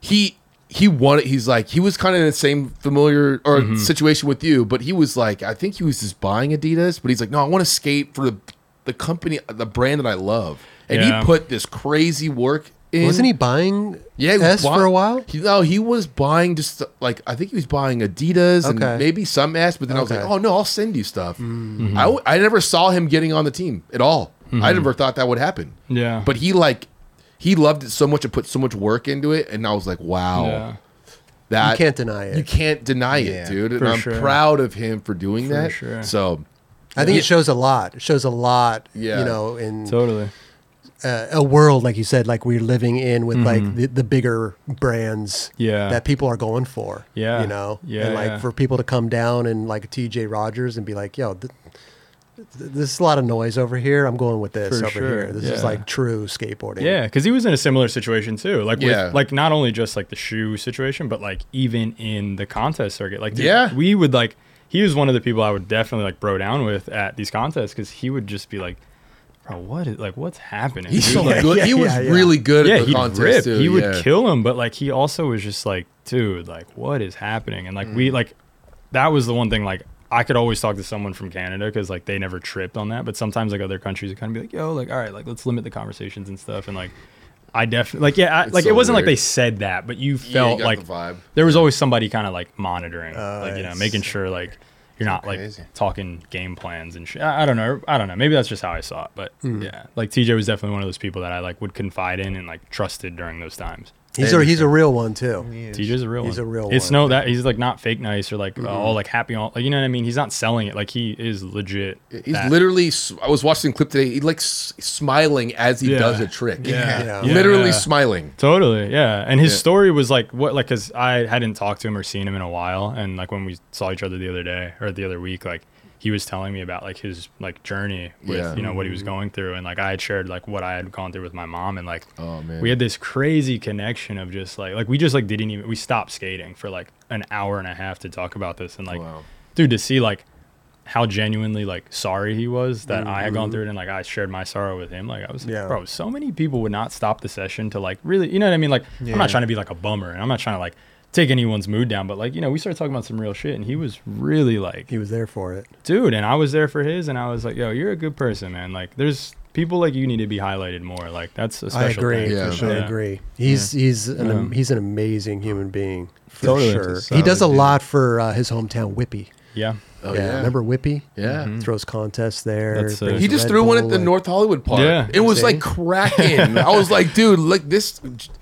[SPEAKER 4] he he wanted he's like he was kind of in the same familiar or
[SPEAKER 3] Mm-hmm.
[SPEAKER 4] situation with you, but he was like, I think he was just buying Adidas, but he's like, No, I want to skate for the the company the brand that I love. And
[SPEAKER 3] Yeah.
[SPEAKER 4] he put this crazy work in.
[SPEAKER 1] Wasn't he buying
[SPEAKER 4] Yeah, he was
[SPEAKER 1] S for
[SPEAKER 4] buy-
[SPEAKER 1] a while?
[SPEAKER 4] He, no, he was buying just like I think he was buying Adidas
[SPEAKER 1] Okay.
[SPEAKER 4] and maybe some S, but then I was
[SPEAKER 1] Okay. Mm-hmm.
[SPEAKER 4] like, oh no, I'll send you stuff. I w- I never saw him getting on the team at all. I never thought that would happen.
[SPEAKER 3] Yeah.
[SPEAKER 4] but he like he loved it so much and put so much work into it, and I was like, wow,
[SPEAKER 3] Yeah.
[SPEAKER 4] that
[SPEAKER 1] You can't deny it.
[SPEAKER 4] you can't deny
[SPEAKER 2] Yeah,
[SPEAKER 4] it, dude. And
[SPEAKER 3] for
[SPEAKER 4] I'm
[SPEAKER 3] sure.
[SPEAKER 4] proud of him for doing that.
[SPEAKER 3] sure.
[SPEAKER 4] So
[SPEAKER 1] I think it shows a lot. It shows a lot,
[SPEAKER 4] Yeah.
[SPEAKER 1] you know, in
[SPEAKER 3] Totally.
[SPEAKER 1] uh, a world like you said, like we're living in with like the, the bigger brands,
[SPEAKER 3] Mm-hmm. Yeah.
[SPEAKER 1] that people are going for,
[SPEAKER 3] Yeah.
[SPEAKER 1] you know,
[SPEAKER 3] Yeah,
[SPEAKER 1] and like
[SPEAKER 3] yeah.
[SPEAKER 1] for people to come down and like T.J. Rogers and be like, yo, th- th- this is a lot of noise over here. I'm going with this
[SPEAKER 3] For
[SPEAKER 1] over
[SPEAKER 3] sure,
[SPEAKER 1] here. This is
[SPEAKER 3] yeah.
[SPEAKER 1] like true skateboarding.
[SPEAKER 3] Yeah, because he was in a similar situation too. Like,
[SPEAKER 4] Yeah.
[SPEAKER 3] with, like not only just like the shoe situation, but like even in the contest circuit. Like, dude,
[SPEAKER 4] Yeah.
[SPEAKER 3] we would like. He was one of the people I would definitely like bro down with at these contests because he would just be like, "Bro, what is like what's happening?"
[SPEAKER 4] he's
[SPEAKER 3] dude?"
[SPEAKER 4] so
[SPEAKER 3] like,
[SPEAKER 4] good. he
[SPEAKER 1] yeah,
[SPEAKER 4] was
[SPEAKER 1] yeah.
[SPEAKER 4] really good
[SPEAKER 3] yeah,
[SPEAKER 4] at the
[SPEAKER 3] he'd
[SPEAKER 4] contest
[SPEAKER 3] rip.
[SPEAKER 4] too.
[SPEAKER 3] he would
[SPEAKER 4] yeah.
[SPEAKER 3] kill him, but like he also was just like, dude, like what is happening? And like we
[SPEAKER 4] Mm.
[SPEAKER 3] like that was the one thing like I could always talk to someone from Canada because like they never tripped on that, but sometimes like other countries would kind of be like, yo, like all right, like let's limit the conversations and stuff, and like. I definitely like yeah I, like
[SPEAKER 4] so
[SPEAKER 3] it wasn't like
[SPEAKER 4] weird.
[SPEAKER 3] they said that but you
[SPEAKER 4] you
[SPEAKER 3] felt
[SPEAKER 4] got
[SPEAKER 3] like
[SPEAKER 4] the vibe.
[SPEAKER 3] there was always somebody kind of like monitoring like you know
[SPEAKER 1] it's-
[SPEAKER 3] making sure like you're not like
[SPEAKER 2] Crazy.
[SPEAKER 3] talking game plans and shit. I I don't know. I don't know. Maybe that's just how I saw it. But
[SPEAKER 1] Mm-hmm.
[SPEAKER 3] yeah, like TJ was definitely one of those people that I like would confide in and like trusted during those times.
[SPEAKER 1] he's a he's a real one too.
[SPEAKER 3] TJ's a real
[SPEAKER 1] He's
[SPEAKER 3] one.
[SPEAKER 1] a real
[SPEAKER 3] It's
[SPEAKER 1] one, Mm-hmm.
[SPEAKER 3] no that he's like not fake nice or like all like happy all like you know what I mean. He's not selling it. Like he is legit.
[SPEAKER 4] He's
[SPEAKER 3] that.
[SPEAKER 4] literally. s- I was watching a clip today. He like s- smiling as he
[SPEAKER 3] Yeah.
[SPEAKER 4] does a trick.
[SPEAKER 3] Yeah.
[SPEAKER 1] Yeah.
[SPEAKER 3] Yeah,
[SPEAKER 4] literally
[SPEAKER 3] yeah.
[SPEAKER 4] smiling.
[SPEAKER 3] Totally, yeah. And his
[SPEAKER 4] Yeah.
[SPEAKER 3] story was like what, like, because I hadn't talked to him or seen him in a while, and like when we saw each other the other day or the other week, like he was telling me about like his like journey with
[SPEAKER 4] Yeah. Mm-hmm.
[SPEAKER 3] you know what he was going through, and like I had shared like what I had gone through with my mom, and like
[SPEAKER 4] Oh, man.
[SPEAKER 3] we had this crazy connection of just like like we just like didn't even we stopped skating for like an hour and a half to talk about this, and like
[SPEAKER 4] Wow.
[SPEAKER 3] dude to see like how genuinely like sorry he was that I had gone through it and like I shared my sorrow with him. Like I was like,
[SPEAKER 1] Mm-hmm. Yeah.
[SPEAKER 3] bro, so many people would not stop the session to like really you know what I mean? Like I'm not trying to be like a bummer and I'm not trying to like take anyone's mood down, but like, you know, we started talking about some real shit and he was really like
[SPEAKER 1] He was there for it.
[SPEAKER 3] dude and I was there for his and I was like, yo, you're a good person, man. Like there's people like you need to be highlighted more. Like that's a
[SPEAKER 1] I
[SPEAKER 3] special
[SPEAKER 1] agree.
[SPEAKER 3] thing.
[SPEAKER 4] Yeah.
[SPEAKER 1] I
[SPEAKER 3] Yeah.
[SPEAKER 1] agree. He's he's an am he's an amazing human being for
[SPEAKER 3] Totally.
[SPEAKER 1] sure.
[SPEAKER 3] He's
[SPEAKER 1] He does a lot for uh, his hometown Whippy.
[SPEAKER 3] Yeah.
[SPEAKER 4] Oh
[SPEAKER 1] yeah, Mm-hmm. remember Whippy?
[SPEAKER 4] Yeah.
[SPEAKER 1] throws contests there.
[SPEAKER 3] That's uh, sick.
[SPEAKER 1] brings
[SPEAKER 4] He just
[SPEAKER 1] Red
[SPEAKER 4] threw one at
[SPEAKER 1] Bull,
[SPEAKER 4] the
[SPEAKER 1] like-
[SPEAKER 4] North Hollywood Park.
[SPEAKER 3] Yeah.
[SPEAKER 4] It was
[SPEAKER 1] See?
[SPEAKER 4] like cracking. I was like, dude, look, this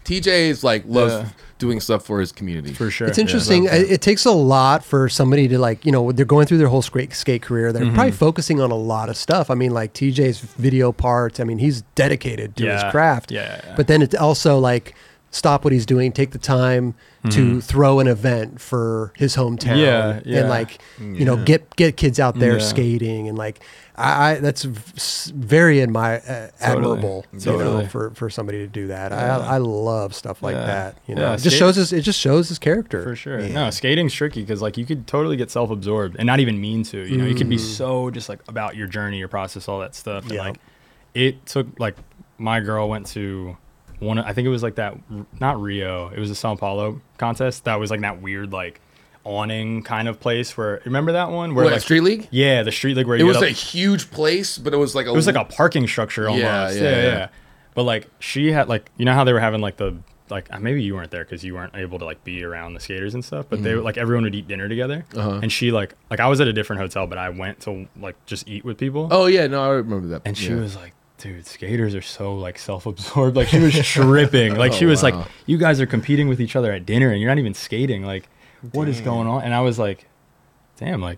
[SPEAKER 4] TJ is like loves
[SPEAKER 3] Yeah.
[SPEAKER 4] doing stuff for his community.
[SPEAKER 3] For sure.
[SPEAKER 1] It's interesting. I- It takes a lot for somebody to like, you know, they're going through their whole skate, skate career.
[SPEAKER 3] Mm-hmm.
[SPEAKER 1] They're probably focusing on a lot of stuff. I mean, like TJ's video parts. I mean, he's dedicated to
[SPEAKER 3] Yeah.
[SPEAKER 1] his craft.
[SPEAKER 3] Yeah, yeah, yeah.
[SPEAKER 1] But then it's also like stop what he's doing, take the time to throw an event for his hometown.
[SPEAKER 3] Mm-hmm. Yeah, yeah.
[SPEAKER 1] And like, you know, get get kids out there
[SPEAKER 3] Yeah.
[SPEAKER 1] skating and like. I, I that's v- s- very admi- uh, admirable, you
[SPEAKER 3] Totally.
[SPEAKER 1] know, for, for somebody to do that. I I love stuff like
[SPEAKER 3] Yeah.
[SPEAKER 1] that. You know,
[SPEAKER 3] Yeah,
[SPEAKER 1] it just
[SPEAKER 3] skate-
[SPEAKER 1] shows his it just shows his character
[SPEAKER 3] For sure. No, skating's tricky because like you could totally get self-absorbed and not even mean to. You know, you could
[SPEAKER 4] Mm.
[SPEAKER 3] be so just like about your journey, your process, all that stuff. And
[SPEAKER 1] Yeah.
[SPEAKER 3] like it took like my girl went to one. of- I think it was like that. Not Rio. It was a Sao Paulo contest that was like that weird like awning kind of place where remember that one where
[SPEAKER 4] What,
[SPEAKER 3] like
[SPEAKER 4] Street League?
[SPEAKER 3] Yeah, the street league where
[SPEAKER 4] It
[SPEAKER 3] you
[SPEAKER 4] was
[SPEAKER 3] get
[SPEAKER 4] a
[SPEAKER 3] up-
[SPEAKER 4] huge place, but it was like a
[SPEAKER 3] it was like a parking structure almost.
[SPEAKER 4] Yeah,
[SPEAKER 3] Yeah, yeah,
[SPEAKER 4] yeah, yeah.
[SPEAKER 3] But like she had like you know how they were having like the like uh, maybe you weren't there because you weren't able to like be around the skaters and stuff. But they
[SPEAKER 4] Mm-hmm.
[SPEAKER 3] like everyone would eat dinner together,
[SPEAKER 4] Uh-huh.
[SPEAKER 3] and she like like I was at a different hotel, but I went to like just eat with people.
[SPEAKER 4] Oh yeah, no, I remember that.
[SPEAKER 3] And she
[SPEAKER 4] Yeah.
[SPEAKER 3] was like, dude, skaters are so like self-absorbed. Like she
[SPEAKER 4] <laughs>
[SPEAKER 3] was tripping. Like she
[SPEAKER 4] Oh,
[SPEAKER 3] was
[SPEAKER 4] wow.
[SPEAKER 3] like, you guys are competing with each other at dinner and you're not even skating. Like what is going on? And I was like, damn, like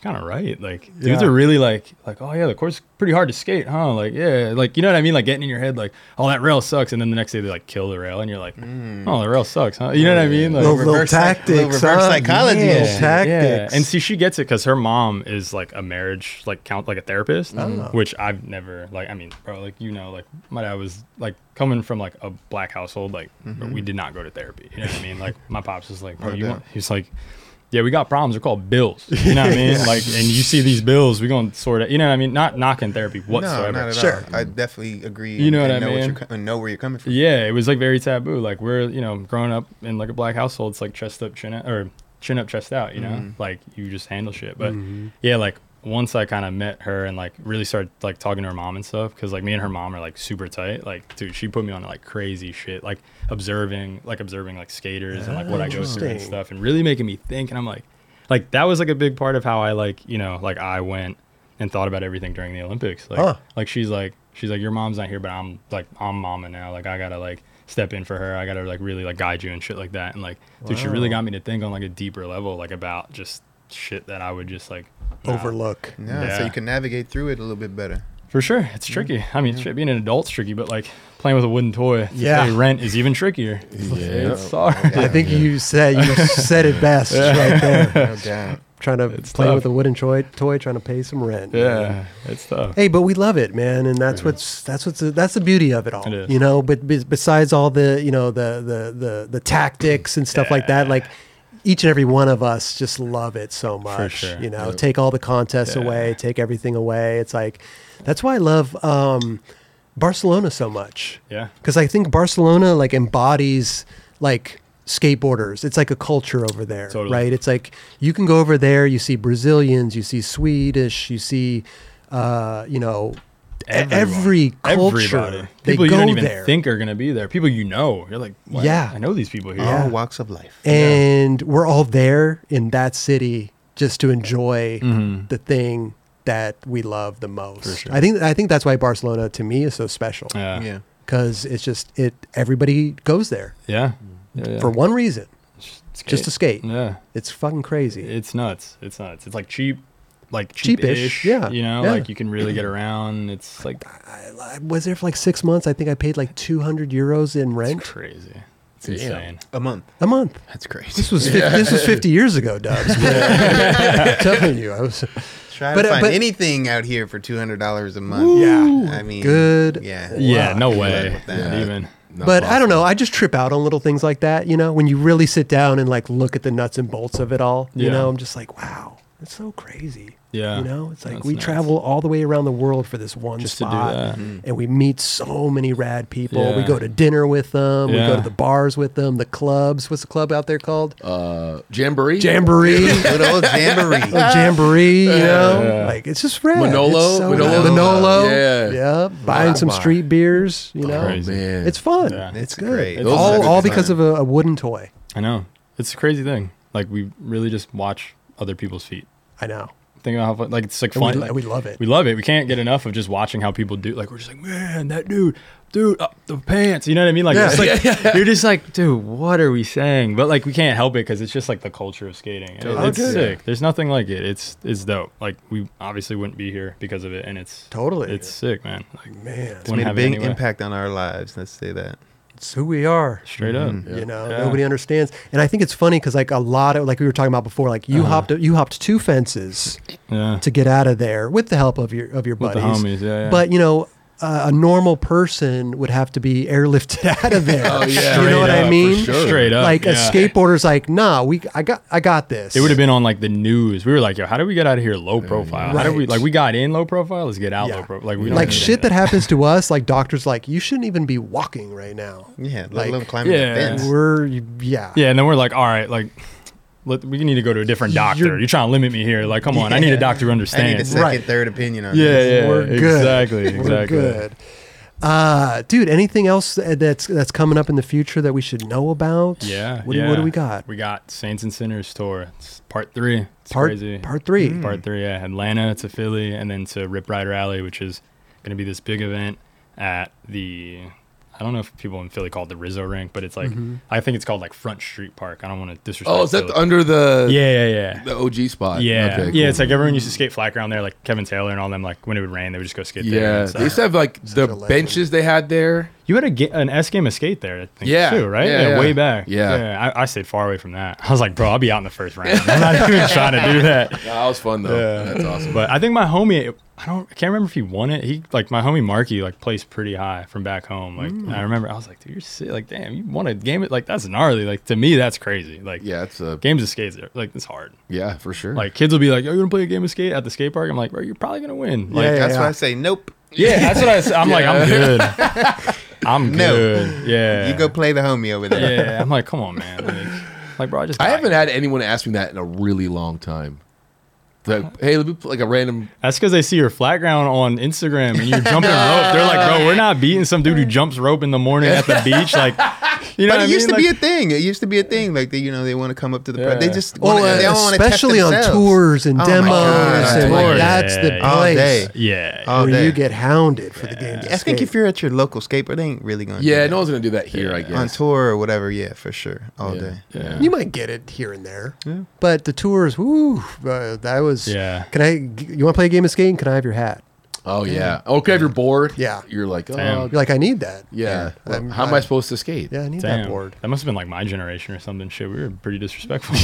[SPEAKER 3] kind of right. Like dudes
[SPEAKER 6] Yeah.
[SPEAKER 3] are really like like oh yeah, the course is pretty hard to skate, huh? Like yeah, like you know what I mean? Like getting in your head like oh that rail sucks, and then the next day they like kill the rail, and you're like
[SPEAKER 4] Mm.
[SPEAKER 3] oh the rail sucks, huh? You know what I mean? Like,
[SPEAKER 2] Little
[SPEAKER 6] Little, little
[SPEAKER 2] reverse psych-
[SPEAKER 6] tactics.
[SPEAKER 2] little reverse
[SPEAKER 6] huh?
[SPEAKER 2] psychology.
[SPEAKER 6] Yeah.
[SPEAKER 2] Little
[SPEAKER 6] Tactics.
[SPEAKER 3] And see, she gets it because her mom is like a marriage like count like a therapist, which I've never like. I mean, bro, like you know, like my dad was like coming from like a black household, like but
[SPEAKER 2] Mm-hmm.
[SPEAKER 3] we did not go to therapy. You know what I mean? Like my pops was like, bro,
[SPEAKER 2] No
[SPEAKER 3] you
[SPEAKER 2] doubt.
[SPEAKER 3] want? He's like. Yeah, we got problems. They're called bills. You know what
[SPEAKER 2] <laughs>
[SPEAKER 3] I mean? Like, and you see these bills, we're going to sort it. You know what I mean? Not knocking therapy whatsoever.
[SPEAKER 2] No, not at
[SPEAKER 1] Sure.
[SPEAKER 2] all. I definitely agree.
[SPEAKER 3] You
[SPEAKER 2] and-
[SPEAKER 3] know what
[SPEAKER 2] and
[SPEAKER 3] I mean?
[SPEAKER 2] you're co- and know where you're coming from.
[SPEAKER 3] Yeah, it was like very taboo. Like we're you know growing up in like a black household, it's like chest up, chin out, or chin up, chest out. You know, like you just handle shit. But yeah, like once I kind of met her and like really started like talking to her mom and stuff, because like me and her mom are like super tight. Like dude, she put me on like crazy shit, like observing, like observing like skaters and like what I go through and
[SPEAKER 1] Interesting.
[SPEAKER 3] stuff, and really making me think. And I'm like, like that was like a big part of how I like you know like I went and thought about everything during the Olympics. Like,
[SPEAKER 1] Huh.
[SPEAKER 3] like she's like she's like your mom's not here, but I'm like I'm mama now. Like I gotta like step in for her. I gotta like really like guide you and shit like that. And like dude, she really got me to think on like a deeper level, like about just shit that I would just like nah.
[SPEAKER 1] Overlook.
[SPEAKER 2] Yeah,
[SPEAKER 3] Yeah.
[SPEAKER 2] so you can navigate through it a little bit better. <laughs>
[SPEAKER 3] For sure, it's tricky. I mean, shit, being an adult's tricky, but like playing with a wooden toy to
[SPEAKER 1] Yeah.
[SPEAKER 3] pay rent is even trickier. <laughs> It's hard.
[SPEAKER 1] I think you said
[SPEAKER 3] <laughs>
[SPEAKER 1] you said it best right there.
[SPEAKER 2] No doubt.
[SPEAKER 1] Trying to
[SPEAKER 3] It's
[SPEAKER 1] play
[SPEAKER 3] tough.
[SPEAKER 1] with a wooden toy, toy, trying to pay some rent.
[SPEAKER 3] Yeah, it's tough.
[SPEAKER 1] Hey, but we love it, man, and that's what's that's what's that's the beauty of it all,
[SPEAKER 3] It is.
[SPEAKER 1] you know. But be- besides all the you know the the the, the tactics and stuff like that, like each and every one of us just love it so much.
[SPEAKER 3] sure.
[SPEAKER 1] You know, take all the contests
[SPEAKER 3] Yeah.
[SPEAKER 1] away, take everything away. It's like that's why I love um, Barcelona so much
[SPEAKER 3] Yeah.
[SPEAKER 1] because I think Barcelona like embodies like skateboarders. It's like a culture over there,
[SPEAKER 3] Totally.
[SPEAKER 1] right? It's like you can go over there, you see Brazilians, you see Swedish, you see, uh, you know, e- every
[SPEAKER 3] Everybody.
[SPEAKER 1] culture. They
[SPEAKER 3] People you
[SPEAKER 1] go
[SPEAKER 3] don't even
[SPEAKER 1] there,
[SPEAKER 3] think are gonna be there. People you know. You're like, what?
[SPEAKER 1] Yeah.
[SPEAKER 3] I know these people here.
[SPEAKER 1] Yeah. Eh.
[SPEAKER 2] All walks of life.
[SPEAKER 1] and we're all there in that city just to enjoy the thing that we love the most.
[SPEAKER 3] Mm-hmm. sure.
[SPEAKER 1] I think I think that's why Barcelona to me is so special
[SPEAKER 3] Yeah.
[SPEAKER 2] yeah.
[SPEAKER 1] because it's just it. Everybody goes there
[SPEAKER 3] Yeah. yeah, yeah.
[SPEAKER 1] for one reason, just to skate.
[SPEAKER 3] Yeah.
[SPEAKER 1] It's fucking crazy.
[SPEAKER 3] It's nuts. It's nuts. It's like cheap, like
[SPEAKER 1] Cheapish,
[SPEAKER 3] cheapish.
[SPEAKER 1] yeah,
[SPEAKER 3] You know,
[SPEAKER 1] yeah.
[SPEAKER 3] like you can really get around. It's like
[SPEAKER 1] I was there for like six months. I think I paid like 200 euros in
[SPEAKER 3] it's
[SPEAKER 1] rent
[SPEAKER 3] crazy. It's
[SPEAKER 4] Damn.
[SPEAKER 3] insane.
[SPEAKER 2] A month.
[SPEAKER 1] a month. This
[SPEAKER 2] That's crazy.
[SPEAKER 1] was fif- this was <laughs> 50 years ago, Dubs. I'm telling you, I was
[SPEAKER 2] <laughs> Try
[SPEAKER 1] But,
[SPEAKER 2] to
[SPEAKER 1] uh,
[SPEAKER 2] find
[SPEAKER 1] but-
[SPEAKER 2] anything out here for two hundred dollars a month.
[SPEAKER 1] yeah.
[SPEAKER 2] I mean,
[SPEAKER 1] Good.
[SPEAKER 2] Yeah.
[SPEAKER 3] Yeah. No
[SPEAKER 2] Good luck
[SPEAKER 3] way.
[SPEAKER 2] with that.
[SPEAKER 3] Not Even.
[SPEAKER 4] Not
[SPEAKER 1] But I don't know.
[SPEAKER 4] possible.
[SPEAKER 1] I just trip out on little things like that. You know, when you really sit down and like look at the nuts and bolts of it all. You
[SPEAKER 3] Yeah.
[SPEAKER 1] know, I'm just like, wow, it's so crazy.
[SPEAKER 3] Yeah.
[SPEAKER 1] You know, it's like
[SPEAKER 3] That's
[SPEAKER 1] we
[SPEAKER 3] nuts.
[SPEAKER 1] travel all the way around the world for this one
[SPEAKER 3] Just to do
[SPEAKER 1] spot,
[SPEAKER 3] that.
[SPEAKER 1] and we meet so many rad people. We
[SPEAKER 3] Yeah.
[SPEAKER 1] go to dinner with them. We go
[SPEAKER 3] Yeah.
[SPEAKER 1] to the bars with them. The clubs. What's the club out there called?
[SPEAKER 4] Uh, Jamboree.
[SPEAKER 1] Jamboree.
[SPEAKER 2] Good old jamboree.
[SPEAKER 1] a jamboree, you know,
[SPEAKER 3] Yeah.
[SPEAKER 1] like it's just rad.
[SPEAKER 4] Manolo?
[SPEAKER 1] it's so
[SPEAKER 4] Manolo?
[SPEAKER 1] rad. Manolo,
[SPEAKER 4] Yeah.
[SPEAKER 1] yeah, buying some
[SPEAKER 2] Wow.
[SPEAKER 1] street beers, you know,
[SPEAKER 3] Crazy.
[SPEAKER 4] Man.
[SPEAKER 1] it's fun.
[SPEAKER 3] Yeah.
[SPEAKER 1] It's,
[SPEAKER 2] It's
[SPEAKER 1] good.
[SPEAKER 2] great.
[SPEAKER 1] It's
[SPEAKER 4] Those
[SPEAKER 1] all
[SPEAKER 4] are good
[SPEAKER 1] all because
[SPEAKER 2] times.
[SPEAKER 1] of a, a wooden toy.
[SPEAKER 3] I know. It's a crazy thing. Like we really just watch other people's feet.
[SPEAKER 1] I know.
[SPEAKER 3] Think about how fun. Like it's like
[SPEAKER 1] And we
[SPEAKER 3] fun.
[SPEAKER 1] lo-
[SPEAKER 3] like,
[SPEAKER 1] we love it.
[SPEAKER 3] We love it. We can't get enough of just watching how people do. Like we're just like, man, that dude, dude, uh, the pants. You know what I mean? Like,
[SPEAKER 1] Yeah.
[SPEAKER 3] it's like you're just like, dude, what are we saying? But like, we can't help it because it's just like the culture of skating. It-
[SPEAKER 1] Totally.
[SPEAKER 3] it's
[SPEAKER 1] Okay.
[SPEAKER 3] sick. There's nothing like it. It's it's dope. Like we obviously wouldn't be here because of it, and it's
[SPEAKER 1] Totally.
[SPEAKER 3] it's sick, man. Like
[SPEAKER 1] Man,
[SPEAKER 3] It's
[SPEAKER 2] It's made a
[SPEAKER 3] have it
[SPEAKER 2] big
[SPEAKER 3] anyway.
[SPEAKER 2] impact on our lives. Let's say that.
[SPEAKER 1] it's who we are.
[SPEAKER 3] straight up.
[SPEAKER 1] You know,
[SPEAKER 3] Yeah.
[SPEAKER 1] nobody understands, and I think it's funny because like a lot of like we were talking about before, like you
[SPEAKER 3] Uh-huh.
[SPEAKER 1] hopped you hopped two fences
[SPEAKER 3] Yeah.
[SPEAKER 1] to get out of there with the help of your of your
[SPEAKER 3] With the
[SPEAKER 1] buddies.
[SPEAKER 3] homies, yeah, yeah.
[SPEAKER 1] But you know, uh, a normal person would have to be airlifted <laughs> out of there.
[SPEAKER 4] Oh, yeah.
[SPEAKER 1] you know
[SPEAKER 3] Straight
[SPEAKER 1] what
[SPEAKER 3] up,
[SPEAKER 1] I
[SPEAKER 3] for
[SPEAKER 1] mean?
[SPEAKER 4] sure.
[SPEAKER 3] Straight up.
[SPEAKER 1] like a
[SPEAKER 3] yeah.
[SPEAKER 1] skateboarder's like, nah, we I got I got this.
[SPEAKER 3] It would have been on like the news. We were like, yo, how do we get out of here low profile? How do we
[SPEAKER 1] Right.
[SPEAKER 3] like we got in low profile? Let's get out
[SPEAKER 1] Yeah.
[SPEAKER 3] low profile. Like we don't
[SPEAKER 1] like
[SPEAKER 3] need
[SPEAKER 1] shit
[SPEAKER 3] to-
[SPEAKER 1] that happens to us. Like doctors, like you shouldn't even be walking right now.
[SPEAKER 2] Yeah, let
[SPEAKER 1] Like-
[SPEAKER 2] alone climbing
[SPEAKER 3] Yeah.
[SPEAKER 2] the fence.
[SPEAKER 1] We're yeah.
[SPEAKER 3] Yeah, and then we're like, all right, like let, we need to go to a different doctor. You're,
[SPEAKER 1] You're-
[SPEAKER 3] trying to limit me here. Like, come on, I need a doctor who
[SPEAKER 2] I need a
[SPEAKER 3] understands.
[SPEAKER 2] second,
[SPEAKER 1] Right.
[SPEAKER 2] third opinion on
[SPEAKER 3] yeah,
[SPEAKER 2] this.
[SPEAKER 3] yeah,
[SPEAKER 1] We're good.
[SPEAKER 3] exactly,
[SPEAKER 1] We're
[SPEAKER 3] exactly.
[SPEAKER 1] good. Uh, dude, anything else that- that's that's coming up in the future that we should know about?
[SPEAKER 3] Yeah.
[SPEAKER 1] What, Do, what do
[SPEAKER 3] yeah.
[SPEAKER 1] we got?
[SPEAKER 3] We got Saints and Sinners tour. It's part three. It's
[SPEAKER 1] part
[SPEAKER 3] crazy. Mm.
[SPEAKER 1] part Hmm. three.
[SPEAKER 3] Part three, yeah. Atlanta to Philly, and then to Rip Ride Rally, which is going to be this big event at the I don't know if people in Philly call it the Rizzo Rink, but it's like
[SPEAKER 1] Mm-hmm.
[SPEAKER 3] I think it's called like Front Street Park. I don't want to disrespect.
[SPEAKER 4] Oh, is that
[SPEAKER 3] Philly.
[SPEAKER 4] the, under the
[SPEAKER 3] yeah, yeah, yeah.
[SPEAKER 4] the OG spot?
[SPEAKER 3] Yeah,
[SPEAKER 4] Okay,
[SPEAKER 3] yeah.
[SPEAKER 4] cool.
[SPEAKER 3] It's like everyone used to skate flat ground there, like Kevin Taylor and all them. Like when it would rain, they would just go skate there. uh,
[SPEAKER 4] yeah.
[SPEAKER 3] and stuff.
[SPEAKER 4] They used to have like the
[SPEAKER 1] a legend.
[SPEAKER 4] benches they had there.
[SPEAKER 3] you had a ga- an S game of skate there, I think,
[SPEAKER 4] Yeah,
[SPEAKER 3] too, right?
[SPEAKER 4] yeah,
[SPEAKER 3] Yeah,
[SPEAKER 4] yeah.
[SPEAKER 3] way back.
[SPEAKER 4] Yeah.
[SPEAKER 3] I, I stayed far away from that. <laughs> I was like, bro, I'll be out in the first
[SPEAKER 4] <laughs>
[SPEAKER 3] round. I'm not even trying to do that.
[SPEAKER 4] Yeah, that was fun though.
[SPEAKER 3] Yeah.
[SPEAKER 4] That's awesome.
[SPEAKER 3] But I think my homie, I don't, I can't remember if he won it. He like my homie Marky like placed pretty high from back home. Like I
[SPEAKER 4] Mm.
[SPEAKER 3] remember, I was like, dude, you're sick. Like damn, you won a game. Like that's gnarly. Like to me, that's crazy. Like
[SPEAKER 4] Yeah, it's a
[SPEAKER 3] games of skates, are- like it's hard.
[SPEAKER 4] yeah for sure.
[SPEAKER 3] Like kids will be like, oh, you gonna play a game of skate at the skate park? I'm like, bro, you're probably gonna win. Like,
[SPEAKER 1] Yeah,
[SPEAKER 2] That's
[SPEAKER 1] yeah.
[SPEAKER 2] why I say nope.
[SPEAKER 3] Yeah, that's what I was. I'm like, I'm
[SPEAKER 4] Yeah.
[SPEAKER 3] good. <laughs> I'm
[SPEAKER 2] No.
[SPEAKER 3] good. Yeah.
[SPEAKER 2] You go play the homie over there.
[SPEAKER 3] Yeah, I'm like, come on, man. Like, like bro, I just.
[SPEAKER 4] I haven't
[SPEAKER 3] died.
[SPEAKER 4] had anyone ask me that in a really long time. Like, hey, let me pl- like a random.
[SPEAKER 3] That's because they see your flat ground on Instagram and you're jumping rope. They're like, bro, we're not beating some dude who jumps rope in the morning at the beach. Like, you know,
[SPEAKER 2] But it
[SPEAKER 3] what I
[SPEAKER 2] used
[SPEAKER 3] mean?
[SPEAKER 2] to
[SPEAKER 3] Like,
[SPEAKER 2] be a thing. It used to be a thing. Like they, you know, they want to come up to the. pro- They
[SPEAKER 3] Yeah.
[SPEAKER 2] just
[SPEAKER 1] Oh,
[SPEAKER 2] wanna, they don't wanna test
[SPEAKER 1] especially on
[SPEAKER 2] themselves.
[SPEAKER 1] tours and
[SPEAKER 2] Oh my
[SPEAKER 1] demos,
[SPEAKER 2] God.
[SPEAKER 1] and like
[SPEAKER 3] Tours.
[SPEAKER 1] that's the
[SPEAKER 3] Yeah,
[SPEAKER 2] all day.
[SPEAKER 1] place
[SPEAKER 3] yeah.
[SPEAKER 2] All
[SPEAKER 1] where
[SPEAKER 2] day.
[SPEAKER 1] you get hounded for the game.
[SPEAKER 2] I think if you're at your local skateboard, they ain't really going.
[SPEAKER 4] Yeah, no one's gonna do that here. I
[SPEAKER 2] on
[SPEAKER 4] guess.
[SPEAKER 2] tour or whatever. Yeah, for sure, all
[SPEAKER 4] Yeah.
[SPEAKER 2] day.
[SPEAKER 4] Yeah.
[SPEAKER 1] you might get it here and there, but the tours, woo, uh, that was.
[SPEAKER 3] Yeah.
[SPEAKER 1] Can I? You want to play a game of skating? Can I have your hat?
[SPEAKER 4] Oh yeah. Okay, if you're bored,
[SPEAKER 1] Yeah.
[SPEAKER 4] you're like, oh,
[SPEAKER 3] Damn.
[SPEAKER 1] You're like, I need that.
[SPEAKER 4] yeah.
[SPEAKER 1] Yeah.
[SPEAKER 4] Well, how am I supposed to skate?
[SPEAKER 1] Yeah, I need
[SPEAKER 3] Damn.
[SPEAKER 1] that board.
[SPEAKER 3] That must have been like my generation or something. Shit, we were pretty disrespectful.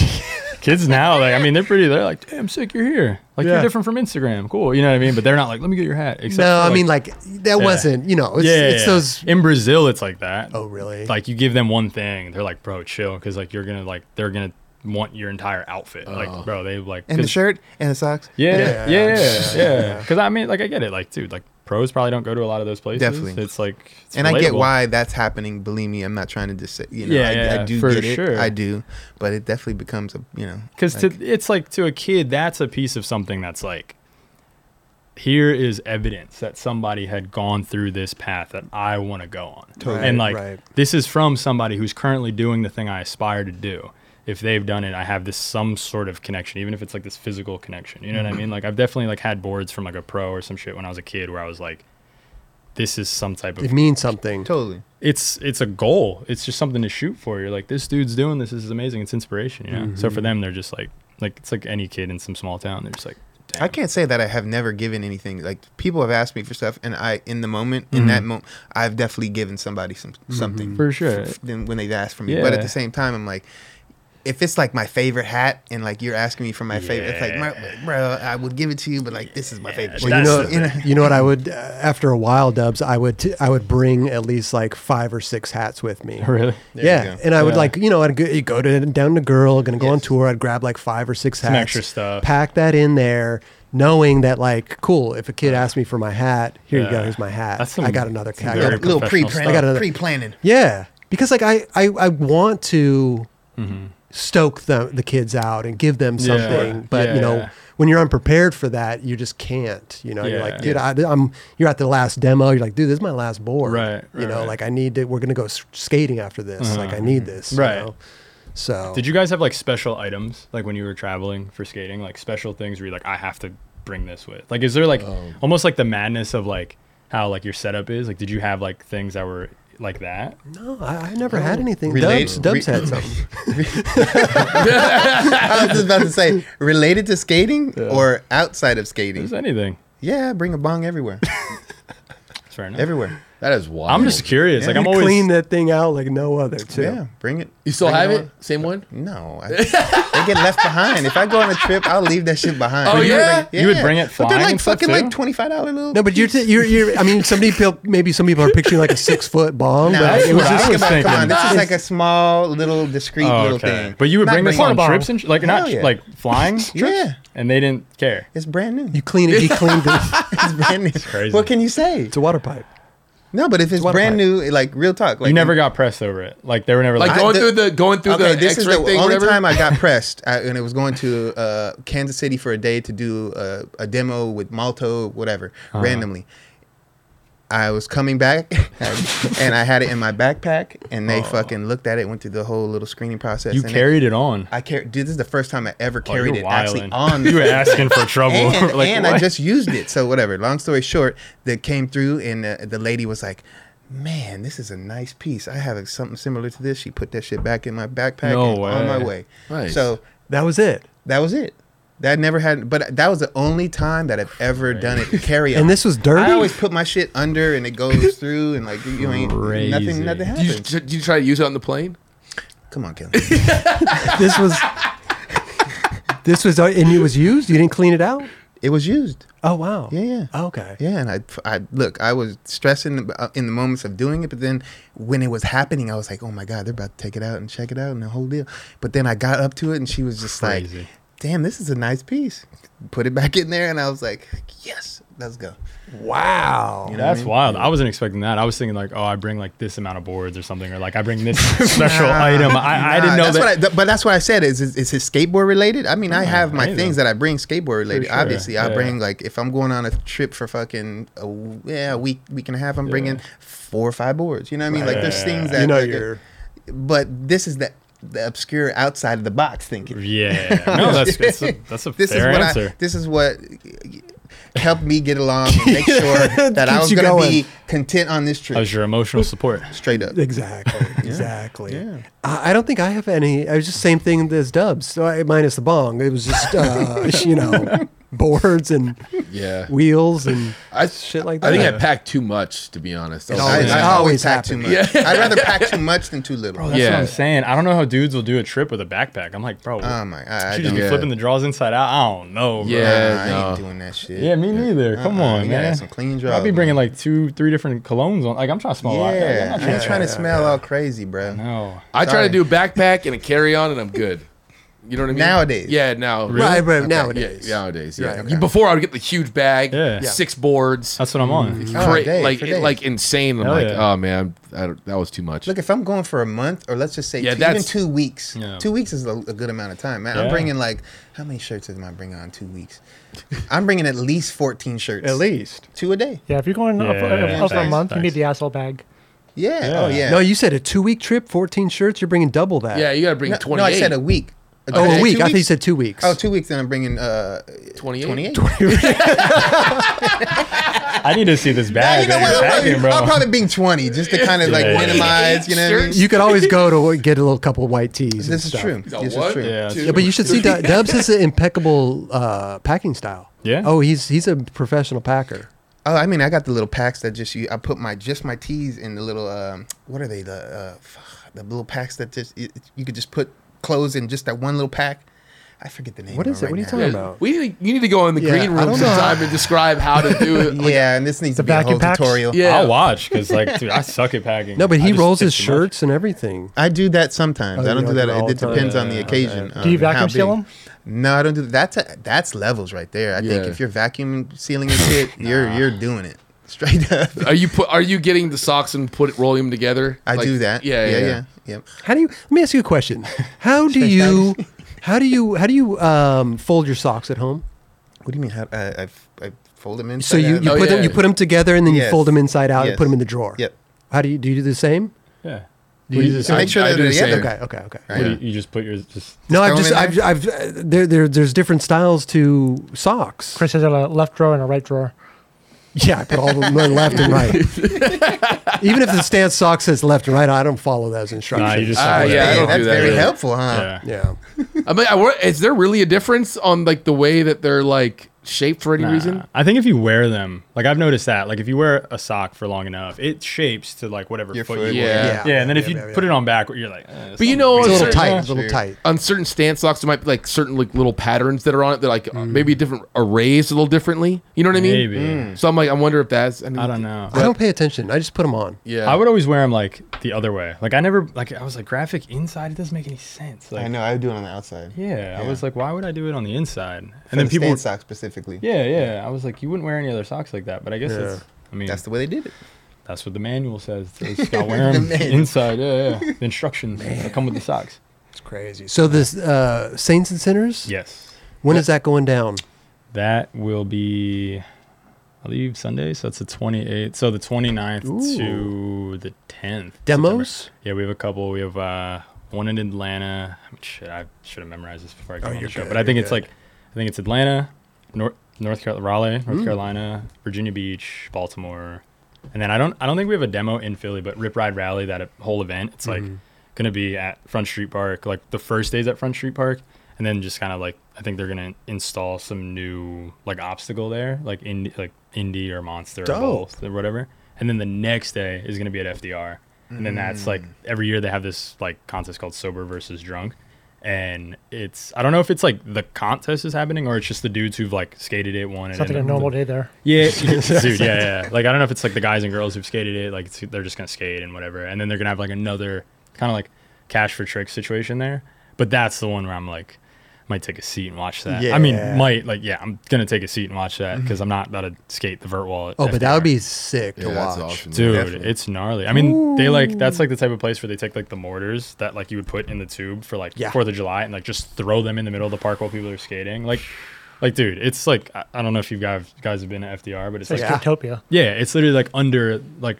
[SPEAKER 3] <laughs> Kids now, like, I mean, they're pretty. They're like, damn, sick, you're here. Like,
[SPEAKER 1] Yeah.
[SPEAKER 3] you're different from Instagram. Cool, you know what I mean? But they're not like, let me get your hat. Except
[SPEAKER 1] no,
[SPEAKER 3] for,
[SPEAKER 1] I mean like that wasn't. You
[SPEAKER 2] Oh,
[SPEAKER 1] know, it's,
[SPEAKER 3] yeah,
[SPEAKER 1] it's
[SPEAKER 3] yeah.
[SPEAKER 1] those.
[SPEAKER 3] in Brazil. It's like that.
[SPEAKER 1] Oh, really?
[SPEAKER 3] Like you give them one thing, they're like, bro, chill, because like you're gonna like they're gonna want your entire outfit. Like, bro, they like
[SPEAKER 2] Oh. And the
[SPEAKER 3] 'cause-
[SPEAKER 2] shirt and the socks.
[SPEAKER 3] Yeah, yeah,
[SPEAKER 2] <laughs>
[SPEAKER 1] Yeah.
[SPEAKER 3] yeah, yeah. Because I mean, like, I get it. Like, dude, like pros probably don't go to a lot of those places.
[SPEAKER 2] Definitely.
[SPEAKER 3] It's like, it's
[SPEAKER 2] and I get
[SPEAKER 3] relatable.
[SPEAKER 2] why that's happening. Believe me, I'm not trying to just say, you know,
[SPEAKER 3] Yeah,
[SPEAKER 2] I, I
[SPEAKER 3] yeah,
[SPEAKER 2] do
[SPEAKER 3] for
[SPEAKER 2] get it.
[SPEAKER 3] sure.
[SPEAKER 2] I do, but it definitely becomes a, you know,
[SPEAKER 3] because
[SPEAKER 2] like,
[SPEAKER 3] to it's like to a kid that's a piece of something that's like here is evidence that somebody had gone through this path that i want to go on
[SPEAKER 1] Totally.
[SPEAKER 3] and
[SPEAKER 1] Right,
[SPEAKER 3] like
[SPEAKER 1] right.
[SPEAKER 3] this is from somebody who's currently doing the thing i aspire to do if they've done it i have this some sort of connection even if it's like this physical connection you know
[SPEAKER 1] Mm-hmm.
[SPEAKER 3] what i mean like i've definitely like had boards from like a pro or some shit when i was a kid where i was like this is some type of
[SPEAKER 1] It means something.
[SPEAKER 2] totally.
[SPEAKER 3] it's it's a goal. It's just something to shoot for. You're like, this dude's doing this. This is amazing. It's inspiration. You know. So for them, they're just like like it's like any kid in some small town. They're just like,
[SPEAKER 2] I can't say that I have never given anything. Like people have asked me for stuff, and I, in the moment, in that moment, I've definitely given somebody some something
[SPEAKER 3] Mm-hmm. For sure.
[SPEAKER 2] f- than when they've asked for me. But at
[SPEAKER 3] Yeah.
[SPEAKER 2] the same time, I'm like, if it's like my favorite hat, and like you're asking me for my favorite, it's like, bro, bro, I would give it to you, but like this is my favorite.
[SPEAKER 1] Well, you know,
[SPEAKER 3] That's
[SPEAKER 2] you know,
[SPEAKER 1] you know what I would uh, after a while, Dubs. I would t- I would bring at least like five or six hats with me.
[SPEAKER 3] <laughs> really.
[SPEAKER 1] Yeah,
[SPEAKER 2] go.
[SPEAKER 1] and I would
[SPEAKER 3] Yeah.
[SPEAKER 1] like you know I'd go, you go to down to girl, gonna go on tour. I'd grab like five or six hats,
[SPEAKER 3] extra stuff.
[SPEAKER 1] pack that in there, knowing that like cool. If a kid asks me for my hat, here you go,
[SPEAKER 3] Yeah.
[SPEAKER 1] here's my hat.
[SPEAKER 3] That's some
[SPEAKER 1] I got another cat. I
[SPEAKER 3] very
[SPEAKER 1] got a-
[SPEAKER 2] a <laughs> little
[SPEAKER 3] professional
[SPEAKER 2] pre-planning,
[SPEAKER 1] I got another-
[SPEAKER 2] pre-planning.
[SPEAKER 1] yeah, because like I I, I want to stoke the the kids out and give them
[SPEAKER 3] Mm-hmm. Yeah.
[SPEAKER 1] something, but you
[SPEAKER 3] Yeah.
[SPEAKER 1] know when you're unprepared for that, you just can't. You know, you're
[SPEAKER 3] Yeah.
[SPEAKER 1] like, dude, I, I'm. You're at the last demo. You're like, dude, this is my last board.
[SPEAKER 3] Right,
[SPEAKER 1] You know,
[SPEAKER 3] right. Uh-huh.
[SPEAKER 1] like I need to. We're gonna go s- skating after this. Like I need this. you
[SPEAKER 3] Right.
[SPEAKER 1] know? So
[SPEAKER 3] Did you guys have like special items like when you were traveling for skating? Like special things where you're like, I have to bring this with. Like, is there like almost like the madness of like how like your setup is? Like, did you have like things that were like that?
[SPEAKER 1] No, I, I never had anything.
[SPEAKER 2] Relate-
[SPEAKER 1] Dubs, Dubs
[SPEAKER 2] re-
[SPEAKER 1] had something.
[SPEAKER 2] <laughs> I was just about to say, related to skating or outside of skating.
[SPEAKER 3] Is anything?
[SPEAKER 2] Yeah, bring a bong everywhere,
[SPEAKER 3] That's fair enough.
[SPEAKER 2] everywhere.
[SPEAKER 4] That is wild.
[SPEAKER 3] I'm just curious. like,
[SPEAKER 1] You
[SPEAKER 3] I'm always
[SPEAKER 1] clean that thing out like no other too.
[SPEAKER 2] Yeah, bring it.
[SPEAKER 4] You still
[SPEAKER 2] bring
[SPEAKER 4] have
[SPEAKER 2] on.
[SPEAKER 4] it? Same one?
[SPEAKER 2] No, I, they get left behind. If I go on a trip, I'll leave that shit behind.
[SPEAKER 4] Oh, You would yeah?
[SPEAKER 3] bring- you would bring it
[SPEAKER 2] But
[SPEAKER 3] flying
[SPEAKER 2] they're like
[SPEAKER 3] and stuff,
[SPEAKER 2] fucking
[SPEAKER 3] too?
[SPEAKER 2] like twenty five dollar little.
[SPEAKER 1] No, but you're, t- you're, you're, I mean, somebody feel, maybe some people are picturing like a six foot bomb.
[SPEAKER 2] No,
[SPEAKER 1] but
[SPEAKER 2] <laughs>
[SPEAKER 3] that's
[SPEAKER 1] it was
[SPEAKER 3] what I
[SPEAKER 1] just
[SPEAKER 3] was
[SPEAKER 1] about-
[SPEAKER 3] thinking.
[SPEAKER 2] come on, this is like a small, little, discreet
[SPEAKER 3] Oh,
[SPEAKER 2] little
[SPEAKER 3] okay.
[SPEAKER 2] thing.
[SPEAKER 3] But you would
[SPEAKER 2] Not
[SPEAKER 3] bring this on
[SPEAKER 2] it-
[SPEAKER 3] trips and sh- like not
[SPEAKER 2] Hell yeah.
[SPEAKER 3] like flying
[SPEAKER 2] <laughs>
[SPEAKER 3] trips,
[SPEAKER 2] Yeah.
[SPEAKER 3] and they didn't care.
[SPEAKER 2] It's brand
[SPEAKER 3] <laughs>
[SPEAKER 2] new.
[SPEAKER 1] You clean it, you cleaned it.
[SPEAKER 2] It's brand new.
[SPEAKER 3] crazy.
[SPEAKER 2] What can you say?
[SPEAKER 1] It's a water pipe.
[SPEAKER 2] No, but if it's
[SPEAKER 1] what
[SPEAKER 2] brand
[SPEAKER 1] I-
[SPEAKER 2] new, like real talk, like
[SPEAKER 3] you never got pressed over it. Like they were never like,
[SPEAKER 4] Like going
[SPEAKER 2] the-
[SPEAKER 4] through the going through
[SPEAKER 2] okay,
[SPEAKER 4] the
[SPEAKER 2] this is
[SPEAKER 4] X-ray
[SPEAKER 2] the
[SPEAKER 4] thing.
[SPEAKER 2] only
[SPEAKER 4] whatever.
[SPEAKER 2] time I got pressed, I, and it was going to uh, Kansas City for a day to do a, a demo with Malto, whatever, randomly. I was coming back, and I had it in my backpack, and they fucking looked at it, went through the whole little screening process.
[SPEAKER 3] you
[SPEAKER 2] and
[SPEAKER 3] carried it on.
[SPEAKER 2] It, I carried. Dude, this is the first time I ever
[SPEAKER 3] Oh, you're
[SPEAKER 2] carried it actually
[SPEAKER 3] wildin'.
[SPEAKER 2] on.
[SPEAKER 3] <laughs> you were asking for trouble.
[SPEAKER 2] And,
[SPEAKER 3] <laughs> like,
[SPEAKER 2] and I
[SPEAKER 3] what?
[SPEAKER 2] just used it. So whatever. Long story short, that came through, and uh, the lady was like, man, this is a nice piece. I have something similar to this. She put that shit back in my backpack
[SPEAKER 3] No
[SPEAKER 2] and on my
[SPEAKER 3] way.
[SPEAKER 2] way.
[SPEAKER 4] Nice.
[SPEAKER 2] So
[SPEAKER 1] That was it.
[SPEAKER 2] that was it. That never had, but that was the only time that I've ever done it carry on.
[SPEAKER 1] And this was dirty.
[SPEAKER 2] I always put my shit under and it
[SPEAKER 3] <laughs>
[SPEAKER 2] goes through and like you ain't
[SPEAKER 3] Crazy.
[SPEAKER 2] nothing nothing
[SPEAKER 4] Did you,
[SPEAKER 2] happens.
[SPEAKER 4] did you try to use it on the plane?
[SPEAKER 2] Come on, Kelly.
[SPEAKER 1] <laughs> this was. this was uh, and it was used. You didn't clean it out.
[SPEAKER 2] it was used.
[SPEAKER 1] Oh wow.
[SPEAKER 2] Yeah, yeah.
[SPEAKER 1] okay.
[SPEAKER 2] Yeah, and I, I look, I was stressing uh, in the moments of doing it, but then when it was happening, I was like, oh my god, they're about to take it out and check it out and the whole deal. But then I got up to it, and she was just like,
[SPEAKER 3] Crazy.
[SPEAKER 2] damn, this is a nice piece. Put it back in there, and I was like, yes, let's go.
[SPEAKER 1] Wow.
[SPEAKER 2] You know what I
[SPEAKER 3] That's
[SPEAKER 2] mean?
[SPEAKER 3] wild. I wasn't expecting that. I was thinking like, oh, I bring like this amount of boards or something, or like I bring this
[SPEAKER 2] <laughs>
[SPEAKER 3] special item. I, I
[SPEAKER 2] Nah,
[SPEAKER 3] didn't know
[SPEAKER 2] that's
[SPEAKER 3] that.
[SPEAKER 2] What I, but that's what I said. Is is, is it skateboard related? I mean, I have my
[SPEAKER 3] either.
[SPEAKER 2] things that I bring skateboard related.
[SPEAKER 3] sure,
[SPEAKER 2] Obviously, I
[SPEAKER 3] yeah.
[SPEAKER 2] bring like if I'm going on a trip for fucking a, w- yeah a week week and a half, I'm bringing four or five boards. You know what I mean? Like
[SPEAKER 3] Right.
[SPEAKER 2] there's
[SPEAKER 3] Yeah.
[SPEAKER 2] things that
[SPEAKER 1] you know
[SPEAKER 2] like,
[SPEAKER 1] your
[SPEAKER 2] but this is the the obscure outside of the box thinking. <laughs>
[SPEAKER 3] yeah. No, that's that's a, that's a
[SPEAKER 2] This
[SPEAKER 3] fair
[SPEAKER 2] is what
[SPEAKER 3] answer.
[SPEAKER 2] I. This is what helped me get along and
[SPEAKER 3] <laughs>
[SPEAKER 2] make sure that I
[SPEAKER 1] Keeps
[SPEAKER 2] was
[SPEAKER 1] you
[SPEAKER 2] going to
[SPEAKER 1] going.
[SPEAKER 2] be content on this trip.
[SPEAKER 3] that was your emotional support.
[SPEAKER 2] Straight up.
[SPEAKER 1] exactly exactly.
[SPEAKER 2] <laughs> Yeah.
[SPEAKER 1] I, I don't think I have any. I was just same thing as Dubs. So I, minus the bong, it was just uh, <laughs> you know boards and
[SPEAKER 4] Yeah.
[SPEAKER 1] wheels and
[SPEAKER 4] I,
[SPEAKER 1] shit like
[SPEAKER 4] I think I
[SPEAKER 1] that.
[SPEAKER 4] packed too much, to be honest.
[SPEAKER 1] It always-
[SPEAKER 2] I, I
[SPEAKER 1] it always
[SPEAKER 2] always pack too much.
[SPEAKER 1] happens.
[SPEAKER 2] I'd rather pack
[SPEAKER 3] <laughs>
[SPEAKER 2] too much than too little.
[SPEAKER 3] That's
[SPEAKER 4] Yeah.
[SPEAKER 3] what I'm saying. I don't know how dudes will do a trip with a backpack. I'm like, bro,
[SPEAKER 2] Oh my! I, I
[SPEAKER 3] should just be
[SPEAKER 4] don't-
[SPEAKER 3] flipping the drawers inside out. I don't know. Bro.
[SPEAKER 4] Yeah.
[SPEAKER 2] Yeah, I
[SPEAKER 4] no.
[SPEAKER 2] ain't doing that shit.
[SPEAKER 3] Yeah, me neither. Come
[SPEAKER 2] Uh-uh,
[SPEAKER 3] on,
[SPEAKER 2] you gotta
[SPEAKER 3] man.
[SPEAKER 2] have some clean
[SPEAKER 3] I'll
[SPEAKER 2] drawers,
[SPEAKER 3] be
[SPEAKER 2] man.
[SPEAKER 3] bringing like two, three different colognes on. Like oh, I'm trying to smell. like, I'm
[SPEAKER 2] Yeah,
[SPEAKER 3] not
[SPEAKER 2] I'm
[SPEAKER 3] trying to-
[SPEAKER 2] trying to smell all crazy, bro.
[SPEAKER 3] No.
[SPEAKER 4] I try
[SPEAKER 2] Sorry.
[SPEAKER 4] to do a backpack and a carry on, and I'm good. You know what I mean?
[SPEAKER 2] Nowadays.
[SPEAKER 4] Yeah, now.
[SPEAKER 1] Right, right
[SPEAKER 4] Yeah,
[SPEAKER 1] nowadays.
[SPEAKER 4] nowadays. Yeah.
[SPEAKER 1] Right,
[SPEAKER 4] You- Before I would get the huge bag,
[SPEAKER 3] Yeah. Yeah.
[SPEAKER 4] six boards.
[SPEAKER 3] That's what I'm on.
[SPEAKER 2] <laughs> Oh,
[SPEAKER 4] cra-
[SPEAKER 2] day,
[SPEAKER 4] like
[SPEAKER 2] for
[SPEAKER 4] it-
[SPEAKER 2] day.
[SPEAKER 4] like insane. I'm
[SPEAKER 3] Hell
[SPEAKER 4] like,
[SPEAKER 3] yeah.
[SPEAKER 4] oh man, I don't, that was too much.
[SPEAKER 2] Look, if I'm going for a month, or let's just say
[SPEAKER 4] Yeah,
[SPEAKER 2] two, even
[SPEAKER 4] that's-
[SPEAKER 2] two weeks,
[SPEAKER 3] Yeah.
[SPEAKER 2] two weeks is a, a good amount of time. Man, I'm
[SPEAKER 3] Yeah.
[SPEAKER 2] bringing like how many shirts am I bringing on two weeks? I'm bringing at least 14 shirts,
[SPEAKER 1] least.
[SPEAKER 2] two a day.
[SPEAKER 5] Yeah, if you're going up,
[SPEAKER 3] Yeah,
[SPEAKER 5] up for a
[SPEAKER 3] thanks,
[SPEAKER 5] month, you need
[SPEAKER 3] thanks.
[SPEAKER 5] the asshole bag.
[SPEAKER 2] Yeah.
[SPEAKER 3] Yeah.
[SPEAKER 2] Oh yeah.
[SPEAKER 1] No, you said a two week trip, fourteen shirts. You're bringing double that.
[SPEAKER 4] yeah, you gotta bring
[SPEAKER 2] no,
[SPEAKER 4] 28.
[SPEAKER 2] no, I said a week. Did I
[SPEAKER 1] Oh,
[SPEAKER 2] say
[SPEAKER 1] a week.
[SPEAKER 2] two
[SPEAKER 1] I think you
[SPEAKER 2] weeks?
[SPEAKER 1] said two weeks.
[SPEAKER 2] Oh, two weeks, then I'm bringing uh,
[SPEAKER 4] 28?
[SPEAKER 2] 28.
[SPEAKER 3] I need to see this
[SPEAKER 2] Nah,
[SPEAKER 3] bag.
[SPEAKER 2] you know
[SPEAKER 3] that
[SPEAKER 2] what?
[SPEAKER 3] you're
[SPEAKER 2] I'm
[SPEAKER 3] packing,
[SPEAKER 2] probably, <laughs>
[SPEAKER 3] bro.
[SPEAKER 2] I'm probably being 20 just to kind of like
[SPEAKER 3] Yeah.
[SPEAKER 2] minimize, you know what I mean?
[SPEAKER 4] Shirts?
[SPEAKER 1] you could always go to get a little couple white tees. and
[SPEAKER 2] This is
[SPEAKER 1] stuff.
[SPEAKER 2] true.
[SPEAKER 4] Oh,
[SPEAKER 2] This is
[SPEAKER 4] what?
[SPEAKER 2] true.
[SPEAKER 3] Yeah, that's
[SPEAKER 1] Yeah, but you should
[SPEAKER 2] <laughs>
[SPEAKER 1] see Du- Dubs has an impeccable uh, packing style.
[SPEAKER 3] Yeah?
[SPEAKER 1] Oh, he's he's a professional packer.
[SPEAKER 2] Oh, I mean, I got the little packs that just you. I put my just my tees in the little. Um, what are they? The uh, <sighs> fuck, the little packs that just you, you could just put clothes in just that one little pack. I forget the name.
[SPEAKER 1] What
[SPEAKER 2] of
[SPEAKER 1] is
[SPEAKER 2] it
[SPEAKER 1] it? What are you
[SPEAKER 2] right
[SPEAKER 1] talking
[SPEAKER 4] Yeah,
[SPEAKER 1] about?
[SPEAKER 4] We need, you need to go in the
[SPEAKER 2] Yeah,
[SPEAKER 4] green
[SPEAKER 2] I
[SPEAKER 4] room
[SPEAKER 2] don't know how-
[SPEAKER 4] sometime and describe how to do it.
[SPEAKER 2] now. <laughs> Yeah, and this needs to be a
[SPEAKER 5] vacuum
[SPEAKER 2] whole
[SPEAKER 5] packs?
[SPEAKER 2] tutorial.
[SPEAKER 4] Yeah.
[SPEAKER 3] I'll watch because, like, dude, I suck at packing.
[SPEAKER 1] No, but
[SPEAKER 3] I
[SPEAKER 1] he
[SPEAKER 3] just
[SPEAKER 1] rolls
[SPEAKER 3] take
[SPEAKER 1] his
[SPEAKER 3] too much.
[SPEAKER 1] shirts and everything.
[SPEAKER 2] I do that sometimes.
[SPEAKER 1] Oh,
[SPEAKER 2] I don't
[SPEAKER 1] you don't
[SPEAKER 2] do that.
[SPEAKER 1] do it all
[SPEAKER 2] It
[SPEAKER 1] the time?
[SPEAKER 2] depends on the
[SPEAKER 3] Yeah,
[SPEAKER 2] occasion.
[SPEAKER 5] Do you
[SPEAKER 2] on how
[SPEAKER 5] vacuum seal
[SPEAKER 2] big.
[SPEAKER 5] 'em?
[SPEAKER 2] No, I don't do that's that's levels right there. I think
[SPEAKER 4] Yeah.
[SPEAKER 2] if you're vacuum sealing
[SPEAKER 1] <laughs>
[SPEAKER 2] your shit, you're you're doing it straight <laughs> up.
[SPEAKER 4] Are you put? Are you getting the socks and put rolling them together?
[SPEAKER 2] I
[SPEAKER 4] Like-
[SPEAKER 2] do that.
[SPEAKER 4] Yeah, yeah, yeah.
[SPEAKER 2] Yep.
[SPEAKER 1] How do you? Let me ask you a question. How do you? How do you? How do you um, fold your socks at home?
[SPEAKER 2] What do you mean? How, I, I I fold them in.
[SPEAKER 1] So you, you
[SPEAKER 4] Oh,
[SPEAKER 1] put them you
[SPEAKER 4] yeah.
[SPEAKER 1] put them together and then you
[SPEAKER 2] Yes.
[SPEAKER 1] fold them inside out and
[SPEAKER 2] Yes.
[SPEAKER 1] put them in the drawer.
[SPEAKER 2] Yep.
[SPEAKER 1] How do you do? You do the same?
[SPEAKER 3] Yeah.
[SPEAKER 1] Do you do the
[SPEAKER 2] So
[SPEAKER 1] same?
[SPEAKER 2] make sure
[SPEAKER 4] I
[SPEAKER 2] that
[SPEAKER 4] do
[SPEAKER 2] they're
[SPEAKER 4] the same.
[SPEAKER 2] together.
[SPEAKER 1] Okay, okay, okay.
[SPEAKER 3] What do you, you just put your just.
[SPEAKER 1] No, I've
[SPEAKER 2] throw 'em
[SPEAKER 1] just
[SPEAKER 2] in
[SPEAKER 1] I've, I've uh, there, there there's different styles to socks.
[SPEAKER 5] Chris has a left drawer and a right drawer.
[SPEAKER 1] <laughs> Yeah, I put all the my left and
[SPEAKER 3] <laughs>
[SPEAKER 1] right. Even if the stance sock says left and right, I don't follow those instructions.
[SPEAKER 3] Nah, you just.
[SPEAKER 4] Ah,
[SPEAKER 3] suck at
[SPEAKER 4] yeah, I
[SPEAKER 2] Hey,
[SPEAKER 3] it.
[SPEAKER 4] don't
[SPEAKER 2] that's
[SPEAKER 4] do that
[SPEAKER 2] very
[SPEAKER 4] really.
[SPEAKER 2] helpful, huh?
[SPEAKER 3] Yeah.
[SPEAKER 1] yeah.
[SPEAKER 4] I mean, I wor- is there really a difference on like the way that they're like shaped for any
[SPEAKER 3] Nah.
[SPEAKER 4] reason?
[SPEAKER 3] I think if you wear them, like I've noticed that, like if you wear a sock for long enough, it shapes to like whatever
[SPEAKER 2] Your
[SPEAKER 3] foot,
[SPEAKER 2] foot,
[SPEAKER 3] you
[SPEAKER 4] yeah.
[SPEAKER 3] wear.
[SPEAKER 4] Yeah,
[SPEAKER 3] Yeah, and then if
[SPEAKER 1] yeah,
[SPEAKER 3] you
[SPEAKER 1] yeah,
[SPEAKER 3] put
[SPEAKER 1] yeah.
[SPEAKER 3] it on backward, you're like, eh,
[SPEAKER 4] But you know,
[SPEAKER 1] it's a
[SPEAKER 4] on
[SPEAKER 1] little
[SPEAKER 4] certain,
[SPEAKER 1] tight,
[SPEAKER 2] Yeah,
[SPEAKER 1] it's a little
[SPEAKER 2] sure.
[SPEAKER 1] tight.
[SPEAKER 4] on certain stance socks, there might be like certain like little patterns that are on it. They're like uh,
[SPEAKER 3] Hmm.
[SPEAKER 4] maybe different arrays a little differently. You know what I mean? Mm.
[SPEAKER 3] maybe
[SPEAKER 4] So I'm like, I wonder if that's. mean,
[SPEAKER 3] I don't know.
[SPEAKER 1] I don't pay attention. I just put them on.
[SPEAKER 4] Yeah,
[SPEAKER 3] I would always wear them like the other way. Like I never like I was like graphic inside. It doesn't make any sense. Like
[SPEAKER 2] I know. I do it on the outside.
[SPEAKER 3] Yeah, I
[SPEAKER 2] Yeah.
[SPEAKER 3] was like, why would I do it on the inside? And
[SPEAKER 2] And
[SPEAKER 3] then people.
[SPEAKER 2] stand
[SPEAKER 3] would-
[SPEAKER 2] sock specifically.
[SPEAKER 3] Yeah, yeah. I was like, you wouldn't wear any other socks like that. But I guess it's. I mean,
[SPEAKER 2] That's
[SPEAKER 3] that's,
[SPEAKER 2] the way they did it.
[SPEAKER 3] what the manual says.
[SPEAKER 2] <laughs>
[SPEAKER 3] You just gotta wear them
[SPEAKER 2] manual.
[SPEAKER 3] inside. Yeah,
[SPEAKER 2] <laughs>
[SPEAKER 3] yeah. The instructions that come with the socks.
[SPEAKER 1] It's crazy. So this uh, Saints and Sinners.
[SPEAKER 3] Yes.
[SPEAKER 1] When is that going down?
[SPEAKER 3] That will be, I believe, Sunday. So that's the 28th. So the 29th to the 10th.
[SPEAKER 1] Demos?
[SPEAKER 3] September. Yeah, we have a couple. We have uh, one in Atlanta. I mean, Shit, I should have memorized this before I came on the show. but I think it's like, I think it's Atlanta, North, North Carolina, Raleigh, North Carolina, Virginia Beach, Baltimore, And then I don't I don't think we have a demo in Philly, but Rip Ride Rally that whole event it's like gonna be at Front Street Park like the first days at Front Street Park, and then just kind of like I think they're gonna install some new like obstacle there like in like indie or monster or both or whatever. And then the next day is gonna be at FDR, and then that's like
[SPEAKER 1] Mm.
[SPEAKER 3] every year they have this like contest called Sober versus Drunk. And it's I don't know if it's like the contest is happening or it's just the dudes who've like skated it, won it.
[SPEAKER 5] Sounds like a
[SPEAKER 3] and
[SPEAKER 5] normal day there.
[SPEAKER 3] yeah, <laughs> dude. Yeah, yeah. Like I don't know if it's like the guys and girls who've skated it. Like it's, they're just gonna skate and whatever, and then they're gonna have like another kind of like cash for tricks situation there. But that's the one where I'm like, might take a seat and watch that. I mean,
[SPEAKER 2] Yeah.
[SPEAKER 3] might like yeah, I'm gonna take a seat and watch that because I'm not about to skate the vert wall. At
[SPEAKER 1] Mm-hmm. Oh, but that would
[SPEAKER 3] FDR.
[SPEAKER 1] be sick to
[SPEAKER 4] Yeah,
[SPEAKER 1] watch.
[SPEAKER 4] that's awesome.
[SPEAKER 3] Dude,
[SPEAKER 2] Definitely.
[SPEAKER 3] it's gnarly. I mean, they like that's like the type of place where they take like the mortars that like you would put in the tube for like
[SPEAKER 1] Yeah.
[SPEAKER 3] Fourth of July and like just throw them in the middle of the park while people are skating. Like, like dude, it's like I, I don't know if you guys guys have been at FDR, but it's
[SPEAKER 5] It's like
[SPEAKER 3] like
[SPEAKER 5] Utopia.
[SPEAKER 3] yeah, it's literally like under like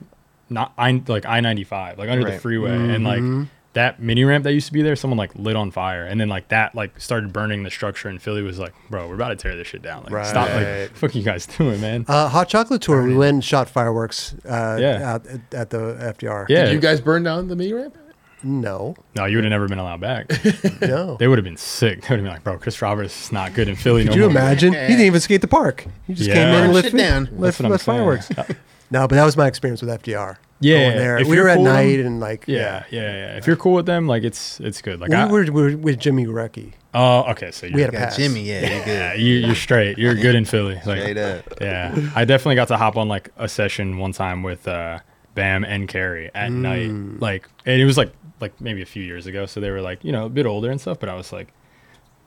[SPEAKER 3] not I like I ninety five, like under the
[SPEAKER 2] Right.
[SPEAKER 3] freeway, and like that mini ramp that used to be there, someone like lit on fire, and then like that like started burning the structure, and Philly was like, "Bro, we're about to tear this shit down. Like, stop! Like,
[SPEAKER 2] Right.
[SPEAKER 3] fuck you guys <laughs> doing, man."
[SPEAKER 1] Uh, Hot Chocolate Tour, we went and shot fireworks uh,
[SPEAKER 3] Yeah.
[SPEAKER 1] out at, at the FDR.
[SPEAKER 3] yeah,
[SPEAKER 4] Did you guys burn down the mini ramp?
[SPEAKER 1] No,
[SPEAKER 3] no, you would have never been allowed back. <laughs>
[SPEAKER 1] no.
[SPEAKER 3] they would have been sick. They would have been like, "Bro, Chris Roberts is not good in Philly."
[SPEAKER 1] Could
[SPEAKER 3] no
[SPEAKER 1] you
[SPEAKER 3] more."
[SPEAKER 1] imagine? He didn't even skate the park. He just came in
[SPEAKER 3] Yeah.
[SPEAKER 1] and lit,
[SPEAKER 2] Shit down.
[SPEAKER 1] lit,
[SPEAKER 3] That's what I'm
[SPEAKER 1] lit
[SPEAKER 3] saying. <laughs>
[SPEAKER 1] fireworks.
[SPEAKER 3] Uh,
[SPEAKER 1] no, but that was my experience with FDR.
[SPEAKER 3] Yeah,
[SPEAKER 1] Going there.
[SPEAKER 3] if
[SPEAKER 1] We
[SPEAKER 3] you're
[SPEAKER 1] were at
[SPEAKER 3] cool with
[SPEAKER 1] night
[SPEAKER 3] them-
[SPEAKER 1] and like,
[SPEAKER 3] Yeah, yeah, yeah. If you're cool with them, like it's it's good. Like
[SPEAKER 1] We
[SPEAKER 3] I,
[SPEAKER 1] were, we were with Jimmy Recky.
[SPEAKER 3] oh, okay, so you're,
[SPEAKER 1] We had a
[SPEAKER 2] Got
[SPEAKER 1] pass.
[SPEAKER 2] Jimmy, yeah, you
[SPEAKER 3] yeah,
[SPEAKER 2] good.
[SPEAKER 3] <laughs> you, you're straight. You're good in Philly. Like,
[SPEAKER 2] Straight up.
[SPEAKER 3] Yeah, I definitely got to hop on like a session one time with uh, Bam and Carrie at
[SPEAKER 1] Mm.
[SPEAKER 3] night. Like, and it was like like maybe a few years ago, so they were like you know a bit older and stuff. But I was like,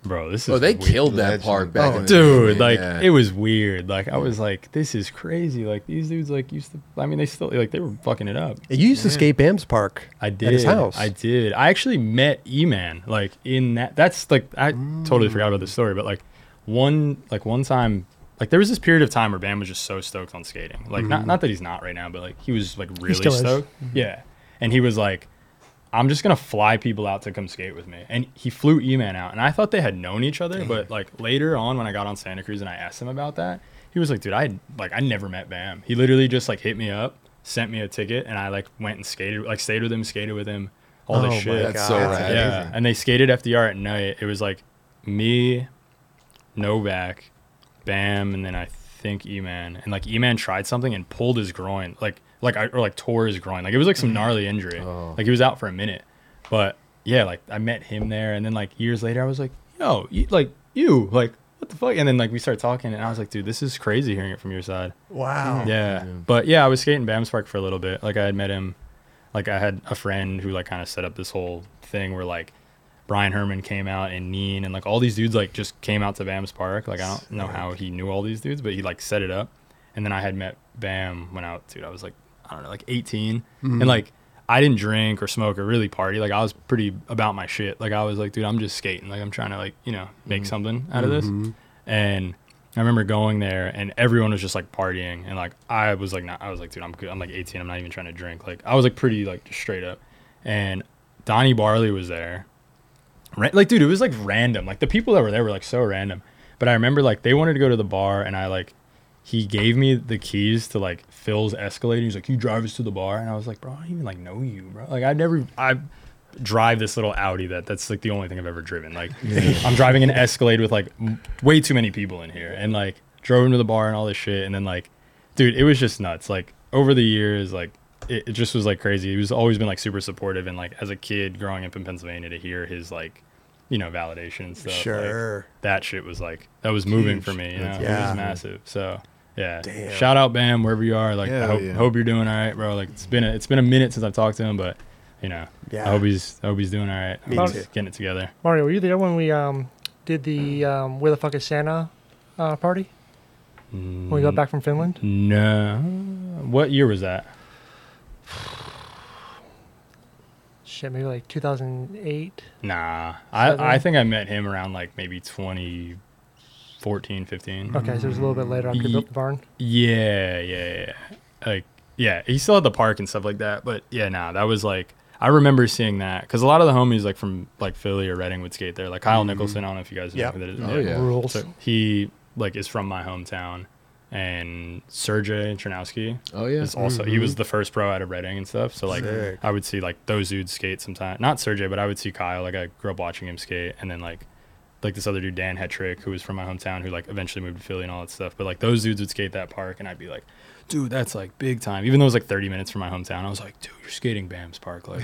[SPEAKER 3] bro, this is
[SPEAKER 4] Oh, they
[SPEAKER 3] weird."
[SPEAKER 4] killed that
[SPEAKER 2] Legend.
[SPEAKER 4] park back
[SPEAKER 1] Oh,
[SPEAKER 4] in the
[SPEAKER 3] Dude, like
[SPEAKER 4] Yeah.
[SPEAKER 3] it was weird. Like I was like, this is crazy. Like these dudes, like used to. I mean, they still like they were fucking it up.
[SPEAKER 1] You used to skate Bam's Park
[SPEAKER 3] I did.
[SPEAKER 1] at his house.
[SPEAKER 3] I did. I actually met E Man like in that. That's like I totally forgot about this story, but like one like one time. Like there was this period of time where Bam was just so stoked on skating. Like not not that he's not right now, but like he was like really
[SPEAKER 5] still is.
[SPEAKER 3] stoked. Yeah, and he was like, "I'm just gonna fly people out to come skate with me." And he flew E Man out, and I thought they had known each other, but like later on when I got on Santa Cruz and I asked him about that, he was like, "Dude, I like I never met Bam. He literally just like hit me up, sent me a ticket, and I like went and skated, like stayed with him, skated with him, all
[SPEAKER 1] Oh
[SPEAKER 3] this
[SPEAKER 1] my
[SPEAKER 3] shit."
[SPEAKER 4] That's so
[SPEAKER 2] That's
[SPEAKER 4] rad.
[SPEAKER 2] amazing.
[SPEAKER 3] Yeah, and they skated FDR at night. It was like me, Novak, Bam, and then I think E-Man. And like E-Man tried something and pulled his groin, like like I- or like tore his groin. Like it was like
[SPEAKER 2] Mm-hmm.
[SPEAKER 3] some gnarly injury.
[SPEAKER 2] Oh.
[SPEAKER 3] Like he was out for a minute. But yeah, like I met him there, and then like years later, I was like, yo, you, like you, like what the fuck? And then like we started talking, and I was like, dude, this is crazy hearing it from your side.
[SPEAKER 1] wow.
[SPEAKER 3] Yeah. But yeah, I was skating Bam's Park for a little bit. Like I had met him. Like I had a friend who like kind of set up this whole thing where like Brian Herman came out and Neen and like all these dudes like just came out to Bam's Park. Like I don't know how he knew all these dudes, but he like set it up. And then I had met Bam when I dude, I was like I don't know, like 18. And like I didn't drink or smoke or really party. Like I was pretty about my shit. Like I was like, dude, I'm just skating. Like I'm trying to like, you know, make something out of this. And I remember going there and everyone was just like partying and like I was like not I was like dude I'm good I'm like 18 I'm not even trying to drink like I was like pretty like just straight up and Donnie Barley was there Ra- like dude it was like random like the people that were there were like so random but I remember like they wanted to go to the bar and I like he gave me the keys to like Phil's Escalade he's like you drive us to the bar and I was like bro I don't even like know you bro like I never I drive this little Audi that that's like the only thing I've ever driven. Like I'm driving an Escalade with like m- way too many people in here and like drove him to the bar and all this shit and then like dude, it was just nuts. Like over the years like it, it just was like crazy. He was always been like super supportive and like as a kid growing up in Pennsylvania to hear his like you know validation and stuff. like,
[SPEAKER 1] Sure.
[SPEAKER 3] that shit was like that was moving for me, you know. It
[SPEAKER 1] Yeah.
[SPEAKER 3] was massive. So yeah. Shout out Bam wherever you are. Like I
[SPEAKER 4] Hell
[SPEAKER 3] hope,
[SPEAKER 4] yeah.
[SPEAKER 3] hope you're doing all right, bro. Like it's been a, it's been a minute since I've talked to him, but you know,
[SPEAKER 1] Yeah.
[SPEAKER 3] I hope he's I hope he's doing all right.
[SPEAKER 1] Me
[SPEAKER 3] I hope
[SPEAKER 1] too.
[SPEAKER 3] he's getting it together.
[SPEAKER 5] Mario, were you there when we um, did the um, Where the Fuck is Santa uh, party? When we
[SPEAKER 3] Mm.
[SPEAKER 5] got back from Finland?
[SPEAKER 3] No, what year was that?
[SPEAKER 5] Shit, maybe like 2008.
[SPEAKER 3] Nah, I I
[SPEAKER 5] Seven?
[SPEAKER 3] think I met him around like maybe 2014, 15.
[SPEAKER 5] Okay, so it was a little bit later after
[SPEAKER 3] Ye-
[SPEAKER 5] we built the barn.
[SPEAKER 3] Yeah, yeah, yeah. Like, yeah, he still had the park and stuff like that. But yeah, nah, that was like, I remember seeing that because a lot of the homies like from like Philly or Reading would skate there. Like Kyle Nicholson, I don't know if you guys know
[SPEAKER 1] Yep.
[SPEAKER 3] who that is.
[SPEAKER 4] Oh, yeah.
[SPEAKER 5] Rules.
[SPEAKER 3] So he like is from my hometown, and Sergey Chernowski.
[SPEAKER 4] Oh, yeah.
[SPEAKER 3] is also he
[SPEAKER 1] Mm-hmm.
[SPEAKER 3] was the first pro out of Reading and stuff. So like
[SPEAKER 2] Sick.
[SPEAKER 3] I would see like those dudes skate sometimes. Not Sergey, but I would see Kyle. Like I grew up watching him skate, and then like like this other dude Dan Hetrick, who was from my hometown, who like eventually moved to Philly and all that stuff. But like those dudes would skate that park, and I'd be like, dude, that's like big time. Even though it was like 30 minutes from my hometown, I was like, dude, you're skating Bams Park.
[SPEAKER 1] <laughs>
[SPEAKER 3] Like,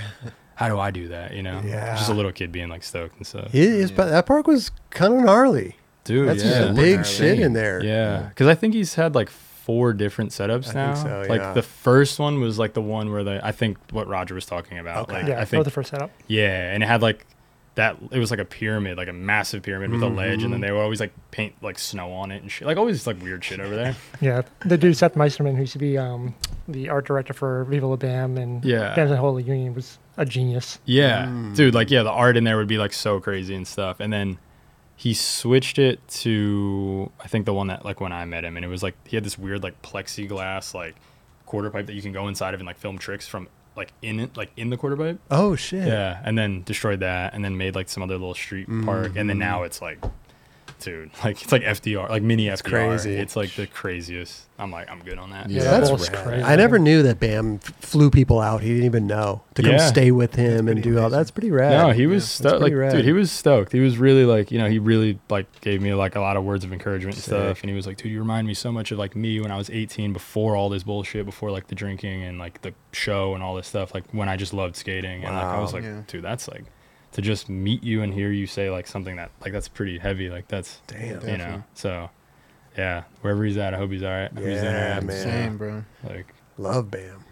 [SPEAKER 3] how do I do that? You know,
[SPEAKER 1] Yeah.
[SPEAKER 3] just a little kid being like stoked and stuff.
[SPEAKER 1] It is, but that park was kind of gnarly.
[SPEAKER 3] Dude,
[SPEAKER 1] That's
[SPEAKER 3] yeah.
[SPEAKER 1] just some big shit in there.
[SPEAKER 3] Yeah, because I think he's had like four different setups now.
[SPEAKER 1] so, yeah.
[SPEAKER 3] Like the first one was like the one where the I think what Roger was talking about.
[SPEAKER 1] Okay.
[SPEAKER 3] Like
[SPEAKER 5] Yeah,
[SPEAKER 3] I
[SPEAKER 5] that was
[SPEAKER 3] think
[SPEAKER 5] the first setup.
[SPEAKER 3] yeah, and it had like that. It was like a pyramid, like a massive pyramid with a ledge,
[SPEAKER 1] Mm-hmm.
[SPEAKER 3] and then they would always like paint like snow on it and shit. Like always like weird shit over there.
[SPEAKER 5] Yeah, the dude Seth Meisterman, who used to be um, the art director for Viva La Bam and
[SPEAKER 3] Yeah.
[SPEAKER 5] Bams and Holy Union, was a genius.
[SPEAKER 3] Yeah, dude. Like, yeah, the art in there would be like so crazy and stuff. And then he switched it to I think the one that like when I met him, and it was like he had this weird like plexiglass like quarter pipe that you can go inside of and like film tricks from like in it like in the quarter pipe.
[SPEAKER 1] Oh shit.
[SPEAKER 3] Yeah, and then destroyed that, and then made like some other little street park, and then now it's like. Dude, <laughs> like it's like FDR, like mini FDR.
[SPEAKER 1] crazy.
[SPEAKER 3] It's like the craziest. I'm like, I'm good on that.
[SPEAKER 4] Yeah.
[SPEAKER 5] that
[SPEAKER 1] That's
[SPEAKER 5] was
[SPEAKER 1] rad.
[SPEAKER 5] crazy.
[SPEAKER 1] I never knew that Bam f- flew people out. He didn't even know to come
[SPEAKER 3] Yeah.
[SPEAKER 1] stay with him and do all. That's pretty rad.
[SPEAKER 3] No, he was
[SPEAKER 1] That's
[SPEAKER 3] stoked. Like,
[SPEAKER 1] pretty rad.
[SPEAKER 3] dude, he was stoked. He was really like, you know, he really like gave me like a lot of words of encouragement and stuff. And he was like, dude, you remind me so much of like me when I was 18, before all this bullshit, before like the drinking and like the show and all this stuff. Like when I just loved skating, and like I was like,
[SPEAKER 2] Yeah.
[SPEAKER 3] dude, that's like to just meet you and hear you say like something that like that's pretty heavy. Like that's
[SPEAKER 1] Damn.
[SPEAKER 3] you
[SPEAKER 2] Definitely.
[SPEAKER 3] know. So yeah, wherever he's at, I hope he's all right. I hope he's in all
[SPEAKER 1] Yeah,
[SPEAKER 3] right.
[SPEAKER 1] man.
[SPEAKER 2] Same, bro.
[SPEAKER 3] Like
[SPEAKER 1] love Bam.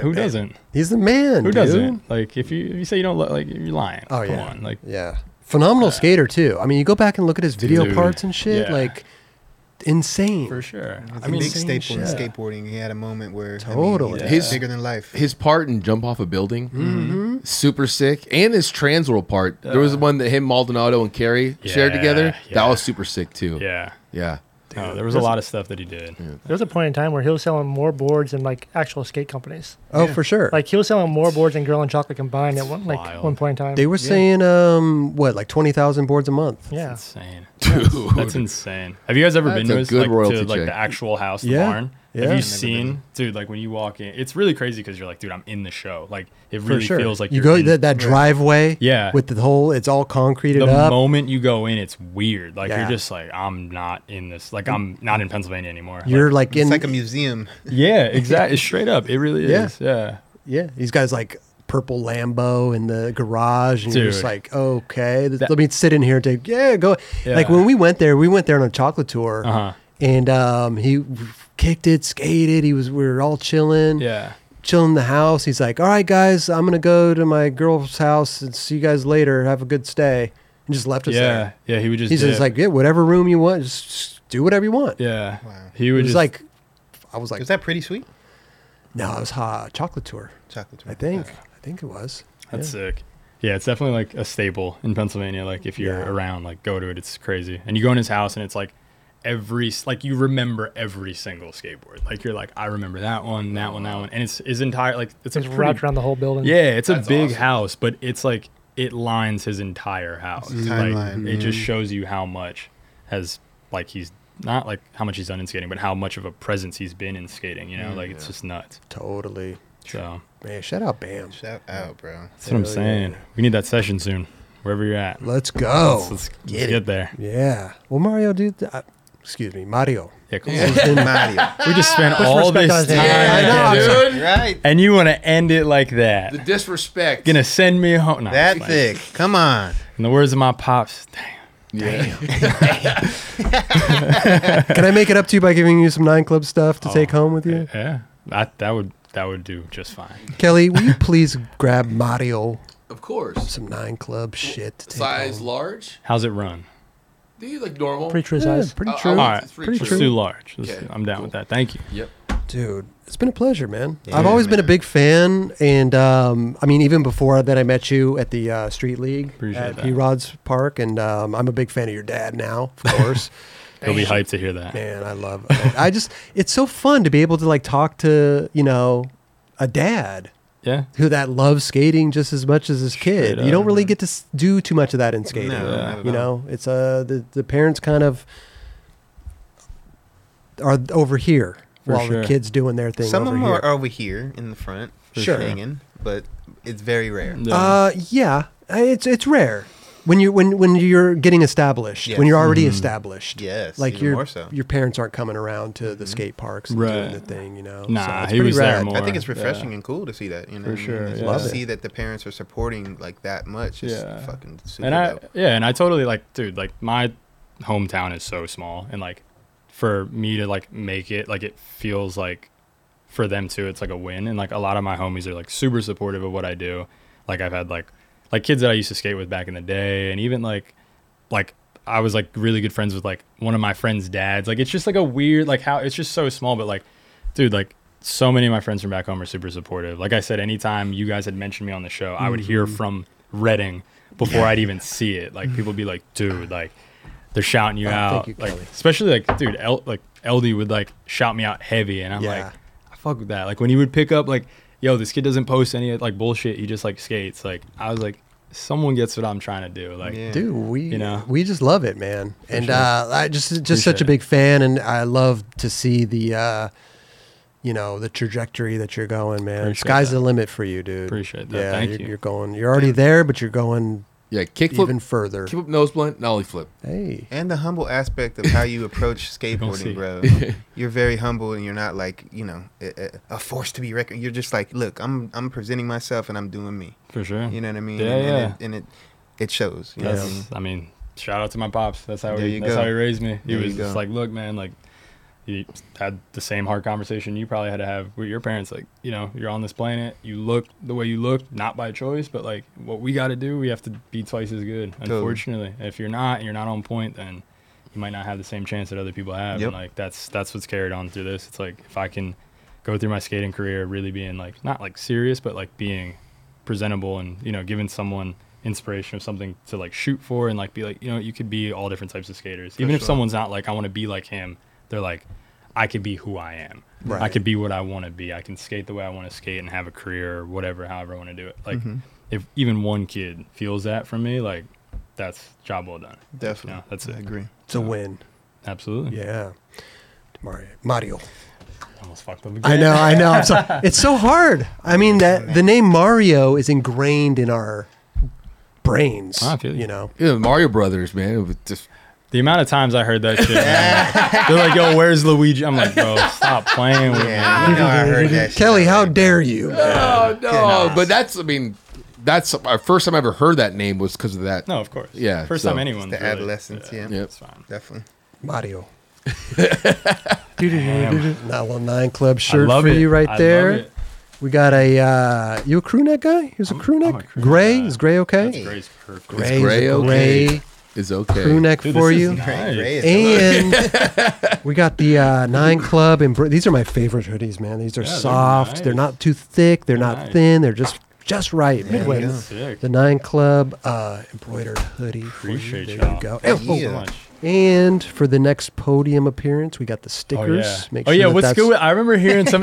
[SPEAKER 3] who doesn't?
[SPEAKER 1] He's the man.
[SPEAKER 3] Who
[SPEAKER 1] dude.
[SPEAKER 3] doesn't? Like if you if you say you don't lo- like you're lying.
[SPEAKER 1] Oh,
[SPEAKER 3] Come
[SPEAKER 1] yeah.
[SPEAKER 3] on. Like
[SPEAKER 1] Yeah, phenomenal skater too. I mean, you go back and look at his video
[SPEAKER 3] Dude.
[SPEAKER 1] parts and shit,
[SPEAKER 3] Yeah.
[SPEAKER 1] like <laughs> insane.
[SPEAKER 3] for sure.
[SPEAKER 2] I mean, big
[SPEAKER 3] same
[SPEAKER 2] staple in
[SPEAKER 3] shit.
[SPEAKER 2] skateboarding. He had a moment where I mean,
[SPEAKER 1] Totally.
[SPEAKER 2] yeah.
[SPEAKER 4] His-
[SPEAKER 2] bigger than life.
[SPEAKER 4] his part in Jump Off a Building,
[SPEAKER 3] Mm-hmm.
[SPEAKER 4] super sick. And his trans world part. there was one that him, Maldonado, and Carrie shared
[SPEAKER 3] Uh. Yeah,
[SPEAKER 4] together. That
[SPEAKER 3] yeah.
[SPEAKER 4] was super sick too.
[SPEAKER 3] Yeah.
[SPEAKER 4] Yeah.
[SPEAKER 3] No, there was a lot of stuff that he did.
[SPEAKER 5] There was a point in time where he was selling more boards than like actual skate companies.
[SPEAKER 1] Oh, for sure.
[SPEAKER 5] Like he was selling more boards than Girl and Chocolate combined at one like
[SPEAKER 3] wild.
[SPEAKER 5] one point in time.
[SPEAKER 1] they were saying, um, what, like twenty thousand boards a month? <laughs>
[SPEAKER 5] yeah,
[SPEAKER 3] That's insane. <laughs>
[SPEAKER 4] Dude.
[SPEAKER 3] That's insane. Have you guys ever been
[SPEAKER 4] That's a
[SPEAKER 3] to his,
[SPEAKER 4] good
[SPEAKER 3] like,
[SPEAKER 4] royalty
[SPEAKER 3] to like
[SPEAKER 4] check.
[SPEAKER 3] the actual house, the
[SPEAKER 1] Yeah.
[SPEAKER 3] barn?
[SPEAKER 1] Yeah.
[SPEAKER 3] Have
[SPEAKER 1] I've never
[SPEAKER 3] you seen, dude? Like when you walk in, it's really crazy because you're like, dude, I'm in the show. Like it
[SPEAKER 1] For
[SPEAKER 3] really
[SPEAKER 1] sure.
[SPEAKER 3] feels like
[SPEAKER 1] you
[SPEAKER 3] you're
[SPEAKER 1] go
[SPEAKER 3] in-
[SPEAKER 1] that, that driveway.
[SPEAKER 3] Yeah.
[SPEAKER 1] With the whole, it's all concreted
[SPEAKER 3] the
[SPEAKER 1] up.
[SPEAKER 3] moment you go in, it's weird. Like
[SPEAKER 1] Yeah.
[SPEAKER 3] you're just like, I'm not in this. Like I'm not in Pennsylvania anymore.
[SPEAKER 1] You're like
[SPEAKER 2] It's
[SPEAKER 1] in.
[SPEAKER 2] like a museum.
[SPEAKER 3] <laughs> yeah, exactly. Straight up, it really
[SPEAKER 1] Yeah.
[SPEAKER 3] is. Yeah.
[SPEAKER 1] yeah, these guys like purple Lambo in the garage, and you're just
[SPEAKER 3] Dude.
[SPEAKER 1] like, okay, th-
[SPEAKER 3] That-
[SPEAKER 1] let me sit in here and take. Yeah, go.
[SPEAKER 3] Yeah.
[SPEAKER 1] Like when we went there, we went there on a chocolate tour,
[SPEAKER 3] Uh-huh.
[SPEAKER 1] and um, he kicked it, skated. He was. We were all chilling.
[SPEAKER 3] Yeah.
[SPEAKER 1] chilling in the house. He's like, "All right, guys, I'm gonna go to my girl's house and see you guys later. Have a good stay." And just left us
[SPEAKER 3] Yeah.
[SPEAKER 1] there.
[SPEAKER 3] Yeah. He would just.
[SPEAKER 1] He's just
[SPEAKER 3] dip.
[SPEAKER 1] like, "Yeah, whatever room you want, just, just do whatever you want."
[SPEAKER 3] Yeah.
[SPEAKER 2] Wow.
[SPEAKER 3] He
[SPEAKER 1] It
[SPEAKER 3] would
[SPEAKER 1] was
[SPEAKER 3] just
[SPEAKER 1] like, I was like,
[SPEAKER 2] Was that pretty sweet?
[SPEAKER 1] "No, it was hot chocolate tour."
[SPEAKER 2] Chocolate.
[SPEAKER 1] I think, I think it was.
[SPEAKER 3] That's sick. Yeah, it's definitely like a staple in Pennsylvania. Like if you're
[SPEAKER 1] Yeah.
[SPEAKER 3] around, like go to it. It's crazy. And you go in his house, and it's like every s- like you remember every single skateboard. Like you're like, I remember that one, that one, that one, and it's his entire like it's a
[SPEAKER 5] it's
[SPEAKER 3] pretty,
[SPEAKER 5] wrapped around the whole building.
[SPEAKER 3] yeah, it's a
[SPEAKER 4] That's
[SPEAKER 3] big
[SPEAKER 4] awesome.
[SPEAKER 3] house, but it's like it lines his entire house.
[SPEAKER 2] His
[SPEAKER 3] Like,
[SPEAKER 2] timeline.
[SPEAKER 3] It just shows you how much has like he's not like how much he's done in skating, but how much of a presence he's been in skating. You know,
[SPEAKER 4] Mm,
[SPEAKER 3] like it's just nuts.
[SPEAKER 1] Totally.
[SPEAKER 3] So
[SPEAKER 1] Man, shout out Bam.
[SPEAKER 2] Shout out, bro.
[SPEAKER 3] that's what I'm
[SPEAKER 1] Hell yeah.
[SPEAKER 3] saying. We need that session soon, wherever you're at.
[SPEAKER 1] Let's go.
[SPEAKER 3] Let's, let's
[SPEAKER 1] Get
[SPEAKER 3] get,
[SPEAKER 1] it.
[SPEAKER 3] there.
[SPEAKER 1] yeah. Well, Mario, dude. th- I- excuse me, Mario.
[SPEAKER 3] Yeah, cool.
[SPEAKER 2] Mario.
[SPEAKER 3] We just spent all
[SPEAKER 5] respect
[SPEAKER 3] this
[SPEAKER 5] on his
[SPEAKER 3] time,
[SPEAKER 5] name. Yeah,
[SPEAKER 1] I know.
[SPEAKER 4] Dude,
[SPEAKER 2] Right.
[SPEAKER 3] and you want to end it like that?
[SPEAKER 4] the disrespect.
[SPEAKER 3] Gonna send me home? No,
[SPEAKER 2] That
[SPEAKER 3] it's fine.
[SPEAKER 2] thick. Come on.
[SPEAKER 3] In the words of my pops, damn.
[SPEAKER 4] Yeah.
[SPEAKER 1] Can I make it up to you by giving you some nine club stuff
[SPEAKER 3] <laughs> Oh,
[SPEAKER 1] to take home with you?
[SPEAKER 3] Yeah, that that would that would do just fine.
[SPEAKER 1] Kelly, will you please grab Mario
[SPEAKER 4] Of course.
[SPEAKER 1] some nine club shit? To take
[SPEAKER 4] Size
[SPEAKER 1] home?
[SPEAKER 4] large.
[SPEAKER 3] How's it run?
[SPEAKER 4] Do you like normal?
[SPEAKER 5] pretty true
[SPEAKER 1] Yeah,
[SPEAKER 5] size.
[SPEAKER 1] pretty
[SPEAKER 4] Uh, I
[SPEAKER 1] true.
[SPEAKER 4] would-
[SPEAKER 3] All right,
[SPEAKER 4] It's pretty
[SPEAKER 3] let's
[SPEAKER 4] true.
[SPEAKER 3] do large. Let's-
[SPEAKER 4] Okay,
[SPEAKER 3] I'm down with that. Thank you.
[SPEAKER 4] Yep.
[SPEAKER 1] Dude, it's been a pleasure, man. I've
[SPEAKER 2] Yeah,
[SPEAKER 1] always been a
[SPEAKER 2] man.
[SPEAKER 1] big fan, and um, I mean, even before that, I met you at the uh, Street League
[SPEAKER 3] Appreciate
[SPEAKER 1] at
[SPEAKER 3] that.
[SPEAKER 1] P Rod's Park, and um, I'm a big fan of your dad now, of course.
[SPEAKER 3] He'll be hyped to hear that.
[SPEAKER 1] man, I love. I just, it's so fun to be able to like talk to you know a dad
[SPEAKER 3] Yeah.
[SPEAKER 1] who that loves skating just as much as his kid.
[SPEAKER 3] Straight
[SPEAKER 1] You don't
[SPEAKER 3] up.
[SPEAKER 1] really get to s- do too much of that in skating.
[SPEAKER 2] No, not at
[SPEAKER 1] you
[SPEAKER 2] all.
[SPEAKER 1] know, it's uh the the parents kind of are over here
[SPEAKER 3] For
[SPEAKER 1] while
[SPEAKER 3] sure.
[SPEAKER 1] the kids doing their thing.
[SPEAKER 2] Some of
[SPEAKER 1] over
[SPEAKER 2] them
[SPEAKER 1] here.
[SPEAKER 2] are over here in the front,
[SPEAKER 1] Sure.
[SPEAKER 2] hanging, but it's very rare.
[SPEAKER 3] Yeah.
[SPEAKER 1] Uh, yeah, Uh, it's it's rare when you when when you're getting established,
[SPEAKER 2] Yes.
[SPEAKER 1] when you're already
[SPEAKER 3] Mm-hmm.
[SPEAKER 1] established.
[SPEAKER 2] Yes,
[SPEAKER 1] like
[SPEAKER 2] even
[SPEAKER 1] your
[SPEAKER 2] more so. Mm-hmm.
[SPEAKER 1] your parents aren't coming around to the skate parks and doing
[SPEAKER 3] Right.
[SPEAKER 1] the thing, you know.
[SPEAKER 3] Nah,
[SPEAKER 1] it's
[SPEAKER 3] he
[SPEAKER 1] pretty
[SPEAKER 3] was there
[SPEAKER 1] rad.
[SPEAKER 3] more.
[SPEAKER 2] I think it's
[SPEAKER 3] Yeah.
[SPEAKER 2] refreshing and cool to see that. You know,
[SPEAKER 3] For
[SPEAKER 2] what I mean?
[SPEAKER 3] sure,
[SPEAKER 2] Just
[SPEAKER 3] yeah.
[SPEAKER 2] to
[SPEAKER 1] Love it.
[SPEAKER 2] see that the parents are supporting like that much. Is
[SPEAKER 3] Yeah.
[SPEAKER 2] fucking super.
[SPEAKER 3] and I
[SPEAKER 2] dope.
[SPEAKER 3] yeah, and I totally like, dude, like my hometown is so small, and like for me to like make it, like it feels like for them too, it's like a win, and like a lot of my homies are like super supportive of what I do. Like I've had like like kids that I used to skate with back in the day, and even like like I was like really good friends with like one of my friends' dads. Like it's just like a weird like how it's just so small, but like dude, like so many of my friends from back home are super supportive. Like I said, anytime you guys had mentioned me on the show, I would hear
[SPEAKER 1] Mm-hmm.
[SPEAKER 3] from Reading before I'd even see
[SPEAKER 1] <laughs>
[SPEAKER 3] it. Like people would be like, dude, like they're shouting you out.
[SPEAKER 1] Oh, thank you,
[SPEAKER 3] like
[SPEAKER 1] Kelly.
[SPEAKER 3] especially like dude, L- like LD would like shout me out heavy, and I'm
[SPEAKER 1] Yeah.
[SPEAKER 3] like, I fuck with that. Like when he would pick up like, yo, this kid doesn't post any like bullshit. He just like skates. Like I was like, someone gets what I'm trying to do. Like
[SPEAKER 2] Yeah.
[SPEAKER 1] Dude, we
[SPEAKER 3] You know?
[SPEAKER 1] we just love it, man, and
[SPEAKER 3] sure.
[SPEAKER 1] uh, I just just such a
[SPEAKER 3] Appreciate it.
[SPEAKER 1] big fan, and I love to see the, uh, you know, the trajectory that you're going, man.
[SPEAKER 3] Appreciate
[SPEAKER 1] Sky's
[SPEAKER 3] that.
[SPEAKER 1] the limit for you, dude.
[SPEAKER 3] Appreciate that.
[SPEAKER 1] Yeah,
[SPEAKER 3] Thank
[SPEAKER 1] you're,
[SPEAKER 3] you.
[SPEAKER 1] are going. You're already there, but you're going
[SPEAKER 4] Yeah, kickflip,
[SPEAKER 1] even further.
[SPEAKER 4] kickflip, nose blunt, nollie flip.
[SPEAKER 1] Hey,
[SPEAKER 2] And the humble aspect of how you approach
[SPEAKER 3] <laughs> see.
[SPEAKER 2] skateboarding, bro.
[SPEAKER 3] <laughs>
[SPEAKER 2] You're very humble, and you're not like you know a, a- a force to be reckoned. You're just like, look, I'm I'm presenting myself, and I'm doing me.
[SPEAKER 3] for sure.
[SPEAKER 2] You know what I mean?
[SPEAKER 3] Hmm. Yeah,
[SPEAKER 2] and,
[SPEAKER 3] yeah.
[SPEAKER 2] And it, and it, it shows. You know what I mean?
[SPEAKER 3] That's, I mean, shout out to my pops. That's how
[SPEAKER 2] There
[SPEAKER 3] he,
[SPEAKER 2] you
[SPEAKER 3] that's
[SPEAKER 2] go.
[SPEAKER 3] how he raised me. He
[SPEAKER 2] There you
[SPEAKER 3] was just
[SPEAKER 2] go.
[SPEAKER 3] like, look, man, like he had the same hard conversation you probably had to have with your parents. Like, you know, you're on this planet. You look the way you look, not by choice, but like what we got to do, we have to be twice as good.
[SPEAKER 2] Totally.
[SPEAKER 3] Unfortunately, if you're not, and you're not on point, then you might not have the same chance that other people have.
[SPEAKER 2] Yep.
[SPEAKER 3] And like that's that's what's carried on through this. It's like if I can go through my skating career really being like not like serious, but like being presentable and you know giving someone inspiration of something to like shoot for and like be like you know you could be all different types of skaters even if
[SPEAKER 2] sure.
[SPEAKER 3] someone's not like i want to be like him they're like i could be who i am i
[SPEAKER 1] Right.
[SPEAKER 3] could be what i want to be i can skate the way i want to skate and have a career or whatever however i want to do it like if even one kid feels that from me like that's job well done
[SPEAKER 2] Definitely.
[SPEAKER 3] Yeah, that's it.
[SPEAKER 2] I agree.
[SPEAKER 1] it's a
[SPEAKER 3] <laughs>
[SPEAKER 1] win.
[SPEAKER 3] absolutely
[SPEAKER 1] Yeah. Mario. Mario.
[SPEAKER 3] almost fucked up again.
[SPEAKER 1] I know, I know. I'm
[SPEAKER 3] <laughs>
[SPEAKER 1] sorry. It's so hard. I mean that the name Mario is ingrained in our brains.
[SPEAKER 3] I feel you.
[SPEAKER 1] you know.
[SPEAKER 4] Yeah, Mario Brothers, man. It was just
[SPEAKER 3] The amount of times I heard that shit, man. they're like, "Yo, where's Luigi?" I'm like, "Bro, stop playing with
[SPEAKER 2] Yeah,
[SPEAKER 3] me."
[SPEAKER 2] you know I heard that. shit
[SPEAKER 1] Kelly, how
[SPEAKER 2] already.
[SPEAKER 1] dare you?
[SPEAKER 4] oh no, but that's I mean, that's our first time I ever heard that name was because of that.
[SPEAKER 3] No, of course.
[SPEAKER 4] Yeah,
[SPEAKER 3] first
[SPEAKER 4] so-
[SPEAKER 3] time anyone.
[SPEAKER 2] The adolescence, yeah.
[SPEAKER 4] Yep.
[SPEAKER 3] It's fine.
[SPEAKER 2] Definitely.
[SPEAKER 3] <laughs>
[SPEAKER 1] Mario.
[SPEAKER 3] Damn.
[SPEAKER 1] Not one nine club
[SPEAKER 3] I
[SPEAKER 1] shirt
[SPEAKER 3] love
[SPEAKER 1] for
[SPEAKER 3] it.
[SPEAKER 1] you right
[SPEAKER 3] I love
[SPEAKER 1] there.
[SPEAKER 3] it.
[SPEAKER 1] We got a uh you a crew neck guy? Here's a crew
[SPEAKER 3] I'm
[SPEAKER 1] neck.
[SPEAKER 3] a crew
[SPEAKER 1] gray?
[SPEAKER 3] neck
[SPEAKER 1] Is gray
[SPEAKER 3] That's
[SPEAKER 1] okay?
[SPEAKER 3] Gray's perfect.
[SPEAKER 1] Gray's
[SPEAKER 4] Gray
[SPEAKER 1] a
[SPEAKER 4] okay.
[SPEAKER 1] gray
[SPEAKER 4] Is okay.
[SPEAKER 1] crew neck
[SPEAKER 3] Dude, this
[SPEAKER 1] for
[SPEAKER 3] is
[SPEAKER 1] you.
[SPEAKER 3] nice.
[SPEAKER 2] Right, Ray is
[SPEAKER 1] And
[SPEAKER 3] <laughs>
[SPEAKER 1] we got the uh, Nine Club. And these are my favorite hoodies, man. These are
[SPEAKER 3] Yeah, they're
[SPEAKER 1] soft. They're
[SPEAKER 3] nice.
[SPEAKER 1] not too thick. They're not
[SPEAKER 3] Nice.
[SPEAKER 1] thin. They're just just right, man.
[SPEAKER 3] <laughs>
[SPEAKER 2] Midway.
[SPEAKER 3] That's sick.
[SPEAKER 1] The Nine Club uh, embroidered hoodie. for you.
[SPEAKER 3] Appreciate
[SPEAKER 1] there
[SPEAKER 3] y'all.
[SPEAKER 1] you go.
[SPEAKER 2] Thank
[SPEAKER 1] Oh,
[SPEAKER 2] you.
[SPEAKER 3] So
[SPEAKER 2] Yeah.
[SPEAKER 3] much.
[SPEAKER 1] And for the next podium appearance, we got the
[SPEAKER 3] Oh
[SPEAKER 1] stickers.
[SPEAKER 3] yeah.
[SPEAKER 1] Make
[SPEAKER 3] oh
[SPEAKER 1] sure
[SPEAKER 3] yeah.
[SPEAKER 1] that
[SPEAKER 3] What's
[SPEAKER 1] that's-
[SPEAKER 3] good? With, I remember hearing some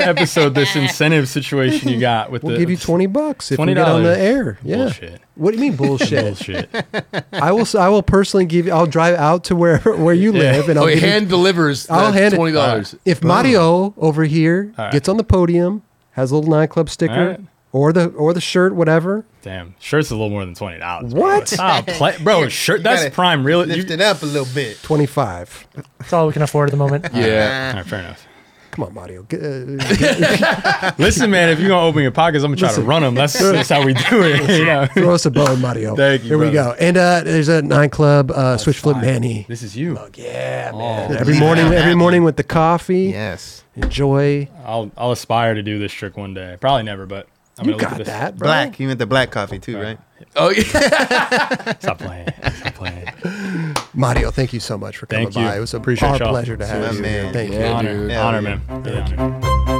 [SPEAKER 2] <laughs>
[SPEAKER 3] episode this incentive situation you got with
[SPEAKER 1] We'll
[SPEAKER 3] the.
[SPEAKER 1] give you twenty bucks if
[SPEAKER 3] $20.
[SPEAKER 1] we get on the air. Yeah.
[SPEAKER 3] Bullshit.
[SPEAKER 1] What do you mean bullshit?
[SPEAKER 3] <laughs> <laughs> Bullshit.
[SPEAKER 1] I will. s- I will personally give you. I'll drive out to where <laughs> where you
[SPEAKER 3] Yeah.
[SPEAKER 1] live, and
[SPEAKER 4] Oh,
[SPEAKER 1] I'll
[SPEAKER 4] he
[SPEAKER 1] give you
[SPEAKER 4] hand delivers.
[SPEAKER 1] I'll
[SPEAKER 4] that
[SPEAKER 1] hand it-
[SPEAKER 4] twenty dollars.
[SPEAKER 1] If Mario over here
[SPEAKER 3] All right.
[SPEAKER 1] gets on the podium, has a little nightclub sticker
[SPEAKER 3] All right.
[SPEAKER 1] or the or the shirt, whatever.
[SPEAKER 3] Damn. Shirt's a little more than twenty dollars.
[SPEAKER 1] What?
[SPEAKER 3] Stop play, bro. Shirt.
[SPEAKER 2] gotta
[SPEAKER 3] That's prime. Real. You,
[SPEAKER 2] Lift it up a little bit.
[SPEAKER 1] Twenty five.
[SPEAKER 5] That's all we can afford at
[SPEAKER 1] <laughs>
[SPEAKER 5] the moment.
[SPEAKER 4] Yeah.
[SPEAKER 3] All right,
[SPEAKER 2] <laughs>
[SPEAKER 3] fair enough.
[SPEAKER 1] Come on, Mario. Get, uh,
[SPEAKER 3] Listen, man, if you're gonna open your pockets, I'm gonna try to run
[SPEAKER 1] <laughs>
[SPEAKER 3] them. That's, that's how we do it. You know?
[SPEAKER 1] throw us a bone, Mario.
[SPEAKER 3] <laughs> Thank you,
[SPEAKER 1] Here we go.
[SPEAKER 3] brother.
[SPEAKER 1] And uh, there's a nine club uh, switch flip Manny.
[SPEAKER 3] This is you.
[SPEAKER 1] Yeah,
[SPEAKER 3] Oh.
[SPEAKER 1] man. Every morning, every morning with the coffee.
[SPEAKER 2] Yes.
[SPEAKER 1] Enjoy.
[SPEAKER 3] I'll I'll aspire to do this trick one day. Probably never, but I'm
[SPEAKER 1] You
[SPEAKER 3] gonna look
[SPEAKER 1] got
[SPEAKER 3] at this.
[SPEAKER 1] that, bro.
[SPEAKER 2] Black. You meant the black coffee too, right?
[SPEAKER 4] Oh yeah.
[SPEAKER 3] Stop playing.
[SPEAKER 1] <laughs>
[SPEAKER 3] Stop playing.
[SPEAKER 1] Mario, thank you so much for coming
[SPEAKER 3] Thank you.
[SPEAKER 1] by. It was a
[SPEAKER 3] Appreciate
[SPEAKER 1] our
[SPEAKER 3] y'all.
[SPEAKER 1] pleasure to have
[SPEAKER 2] My
[SPEAKER 1] you.
[SPEAKER 2] man.
[SPEAKER 1] Thank you.
[SPEAKER 4] Yeah,
[SPEAKER 3] honor,
[SPEAKER 4] dude.
[SPEAKER 3] honor,
[SPEAKER 2] Yeah.
[SPEAKER 3] man. Really honor.